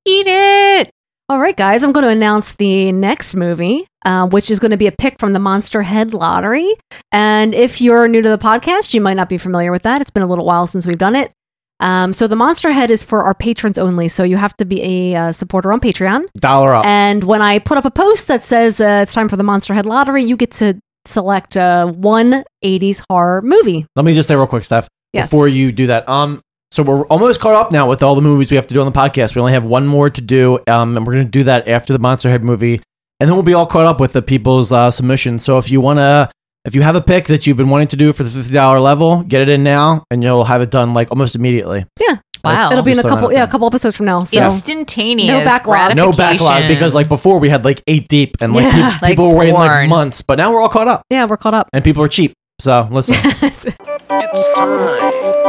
B: Eat it. All right, guys, I'm going to announce the next movie, uh, which is going to be a pick from the Monster Head Lottery. And if you're new to the podcast, you might not be familiar with that. It's been a little while since we've done it. Um, so the Monster Head is for our patrons only. So you have to be a uh, supporter on Patreon.
E: Dollar up.
B: And when I put up a post that says uh, it's time for the Monster Head Lottery, you get to select uh, one 80s horror movie.
E: Let me just say real quick, Steph,
B: Yes.
E: before you do that. Um, so we're almost caught up now with all the movies we have to do on the podcast. We only have one more to do, um, and we're going to do that after the Monster Head movie, and then we'll be all caught up with the people's uh, submissions. So if you want to, if you have a pick that you've been wanting to do for the fifty dollar level, get it in now, and you'll have it done like almost immediately.
B: Yeah.
E: Wow.
B: It'll be in a
E: Just throwing
B: couple,
E: it
B: yeah, a couple episodes from now. So.
H: Instantaneous.
B: No backlog.
E: No backlog
B: gratification.
E: because like before we had like eight deep, and like,
B: Yeah.
E: peop- people
B: Like
E: were waiting
B: porn.
E: like months, but now we're all caught up,
B: Yeah, we're caught up. <laughs>
E: and people are cheap. So listen,
D: It's time.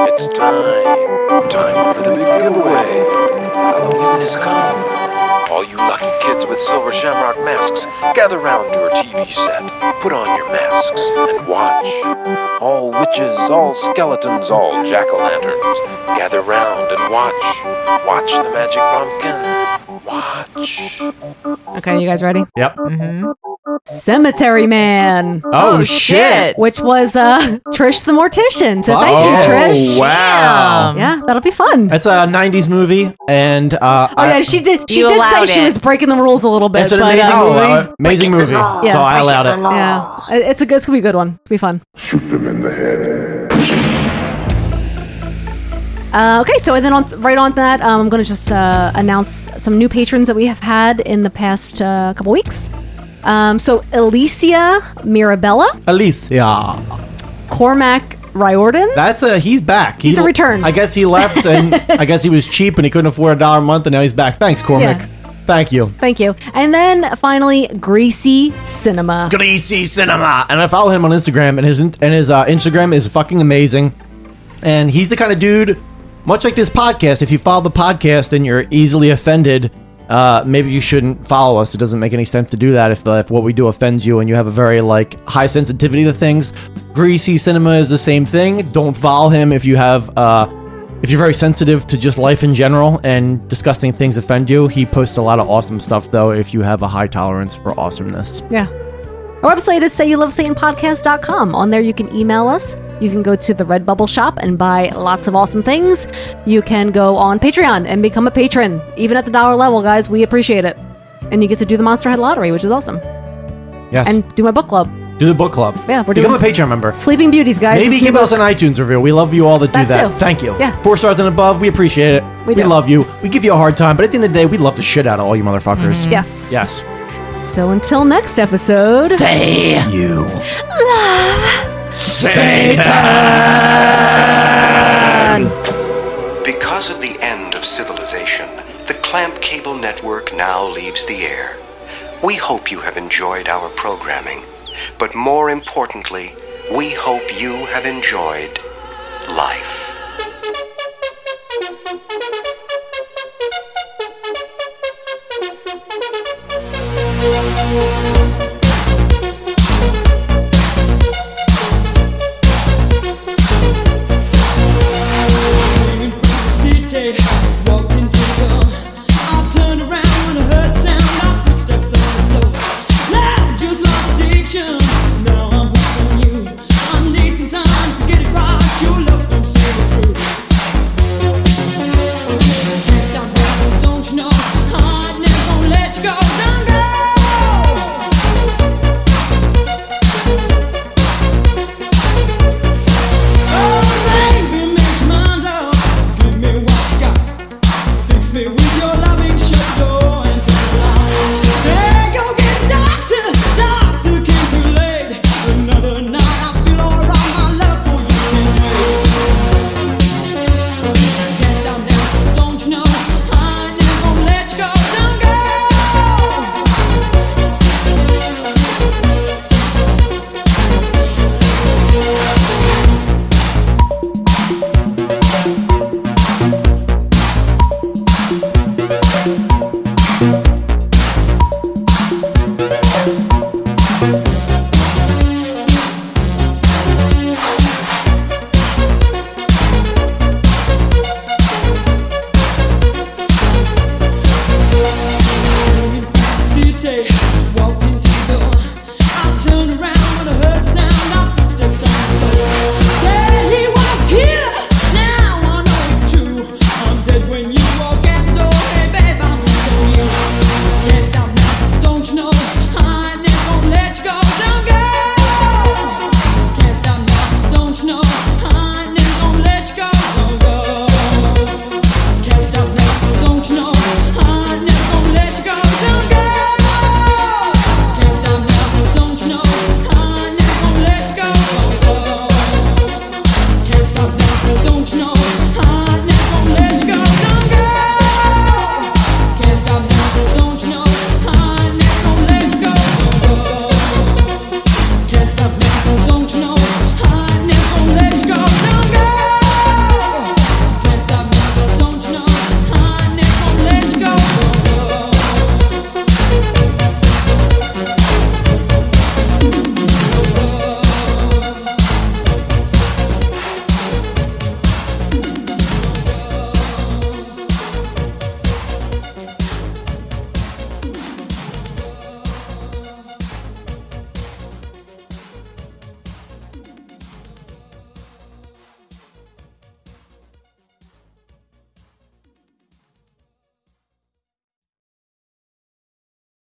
D: It's time. Time for the big giveaway. Halloween has come. All you lucky kids with silver shamrock masks, gather round your TV set, put on your masks, and watch. All witches, all skeletons, all jack o' lanterns, gather round and watch. Watch the magic pumpkin. Watch.
B: Okay, you guys ready?
E: Yep.
B: Cemetery Man.
D: Oh, Oh, shit. shit.
B: Which was uh, Trish the Mortician. So thank you, Trish.
E: Oh, wow.
B: Yeah, that'll be fun.
E: It's a '90s movie, and uh,
B: Oh
E: I-
B: yeah, she did. She
S: You
B: did say
S: allowed
B: she
S: it.
B: was breaking the rules a little bit.
E: It's an
B: but,
E: amazing
B: uh,
E: movie. amazing movie.
B: Yeah.
E: So I allowed it.
B: Yeah, It- it's a good. It's gonna be a good one. It's gonna be fun.
G: Shoot them in the head.
B: Uh, okay, so and then on, right on that, um, I'm going to just uh, announce some new patrons that we have had in the past uh, couple weeks. Um, so Alicia Mirabella,
E: Elise, yeah.
B: Cormac Riordan.
E: That's a he's back.
B: He's a return.
E: I guess he left, and
B: <laughs>
E: I guess he was cheap, and he couldn't afford a dollar a month, and now he's back. Thanks, Cormac. Thank you.
B: Thank you. And then finally, Greasy Cinema.
E: Greasy Cinema, and I follow him on Instagram, and his and his uh, Instagram is fucking amazing. And he's the kind of dude, much like this podcast. If you follow the podcast and you're easily offended, uh, maybe you shouldn't follow us. It doesn't make any sense to do that if uh, if what we do offends you and you have a very like high sensitivity to things. Greasy Cinema is the same thing. Don't follow him if you have. Uh, if you're very sensitive to just life in general and disgusting things offend you, he posts a lot of awesome stuff though if you have a high tolerance for awesomeness.
B: Yeah. Our website is sayyoulovesatanpodcast.com. On there, you can email us. You can go to the Redbubble shop and buy lots of awesome things. You can go on Patreon and become a patron. Even at the dollar level, guys, we appreciate it. And you get to do the Monster Head Lottery, which is awesome.
E: Yes.
B: And do my book club.
E: Do the book club.
B: Yeah, we're
E: Become
B: doing-
E: a Patreon member.
B: Sleeping Beauties, guys.
E: Maybe
B: It's new
E: give us
B: book.
E: an iTunes review. We love you all that do
B: That
E: that.
B: too.
E: Thank you.
B: Yeah.
E: Four stars and above. We appreciate it.
B: We
E: we
B: do.
E: love you. We give you a hard time, but at the end of the day, we love the shit out of all you motherfuckers.
B: Mhm. Yes.
E: Yes.
B: So until next episode.
E: you.
Y: Because of the end of civilization, the Clamp Cable Network now leaves the air. We hope you have enjoyed our programming, but more importantly, we hope you have enjoyed life.
H: Oh,